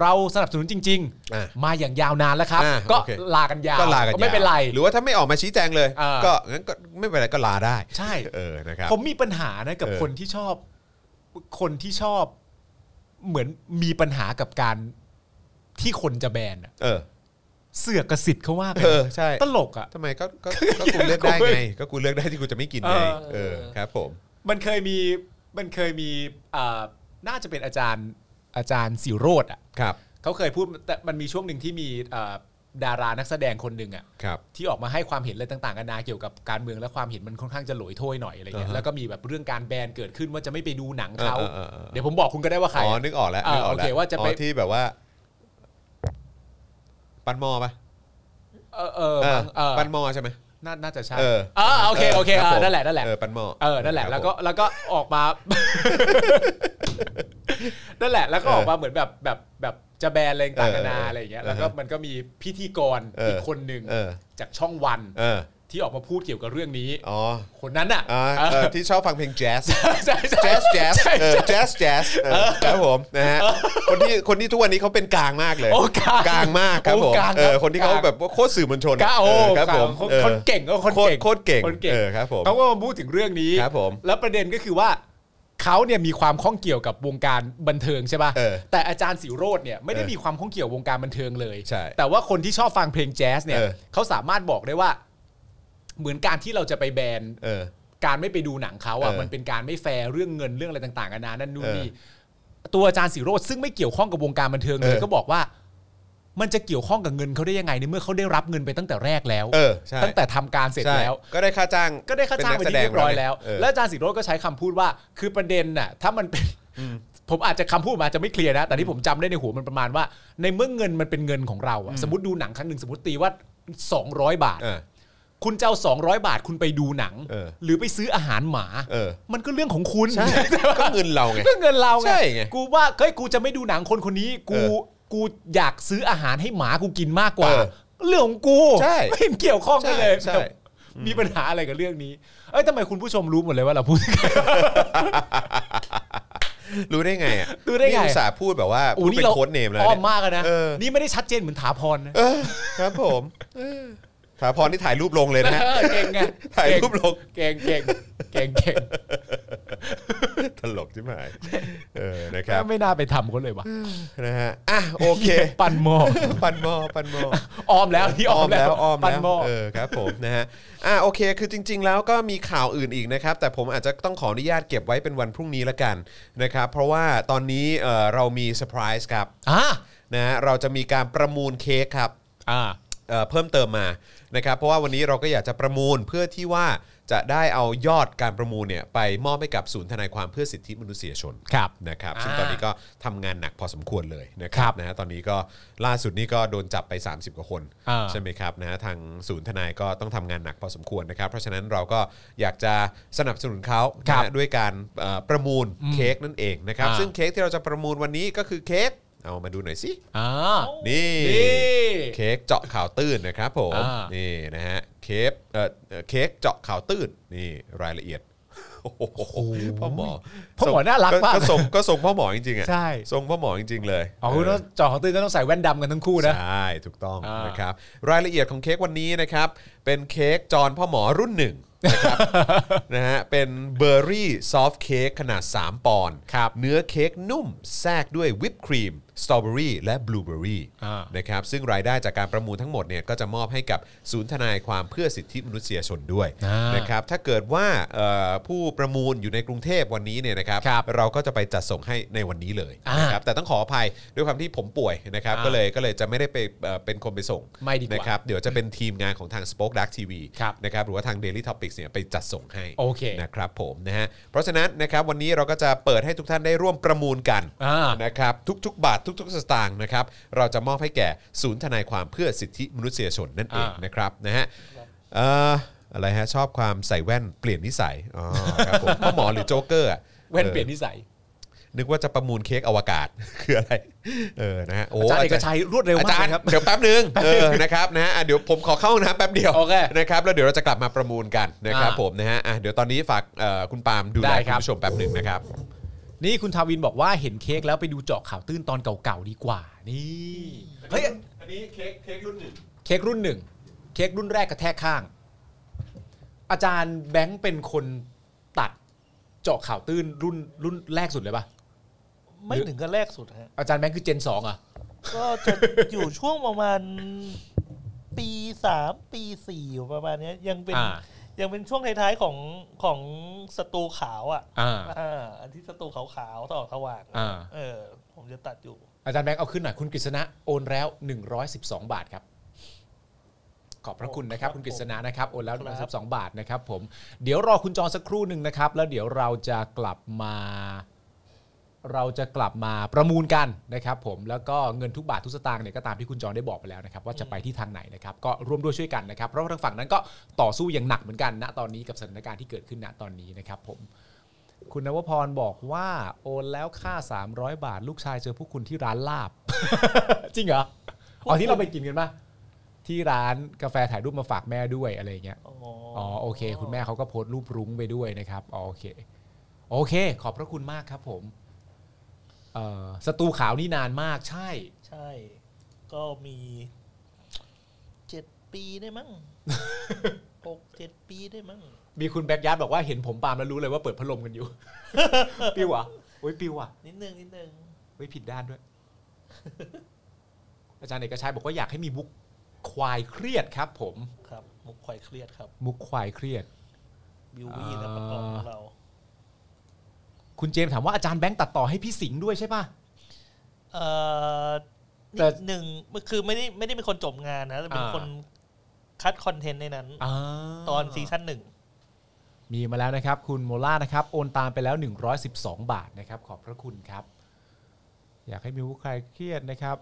C: เราสนับสนุนจริง
B: อ่ะ
C: ๆ มาอย่างยาวนานแล้วครับ
B: อ่ะ
C: ก็
B: โอเค
C: ลากันยาว
B: ก็ลากันยาว
C: ไม่เป็นไร
B: หรือว่าถ้าไม่ออกมาชี้แจงเลย
C: อ่า
B: ก็งั้นก็ไม่เป็นไรก็ลาได้
C: ใช่
B: เออนะครับ
C: ผมมีปัญหานะกับ
B: เออ
C: คนที่ชอบ คนที่ชอบ เหมือนมีปัญหากับการที่คนจะแบนอะ
B: เออ
C: เสือกกระสิทธิ์เขามากเล
B: เอย อใช่
C: ตลกอ่ะ
B: ทำไมก็ก็ก็กูเลือกได้ไง ก็กูเลือกได้ที่กูจะไม่กินไง
C: เออ
B: เออครับผม
C: มันเคยมีมันเคยมีอ่าน่าจะเป็นอาจารย์อาจารย์สิโรธอ่ะ
B: ครับ
C: เขาเคยพูดแต่มันมีช่วงหนึ่งที่มีเอ่อดารานักแสดงคนหนึ่งอ่ะ
B: ครับ
C: ที่ออกมาให้ความเห็นอะไรต่างๆกันานาเกี่ยวกับการเมืองและความเห็นมันค่อนข้างจะหลอยถ้วยหน่อยอะไร
B: อ่า
C: เงี้
B: ย ฮะ
C: แล้วก็มีแบบเรื่องการแบนเกิดขึ้นว่าจะไม่ไปดูหนังเขา
B: เออเออเออ
C: เดี๋ยวผมบอกคุณก็ได้ว่าใคร
B: อ๋อ นึกออกแล้ว
C: อ่า
B: นึกออกแล้
C: โอเคว่าจะไป
B: อ๋อที่แบบว่า ปันหมอปะ
C: เออเออ
B: เออ
C: มั้งเออ
B: ปันหมอใช่ไหม
C: น่าน่าจะใช่
B: เออ
C: เออโอเคโอเค
B: ครับ
C: เอ
B: ผ
C: อ
B: ม
C: นั่นแหละนั่นแหละ
B: เออปันหมอ
C: เออนั่นแหละ
B: ครับ
C: แล้วก็
B: ผม
C: แล้วก็ออกมา นั่นแหละ แล้วก็ออกมาเหมือนแบบแบบแบบจะแบนอะไรต่างๆกันานา
B: เออเออ
C: อะไรเงี้ยแล้วก็
B: อ่าฮะ
C: มันก็มีพิธีกร
B: เอออี
C: อีกคนหนึ่ง
B: เออ
C: จากช่องวัน
B: เออ
C: ที่ออกมาพูดเกี่ยวกับเรื่องนี้
B: อ๋อ
C: คนนั้นน่ะ
B: อ่า
C: เออ
B: เออที่ชอบฟังเพลงแจ๊ส
C: ใช่ใช่
B: แจ๊สแจ๊ส
C: ใช่
B: เออ
C: ใช่
B: แจ๊สแจ๊สเออครับผมนะฮะคนที่คนที่ทุกวันนี้เขาเป็นกลางมากเลย
C: โอ้กลาง
B: มากครับผม
C: โอ้กลางครับ
B: เออคนที่เขา
C: กลาง
B: แบบว่าโคตรสื่อมวลชน
C: ก้าโอ้
B: เออครับผม
C: คน
B: ออ
C: คนเก่งก็คน
B: โคตร
C: เก่ง
B: โคตรเก่ง
C: คนเก่ง
B: ออครับผม
C: เขาก็มาพูดถึงเรื่องนี้
B: ครับผม
C: แล้วประเด็นก็คือว่าเขาเนี่ยมีความข้องเกี่ยวกับวงการบันเทิงใช่ป่ะ
B: เออ
C: แต่อาจารย์สิโรธเนี่ยไม่ได้
B: เออ
C: มีความข้องเกี่ยววงการบันเทิงเลย
B: ใช่
C: แต่ว่าคนที่ชอบฟังเพลงแจ๊สเนี่ย
B: เออ
C: เขาสามารถบอกได้ว่า เหมือนการที่เราจะไปแบน
B: เออ
C: การไม่ไปดูหนังเขาอ่ะ
B: เออ
C: มันเป็นการไม่แฟร์เรื่องเงินเรื่องอะไรต่างๆกันานานั่นนู่น
B: เออ
C: นี่ตัวอาจารย์สิโรธซึ่งไม่เกี่ยวข้องกับวงการบันเทิงเลย
B: เออ
C: ก็บอกว่า มันจะเกี่ยวข้องกับเงินเขาได้ยังไงในเมื่อเขาได้รับเงินไปตั้งแต่แรกแล้ว
B: เออใช่
C: ตั้งแต่ทำการเสร็จ
B: ใช่
C: แล้ว
B: ก็ได้ค่าจ้าง
C: ก็ได้ค่าจ้างไป
B: เป็นนัก
C: ที่เรียบร้อยแล้ว
B: เออ
C: แล้วอาจารย์สิโรธก็ใช้คำพูดว่า คือประเด็นน่ะ ถ้ามันเป็น ผมอาจจะคำพูดมาอาจจะไม่เคลียร์นะ แต่ที่ผมจำได้ในหัวมันประมาณว่า ในเมื่อเงินมันเป็นเงินของเราอะสมมติดูหนังครั้งหนึ่งสมมติตีว่า 200 บาท
B: เออ
C: คุณจะเอา200 บาทคุณไปดูหนัง
B: เออ
C: หรือไปซื้ออาหารหมา
B: เออ
C: มันก็เรื่องของคุณ
B: ใช่ก็เงินเราไง
C: เรื่องเงินเราไง
B: ใช่ไง
C: กูว่าเฮ้ยกูจะไม่ดูหนังคนคนนี้ กู
B: เออ
C: กูอยากซื้ออาหารให้หมากูกินมากกว่า
B: เออ
C: เรื่องของกู
B: ใช่
C: ไม่เห็นเกี่ยวข้องกันเลย
B: ใช่ใช่
C: แบบมีปัญหาอะไรกับเรื่องนี้ เอ้ยทำไมคุณผู้ชมรู้หมดเลยว่าเราพูด
B: รู้ได้ไงอ่ะ
C: รู้ได้ไง
B: นี่อุตส่าห์พูดแบบว่า
C: โอ้
B: พูด
C: นี่
B: เป็น
C: เรา
B: โค้ดเนมเลย
C: อ้อม
B: เนี่ย
C: มากเลยนะ
B: เออ
C: นี่ไม่ได้ชัดเจนเหมือนถาพรนะ
B: เออครับผมเออถาพรนี่ถ่ายรูปลงเลยนะฮะ
C: เออเก่งไง
B: ถ่ายรูปลง
C: เก่งเก่งเก่งเก่ง
B: ตลกใช่ไหมเออนะครับ
C: ไม่น่าไปทำเขาเลยว่ะ
B: นะฮะอ่ะโอเค
C: ปั่นหมอ
B: ปันหมอปันหมอ
C: อ้อมแล้วที่อ้อมแล้ว
B: อ้อม
C: ปั่
B: แล้
C: น
B: ว
C: หมอ
B: เออครับผมนะฮะอ่ะโอเค คือจริง ๆ แล้วก็มีข่าวอื่นอีกนะครับ แต่ผมอาจจะต้องขออนุญาตเก็บไว้เป็นวันพรุ่งนี้ละกันนะครับ เพราะว่าตอนนี้เอ่อเรามีเซอร์ไพรส์ครับ
C: อ่า
B: นะฮะเราจะมีการประมูลเค้กครับ
C: อ่า
B: เอ่อเพิ่มเติมมานะครับเพราะว่าวันนี้เราก็อยากจะประมูลเพื่อที่ว่าจะได้เอายอดการประมูลเนี่ยไปมอบให้กับศูนย์ทนายความเพื่อสิทธิมนุษยชน
C: ครับ
B: นะครับ
C: อ่า
B: ซึ่งตอนนี้ก็ทำงานหนักพอสมควรเลยนะค
C: ครั
B: รับบ นะฮะตอนนี้ก็ล่าสุดนี่ก็โดนจับไป 30 กว่าคน
C: อ่า
B: ใช่ไหมครับนะฮะทางศูนย์ทนายก็ต้องทำงานหนักพอสมควรนะครับ เพราะฉะนั้นเราก็อยากจะสนับสนุนเขานะฮะด้วยการเอ่อประมูลเค้กนั่นเองนะครับซึ่งเค้กที่เราจะประมูลวันนี้ก็คือเค้กเอามาดูหน่อยสิ
C: อ่า
B: นี่
C: นี่
B: เค้กเจาะข่าวตื้นนะครับผม
C: อ่านี่
B: นี่นะฮะเค้กเอ่อเอ่อเค้กเจาะข่าวตื้นนี่รายละเอียดโอ้โหพ่อหมอ
C: พ่อหมอ
B: ส่ง
C: น่ารักมาก
B: ก็ส่งก็ส่งพ่อหมอจริงๆอ่ะ
C: ใช่
B: ส่งพ่อหมอจริงๆเลย
C: อ๋อคุณต้องจอของตื้นก็ต้องใส่แว่นดำกันทั้งคู่นะ
B: ใช่ถูกต้อง
C: อ่าน
B: นะครับรายละเอียดของเค้กวันนี้นะครับ เป็นเค้กจอนพ่อหมอรุ่นหนึ่ง นะครับ นะฮะเป็นเบอร์รี่ซอฟต์เค้กขนาด 3 ปอนด์
C: ครับ
B: เนื้อเค้กนุ่มแทรกด้วยวิปครีมสตรอเบอรี่และบลูเบอรี่
C: อ่าน
B: นะครับซึ่งรายได้จากการประมูลทั้งหมดเนี่ยก็จะมอบให้กับศูนย์ทนายความเพื่อสิทธิมนุษยชนด้วย
C: อ่าน
B: นะครับถ้าเกิดว่าเอ่อผู้ประมูลอยู่ในกรุงเทพวันนี้เนี่ยนะครับ
C: ครับ
B: เราก็จะไปจัดส่งให้ในวันนี้เลย
C: อ่าน
B: นะครับแต่ต้องขออภัยด้วยความที่ผมป่วยนะครับ
C: อ่า
B: ก็เลยก็เลยจะไม่ได้ไปเอ่อเป็นคนไปส่ง
C: ไม่ดีกว่า
B: นะครับเดี๋ยวจะเป็นทีมงานของทาง Spoke Dark TV
C: ครับ
B: นะครับหรือว่าทาง Daily Topics เนี่ยไปจัดส่งให้
C: โอเค
B: นะครับผมนะฮะเพราะฉะนั้นนะครับวันนี้เราก็จะเปิดให้ทุกท่านได้ร่วมประมูลกัน
C: อ่าน
B: นะครับทุกๆ บาททุก ๆ สตางค์นะครับเราจะมอบให้แก่ศูนย์ทนายความเพื่อสิทธิมนุษยชนนั่นเอง
C: อ่าน
B: นะครับนะฮะเอ่ออะไรฮะชอบความใส่แว่นเปลี่ยนนิสัยอ๋อครับผมพ่อหมอหรือโจ๊กเกอร์อะ
C: แว่นเปลี่ยนนิสัย
B: นึกว่าจะประมูลเค้กอวกาศ คืออะไรเออนะฮะโ
C: อาจารย์เอกชัยรวดเร็ว
B: อา
C: มา
B: จากร
C: เล
B: ย์
C: ยครับ
B: เดี๋ยวแป๊บนึงเออนะครับนะฮะอ่ะเดี๋ยวผมขอเข้าห้องน้ำแป๊บเดียว
C: โอเค
B: นะครับแล้วเดี๋ยวเราจะกลับมาประมูลกันนะครับ
C: อ่า
B: ผมนะฮะอ่ะเดี๋ยวตอนนี้ฝากเอ่อคุณปาล์มดูแล
C: ได้
B: คุณ
C: ครับ
B: ผู้ชมแป๊บหนึ่งนะครับ
C: นี่คุณทาวินบอกว่าเห็นเค้กแล้วไปดูเจาะข่าวตื้นตอนเก่าๆดีกว่า นี่ เฮ้ย
B: อันนี้เค้กเค้กรุ่นหนึ่ง
C: เค้กรุ่นหนึ่ง เค้กรุ่นแรกกระแทกข้าง อาจารย์แบงค์เป็นคนตัดเจาะข่าวตื้นรุ่นรุ่นแรกสุดเลยปะ
D: ไม่ถึงกันแรกสุดฮะ
C: อาจารย์แบงค์คือเจนสองอ่ะ
D: ก็จะอยู่ช่วงประมาณปีสามปีสี่อยู่ประมาณเนี้ยยังเป็น
C: อ่า
D: ยังเป็นช่วงท้ายๆของของสตูขาวอ่ะ
C: อ่า
D: อ่าอันที่สตูขาวๆต่อสว่าง
C: อ่า
D: เออ ผมจะตัดอยู่
C: อาจารย์แบงค์เอาขึ้นหน่อยคุณกฤษณะโอนแล้ว 112 บาทครับ ขอบพระคุณนะครับ คุณกฤษณะนะครับโอนแล้ว
D: ครับ
C: 112 บาทนะครับผมเดี๋ยวรอคุณจอสักครู่หนึ่งนะครับ แล้วเดี๋ยวเราจะกลับมา เราจะกลับมาประมูลกันนะครับ ผมแล้วก็เงินทุกบาททุกสตางค์เนี่ยก็ตามที่คุณจอได้บอกไปแล้วนะครับ ว่าจะไปที่ทางไหนนะครับก็ร่วมด้วยช่วยกันนะครับ เพราะว่าทางฝั่งนั้นก็ต่อสู้อย่างหนักเหมือนกันณตอนนี้กับสถานการณ์ที่เกิดขึ้นณตอนนี้นะครับ ผม คุณนวพรบอกว่าโอนแล้วค่า 300 บาท ลูกชายเจอพวกคุณที่ร้านลาบ จริงเหรออ๋อที่เราไปกินกันปะที่ร้านกาแฟถ่ายรูปมาฝากแม่ด้วยอะไรอย่างเงี้ย
D: อ๋อ
C: อ๋อโอเค คุณแม่เขาก็โพสต์รูปรุ้งไปด้วยนะครับอ๋อโอเค โอเค ขอบพระคุณมากครับผมเอ่อสตูขาวนี่นานมากใช่
D: ใช่ ก็มีเจ็ดปีได้ มั้ง หกเจ็ดปีได้มั้ง
C: มีคุณแบ็กยาร์ดบอกว่าเห็นผมปาล์มแล้วรู้เลยว่าเปิดพัดลมกันอยู่ ปิวอ่ะโอ้ยปิวอ่ะ
D: นิดนึงนิดนึง
C: เฮ้ยผิดด้านด้วย อาจารย์เอกชัยบอกว่าอยากให้มีมุกควายเครียดครับ ผม
D: ครับ มุกควายเครียดครับ
C: มุกควายเครียด
D: บิววี่นะประกอบของเรา
C: คุณเจมส์ถามว่าอาจารย์แบงค์ตัดต่อให้พี่สิงห์ด้วยใช่ป่ะ
D: เอ่อ
C: แต่
D: นิดหนึ่งคือไม่ได้ไม่ได้เป็นคนจบงานนะแต่เป็น
C: อ่า
D: คนคัดคอนเทนต์ในนั้น
C: อ่า
D: ตอนซีซั่นหนึ่ง
C: มีมาแล้วนะครับ คุณโมล่านะครับ โอนตามไปแล้ว 112 บาทนะครับ ขอบพระคุณครับ อยากให้มีมุกคลายเครียดนะครับ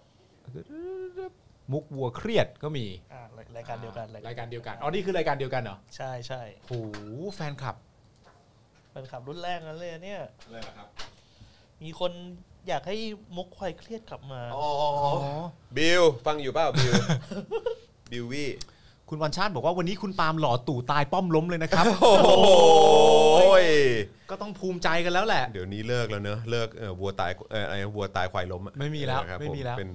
C: มุกวัวเครียดก็มี
D: อ่ะรายการเดียวกัน
C: รายการเดียวกันอ๋อนี่คือรายการเดียวกันเหรอ
D: ใช่ใช่
C: โหแฟนคลับ
D: แฟนคลับรุ่นแรกนั้นเลยเนี่ย
B: อะไรเหรอครับ
D: มีคนอยากให้มุกควายเครียดกลับมา
B: อ๋อบิวฟังอยู่เปล่า บิว บิววี่
C: คุณวันชาติบอกว่าวันนี้คุณปาล์มหล่อตู่ตายป้อมล้มเลยนะครับ
B: โอ้ย
C: ก็ต้องภูมิใจกันแล้วแหละ
B: เดี๋ยวนี้เลิกแล้วเนอะเลิกเอ่อวัวตายเอ่ออะไรวัวตายควายล้มอะ
C: ไม่มีแล้ว
B: นะครับ
C: ไม่มี
B: ผ
C: แล้ว
B: เป็น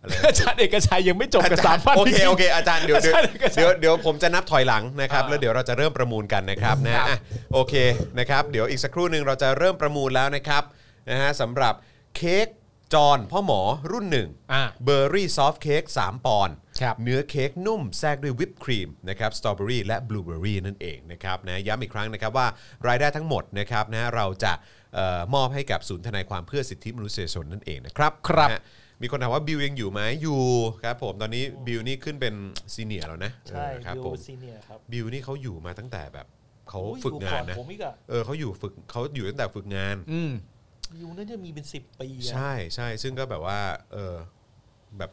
B: อะไรนะ
C: อาจารย์เอกชัยยังไม่จบกับสามพัน
B: โอเคโอเคอาจารย์เดี๋ยวเดี๋ยว
C: อาจารย์ก็ใช่
B: เดี๋ยวเดี๋ยวผมจะนับถอยหลังนะครับ
C: อ่า
B: แล้วเดี๋ยวเราจะเริ่มประมูลกันนะครับนะอ่ะโอเคนะครับ เดี๋ยวอีกสักครู่หนึ่งเราจะเริ่มประมูลแล้วนะครับนะฮะสำหรับเค้กจอนพ่อหมอรุ่นหนึ่ง
C: อ่า
B: เบอร์รี่ซอฟต์เค้ก3ปอนด์
C: ครับ
B: เนื้อเค้กนุ่มแทรกด้วยวิปครีมนะครับสตรอเบอรี่และบลูเบอรี่นั่นเองนะครับนะย้ำอีกครั้งนะครับว่ารายได้ทั้งหมดนะครับนะเราจะเอ่อมอบให้กับศูนย์ทนายความเพื่อสิทธิมนุษยชนนั่นเองนะครับ
C: ครับ
B: นะฮะมีคนถามว่าบิวยังอยู่ไหมอยู่ครับผมตอนนี้บิวนี่ขึ้นเป็นซีเนียร์แล้วนะ
D: ใช่
B: เออครับ
D: ดู
B: ผม
D: ซีเนียร์ครับ
B: บิวนี่เขาอยู่มาตั้งแต่แบบเขา
D: โอ้ย
B: ฝึกงาน
D: อยู่
B: นะ
D: อผมอีกอะ
B: เออเขาอยู่ฝึกเขาอยู่ตั้งแต่ฝึกงาน
C: อืม
D: ยูน่าจะมีเป็นสิบปีอะ
B: ใช่ใช่ซึ่งก็แบบว่าเออแบบ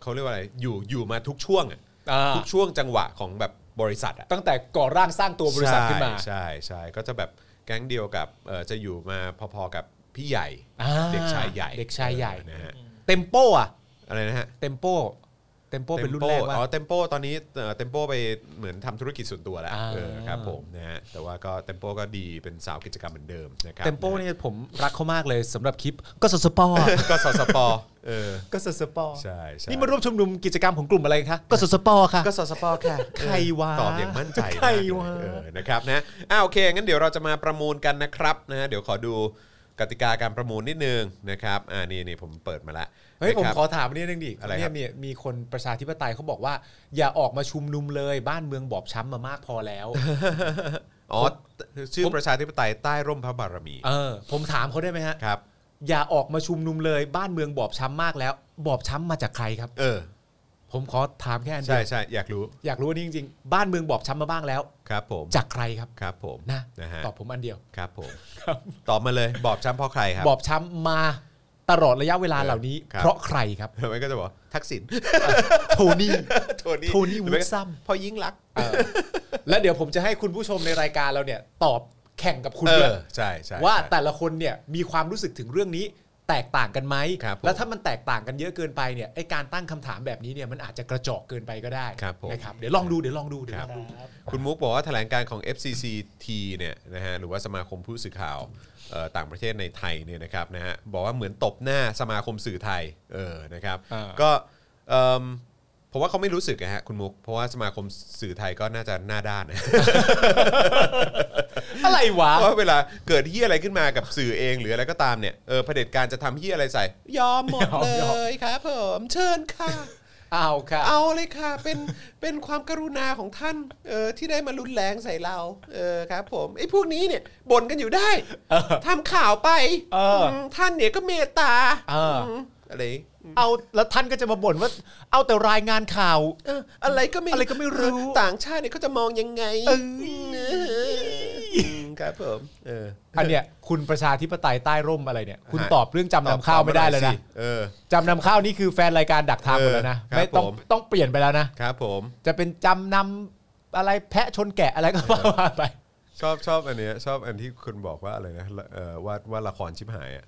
B: เขาเรียกว่าอะไรอยู่อยู่มาทุกช่วงอะ
C: อ่า
B: ทุกช่วงจังหวะของแบบบริษัทอะ
C: ตั้งแต่ก่อร่างสร้างตัวบริษัทขึ้นมา
B: ใช่ใช่ใช่ก็จะแบบแก๊งเดียวกับเอ่อจะอยู่มาพอๆกับพี่ใหญ่
C: อ่า
B: เด็กชายใหญ่
C: เด็กชายใหญ่
B: เออนะฮะ
C: เต็มโป้อะ
B: อะไรนะฮะ
C: เต็มโป้เต็มโป้เป็นรุ่นแรกว่า
B: Tempo อ๋อเทมโปตอนนี้เทมโปไปเหมือนทำธุรกิจส่วนตัวแล้ว
C: อ่า
B: เออครับผมนะฮะแต่ว่าก็เทมโปก็ดีเป็นสาวกิจกรรมเหมือนเดิมนะครับ
C: เต็มโป้เนี่ยผมรักเขามากเลยสำหรับคลิปก็สสปอร์
B: นะฮะก็สสปเออ
C: ก็สสปอร์
B: ใช่ใช่
C: นี่มาร่วมชุมนุมกิจกรรมของกลุ่มอะไรคะก็สสปอร์ค่ะ
B: ก็สสปค่ะ
C: ใครวะ
B: ตอบอย่างมั่นใจมากเลย
C: ใครวะ
B: เออนะครับนะอ้าวโอเคงั้นเดี๋ยวเราจะมาประมูลกันนะครับนะฮะเดี๋ยวขอดูกติกาการประมูลนิดนึงนะครับอ่านี่นี่ผมเปิดมาละ
C: เฮ้ยผม
B: นะครับ
C: ขอถามอันนี้นึงดิ
B: อะไรครับ
C: เนี่ยมีมีคนประชาธิปไตยเขาบอกว่า อย่าออกมาชุมนุมเลยบ้านเมืองบอบช้ำมามากพอ แล้ว
B: อ๋อชื่อ
C: ผม
B: ประชาธิปไตยใต้ร่มพระบารมี
C: เออ ผมถามเขาได้ไหมฮะ
B: ครับ
C: อย่าออกมาชุมนุมเลยบ้านเมืองบอบช้ำมากแล้ว บอบช้ำมาจากใครครับ
B: เออ
C: ผมขอถามแค่อันเดี
B: ใช่
C: ยว
B: ใช่อยากรู้
C: อยากรู้อันนี้จริงๆ บ้านเมืองบอบช้ำมาบ้างแล้ว
B: ครับผม
C: จากใครครับ
B: ครับผม
C: นะ
B: นะฮะ
C: ตอบผมอันเดียว
B: ครับผม
C: ครับ
B: ตอบมาเลยบอบช้ำเพราะใครครับ
C: บอบช้ำมาตลอดระยะเวลา
B: เออ
C: เหล่านี้
B: ครับ
C: เพราะใครครับ
B: แล้วมันก็จะบอกทักษิณ
C: โทนี่
B: โทนี่
C: โทนี่
B: หรือไม่
C: วูดซัม
B: พอยิ่งรักษณ์
C: เออแล้วเดี๋ยวผมจะให้คุณผู้ชมในรายการเราเนี่ย ตอบแข่งกับคุณ
B: เอ
C: ด้ว
B: อย ใช่ใช่
C: ว่า
B: ใช่
C: แต่ละคนเนี่ยมีความรู้สึกถึงเรื่องนี้แตกต่างกันไหม
B: ครับผม
C: แล้วถ้ามันแตกต่างกันเยอะเกินไปเนี่ยไอการตั้งคำถามแบบนี้เนี่ยมันอาจจะกระจอกเกินไปก็ได้
B: ครับผม
C: นะครับเดี๋ยวลองดูเดี๋ยวลองดูเดี๋ยวลองดู
D: ครับ
B: คุณมุกบอกว่าแถลงการของ FCCT เนี่ยนะฮะหรือว่าสมาคมผู้สื่อข่าวเอ่อต่างประเทศในไทยเนี่ยนะครับนะฮะบอกว่าเหมือนตบหน้าสมาคมสื่อไทยเออนะครับ
C: อ่า
B: ก็เอิ่มผมว่าเขาไม่รู้สึกนะฮะคุณมุกเพราะว่าสมาคมสื่อไทยก็น่าจะหน้าด้านนะ
C: อะไรวะ
B: เพราะว่าเวลาเกิดเฮี้ยอะไรขึ้นมากับสื่อเองหรืออะไรก็ตามเนี่ยเออเผด็จการจะทำเฮี้ยอะไรใส่ ยอมหมด
C: ยอม
B: เลย
C: อม
B: ครับ ผมเชิญค่ะ
C: เอาค่ะ
B: เอาเลยค่ะ เป็นเป็นความกรุณาของท่านเออที่ได้มารุนแรงใส่เราเออครับ ผมไอ้พวกนี้เนี่ยบ่นกันอยู่ได้
C: เออ
B: ทำข่าวไป
C: เอออื
B: มท่านเนี่ยก็เมตตา
C: เอออื
B: มอะไร
C: เอาแล้วท่านก็จะมาบ่นว่า เอาแต่รายงานข่าว
B: เอออะไรก็ไม่
C: อะไรก็ไม่รู้
B: ต่างชาติเนี่ยเขาจะมองยังไง
C: เอ้ย
B: อืมครับผมเออ
C: อันเนี้ยคุณประชาธิปไตยใต้ร่มอะไรเนี่ย คุณ
B: ฮะ
C: ตอบเรื่องจำนำข้าวไม่ได้แล้วนะ
B: ตอบมาหอยสิเออ
C: จำนำข้าวนี่คือแฟนรายการดักทางหมดแล้วนะ
B: เออครับ
C: ไม่ต้อง
B: ผม
C: ต้องเปลี่ยนไปแล้วนะครับ
B: ผม
C: จะเป็นจำนำอะไรแพะชนแกะอะไรก็ว่าไป
B: ชอบชอบอันเนี้ยชอบอันที่คุณบอกว่าอะไรนะละเอ่อว่าว่าละครชิบหายอะ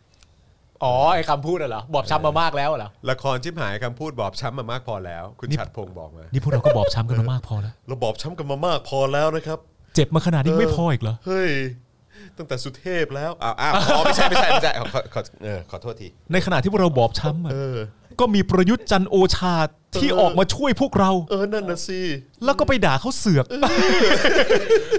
C: อ๋อไอ้คำพูดน่ะเหรอบอบช้ำมามากแล้วเหรอ
B: ละครชิบหายคำพูดบอบช้ำมามากพอแล้ว คุณ
C: นี่
B: ฉัดพงศ์บอกมา
C: นี่พวกเราก็บอบช้ำกันมามากพอแล้ว
B: เราบอบช้ำกันมามากพอแล้วนะครับ
C: เจ็บมาขนาดนี้ไม่พออีกเหรอ
B: เฮ้ย ตั้งแต่สุเทพแล้วอ้าวอ้าวอ๋อไม่ใช่ไม่ใช่ไม่ใช่ขอขอขอเออขอโทษที
C: ในขณะที่พวกเราบอบช้ำอะ
B: เออ
C: ก็มีประยุทธ์จันทร์โอชาที่
B: เออ
C: ออกมาช่วยพวกเรา
B: เออนั่นนะสิ
C: แล้วก็ไปด่าเขาเสือก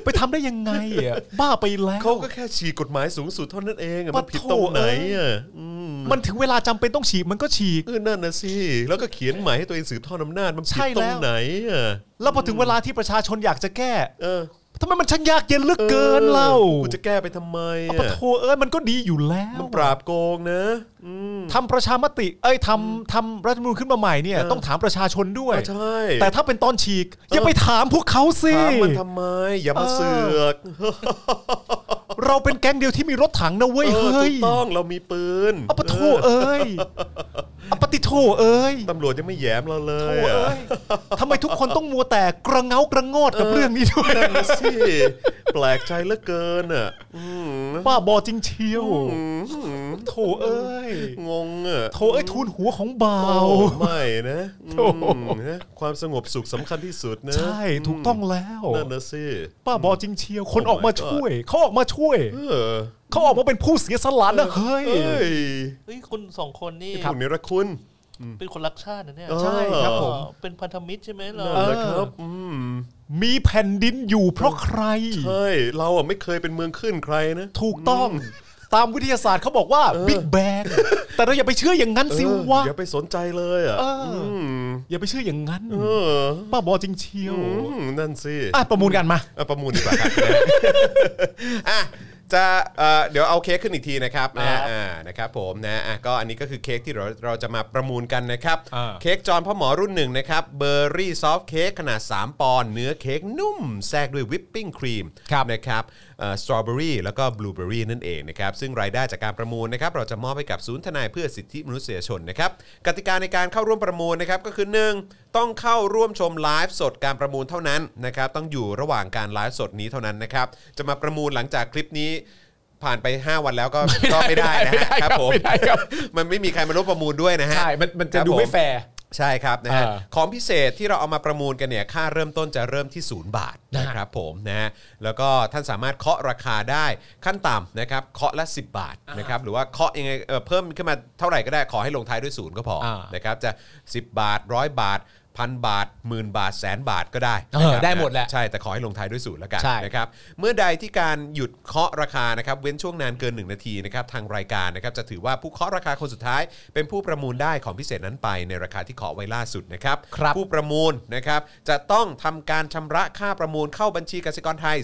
C: ไปทำได้ยังไงอะบ้าไปแล้ว
B: เขาก็แค่ฉีกกฎหมายสูงสุดเท่านั้นเองอะมัน
C: ปะโถ
B: ผิดตรงไหนอ่ะอืม
C: มันถึงเวลาจำเป็นต้องฉีกมันก็ฉีก
B: เออนั่นนะสิแล้วก็เขียนใหม่ให้ตัวเองสืบทอดอำนาจมันผิ
C: ใช่
B: ดตร
C: แล้
B: ง
C: ว
B: ไหนอ่ะ
C: แล้วพอถึงเวลาที่ประชาชนอยากจะแก้
B: เออ
C: ทำไมมันช่างยากเย็นเหลือเกินเล่า
B: กูจะแก้ไปทำไม
C: เอาปะ
B: อ่ะ
C: โทเอ้ยมันก็ดีอยู่แล้ว
B: มันปราบโกงนะ
C: ทำประชามติ เอ้ยทำทำรัฐธรรมนูญขึ้นมาใหม่เนี่ยต้องถามประชาชนด้วย
B: ใช่
C: แต่ถ้าเป็นตอนฉีก อย่าไปถามพวกเขาสิ
B: ถามมันทำไม อย่ามา
C: เออ
B: เสือก
A: เราเป็นแก๊งเดียวที่มีรถถังนะเว้ย
B: เออ
A: เฮ้
B: ถู
A: ย
B: กต้องเรามีปืน
A: อปะโทเอ้ยอปะติโทเอ้ย
B: ตำรวจยังไม่แหยมเราเล
A: โท
B: ยอะ
A: เอ้ยทำไมทุกคนต้องมัวแต่กระเงากระงอดกับเรื่องนี้ด้วย
B: นั่นนะสิแปลกใจเหลือเกินอ่ะอืม
A: บ้าบอจริงเชียว
B: อืม
A: โทเอ้ย
B: งงอ่ะ
A: โทเอ้ยทูลหัวของบ่า
B: โอ้
A: ว
B: ไม่นะ
A: โถ่
B: อืมนะความสงบสุขสำคัญที่สุดนะ
A: ใช่ถูกต้องแล้ว
B: นั่นนะสิ
A: บ้าบอจริงเชียว คน
B: Oh my
A: ออกมาช่วยเขาออกมาช่วย
B: เออ
A: เขาออกมาเป็นผู้เสียสละนะเฮ้ย
B: เอ้ย
D: เฮ้ยคุณสองคนนี่
B: คุณนิรคุณ
D: เป็นคนรักชาตินะเนี่ย
B: ใช่ครับผม
D: เออเป็นพันธมิตรใช่ไหมเรา
B: นั่นแหละครับอืม
A: มีแผ่นดินอยู่เพราะใคร
B: เฮ้ยเราอ่ะไม่เคยเป็นเมืองขึ้นใครนะ
A: ถูกต้องตามวิทยาศาสตร์เขาบอกว่าบิ๊กแบงแต่เราอย่าไปเชื่ออย่างนั้นสิวะ
B: เอออย่าไปสนใจเลยอ่ะ
A: เอออื
B: ม
A: อย่าไปเชื่ออย่างนั้น
B: เออ
A: ป้าบอจริงเชียว
B: อืมนั่นสิ
A: อ่ะประมูลกันมา
B: อ่ะประมูลดีกว่าครับ อ่ะจะเอ่อเดี๋ยวเอาเค้กขึ้นอีกทีนะครับนะฮะอ่านะครับผมนะอ่ะก็อันนี้ก็คือเค้กที่เราเราจะมาประมูลกันนะครับ
C: อ่า
B: เค้กจอนพ่อหมอรุ่นหนึ่งนะครับเบอร์รี่ซอฟต์เค้กขนาด 3 ปอนด์เนื้อเค้กนุ่มแทรกด้วยวิปปิ้งครีม
C: ครับ
B: นะครับสตรอเบอรี่อ strawberry แล้วก็บลูเบอรี่นั่นเองนะครับ ซึ่งรายได้จากการประมูลนะครับ เราจะมอบให้กับศูนย์ทนายเพื่อสิทธิมนุษยชนนะครับ กติกาในการเข้าร่วมประมูลนะครับ ก็คือ 1 ต้องเข้าร่วมชมไลฟ์สดการประมูลเท่านั้นนะครับ ต้องอยู่ระหว่างการไลฟ์สดนี้เท่านั้นนะครับ จะมาประมูลหลังจากคลิปนี้ผ่านไป 5 วันแล้วก็ก็ไม่ได้นะฮะ
C: ไม่
B: ค
C: ได้ครั
B: รับบผม
C: ไม่ได้ครับ
B: มันไม่มีใครมาร่วมประมูลด้วยนะฮะ
C: ใช่มันมันจะ
B: ครับ
C: ดู
B: ผ
C: ไม่แฟร์
B: ใช่ครับนะฮะ
C: เออ
B: ของพิเศษที่เราเอามาประมูลกันเนี่ยค่าเริ่มต้นจะเริ่มที่ 0 บาท
C: นะฮะ
B: นะครับผมนะฮะแล้วก็ท่านสามารถเคาะราคาได้ขั้นต่ำนะครับเคาะละ 10 บาทนะครับหรือว่าเคาะยังไงเอ่อเพิ่มขึ้นมาเท่าไหร่ก็ได้ขอให้ลงท้ายด้วยศูนย์ก็พออา นะครับจะ 10 บาทร้อยบาทพันบาทหมื่นบาทแสนบาทก็ได้
C: เอ
B: นะ
C: อ
B: ครับ
C: ได้หมดแหละ
B: ใช่แต่ขอให้ลงท้ายด้วยศูนย์แล้วกัน
C: ใช่
B: นะครับเมื่อใดที่การหยุดเคาะราคานะครับเว้นช่วงนานเกิน 1 นาทีนะครับทางรายการนะครับจะถือว่าผู้เคาะราคาคนสุดท้าย เป็นผู้ประมูลได้ของพิเศษนั้นไปในราคาที่เคาะไว้ล่าสุดนะครับ
C: ครับ
B: ผู้ประมูลนะครับจะต้องทำการชำระค่าประมูลเข้าบัญชีกสิกรไทย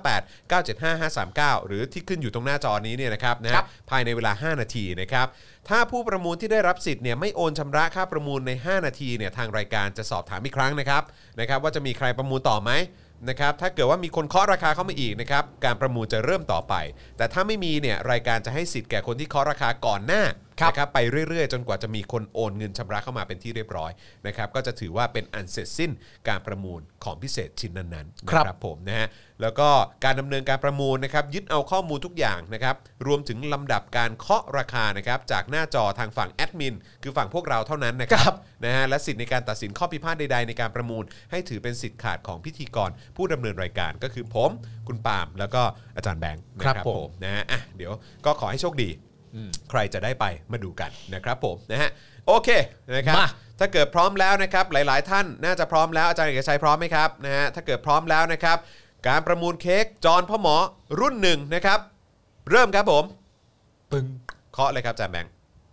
B: 0698 975 539 หรือที่ขึ้นอยู่ตรงหน้าจอนี้เนี่ยนะครับนะฮะภายในเวลา 5 นาทีนะครับ ถ้าผู้ประมูลที่ได้รับสิทธิ์เนี่ยไม่โอนชำระค่าประมูลใน 5 นาทีเนี่ยทางรายการจะสอบถามอีกครั้งนะครับนะครับว่าจะมีใครประมูลต่อไหมนะครับถ้าเกิดว่ามีคนเคาะราคาเข้ามาอีกนะครับการประมูลจะเริ่มต่อไป แต่ถ้าไม่มีเนี่ยรายการจะให้สิทธิ์แก่คนที่เคาะราคาก่อนหน้า นะครับไปเรื่อยๆ จนกว่าจะมีคนโอนเงินชำระเข้ามาเป็นที่เรียบร้อยนะครับก็จะถือว่าเป็นอันเสร็จสิ้นการประมูลของพิเศษชิ้นนั้นๆ
C: ครับ
B: นะผมนะฮะแล้วก็การดำเนินการประมูลนะครับยึดเอาข้อมูลทุกอย่างนะครับรวมถึงลำดับการเคาะราคานะครับจากหน้าจอทางฝั่งแอดมินคือฝั่งพวกเราเท่านั้นนะครับนะฮะและสิทธิ์ในการตัดสินข้อพิพาทใดๆในการประมูล ให้ถือเป็นสิทธิ์ขาดของพิธีกรผู้ดำเนินรายการก็คือผม คุณปาล์มแล้วก็อาจารย์แบงค์นะ
C: ครับผม
B: นะฮะอ่ะเดี๋ยวก็ขอให้โชคดี ใครจะได้ไปมาดูกันนะครับผมนะฮะโอเคนะครับ
C: มา
B: ถ้าเกิดพร้อมแล้วนะครับหลาย ๆ ท่านน่าจะพร้อมแล้วอาจารย์เอกชัยพร้อมไหมครับนะฮะถ้าเกิดพร้อมแล้วนะครับ การประมูลเค้กจอนพ่อหมอรุ่นหนึ่งนะครับ เริ่มครับผม
C: ปึ้ง
B: เคาะเลยครับอาจารย์แบงค์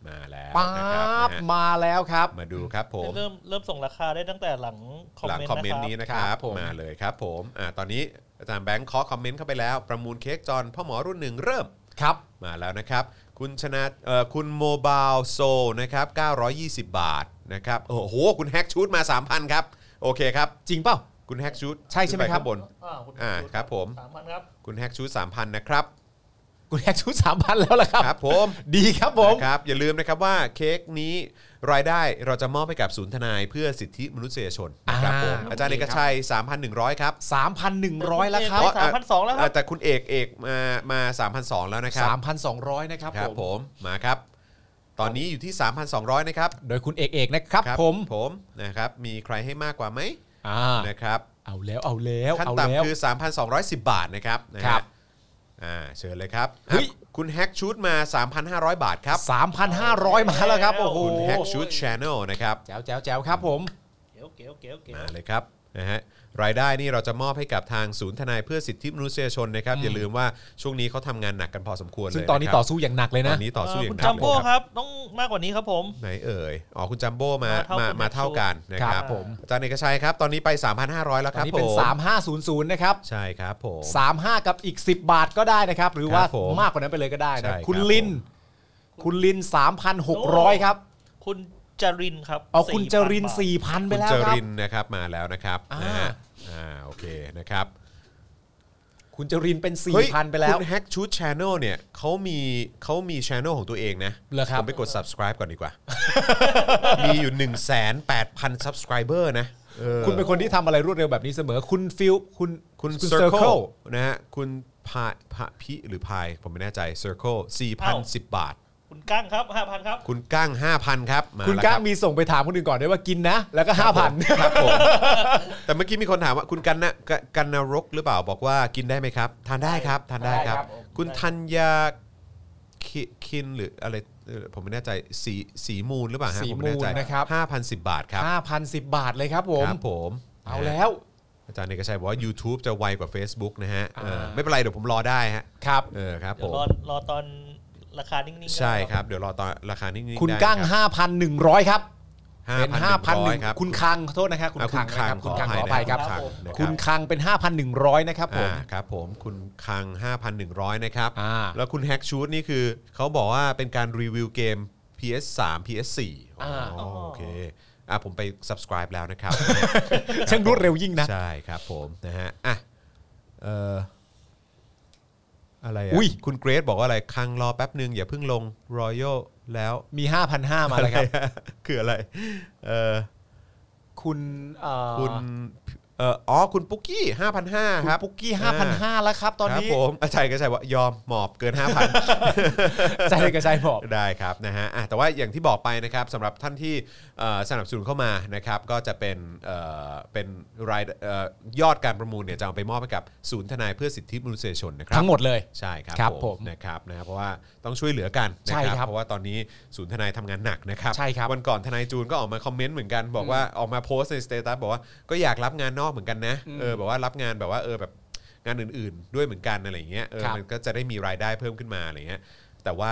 B: มาแล้ว
C: ป๊า
B: นะครับ
C: บ
B: นะฮะ
C: มาแล้วครับ
B: มาดูครับผม
D: เริ่มเริ่มส่งราคาได้ตั้งแต่หลังคอม
B: หลัง
D: เมน
B: คอม
D: ต์
B: เมน
D: นะ
B: ต์นี้
D: ครับ
B: นะครับ
C: ครับผม
B: มาเลยครับผมอ่าตอนนี้อาจารย์แบงค์เคาะคอมเมนต์เข้าไปแล้ว ประมูลเค้กจอนพ่อหมอรุ่นหนึ่งเริ่ม
C: ครับ
B: มาแล้วนะครับ คุณชนะเอ่อคุณโมบายโซนะครับ 920 บาทนะครับโอ้โห คุณแฮกชูดมา 3,000 ครับ โอเคครับ
C: จริงเปล่า
B: คุณแฮกชูด
C: ใช่ใช่ไหมครั
B: ขึ้น
C: บ
B: ปข้างบน
D: อ่าคุณ
B: อ่าครับผม
D: สามพันครับ
B: คุณแฮกชูด3,000 นะครับ
C: คุณแฮกชุดสามพันแล้วล่ะครับ
B: ครับผม
C: ดีครับผม
B: นะครับอย่าลืมนะครับว่าเค้กนี้รายได้เราจะมอบให้กับศูนย์ทนายเพื่อสิทธิมนุษยชนนะครับผมอาจารย์เอกชัย 3,100 ครับ
C: สามพันหนึ่งร้อยแล้วครับ
D: เอ้ยสามพันสองแล้วค
B: อ่า
D: รับ
B: แต่คุณเอกเอกมามา3,200 แล้วนะครับ
C: สามพันสองร้อยนะครับ
B: ครับ
C: ผ
B: ผม มมาครับ ตอนนี้อยู่ที่ 3,200 นะครับ
C: โดยคุณเอกเอกนะครับ
B: ครับ
C: ผ
B: ผม
C: ม
B: นะครับมีใครให้มากกว่าไหม
C: อ่า
B: นะครับ
C: เอาแล้วเอาแล้ว
B: ขั้น
C: เอาแล้ว
B: ต่ำคือ 3,210 บาทนะครับนะฮะ
C: ครับ
B: อ่าเชิญเลยครับ
C: เฮ้ย
B: อ่ะคุณแฮกชูดมา 3,500 บาทครับ
C: สามพันห้าร้อยมาแล้วครับโอ้โห
B: คุณแฮกชูดชานอลนะครับ
C: แจ๋วแจ๋วแจ๋วครับผม
D: เก๋วเก๋วเก๋วเก๋ว
B: มาเลยครับนะฮะรายได้นี่เราจะมอบให้กับทางศูนย์ทนายเพื่อสิทธิมนุษยชนนะครับ อย่าลืมว่าช่วงนี้เขาทำงานหนักกันพอสมควรเลย
C: ซึ่งตอนนี้
B: ะครับ
C: ต่อสู้อย่างหนักเลย
B: ต
C: นะ
B: อนนี้ต่อสู้อย่าง
D: คุณ
B: หนัก
D: จัม
B: เลย
D: โบ้ครับ ต้องมากกว่านี้ครับผม
B: ไหนเอ่ยอ๋อคุณจัมโบ้มา
D: มา
B: มา
D: เท่าคุณ
B: มาเท่า
D: แฮกชูด
B: กันนะค
C: ครั
B: รับบ
C: ผม
B: อาจารย์เอกชัยครับตอนนี้ไป 3,500 แล้ว
C: ต
B: ค
C: อน
B: รับ
C: นี้เป็
B: ผ
C: น
B: ม
C: 3500 นะครับ
B: ใช่ครับผม
C: 35 กับอีก 10 บาทก็ได้นะครับ หรือว่า
B: ครับผม
C: มากกว่านั้นไปเลยก็ได้
B: ใช่
C: นะครับ คุณลิน คุณลิน 3,600 ครับ
D: คุณจรินครับ
C: เอาคุณจริน
D: 4,000
C: 4,000 ไป
B: คุณ
C: แล้
B: จ
C: วครับ
B: รินนะครับมาแล้วนะครับ
C: อ่า
B: นะฮะอ่าโอเคนะครับ
C: คุณจรินเป็น4ี่
B: เฮ้ย
C: พันไปแล้ว
B: คุณ Hack Shoot Channel เนี่ยเขามีเขามีช anel ของตัวเองนะ
C: เหรอครับ
B: ผมไปกด subscribe ก่อนดีกว่า มีอยู่ 1 8 0 0 0 subscriber นะเออ
C: คุณเป็นคนที่ทำอะไรรวดเร็วแบบนี้เสมอ คุณฟิลคุณ
B: คุณ
C: คุณ
B: Circle
C: Circle
B: นะฮะคุณพาพาพิหรือพาย ผมไม่แน่ใจ Circle 4,010 บาท
D: คุณกั้งครับห้าพันครับ
B: คุณก้าง 5,000 ครับม
C: คุณ
B: แล้ว
C: ก้า
B: รับ
C: มีส่งไปถามคนอื่นก่อนด้วยว่ากินนะ แล้วก็
B: ครับผม
C: 5,000
B: ครับผม แต่เมื่อกี้มีคนถามว่าคุณกันนะกะกันนรกหรือเปล่าบอกว่ากินได้ไหมครับ ทานได้ครับ ทานได้ครับ
D: ได้ครับผม
B: คุณธัญญาคิคินหรืออะไรเอ่อผมไม่แน่ใจสีสีมูลหรือเปล่าฮะ
C: สี
B: ผมไม่แน่ใจ
C: มูลนะครับ
B: ห้าพันสิบบาทครับ
C: 5,010 บาทเลยครับผม
B: ครับผม
C: เอา
B: นะฮะ
C: แล้ว
B: อาจารย์เอกชัยบอกว่า YouTube จะไวกว่า Facebook นะฮะเอออา ไม่เป็นไรเดี๋ยวผมรอได้ฮะ
C: ครับ
B: เออครับผ
D: เดี๋ยว
B: ม
D: รอรอตอนราคานิ่งๆ
B: ใช่
D: นะครับ
B: เดี๋ยวรอตอนราคานิ่งๆ
C: คุณ
B: ได้
C: ก้าง
B: รับ
C: 5,100 ครับ
B: ห้า
C: เป็น
B: พันหนึ่งร้อย
C: 5,000
B: รับ
C: คุณคังโทษนะครับ คุณ
B: อ่ะ
C: คังนะ
B: คัง
C: ครับคุณคังขออ
B: นะ
C: ภัยครับ
B: ณงนะ
C: คุณ
B: รับ
C: คังเป็น 5,100 นะครับผม
B: อ่าครับผมคุณคัง 5,100 นะครับ
C: อ่า
B: แล้วคุณแฮกชูดนี่คือเขาบอกว่าเป็นการรีวิวเกม PS3 PS4 อ๋ออ๋อโอเคอ่ะผมไป subscribe แล้วนะครับ
C: ช่างรวดเร็วยิ่งนะ
B: ใช่ครับผมนะฮะอ่ะเอ่ออะไร
C: อุ๊
B: อ่ะ
C: ย
B: คุณเกรซบอกว่าอะไรคังรอแป๊บหนึ่งอย่าเพิ่งลง Royal แล้ว
C: มี 5,500 มาแล้วครับ
B: อะไอะ คืออะไรเออ
C: คุณเอ่อ
B: คุณเอ่ออ๋อคุณปุ๊กกี้5,500
C: คุ
B: ค
C: ณ
B: รับ
C: ปุ๊กกี้
B: อ่า
C: 5,500 แล้วครับ ตอนนี้
B: ครับผม อาจารย์ก็ใช่ว่ายอมหมอบ เกิน 5,000
C: ใจเลยกระใจบอก
B: ได้ครับนะฮะอ่ะแต่ว่าอย่างที่บอกไปนะครับสำหรับท่านที่เอ่อสนับสนุนเข้ามานะครับก็จะเป็นเอ่อเป็นรายเอ่อยอดการประมูลเนี่ยจะเอาไปมอบให้กับศูนย์ทนายเพื่อสิทธิมนุษยชนนะครับ
C: ทั้งหมดเลย
B: ใช่ครับ
C: ครับผม
B: นะครับนะเพราะว่าต้องช่วยเหลือกันนะ
C: ใช่
B: ครับ
C: ครับ
B: เพราะว่าตอนนี้ศูนย์ทนายทำงานหนักนะครับ
C: ใช่ครับ
B: วันก่อนทนายจูนก็ออกมาคอมเมนต์เหมือนกันบอกว่าออกมาโพสต์ในสเตตัสบอกว่าก็อยากรับงานนอกเหมือนกันนะเออแบบว่ารับงานแบบว่าเออแบบงานอื่น ๆ ด้วยเหมือนกันอะไรอย่างเงี้ยเออ
C: ครับ
B: มันก็จะได้มีรายได้เพิ่มขึ้นมาอะไรอย่างเงี้ย แต่ว่า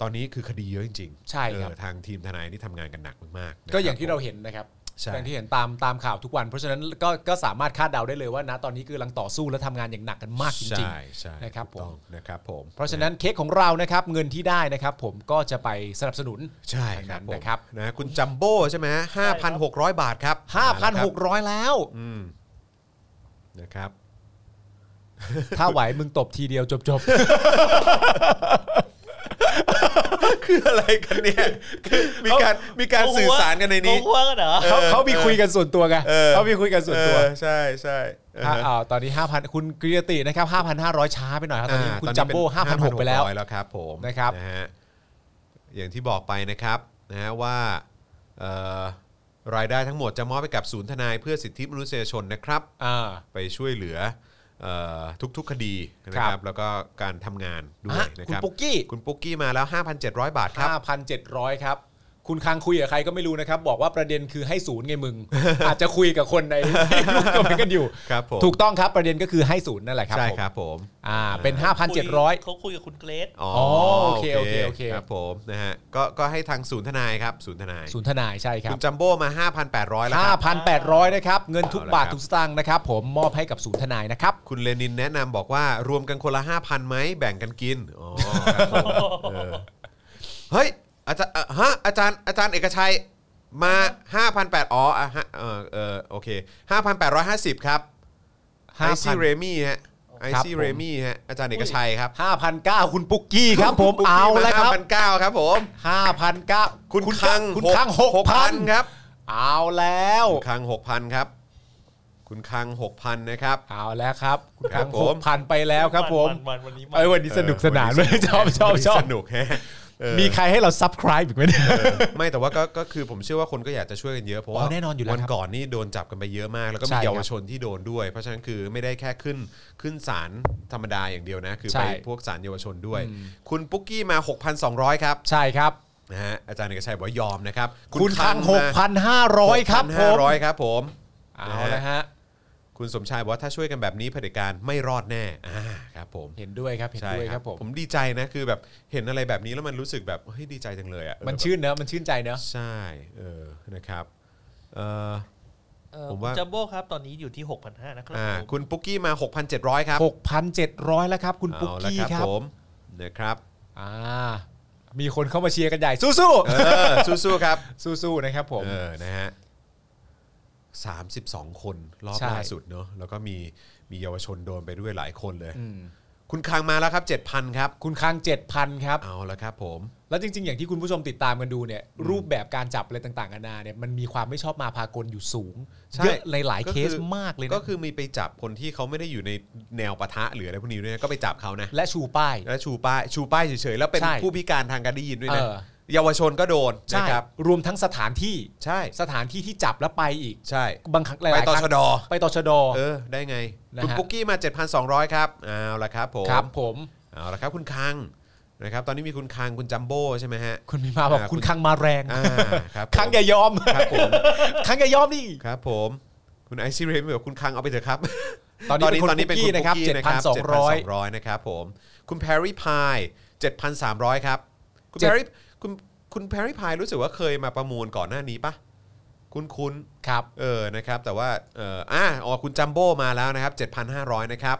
B: ตอนนี้คือคดีเยอะจริงๆ
C: ใช่ครับ
B: เออทางทีมทนายนี่ทำงานกันหนักมากๆนะครับ
C: ก็อย่างที่เราเห็นนะครับ
B: ใช่
C: อย่างที่เห็นตามตามข่าวทุกวัน เพราะฉะนั้นก็ก็สามารถคาดเดาได้เลยว่านะตอนนี้คือกำลังต่อสู้และทำงานอย่างหนักกันมากจริง
B: ใช่ใช่
C: นะครับ
B: ถูกต้อง
C: ผม
B: นะครับผม
C: ๆ เพราะฉะนั้นเค้กของเรานะครับเงินที่ได้นะครับผมก็จะไปสนับสนุน
B: ใช่
C: ทาง
B: ครั
C: นั้
B: บ
C: น
B: ผม
C: นะครับ
B: นะคุณจัมโบ้ใช่ไหมห้าพันหกร้อยบาทครับ
C: 5,600 แล้ว
B: อืมนะครับ
C: ถ้าไหวมึงตบทีเดียวจบ
B: คืออะไรกันเนี่ยคือมีการมีการสื่อสารกันในนี้
D: โกหัวกันเหรอ
C: ๆเขาเขามีคุยกันส่วนตัวไง
B: เออ
C: เขามีคุยกันส่วนตัว
B: เออใช่ใช่เออ
C: ถ้าอ่าตอนนี้ 5,000 คุณกรีตินะครับ 5,500 ช้าไปหน่อยครับตอนนี้
B: า
C: คุณ
B: ตอน
C: จั
B: นี้
C: ม
B: เป็น
C: โบ้5,600 ไปแล้ว
B: 5,600แล้วครับผม
C: นะครับ
B: นะฮะอย่างที่บอกไปนะครับนะฮะว่าเอ่อรายได้ทั้งหมดจะมอบไปกับศูนย์ทนายเพื่อสิทธิมนุษยชนนะครับ
C: อ่า
B: ไปช่วยเหลือเอ่อทุกๆคดีนะค
C: ครั
B: รับบ แล้วก็การทำงานด้ว
C: ฮะ
B: ยนะค
C: คุณ
B: รับ
C: ปุ๊กกี้
B: คุณปุ๊กกี้มาแล้ว 5,700 บาทครับ
C: 5,700 ครับ คุณคังคุยกับใครก็ไม่รู้นะครับ บอกว่าประเด็นคือให้ศูนย์ไงมึ ง อาจจะคุยกับคนใน ที่รู้กันกันอยู่
B: ครับผม
C: ถูกต้องครับประเด็นก็คือให้ศูนย์นั่นแหละครับ
B: ใช่
C: ผม
B: ครับผม
C: อ่าเป็น 5,700
D: เขาคุยกับคุณเกรซ
B: อ๋อ
C: โอเคโอเคโอเค
B: ครับผมนะฮะก็ก็ให้ทางศูนย์ทนายครับศูนย์ทนาย
C: ศูนย์ทนายใช่ครั
B: คุ
C: บ
B: ณจัมโบ้มา 5,800 แล้วครับ
C: 5,800 นะครับ เงินทุก
B: เอาละ
C: บา
B: ค
C: ท
B: รับ
C: ทุกสตางค์นะครับ ผมมอบให้กับศูนย์ทนายนะครับ
B: คุณเลนินแนะนำบอกว่ารวมกันคนละ 5,000ไหมแบ่งกันกินอ๋อครับผมเออเฮ้ยอาจารย์เอ่อฮะอาจารย์อาจารย์เอกชัยมา 5,800อ๋ออ่ะฮะเออเออโอเค 5,850 ครับไอซี่เร
C: 5,000
B: มี่ฮะไอ
C: ครับ
B: ซี่
C: ผม
B: เรมี่ฮะอาจารย์เอกชัยครับ
C: 5,900 คุณปุ๊กกี้ครับผม
B: ปุ๊ก
C: เอา
B: กี้
C: แล้วครับ
B: 5,900ครับผม
C: 5,900
B: คุณคัง
C: คุณคัง
B: ค
C: 6,000
B: รับ
C: เอาแล้ว
B: คุณคัง6,000ครับ คุณคัง6,000นะครับ
C: เอาแล้วครับคุณ
B: ครั
C: คั
B: บ
C: ง
B: ผม
C: หกพันไปแล้วครับผม
D: นวันวันนี้มา
C: เอ้ยวันนี้สนุกสนานเลยชอบชอบชอบ
B: สนุกฮะเออ
C: มีใครให้เราซับ s c คร b e อีกไหมเนี่ย
B: ไม่แต่ว่าก็ก็คือผมเชื่อว่าคนก็อยากจะช่วยกันเยอะเพราะ
C: อ๋
B: ว่า
C: อแน่นอนอยู่แล้ว
B: วัน
C: ครับ
B: ก่อนนี่โดนจับกันไปเยอะมาก แล้วก็
C: ใช่
B: มี
C: ครับ
B: เยาวชนที่โดนด้วย เพราะฉะนั้นคือไม่ได้แค่ขึ้นขึ้นศาลธรรมดาอย่างเดียวนะ คือ
C: ใช่
B: ไปพวกศาลเยาวชนด้วย คุณปุ๊กกี้มา 6,200 ครับ
C: ใช่ครับ
B: นะฮะอาจารย์เอกชัยบอกว่ายอมนะครับ
C: คุณคังหกพันห้าร้อยครับผม
B: 6,500 ครับผม
C: เอาแล้วฮะ
B: คุณสมชายบอกว่าถ้าช่วยกันแบบนี้เผด็จการไม่รอดแน่อ่าครับผม
C: เห็นด้วยครับ เห็น
B: ใช่
C: ด้วย
B: ค
C: ค
B: รั
C: รั
B: บบ
C: ผม
B: ผมดีใจนะคือแบบเห็นอะไรแบบนี้แล้วมันรู้สึกแบบเฮ้ยดีใจจังเลยอ่ะเออ
C: มัน
B: แบบ
C: ชื่นเนอะมันชื่นใจเนอะ
B: ใช่ เออ นะครับเออ
D: เอ่อ
B: ผม
D: คุณ
B: ว่า
D: จัมโบ้ครับตอนนี้อยู่ที่หกพันห้านะครั
B: อ่า
D: ผม
B: คุณปุ๊กกี้มา 6,700 ครับ
C: 6,700 แล้วครับ คุณปุ๊ก
B: เอาละ
C: กี้
B: ครับ
C: ครับ
B: ผมนะครับ
C: อ่ามีคนเข้ามา เชียร์กันใหญ่ สู้
B: เออ สู้ๆ ครับ
C: ๆสู้ๆนะครับผม
B: เออ นะฮะ 32 คนรอบ
C: ใช่
B: ล่าสุดเนอะแล้วก็มีมีเยาวชนโดนไปด้วยหลายคนเลย คุณคางมาแล้วครับ 7,000 ครับ
C: คุณคาง7,000ครับ
B: เอาละครับผม
C: แล้วจริงๆ อย่างที่คุณผู้ชมติดตามกันดูเนี่ยรูปแบบการจับอะไรต่างๆนานาเนี่ยมันมีความไม่ชอบมาพากลอยู่สูง
B: ใช่
C: เยอะหลาย
B: ก็
C: ๆ
B: คือ
C: เคสมากเลยนะ
B: ก็คือมีไปจับคนที่เขาไม่ได้อยู่ในแนวปะทะหรืออะไรพวกนี้ด้วยนะก็ไปจับเขานะ
C: และชูป้าย
B: แล้วชูป้ายชูป้ายเฉยๆ แล้วเป็น
C: ใช่
B: ผู้พิการทางการได้ยินด้วยนะ
C: เออ
B: เยาวชนก็โดน
C: ใช่
B: นะครับ
C: รวมทั้งสถานที่
B: ใช่
C: สถานที่ที่จับแล้วไปอีก
B: ใช่
C: บางครั้งหลาย
B: ไป
C: ๆ
B: ต่อ
C: ครั้ง
B: ชดอ
C: ไปต่อชด
B: เออได้ไง
C: นะ
B: คุณ
C: ฮะ
B: ปุ๊กกี้มา 7,200 ครับเอาละครับผม
C: ครับผม
B: เอาละครับคุณคังนะครับ ตอนนี้มีคุณคังคุณจัมโบ้ใช่ไหมฮะ
C: คุณมีมาบอก
B: อ่า
C: คุณคังมาแรง
B: อ่าครับผม
C: คังอย่ายอม
B: ครับผม
C: คังอย่ายอมนี่
B: ครับผม คุณไอซีเรมแบบคุณคังเอาไปเถอะครับ
C: ตอนนี้ตอนนี้เป็นคุณปุ๊กกี้นะครับ7,200
B: 7,200 นะครับผม คุณแพรรี่พาย 7,300 ครับ คุณ
C: เจ็
B: แพ
C: ด
B: รรี่คุณคุณแพรรี่พายรู้สึกว่าเคยมาประมูลก่อนหน้านี้ปะคุณคุณ
C: ครับ
B: เออนะครับ แต่ว่าเอออ่ะอ๋อคุณจัมโบ้มาแล้วนะครับ 7,500 นะครับ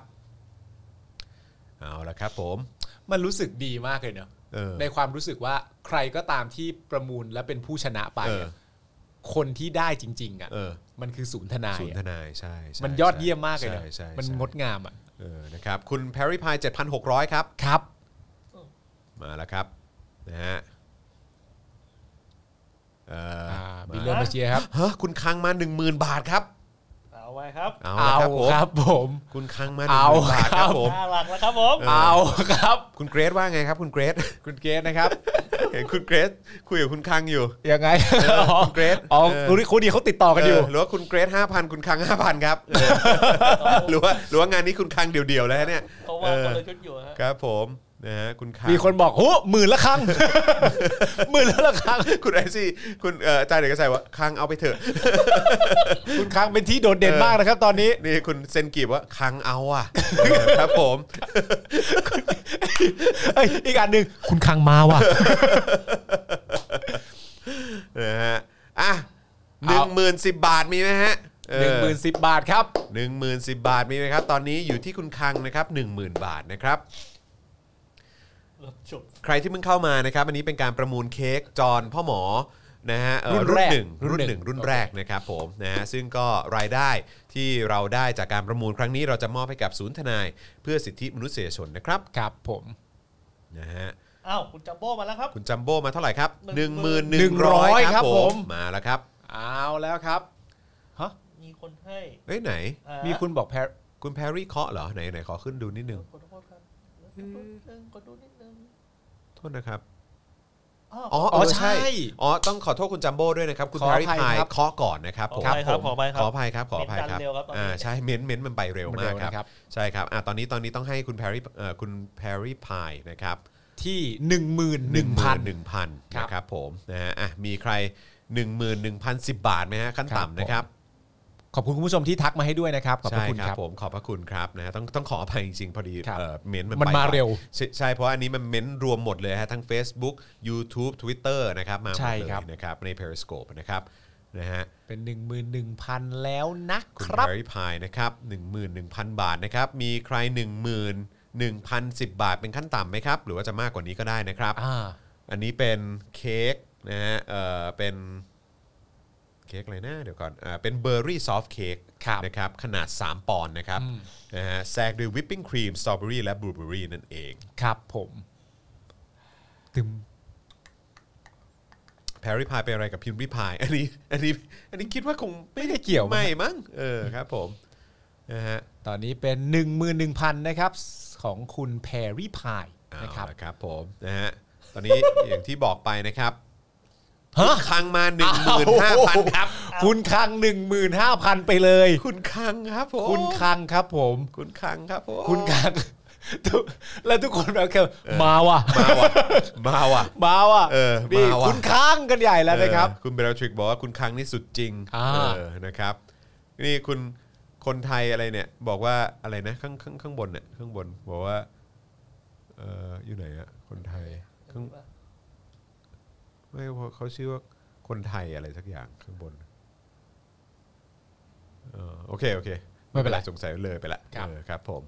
B: เอาละครับผม
C: มันรู้สึกดีมากเลยเนาะ
B: เออ
C: ในความรู้สึกว่าใครก็ตามที่ประมูลและเป็นผู้ชนะไป
B: เออ
C: อะคนที่ได้จริง ๆอ่ะ
B: เออ
C: มันคือศูนย์ทนาย
B: ศูนย์ท
C: อะ
B: นายใช่ใช่
C: มันยอดเยี่ยมมากเลยเนอะ
B: ใช่ใช่
C: มัน
B: ใช่
C: งดงามอ่ะ
B: เออนะครับ คุณแพรรี่พาย 7,600 ครับ
C: ครับ
B: มาแล้วครับนะฮะเออ
C: อ่า
B: มา
C: บิลเลอร์มาเชียร์ครับ
B: ฮะคุณคังมา 10,000 บาทครับ
D: เอาไว้ครับ
B: เอาละครับผม
C: ครับผม
B: คุณคังมา
C: เอา
B: 10,000บาทค
C: ครั
B: รับบ ผม
D: น่ารักแล้วครับผม
B: เออ
C: เอาครับ
B: คุณเกรซว่าไงครับ คุณเกรซ
C: คุณเกสนะครับ
B: เห็นคุณเกรซคุยกับคุณคังอยู่
C: ยังไงอ๋อ
B: คุณเกรซ
C: อ๋อ
B: เออ
C: รู้ที่คุณดีเขาติดต่อกันอยู่
B: เออหรือว่าคุณเกรซ5,000 คุณคัง 5,000 ครับเออหรือว่าหรือว่างานนี้คุณคังเดี่ยวๆแล้วเนี่ย
D: เขาว่าคนละชุดอยู่ฮะ
B: ครับผมนะฮะคุณคัง
C: มีคนบอกโหหมื่นละ ครั้ง หมื่นละครั้ง
B: คุณไอซี่คุณเอ่ออาจารย์เด็กก็ใส่ว่าคังเอาไปเถอะ
C: คุณครั้งเป็นที่โดดเด่นมากนะครับ ตอนนี้
B: นี่คุณเซนกีบว่าคังเอาอ่ะ ครับผม
C: เอ้ยอีกอันหนึ่งคุณครั้งมาว่ะ
B: นะฮะอ่ะหนึ่งหมื่นสิบบาทมีไหมฮะเอ
C: หนึ่ง
B: อ
C: หมื่นสิบบาทครับ
B: หนึ่งหมื่นสิบบาทมีไหมครับ ตอนนี้อยู่ที่คุณคังนะครับหนึ่งหมื่นบาทนะครับ
D: จบ
B: ใครที่เพิ่งเข้ามานะครับ อันนี้เป็นการประมูลเค้กจอนพ่อหมอนะฮะเอ่อ
C: รุ่นแรก
B: หนึ่ง
C: รุ่
B: รุ่น
C: น
B: ห
C: หนึ่
B: นึ่ง
C: ง
B: รุ่นแรกนะครับผมนะฮะซึ่งก็รายได้ที่เราได้จากการประมูลครั้งนี้เราจะมอบให้กับศูนย์ทนาย เพื่อสิทธิมนุษยชนนะครับ
C: ครับผม
B: นะฮะ
D: อ้าวคุณจัมโบ้มาแล้วครับ
B: คุณจัมโบ้มาเท่าไหร่ครับ
D: หนึ่งหมื่น
B: 11,100
C: ครับผม
B: มาแล้วครับ
C: เอาแล้วครับฮะ
D: มีคนให้
B: เอ้ยไหน
D: อ่า
C: มีคุณบอกแพร
B: คุณแพรรี่เคาะเหรอไหนไหนขอขึ้นดูนิดนึง
D: ขอโทษครับขอดูนิดนึงขอดูนิดนึง
B: โทษนะครับ
D: อ๋อ
B: อ๋อ
C: อ๋
B: อ๋
C: อ
B: อ
C: ใช่
B: ใช่ อ๋อ ต้องขอโทษคุณจัมโบ้ด้วยนะครับ คุณ
C: ขอ
B: แพ
C: อ
B: ร
C: ภัย
B: รี่พาย
C: ครับ
B: เคาะก่อนนะครับผม
D: ขออภัยครับขออภัยครับ
B: ขออภัยครับ ขออภัยครับ
D: เม้นต์ดันเร็วครับตอนนี้
B: อ่าใช่เม้นต์เม้นต์มันไปเร็วมาก
C: เร็ว
B: ค
C: นะครั
B: รับ
C: บ
B: ใช่ครับอ่าตอนนี้ตอนนี้ต้องให้คุณแพรรี่เอ่อคุณแพรรี่พายนะครับ
C: ที่หนึ่งหมื่นหนึ่งพัน
B: หนึ่งพัน
C: ครับ
B: นะครับผมนะฮะอ่ะมีใคร 1 1 0 1 0 บาทไหมฮะขั้นต่ำนะครับ
C: ขอบคุณคุณผู้ชมที่ทักมาให้ด้วยนะครับ ขอบพระ
B: ใช่
C: คุณ
B: ครับ
C: ครับ
B: ผมขอบพระคุณครับนะฮะต้องต้องขออภัยจริงๆ พอดี
C: ครับ
B: เอ่อเม้นต์มัน
C: มัน
B: ไป
C: มาเร็ว
B: ใช่ใช่เพราะอันนี้มันเม้นต์รวมหมดเลยฮะทั้ง Facebook YouTube Twitter นะครับมาหมด
C: ใช่
B: เลย
C: ครับ
B: นะครับใน Periscope นะครับนะฮะ
C: เป็นหนึ่งหมื่นหนึ่งพันแล้วนะ
B: คุณ
C: ครับ
B: แพริพายนะครับ11,000 บาทนะครับ มีใคร 11,010 บาทเป็นขั้นต่ำไหมครับ หรือว่าจะมากกว่านี้ก็ได้นะครับ
C: อ่า
B: อันนี้เป็นเค้กนะฮะเออเป็นเค้กอะไรนะเดี๋ยวก่อนอ่าเป็นเบอร์รี่ซอฟต์เค้ก
C: ครับ
B: นะครับขนาด 3 ปอนด์นะครับ
C: อืม
B: นะฮะแทรกด้วยวิปปิ้งครีมสตรอเบอรี่และบลูเบอรี่นั่นเอง
C: ครับผมตึม
B: แพรรี่พายเป็นอะไรกับพิมพ์ริพายอันนี้อันนี้อันนี้คิดว่าคง
C: ไม่ได้เกี่ยวมั้ง
B: ไม่มั้งเออครับผมนะฮะ
C: ตอนนี้เป็น1 1 0 0 0นะครับ ของคุณแพรรี่พาย
B: เอา
C: นะครับ
B: ละครับผมนะฮะตอนนี้ อย่างที่บอกไปนะครับ
C: ฮะ
B: คังมา 15,000ครับ
C: คุณคัง 15,000 ไปเลย
B: คุณคังครับผม
C: คุณคังครับผม
B: คุณคังครับผม
C: คุณคัง ทุกแล้วทุกคนแบบแค่มาว่ะ
B: มาว่ะมาว่ะ
C: มาว่ะ
B: เออ
C: นี่
B: มาว่ะ
C: คุณคังกันใหญ่แล้วนะครับ
B: เออคุณเบลทริกบอกว่าคุณคังนี่สุดจริง
C: อ่า
B: เออนะครับ นี่คุณคนไทยอะไรเนี่ย บอกว่าอะไรนะข้างข้างข้างบนเนี่ยข้างบนบอกว่าเอออยู่ไหนอะคนไทยข้างไม่เพราะเขาชื่อว่าคนไทยอะไรสักอย่างข้างบนเออโอเคโอเค
C: ไม่เป็นไร
B: สงสัยเลยไปละ
C: ครับ
B: เออครับผม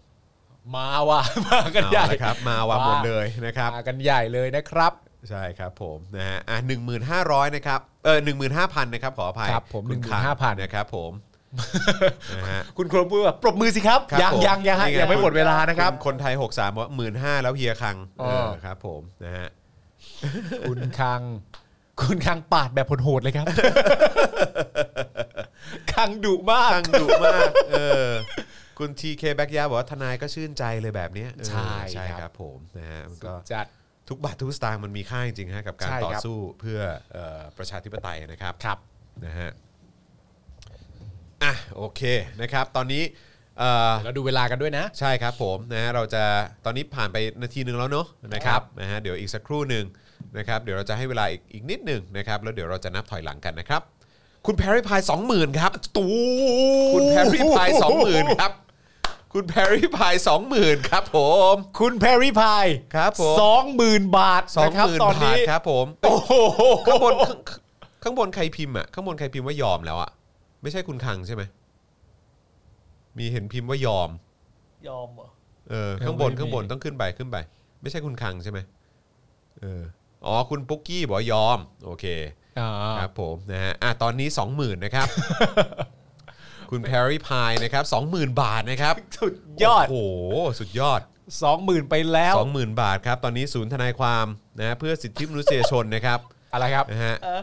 C: มาว่ะ มากัน
B: เอา
C: ใหญ่
B: ละครับ มาว่ะ
C: มา
B: หมดเลยนะครับ
C: มากันใหญ่เลยนะครับ
B: ใช่ครับผมนะฮะอ่ะหนึ่งหมื่นห้าร้อยนะครับเออหนึ่งหมื่นห้าพันนะครับขออภัย
C: ครับผม
B: คุณ
C: 15,000
B: คังนะครับ ผมนะฮะ
C: คุณโครมพูดว่าปรบมือสิครับ
B: ครับ
C: ยัง
B: ผม
C: ยังยังฮะ
B: นี่ไง
C: ยังไม่หมดเวลานะครับ
B: ณคนไทย 6 3ว่าหมื่นห้าแล้วเฮียคัง
C: อ๋
B: เอ
C: อ
B: อครับผมนะฮะ
C: คุณคัง คุณคังปาดแบบโหดๆเลยครับ คังดุมาก
B: คังดุมากเออคุณทีเคแบ็กยาบอกว่าทนายก็ชื่นใจเลยแบบเนี้ยเออ
C: ใช่
B: ใช่
C: ครับ
B: ครับผมนะฮะมันก็
C: จัด
B: ทุกบาททุกสตางค์มันมีค่าจริงๆฮะกับการ
C: ใช่
B: ต่อ
C: ครับ
B: สู้เพื่อเอ่อประชาธิปไตยนะครับ
C: ครับ
B: นะฮะอ่ะโอเคนะครับตอนนี้เอ่อ
C: เราดูเวลากันด้วยนะ
B: ใช่ครับผมนะฮะเราจะตอนนี้ผ่านไปนาทีหนึ่งแล้วเนอะนะครับนะฮะเดี๋ยวอีกสักครู่หนึ่งนะครับเดี๋ยวเราจะให้เวลาอีกอีกนิดหนึ่งนะครับแล้วเดี๋ยวเราจะนับถอยหลังกันนะครับ คุณแพรรี่พายสองหมื่นครับตูคุณแพรรี่พายสองหมื่นครับ คุณแพรรี่พายสองหมื่นครับผม
C: คุณแพรรี่พาย
B: ครับผม
C: สองหมื่นบาท
B: สอง
C: นะครับ
B: หมื่น
C: ตอน
B: บาท
C: นี้
B: ครับผมเอ้
C: โอ้
B: ย
C: โห
B: ข้างบนข้างข้างบนใครพิมพ์อ่ะข้างบนใครพิมพ์ว่ายอมแล้วอ่ะไม่ใช่คุณคังใช่ไหมมีเห็นพิมพ์ว่ายอม
D: ยอมเหรอ
B: เออข้างบนข้างบนต้องขึ้นไปขึ้นไป ไม่ใช่คุณคังใช่ไหมเอออ๋อคุณปุ๊กกี้บอกว่ายอม โอเค
C: อ่า
B: ครับผมนะฮะอ่ะตอนนี้ 20,000นะครับ คุณแพรรี่พายนะครับ20,000 บาทนะครับ
C: สุดยอด
B: โอ้โหสุดยอด
C: สองหมื่นไปแล้ว
B: 20,000 บาทครับ ตอนนี้ศูนย์ทนายความนะฮะเพื่อสิทธิมนุษยชนนะครับ
C: อะไรครับ
B: นะฮะ
D: เอะ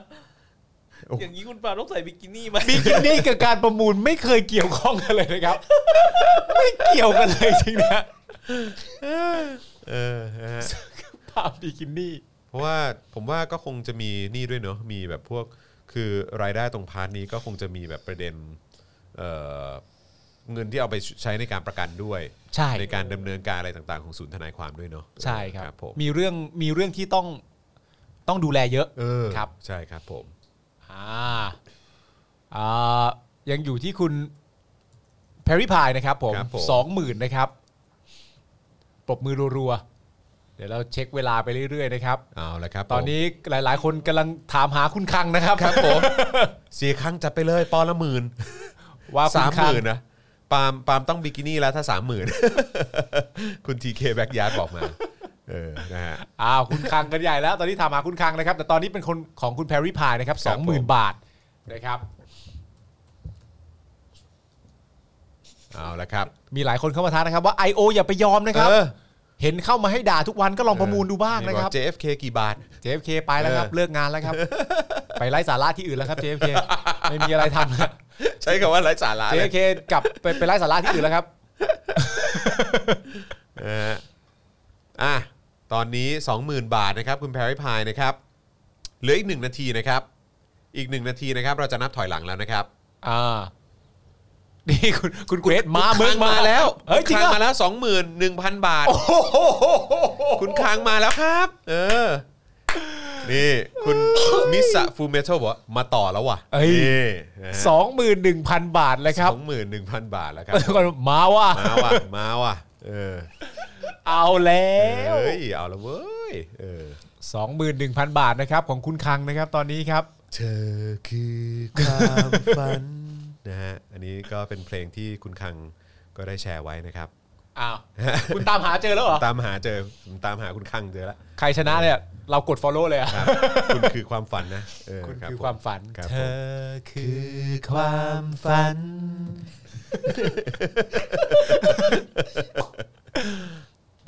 B: โอ้
D: อย่างนี้คุณปาล์มต้องใส่บิกินี่ไหม
C: บิกินี่กับการประมูลไม่เคยเกี่ยวข้องกันเลยนะครับ ไม่เกี่ยวกันเลยจริงนะ
B: เออนะฮะ
C: ภาพบิกินี่
B: เพราะว่าผมว่าก็คงจะมีนี่ด้วยเนาะมีแบบพวกคือรายได้ตรงพาร์ทนี้ก็คงจะมีแบบประเด็นเอ่อเงินที่เอาไปใช้ในการประกันด้วย
C: ใช่
B: ในการดำเนินการอะไรต่างๆของศูนย์ทนายความด้วยเนาะ
C: ใช่ครับ
B: ผม
C: มีเรื่องมีเรื่องที่ต้องต้องดูแลเยอะ
B: เออ
C: ครับ
B: ใช่ครับผม
C: อ่าอ่ายังอยู่ที่คุณแพรรี่พายนะครับผม
B: ครับผม
C: สองหมื่นนะครับปรบมือรัวๆเดี๋ยวเราเช็คเวลาไปเรื่อยๆนะครับ
B: เอาละครับผม
C: ตอนนี้หลายๆ คนกำลังถามหาคุณคังนะครับ
B: ครับผม เสียครั้งจัดไปเลยปอนละหมื่น
C: ว่าคุ
B: สา
C: ณ
B: มห
C: คัง
B: มื่นนะปาล์มปาล์มต้องบิกินี่แล้วถ้าสามหมื่น คุณทีเคแบ็กยาร์ดบอกมา เออนะฮะ
C: อ้าวคุณคังกันใหญ่แล้ว ตอนนี้ถามหาคุณคังนะครับ แต่ตอนนี้เป็นคนของคุณแพรรี่พายนะครับ
B: ค
C: ส
B: รั
C: อบ ง
B: ผม
C: หมื่นบาทนะครับ
B: เอาละครับ
C: มีหลายคนเข้ามาท้านะครับว่า I.O. อย่าไปยอมนะครับ
B: เออ
C: เห็นเข้ามาให้ด่าทุกวันก็ลองประมูลดูบ้างนะครับ
B: นี่ JFK กี่บาท
C: JFK ไปแล้วครับ
B: เออ
C: เลิกงาน แล้วครับ ไปไล่สาระที่อื่นแล้วครับ JFK ไม่มีอะไรทำแล้ว
B: ใช้คำว่าไร้สาระเลย
C: JFK กลับไปไปไล่สาระที่อื่นแล้วครับ
B: นะฮะอ่ะ ตอนนี้ 20,000 บาทนะครับ คุณแพรริพายนะครับ เหลืออีก 1 นาทีนะครับ อีก 1 นาทีนะครับ เราจะนับถอยหลังแล้วนะครับ
C: อ่านี่คุณคุณเกรดมาเมือง
B: ค้
C: มาแล้วเฮ้ยจริง
B: ค้าง
C: เหร
B: มา
C: อ
B: แล้ว 21,000 บาท คุณค้างมาแล้วครับ เออ นี่ คุณ มิสะฟูเมโตบอกว่ามาต่อแล้วว่ะ
C: เอ้ย
B: นี่นะ
C: ส
B: ฮะ
C: องหมื่นหนึ่งพันบาทเลยครับ
B: สองหมื่นหนึ่งพันบาทแล้วครับ
C: ทุกคนมาว่ะ
B: มาว่ะ มาว่ะ เออ
C: เอาแล้ว
B: เอ้ย เอาละเว้ย เออ
C: สองหมื่นหนึ่งพันบาทนะครับของคุณคังนะครับ ตอนนี้ครับ
B: เธอคือความฝัน นะฮะ อันนี้ก็เป็นเพลงที่คุณคังก็ได้แชร์ไว้นะครับ
C: อ้าว คุณตามหาเจอแล้วเหรอ
B: ตามหาเจอผมตามหาคุณคังเจอแล้ว
C: ใครชนะเนี่ย เรากด follow เลยอะ
B: ครับ คุณคือความฝันนะเออ
C: คุณ
B: รับ
C: คือ
B: ผ
C: ความฝัน
B: ครับ
C: เธ
B: ผม
C: อคือความฝัน
B: เ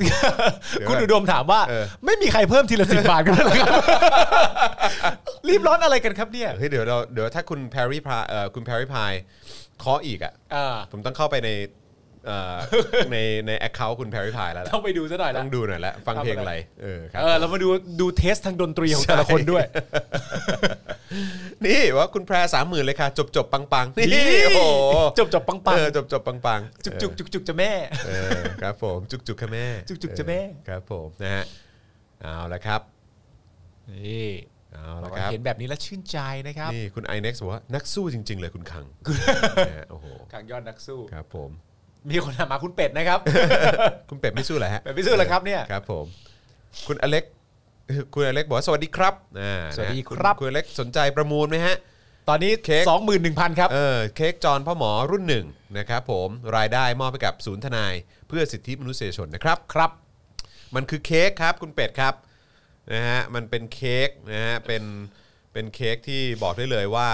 B: ยว
C: คุณ
B: ก่อน
C: อุดมถามว่า
B: เออ
C: ไม่มีใครเพิ่มทีละสิบบาทกันแล้วเหรอครับ รีบร้อนอะไรกันครับเนี่ย
B: เฮ้ยเดี๋ยวเราเดี๋ยวถ้าคุณแพรรี่พายเอ่อคุณแพรรี่พายเคาะอีกอ่ะ
C: อ่า
B: ผมต้องเข้าไปในเอ่ อในในแอคเคาท์คุณแพรรี่พายแล้วล่ะ
C: ต้องไปดูซะหน่อยละ
B: ต้องดูหน่อยละฟังเพลงอะไรเออครับ
C: เออเรามาดูดูเทสทางดนตรีของแต่ละคนด้วย
B: นี่ว่าคุณแพรสามหมื่นเลยค่ะ จบจบๆปังปังๆนี่โอ้โห
C: จบจบปังปัง
B: เออจบจบปังปังๆ
C: จุกจุกจุกจุกจะแม่
B: เออเออครับผมจุกจุกค่ะแม่
C: จุกจุกจะแม่
B: เออครับผมนะฮะเอาละครับ
C: นี่
B: เอาละครับ
C: เห็นแบบนี้แล้วชื่นใจนะครับ
B: นี่คุณ i n e x บอกว่านักสู้จริง ๆ เลยคุณคังนะฮะโอ้โห
C: ขังยอดนักสู้
B: ครับผม
C: มีคนถามมาคุณเป็ดนะครับ
B: คุณเป็ดไม่สู้เหรอฮะ
C: เป็ดไม่สู้เหรอครับเนี่ย
B: ครับผม คุณอเล็กคุณอเล็กบอกว่าสวัสดีครับอ่านะ
C: สวัสดี
B: ณ
C: ครับ
B: คุณอเล็กสนใจประมูลไหมฮะ
C: ตอนนี้
B: เค้ก
C: สองหมื่นหนึ่งพันครับ
B: เออเค้กจอนพ่อหมอรุ่นหนึ่งนะครับผมรายได้มอบไปกับศูนย์ทนายเพื่อสิทธิมนุษยชนนะครับครับ มันคือเค้กครับคุณเป็ดครับ นะฮะมันเป็นเค้กนะฮะเป็นเป็นเค้กที่บอกได้เลยว่า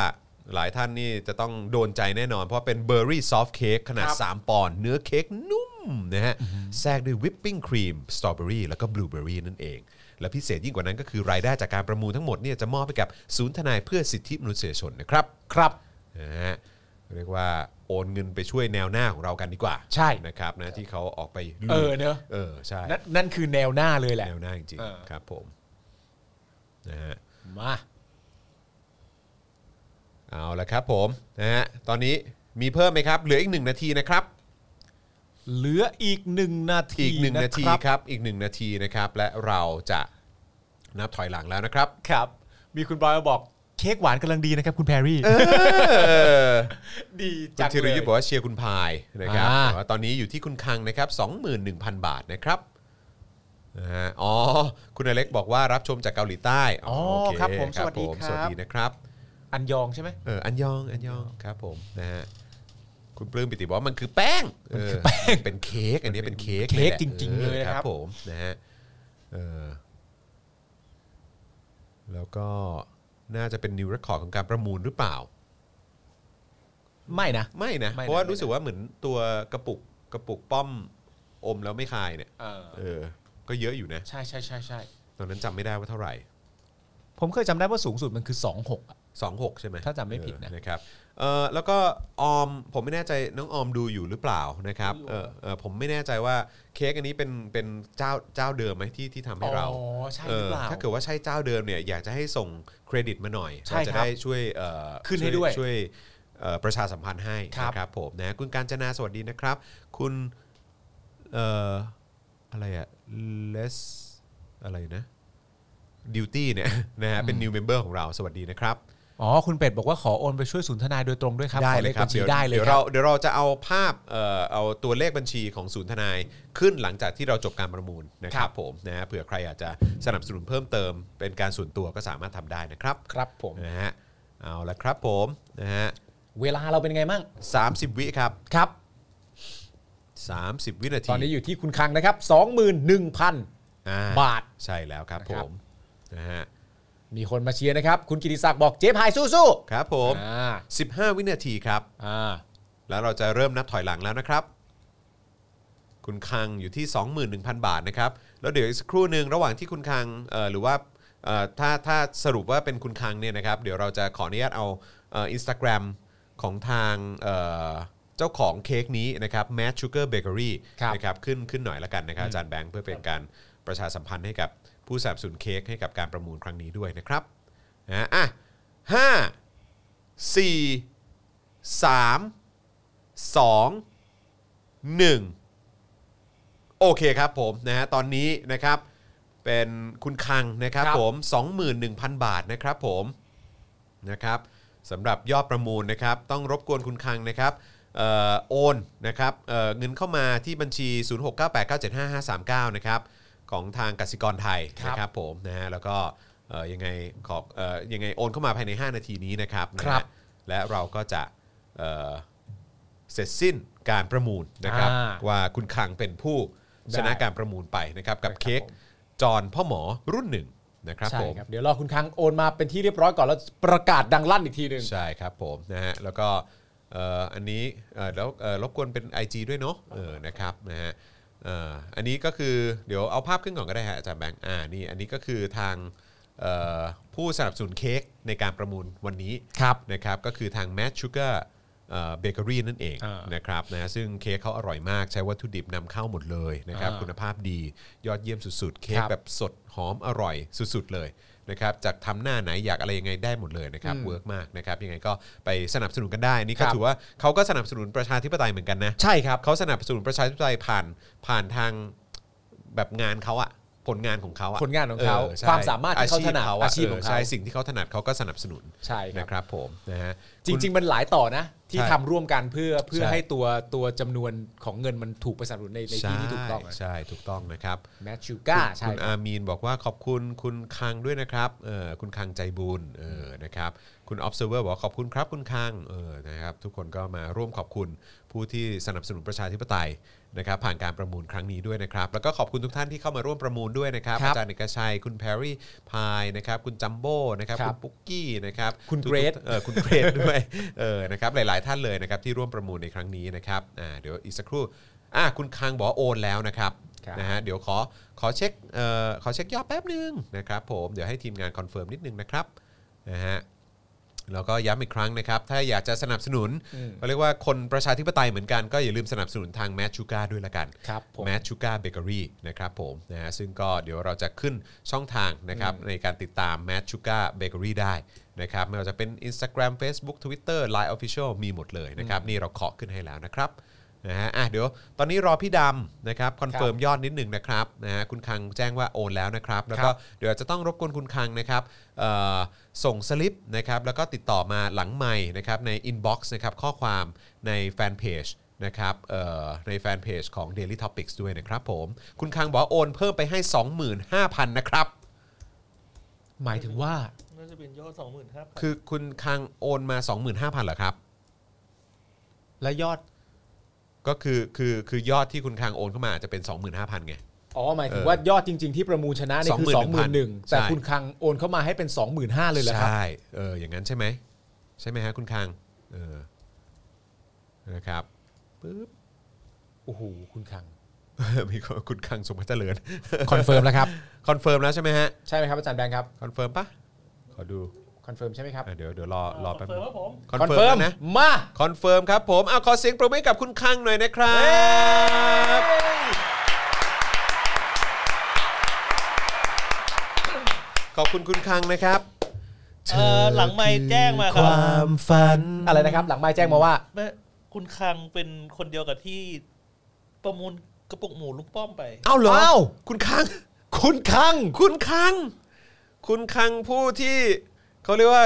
B: หลายท่านนี่จะต้องโดนใจแน่นอน เพราะเป็นเบอร์รี่ซอฟต์เค้กขนาด 3 ปอนด์เนื้อเค้กนุ่มนะฮะแทรกด้วยวิปปิ้งครีมสตรอเบอรี่แล้วก็บลูเบอรี่นั่นเอง และพิเศษยิ่งกว่านั้นก็คือรายได้จากการประมูลทั้งหมดเนี่ยจะมอบให้กับศูนย์ทนายเพื่อสิทธิมนุษยชนนะครับ
C: ครับ
B: นะฮะเรียกว่าโอนเงินไปช่วยแนวหน้าของเรากันดีกว่า
C: ใช่
B: นะครับนะที่เขาออกไปลุย
C: เออเนอะ
B: เออใช่
C: นั่นนั่นคือแนวหน้าเลยแหละ
B: แนวหน้าจริง
C: เออ
B: ๆครับผมนะฮะ
C: มา
B: เอาละครับผมนะฮะตอนนี้มีเพิ่มไหมครับ เหลืออีกหนึ่งนาทีนะครับ
C: เหลืออีกหนึ่งนาที
B: อีกหนึ่งนาที
C: ะครับ
B: ครับ อีกหนึ่งนาทีนะครับ และเราจะนับถอยหลังแล้วนะครับ
C: ครับ มีคุณบอยมาบอกเค้กหวานกำลังดีนะครับ คุณแพรรี่
B: เออ
C: ดี
B: คุ
C: จั
B: ณ
C: ง
B: ธีร
C: เล
B: ยุท
C: ย
B: ธ์บอกว่าเชียร์คุณพายนะครับ
C: อ่า
B: แต่ว่าตอนนี้อยู่ที่คุณคังนะครับ21,000 บาทนะครับนะฮะอ๋อ คุณอเล็กบอกว่ารับชมจากเกาหลีใต้โเ
C: ครับผมสวัสดี
B: ผม
C: ค
B: สวัส
C: รับ
B: ดีนะครับ
C: อันยองใช่ไหม
B: เอออันยองอันยองครับผมนะฮะคุณปลื้มปิติบอกว่ามันคือแป้งมันคือแป้งเป็นเค้กอันนี้เป็นเค้ก
C: เค้ก
B: แหะ
C: จริงๆเลยนะครับ
B: ออผมนะฮะเออแล้วก็น่าจะเป็นนิวเรคคอร์ดของการประมูลหรือเปล่า
C: ไม่นะ
B: ไม่นะ
C: ไม่นะ
B: เพราะว่า
C: ไม่นะ
B: รู้สึกว่าเหมือนตัวกระปุกกระปุกป้อมอมแล้วไม่คายเนี่ย
C: เออ
B: เออ ก็เยอะอยู่นะ
C: ใช่ใช่ใช่ใช่
B: ตอนนั้นจำไม่ได้ว่าเท่าไหร่
C: ผมเคยจำได้ว่าสูงสุดมันคือ 26อะ
B: 26 ใช่ไหม
C: ถ้าจำไม่ผิดนะ
B: เออนะครับเออแล้วก็ออมผมไม่แน่ใจน้องออมดูอยู่หรือเปล่านะครับเออเออผมไม่แน่ใจว่าเค้กอันนี้เป็นเป็นเจ้าเจ้าเดิมไหมที่ที่ทำให้เรา
C: อ๋อ ใช่หรือเปล่า
B: ถ้าเกิดว่าใช่เจ้าเดิมเนี่ยอยากจะให้ส่งเครดิตมาหน่อย
C: ใช่
B: เราจะ
C: ครับ
B: ได้ช่วยเอ่อ
C: ขึ้นให้ด้วย
B: ช่วยเอ่อประชาสัมพันธ์ให้
C: ครับ
B: นะครับผมนะคุณการจนาสวัสดีนะครับ คุณเอ่ออะไรอะ less อะไรนะดิวตี้เนี่ยนะฮะเป็น new member ของเราสวัสดีนะครับ
C: อ๋อ คุณเป็ดบอกว่าขอโอนไปช่วยศูนย์ทนายโดยตรงด้วยครับ
B: ได้
C: ขอ
B: เลย
C: ข
B: ครับ
C: บัญชี
B: เดี๋ยว
C: ได้เลย
B: เดี๋ยว
C: ครั
B: เรา
C: บ
B: เดี๋ยวเราจะเอาภาพเอ่อเอาตัวเลขบัญชีของศูนย์ทนายขึ้นหลังจากที่เราจบการประมูลนะค
C: ค
B: รั
C: รั
B: บบ ผมนะฮะเผื่อใครอยากจะสนับสนุนเพิ่มเติมเป็นการส่วนตัวก็สามารถทำได้นะครับ
C: ครับผม
B: นะฮะเอาละครับผมนะฮะ
C: เวลาเราเป็นไงมั่ง
B: สามสิบวิครับ
C: ครับ
B: สามสิบวินาที
C: ตอนนี้อยู่ที่คุณคังนะครับ 21,000
B: อ่
C: บาท
B: ใช่แล้วครับ
C: นะ
B: ผ
C: ครับ
B: มนะฮะ
C: มีคนมาเชียร์นะครับ คุณกิติศักดิ์บอกเจ๊พายสู้
B: ครับผ
C: ๆ
B: ม
C: อ่า
B: 15 วินาทีครับ
C: อ่า
B: แล้วเราจะเริ่มนับถอยหลังแล้วนะครับ คุณคังอยู่ที่ 21,000 บาทนะครับ แล้วเดี๋ยวอีกสักครู่หนึ่งระหว่างที่คุณคังเอ่อหรือว่าเอ่อถ้าถ้าสรุปว่าเป็นคุณคังเนี่ยนะครับ เดี๋ยวเราจะขออนุญาตเอาอินสตาแกรมของทางเอ่อเจ้าของเค้กนี้นะครับ Mad Sugar Bakery
C: ครับ
B: นะครับขึ้นขึ้นหน่อยละกันนะครับอาจารย์แบงค์เพื่อเป็นการประชาสัมพันธ์ให้กับผู้สนับสนุนเค้กให้กับการประมูลครั้งนี้ด้วยนะครับนะอ่ะห้าสี่สาม สองหนึ่งโอเคครับผมนะฮะตอนนี้นะครับเป็นคุณคังนะครับ
C: ครับ
B: ผม 21,000 บาทนะครับผมนะครับสำหรับยอดประมูลนะครับ ต้องรบกวนคุณคังนะครับเอ่อโอนนะครับเอ่อเงินเข้ามาที่บัญชี 0698975539 นะครับของทางกสิกรไทยนะครับผมนะฮะแล้วก็เอ่อยังไงขอเอ่อยังไงโอนเข้ามาภายใน 5 นาทีนี้นะครับนะฮะ
C: ครับ
B: และเราก็จะเอ่อ เสร็จสิ้นการประมูลนะครับ
C: อ่า
B: ว่าคุณคังเป็นผู้
C: ได้
B: ชนะการประมูลไปนะครับกับ
C: ครับ
B: เค้ก
C: ผม
B: จอนพ่อหมอรุ่นหนึ่งนะครับ
C: ใช่
B: ผม
C: ครับ เดี๋ยวรอคุณคังโอนมาเป็นที่เรียบร้อยก่อนแล้วประกาศดังลั่นอีกทีหนึ่ง
B: ใช่ครับผมนะฮะแล้วก็เอ่ออันนี้เอ่อแล้วเอ่อรบกวนเป็น IG ด้วยเนาะเออนะครับนะฮะเอ่ออันนี้ก็คือเดี๋ยวเอาภาพขึ้นก่อนก็ได้ฮะอาจารย์แบงค์อ่านี่อันนี้ก็คือทางเอ่อผู้สนับสนุนเค้กในการประมูลวันนี้
C: ครับ
B: นะครับก็คือทาง Mad Sugar เบเกอรี่อ Bakery นั่นเอง
C: อ่าน
B: นะครับนะซึ่งเค้กเขาอร่อยมากใช้วัตถุดิบนำเข้าหมดเลยนะครับคุณภาพดียอดเยี่ยมสุดๆ เค้กแบบสดหอมอร่อยสุดๆเลยนะครับจากทำหน้าไหนอยากอะไรยังไงได้หมดเลยนะครับเวิร์กมากนะครับยังไงก็ไปสนับสนุนกันได้อันนี่ก็ถือว่าเขาก็สนับสนุนประชาธิปไตยเหมือนกันนะ
C: ใช่ครับ
B: เขาสนับสนุนประชาธิปไตยผ่านผ่านทางแบบงานเขาอะผลงานของเขาอะ
C: ผลงานของเขา
B: ใช่
C: ความสามารถที่เขาถนัด
B: อา
C: อาชี
B: ชีพ
C: พ
B: ข
C: ข
B: อ
C: อง ง
B: เขา
C: เขา
B: ใช่สิ่งที่เขาถนัดเขาก็สนับสนุน
C: ใช่ครับ
B: นะครับผมนะฮะ
C: จริง ๆ มันหลายต่อนะ
A: ที่
B: ใช่
A: ทำร่วมกันเพื่อเพื่อ
B: ใช่
A: ให้ตัวตัวจำนวนของเงินมันถูกไปสนับสนุนในในที่ที่ถูกต้อง
B: ใช่ถูกต้องนะครับ
A: แมทชูก้าใช่
B: คุณอามีนบอกว่าขอบคุณคุณคังด้วยนะครับเออคุณคังใจบุญเออนะครับคุณ observer บอกว่าขอบคุณครับคุณคังเออนะครับทุกคนก็มาร่วมขอบคุณผู้ที่สนับสนุนประชาธิปไตยนะครับผ่านการประมูลครั้งนี้ด้วยนะครับ แล้วก็ขอบคุณทุกท่านที่เข้ามาร่วมประมูลด้วยนะครับอาจารย์เอกชัย คุณแพรรี่พายนะครับคุณจัมโบ้นะครับคุณปุ๊กกี้นะครับ
A: คุณ
B: ทุ
A: เก
B: ก
A: ร
B: ๆ
A: ด
B: เออคุณเกรดด้วย เออนะครับหลาย ๆ ท่านเลยนะครับที่ร่วมประมูลในครั้งนี้นะครับอ่าเดี๋ยวอีกสักครู่อ่าคุณคังบอกว่าโอนแล้วนะครับ
A: ครับ
B: นะฮะเดี๋ยวขอขอเช็คเอ่อขอเช็คยอดแป๊บนึงนะครับผมเดี๋ยวให้ทีมงานคอนเฟิร์มนิดนึงนะครับนะฮะแล้วก็ย้ำอีกครั้งนะครับ ถ้าอยากจะสนับสนุนเขาเรียกว่าคนประชาธิปไตยเหมือนกันก็อย่าลืมสนับสนุนทางแมชชูกาด้วยละกัน
A: ครับผม
B: แมทชูการ์เบเกอรี่นะครับผมนะฮะซึ่งก็เดี๋ยวเราจะขึ้นช่องทางนะครับในการติดตามแมทชูการ์เบเกอรี่ได้นะครับไม่ว่าจะเป็น Instagram Facebook Twitter Line Official มีหมดเลยนะครับนี่เราเคาะขึ้นให้แล้วนะครับนะฮะอ่ะเดี๋ยวตอนนี้รอพี่ดำนะครับคอนเฟิร์มยอดนิดหนึ่งนะครับนะฮะคุณคังแจ้งว่าโอนแล้วนะครับ แล้วก็เดี๋ยวจะต้องรบกวนคุณคังนะครับเอ่อส่งสลิปนะครับแล้วก็ติดต่อมาหลังใหม่นะครับในอินบ็อกซ์นะครับข้อความในแฟนเพจ นะครับเอ่อในแฟนเพจของ Daily Topics ด้วยนะครับผม คุณคังบอกว่าโอนเพิ่มไปให้ 25,000 นะครับ
C: หมายถึงว่า
D: น่าจะเป็นยอดสองหมื่นห้าพัน
B: คือคุณคังโอนมา 25,000เหรอครับ
C: และยอด
B: ก็คือคือคือยอดที่คุณคังโอนเข้ามาอาจจะเป็น 25,000 ไง
A: อ๋อหมายถึง
B: เออ
A: ว่ายอดจริง ๆที่ประมูลชนะเนี่ยคือ
B: 21,000
A: สองหมื่นหนึ่งแต่คุณคังโอนเข้ามาให้เป็นสองหมื่นห้าเลยเหรอครับ
B: ใช่เอออย่างนั้นใช่ไหมใช่ไหมฮะคุณคังเออนะครับ ปึ๊บ
A: โอ้โหคุณคัง
B: มีคนคุณคังสมพัติเจริญ
A: คอนเฟิร์มแล้วครับ
B: คอนเฟิร์มแล้วใช่ไหมฮะ
A: ใช่ไหมครับอาจารย์แบงค์ครับ
B: คอนเฟิร์มปะขอดู
A: คอนเฟิร์มใช่ไหมครับ
B: อ่ะเดี๋ยวเดี๋ยวรอรอแป๊บ
D: เปิ
B: นึ
D: ด
B: ง
D: ว่าผม
B: คอนเฟิร์มแล้วนะ
A: มา
B: คอนเฟิร์มครับผมเอาขอเสียงปรบมือให้กับคุณคังหน่อยนะครับขอบคุณคุณคังนะครับ
D: เอ่อหลังไมค์แจ้งมาครับ
B: มฝัน
A: อะไรนะครับ หลังไม้แจ้งมาว่า
D: แม่คุณคังเป็นคนเดียวกับที่ ประมูลกระปุกหมูลุงป้อมไป
B: เอ้าเหรอ
A: อ้าว
B: คุณคัง
A: คุณคัง
B: คุณคัง คุณคังผู้ที่เขาเรียกว่า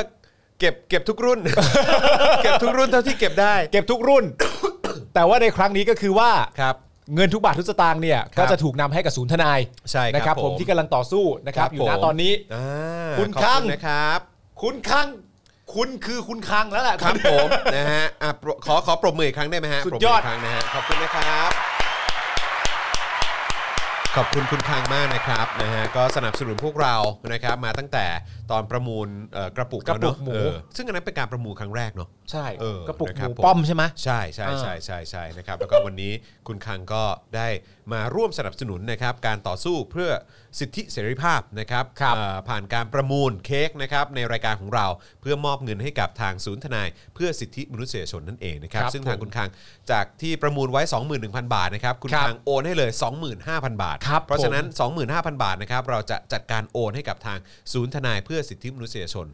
B: เก็บเก็บทุกรุ่น เก็บทุกรุ่นเท่าที่เก็บได้
A: เก็บทุกรุ่น แต่ว่าในครั้งนี้ก็คือว่า
B: ครับ
A: เงินทุกบาททุกสตางค์เนี่ย
B: ครับ
A: ก็จะถูกนำให้กับศูนย์ทนาย
B: ใช่ครับ
A: นะครับ
B: ผ
A: ผม มที่กำลังต่อสู้นะครับอยู่ณ
B: ผม
A: ตอนนี้
B: อ่า
A: คุณ
B: ขอบ
A: คัง
B: นะครับ
A: คุณคัง คุณคือคุณคังแล้วแหละ
B: ครับผม นะฮะอ่ะปรขอขอปรบมืออีกครั้งได้ไหมฮะ
A: สุด
B: ปรบมื
A: ยอด
B: กครั้งนะฮะขอบคุณนะครับ ขอบคุณคุณคังมากนะครับนะฮะก็สนับสนุนพวกเรานะครับ มาตั้งแต่ตอนประมูลเอ่อกระปุกแล้วเนอก
A: ระปุกหมู
B: เออซึ่งอันนั้นเป็นการประมูลครั้งแรกเนาะ
A: ใช่
B: เออก
A: ระปุกห
B: นะครับ
A: มู
B: ผม
A: ป้อมใช่ไหม
B: ใช่ใช่ใช่ใช่ใช่นะครับแล้วก็วันนี้คุณคังก็ได้มาร่วมสนับสนุนนะครับการต่อสู้เพื่อสิทธิเสรีภาพนะครับ
A: ครับ
B: เอ่อผ่านการประมูลเค้กนะครับในรายการของเราเพื่อมอบเงินให้กับทางศูนย์ทนาย เพื่อสิทธิมนุษยชนนั่นเองนะครับ
A: ครับ
B: ซึ่งทาง
A: ผม
B: คุณคังจากที่ประมูลไว้ 21,000 บาทนะครับคุณ
A: ครับ
B: คังโอนให้เลย 25,000 บาท
A: ครับ
B: เพราะฉะนั้น
A: ผม
B: 25,000 บาทนะครับเราจะจัดการโอนให้กับทางศูนย์ทนายเพื่อสิทธิมนุษยชน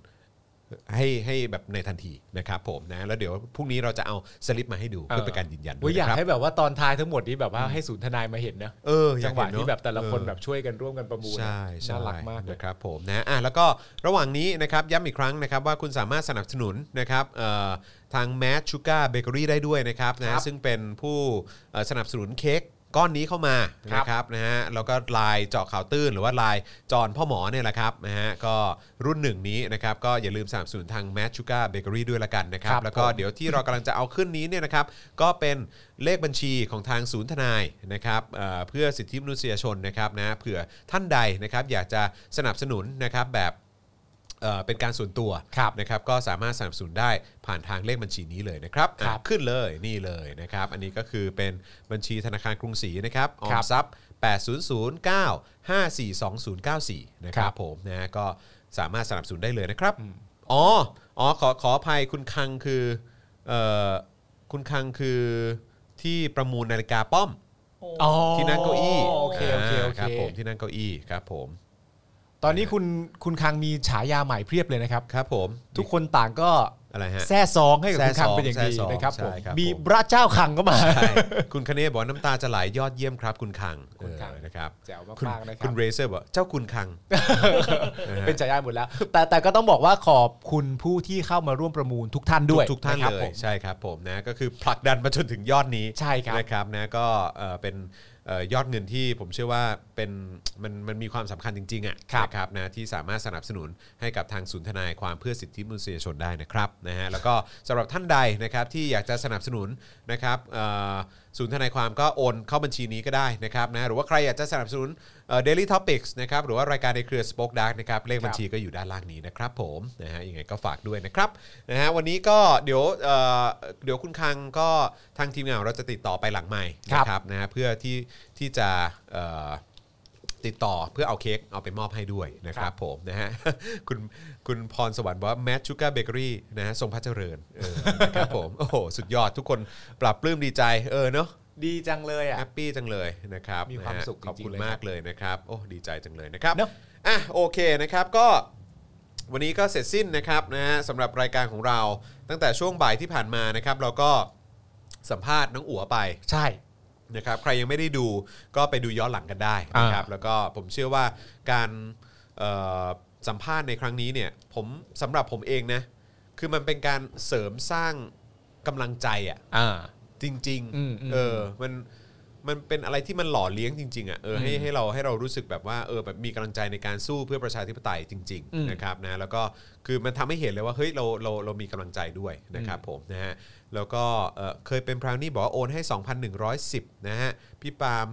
B: ให้ให้แบบในทันทีนะครับผมนะแล้วเดี๋ยวพรุ่งนี้เราจะเอาสลิปมาให้ดูเพื่อเป็นการยืนยันด้ว
A: โอ้ย
B: ย
A: อยาก
B: นะครับ
A: ให้แบบว่าตอนท้ายทั้งหมดนี้แบบว่าให้ศูนย์ทนายมาเห็นนะ
B: เอออยา
A: จั
B: ก
A: งหวะ
B: เนเนอ
A: ที่แบบแต่ละคน
B: เออ
A: แบบช่วยกันร่วมกันประมูล
B: ใช่ใช่
A: น่ารักมากเลย
B: นะครับผมนะอ่ะแล้วก็ระหว่างนี้นะครับย้ำอีกครั้งนะครับว่าคุณสามารถสนับสนุนนะครับเอ่อทางแมชชูการ์เบเกอรี่ได้ด้วยนะครับนะซึ่งเป็นผู้เอ่อสนับสนุนเค้กก้อนนี้เข้ามา
A: ครับ
B: นะครับนะฮะแล้วก็ลายเจาะข่าวตื้นหรือว่าลายจอนพ่อหมอเนี่ยแหละครับนะฮะก็รุ่นหนึ่งนี้นะครับก็อย่าลืมสนับสนุนทางแมชชูการ์เบเกอรี่ด้วยละกันนะครับ
A: ครับ
B: แล้วก็
A: ผม
B: เดี๋ยวที่เรากำลังจะเอาขึ้นนี้เนี่ยนะครับก็เป็นเลขบัญชีของทางศูนย์ทนายนะครับเอ่อเพื่อสิทธิมนุษยชนนะครับนะเผื่อท่านใดนะครับอยากจะสนับสนุนนะครับแบบเอ่อเป็นการส่วนตัว
A: ครับ
B: นะครับก็สามารถสนับสนุนได้ผ่านทางเลขบัญชีนี้เลยนะครับ
A: ครับ
B: อ่ะขึ้นเลยนี่เลยนะครับอันนี้ก็คือเป็นบัญชีธนาคารกรุงศรีนะครับออ
A: ค
B: ม
A: รับ
B: ทรัพย์ 80095422094นะค
A: ค
B: รั
A: รั
B: บบ ผมนะก็สามารถสนับสนุนได้เลยนะครับ อ๋อ อ๋อ ขอ ขออภัย คุณคังคือ เอ่อ คุณคังคือที่ประมูลนาฬิกาป้อม
D: โอ้
A: อ๋อ
B: ที่นั่งเก้าอี้
A: โอเคโอเคโอเค
B: ครับผม ที่นั่งเก้าอี้ ครับผม
A: ตอนนี้คุณคุณคังมีฉายาใหม่เพียบเลยนะครับ
B: ครับผม
A: ทุกคนต่างก็
B: อะไรฮะ
C: แซ่ซองให้กับ
B: แซ่
C: คุณ
B: ซ
C: คั
B: อง
C: งเป็นอย่างดี
B: แซ่ซอง
C: นะครับผม
B: ใช่ครับ
C: มี
B: ผม
C: พระเจ้าคังก็มา
B: ใช่คุณคเนศบอกว่าน้ำตาจะไหลยอดเยี่ยมครับ คุณคัง
C: คุณคัง
B: เออนะครับ
C: แจ๋ว
B: คุณ
C: มากๆนะค
B: คุ
C: รับ
B: ณเรเซอร์บอกเจ้าคุณคัง
C: เป็นฉายาหมดแล้ว แต่แต่ก็ต้องบอกว่าขอบคุณผู้ที่เข้ามาร่วมประมูลทุกท่านด้วย
B: ทุกๆท่านะ
C: ครั
B: เล
C: ผ
B: ย
C: ม
B: ใช่ครับผมนะก็คือผลักดันมาจนถึงยอดนี้
C: ใช่ครับ
B: นะครับนะก็เอ่อเป็นเอ่อยอดเงินที่ผมเชื่อว่าเป็นมันมันมีความสำคัญจริงๆอ่ะ
C: ครับ
B: นะครับนะที่สามารถสนับสนุนให้กับทางศูนย์ทนายความเพื่อสิทธิมนุษยชนได้นะครับนะฮะแล้วก็สำหรับท่านใดนะครับที่อยากจะสนับสนุนนะครับเอ่อศูนย์ทนายความก็โอนเข้าบัญชีนี้ก็ได้นะครับนะหรือว่าใครอยากจะสนับสนุนเดลิทอพิกส์นะครับหรือว่ารายการในเครือ Spoke Dark นะครับเลขบัญ
C: ครับ
B: ชี ก็อยู่ด้านล่างนี้นะครับผมนะฮะยังไงก็ฝากด้วยนะครับนะฮะวันนี้ก็เดี๋ยวเอ่อเดี๋ยวคุณคังก็ทางทีมงานของเราจะติดต่อไปหลังใหม่
C: ครับ
B: นะครับนะฮะเพื่อที่ที่จะเอ่อติดต่อเพื่อเอาเค้กเอาไปมอบให้ด้วยนะค
C: ครั
B: รับบ ผมนะฮะ คุณคุณพรสวรรค์บอกว่าแมทชูการ์เบเกอรี่นะฮะทรงพระเจริญเออนะครับผม โอ้โห สุดยอดทุกคนปรับปลื้มดีใจเออเนาะ
C: ดีจังเลยอ่ะ
B: แฮปปี้จังเลยนะครับ
C: มีความ
B: นะฮะ
C: สุขจริงๆ
B: ขอบคุณ
C: เลยครับ
B: มากเลยนะครับ โอ้ดีใจจังเลยนะครับ
C: เนอะ
B: อ่ะโอเคนะครับก็วันนี้ก็เสร็จสิ้นนะครับนะฮะสำหรับรายการของเราตั้งแต่ช่วงบ่ายที่ผ่านมานะครับ เราก็สัมภาษณ์น้องอั๋วไป
C: ใช่
B: นะครับใครยังไม่ได้ดูก็ไปดูย้อนหลังกันได้นะครับแล้วก็ผมเชื่อว่าการเอ่อสัมภาษณ์ในครั้งนี้เนี่ยผมสำหรับผมเองนะคือมันเป็นการเสริมสร้างกำลังใจอ่ะจริง
C: อืมอืม
B: ๆเออมันมันเป็นอะไรที่มันหล่อเลี้ยงจริงๆอ่ะเออให้ให้เราให้เรารู้สึกแบบว่าเออแบบมีกำลังใจในการสู้เพื่อประชาธิปไตยจริง
C: อืม
B: ๆนะครับนะแล้วก็คือมันทำให้เห็นเลยว่าเฮ้ยเราเราเรามีกำลังใจด้วยนะครับผมนะฮะ แล้วก็เอ่อเคยเป็นพราวนี่บอกว่าโอนให้ 2,110 นะฮะ พี่ปาล์ม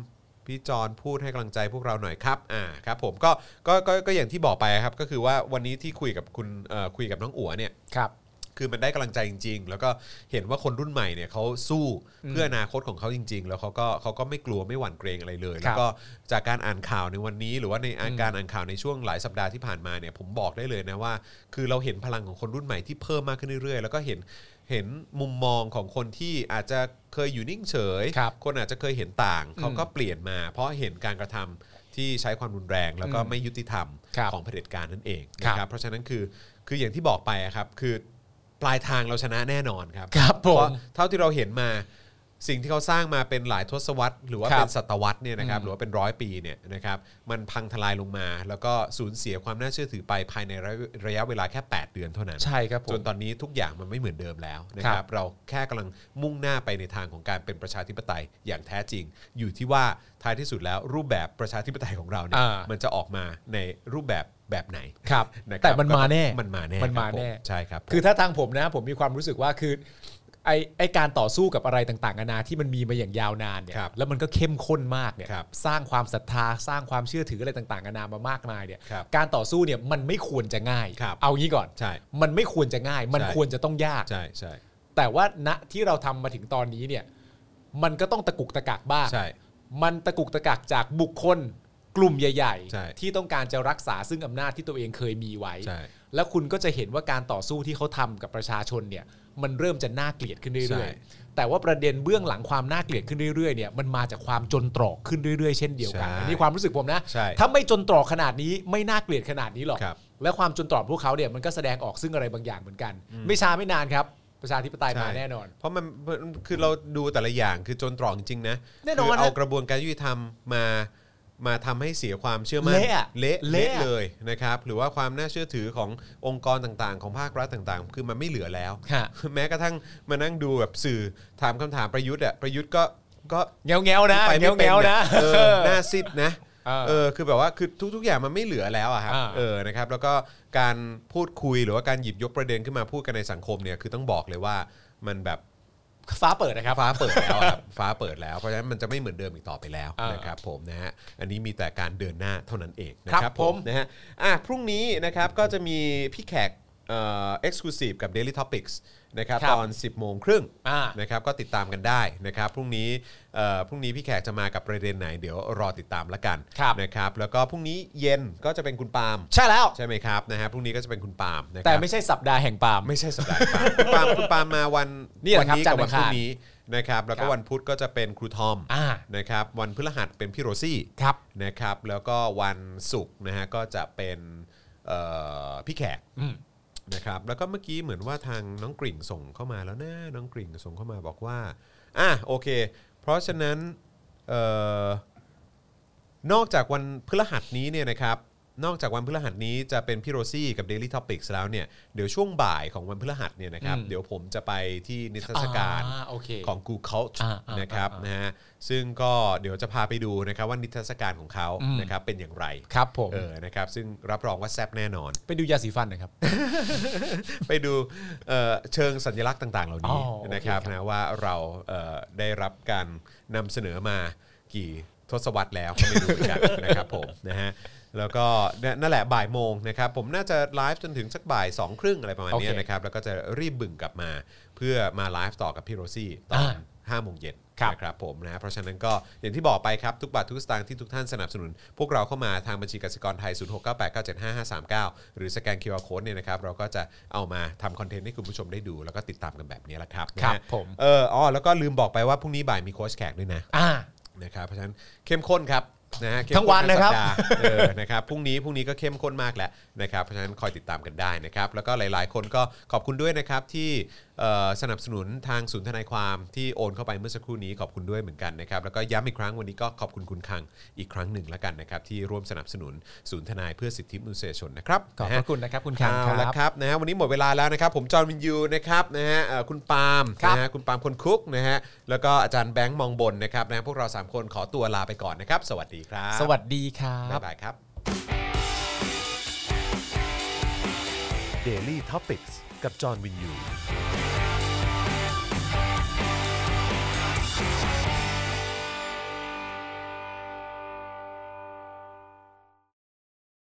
B: พี่จอนพูดให้กำลังใจพวกเราหน่อยครับอ่าครับผมก็ก็ก็ก็อย่างที่บอกไปครับ ก็คือว่าวันนี้ที่คุยกับคุณเอ่อคุยกับน้องอั๋วเนี่ย
C: ครับ
B: คือมันได้กำลังใจจริง ๆ แล้วก็เห็นว่าคนรุ่นใหม่เนี่ยเขาสู้
C: อืม
B: เพื่ออนาคตของเขาจริง ๆ แล้วเขาก็เขาก็ไม่กลัวไม่หวั่นเกรงอะไรเลย
C: ครับ
B: แล้วก็จากการอ่านข่าวในวันนี้ หรือว่าใน
C: อืม
B: การอ่านข่าวในช่วงหลายสัปดาห์ที่ผ่านมาเนี่ยผมบอกได้เลยนะว่า คือเราเห็นพลังของคนรุ่นใหม่ที่เพิ่มมากขึ้นเรื่อยๆ แล้วก็เห็นเห็นมุมมองของคนที่อาจจะเคยอยู่นิ่งเฉย
C: ครับ
B: คนอาจจะเคยเห็นต่างเขาก็เปลี่ยนมา เพราะเห็นการกระทำที่ใช้ความรุนแรง แล้วก็
C: อืม
B: ไม่ยุติธรรม
C: ครับ
B: ของเผด็จการนั่นเอง
C: ครับ
B: นะครับเพราะฉะนั้นคือคืออย่างที่บอกไปอะครับคือ ปลายทางเราชนะแน่นอนครับ
C: ครับ
B: เพ
C: ผ
B: ราะ
C: ม
B: เท่าที่เราเห็นมาสิ่งที่เขาสร้างมาเป็นหลายทศวรรษหรือว่า
C: ครับ
B: เป็นศตวรรษเนี่ยนะครับ
C: อืม
B: หรือว่าเป็นร้อยปีเนี่ยนะครับมันพังทลายลงมา แล้วก็สูญเสียความน่าเชื่อถือไปภายในระยะระยะเวลาแค่ 8 เดือนเท่านั้น
C: ใช่ครับผม
B: จนตอนนี้ทุกอย่างมันไม่เหมือนเดิมแล้วนะครับเราแค่กำลังมุ่งหน้าไปในทางของการเป็นประชาธิปไตยอย่างแท้จริง อยู่ที่ว่าท้ายที่สุดแล้วรูปแบบประชาธิปไตยของเราเนี่ย
C: อ่ามั
B: มันจะออกมาในรูปแบบแบบไหน
C: ครับ
B: ะครับ
C: แต่มันมาแน่
B: มันมาแน่
C: มันมา
B: ครับผ
C: แน่
B: ใช่ครับผม
C: คือถ้าทางผมนะผมมีความรู้สึกว่าคือไอไอการต่อสู้กับอะไรต่างๆนานาที่มันมีมาอย่างยาวนานเนี่ย
B: ครับ
C: แล้วมันก็เข้มข้นมากเนี่ย
B: ครับ
C: สร้างความศรัทธาสร้างความเชื่อถืออะไรต่างๆนานามามากมายเนี่ย
B: ครับ
C: การต่อสู้เนี่ยมันไม่ควรจะง่าย
B: ครับ
C: เอางี้ก่อน
B: ใช่
C: มันไม่ควรจะง่าย มัน
B: ใช่
C: ควรจะต้องยาก
B: ใช่ใช่
C: แต่ว่าณที่เราทำมาถึงตอนนี้เนี่ยมันก็ต้องตะกุกตะกักบ้าง
B: ใช่
C: มันตะกุกตะกักจากบุคคลกลุ่มใหญ่
B: ใช่
C: ๆ ที่ต้องการจะรักษาซึ่งอำนาจที่ตัวเองเคยมีไว้
B: ใช่
C: แล้วคุณก็จะเห็นว่าการต่อสู้ที่เขาทำกับประชาชนเนี่ย มันเริ่มจะน่าเกลียดขึ้น
B: ใช่
C: เรื่อยๆ แต่ว่าประเด็นเบื้องหลังความน่าเกลียดขึ้นเรื่อยๆเนี่ยมันมาจากความจนตรอกขึ้นเรื่อยๆ เช่นเดียวกัน
B: ใช่
C: อันนี้ความรู้สึกผมนะ
B: ใช่
C: ถ้าไม่จนตรอกขนาดนี้ไม่น่าเกลียดขนาดนี้หรอก
B: ครับ
C: และความจนตรอกพวกเขาเนี่ยมันก็แสดงออกซึ่งอะไรบางอย่างเหมือนกัน ไม่ช้าไม่นานครับ ประชาธิปไตย
B: ใช่
C: มาแน่นอน
B: เพราะมันมันคือเราดูแต่ละอย่างคือจนตรอกจริงๆนะ
C: แน่นอน
B: คื
C: นะ
B: เอากระบวนการยุติธรรมมามาทำให้เสียความเชื่อมั่น
C: เละอะ
B: เละ
C: เละ
B: เละเลยนะครับหรือว่าความน่าเชื่อถือขององค์กรต่างๆ ของภาครัฐต่างๆ คือมันไม่เหลือแล้ว
C: ฮะ
B: แม้กระทั่งมานั่งดูแบบสื่อถามคำถามประยุทธ์อะประยุทธ์ก็ก็
C: แง้วแง้วๆนะ
B: ไปไม่
C: แง้ว
B: เป็
C: แง้วๆนะ
B: เอ
C: เอ
B: อ
C: อ
B: หน้าซิดนะ
C: เออ
B: เออคือแบบว่าคือทุก ๆ อย่างมันไม่เหลือแล้วอะครับ
C: อ่า
B: เออนะครับแล้วก็การพูดคุยหรือว่าการหยิบยกประเด็นขึ้นมาพูดกันในสังคมเนี่ยคือต้องบอกเลยว่ามันแบบ
C: ฟ้าเปิดนะครับ
B: ฟ้าเปิดแล้วอะครับ ฟ้าเปิดแล้วเพราะฉะนั้นมันจะไม่เหมือนเดิมอีกต่อไปแล้ว
C: อ่าน
B: นะครับผมนะฮะอันนี้มีแต่การเดินหน้าเท่านั้นเองนะครับ
C: ผม
B: นะฮะอ่ะพรุ่งนี้นะครับก็จะมีพี่แขกเอ่อ็กซ์คลูซีฟกับ Daily Topics นะครับ
C: ครับ
B: ตอน 10 โมงครึ่ง
C: อ่า
B: นะครับก็ติดตามกันได้นะครับพรุ่งนี้เอ่อพรุ่งนี้พี่แขกจะมากับประเด็นไหน เดี๋ยวรอติดตามละกัน
C: ครับ
B: นะครับแล้วก็พรุ่งนี้เย็นก็จะเป็นคุณปาล์ม
C: ใช่แล้ว
B: ใช่ไหมครับนะฮะพรุ่งนี้ก็จะเป็นคุณปาล์มนะครั
C: แต่ไม่ใช่สัปดาห์แห่งปาล์ม
B: ไม่ใช่สัปดาห์ปาล์ม คุณปาล์มคุณปาล์มมาวัน
C: นี่แห
B: วั
C: ละครับ
B: นี้
C: จั
B: กัน บวั
C: ทร์
B: นพรุ่
C: อังคารง
B: นี้นะครับแล้วก็
C: ครับ
B: วันพุธก็จะเป็นครูทอม
C: อ่า
B: นะครับวันพฤหัสเป็นพี่โรซี่
C: ครับ
B: นะครับแล้วก็วันศุกร์นะฮะก็จะเป็นเอ่อพี่แขก
C: อืม
B: นะครับแล้วก็เมื่อกี้เหมือนว่าทางน้องกริ่งส่งเข้ามาแล้วนะน้องกริ่งส่งเข้ามาบอกว่าอ่ะโอเค เพราะฉะนั้นเอ่อนอกจากวันพฤหัสนี้เนี่ยนะครับนอกจากวันพฤหัสนี้จะเป็นพี่โรซี่กับ Daily Topics แล้วเนี่ยเดี๋ยวช่วงบ่ายของวันพฤหัสเนี่ยนะครับ
C: อืม
B: เดี๋ยวผมจะไปที่นิทรรศการ
C: อ่โอเค
B: ของ Google
C: อ่าอ่า
B: นะครับ
C: อ่าน
B: นะฮะซึ่งก็เดี๋ยวจะพาไปดูนะครับว่านิทรรศการของเขา
C: อืม
B: นะครับเป็นอย่างไร
C: ครับผม
B: เออนะครับซึ่งรับรองว่าแซบแน่นอน
C: ไปดูยาสีฟันหนะครับ
B: ไปดูเอ่อเชิงสัญลักษณ์ต่างๆ เหล่า
C: อ๋
B: นี้
C: อโอเค
B: นะครับ
C: ครับ
B: นะว่าเราเอ่อได้รับการนำเสนอมากี่ทศวรรษแล้วก็ไม่รู้เหมือนกัน นะครับผมนะฮะแล้วก็เนี่ยนั่นแหละบ่ายโมงนะครับผมน่าจะไลฟ์จนถึงสักบ่ายสองครึ่งอะไรประมาณเนี้ย
C: โอเค
B: นะครับแล้วก็จะรีบบึ่งกลับมา เพื่อมาไลฟ์ต่อกับพี่โรซี่ตอน
C: อ่า
B: ห้าโมงเย็น นะครับผมนะเพราะฉะนั้นก็อย่างที่บอกไปครับ ทุกบาททุกสตางค์ที่ทุกท่านสนับสนุน พวกเราเข้ามาทางบัญชีกสิกรไทย 0698975539 หรือสแกน QR Code เนี่ยนะครับ เราก็จะเอามาทำคอนเทนต์ให้คุณผู้ชมได้ดู แล้วก็ติดตามกันแบบนี้แหละครับ
C: ครับ
B: นะฮะ
C: ผม
B: เอออ๋อแล้วก็ลืมบอกไปว่าพรุ่งนี้บ่ายมีโค้ชแขกด้วยนะ
C: อ่า
B: นะครับเพราะฉะนั้นเข้มข้นครับนะฮะเข้ม
C: ทั้งวันนะครับ
B: สัปดาห์เออ นะครับพรุ่งนี้พรุ่งนี้ก็เข้มข้นมากแหละนะครับเพราะฉะนั้นคอยติดตามกันได้นะครับแล้วก็หลาย ๆ คนก็ขอบคุณด้วยนะครับที่เอ่อสนับสนุนทางศูนย์ทนายความที่โอนเข้าไปเมื่อสักครู่นี้ขอบคุณด้วยเหมือนกันนะครับแล้วก็ย้ำอีกครั้งวันนี้ก็ขอบคุณคุณคังอีกครั้งหนึ่งแล้วกันนะครับที่ร่วมสนับสนุนศูนย์ทนายเพื่อสิทธิมนุษยชนนะครับ
C: ขอบ
B: นะ
C: พ
B: ฮะ
C: ระคุณนะครับ คุณคัง
B: เอาละ
C: ค
B: ครับ รับนะฮะวันนี้หมดเวลาแล้วนะครับ ผมจอห์นวินยูนะครับนะฮะเอ่อคุณปาล์ม
C: ครับ
B: นะฮะคุณปาล์มคนคุกนะฮะแล้วก็อาจารย์แบงค์มองบนนะครับนะฮะพวกเราสามคนขอตัวลาไปก่อนนะครับ สวัสดีครับ
C: สวัสดีครับ
B: บ๊ายบายครับ
G: Daily t o p i c กกับจอห์นวินยู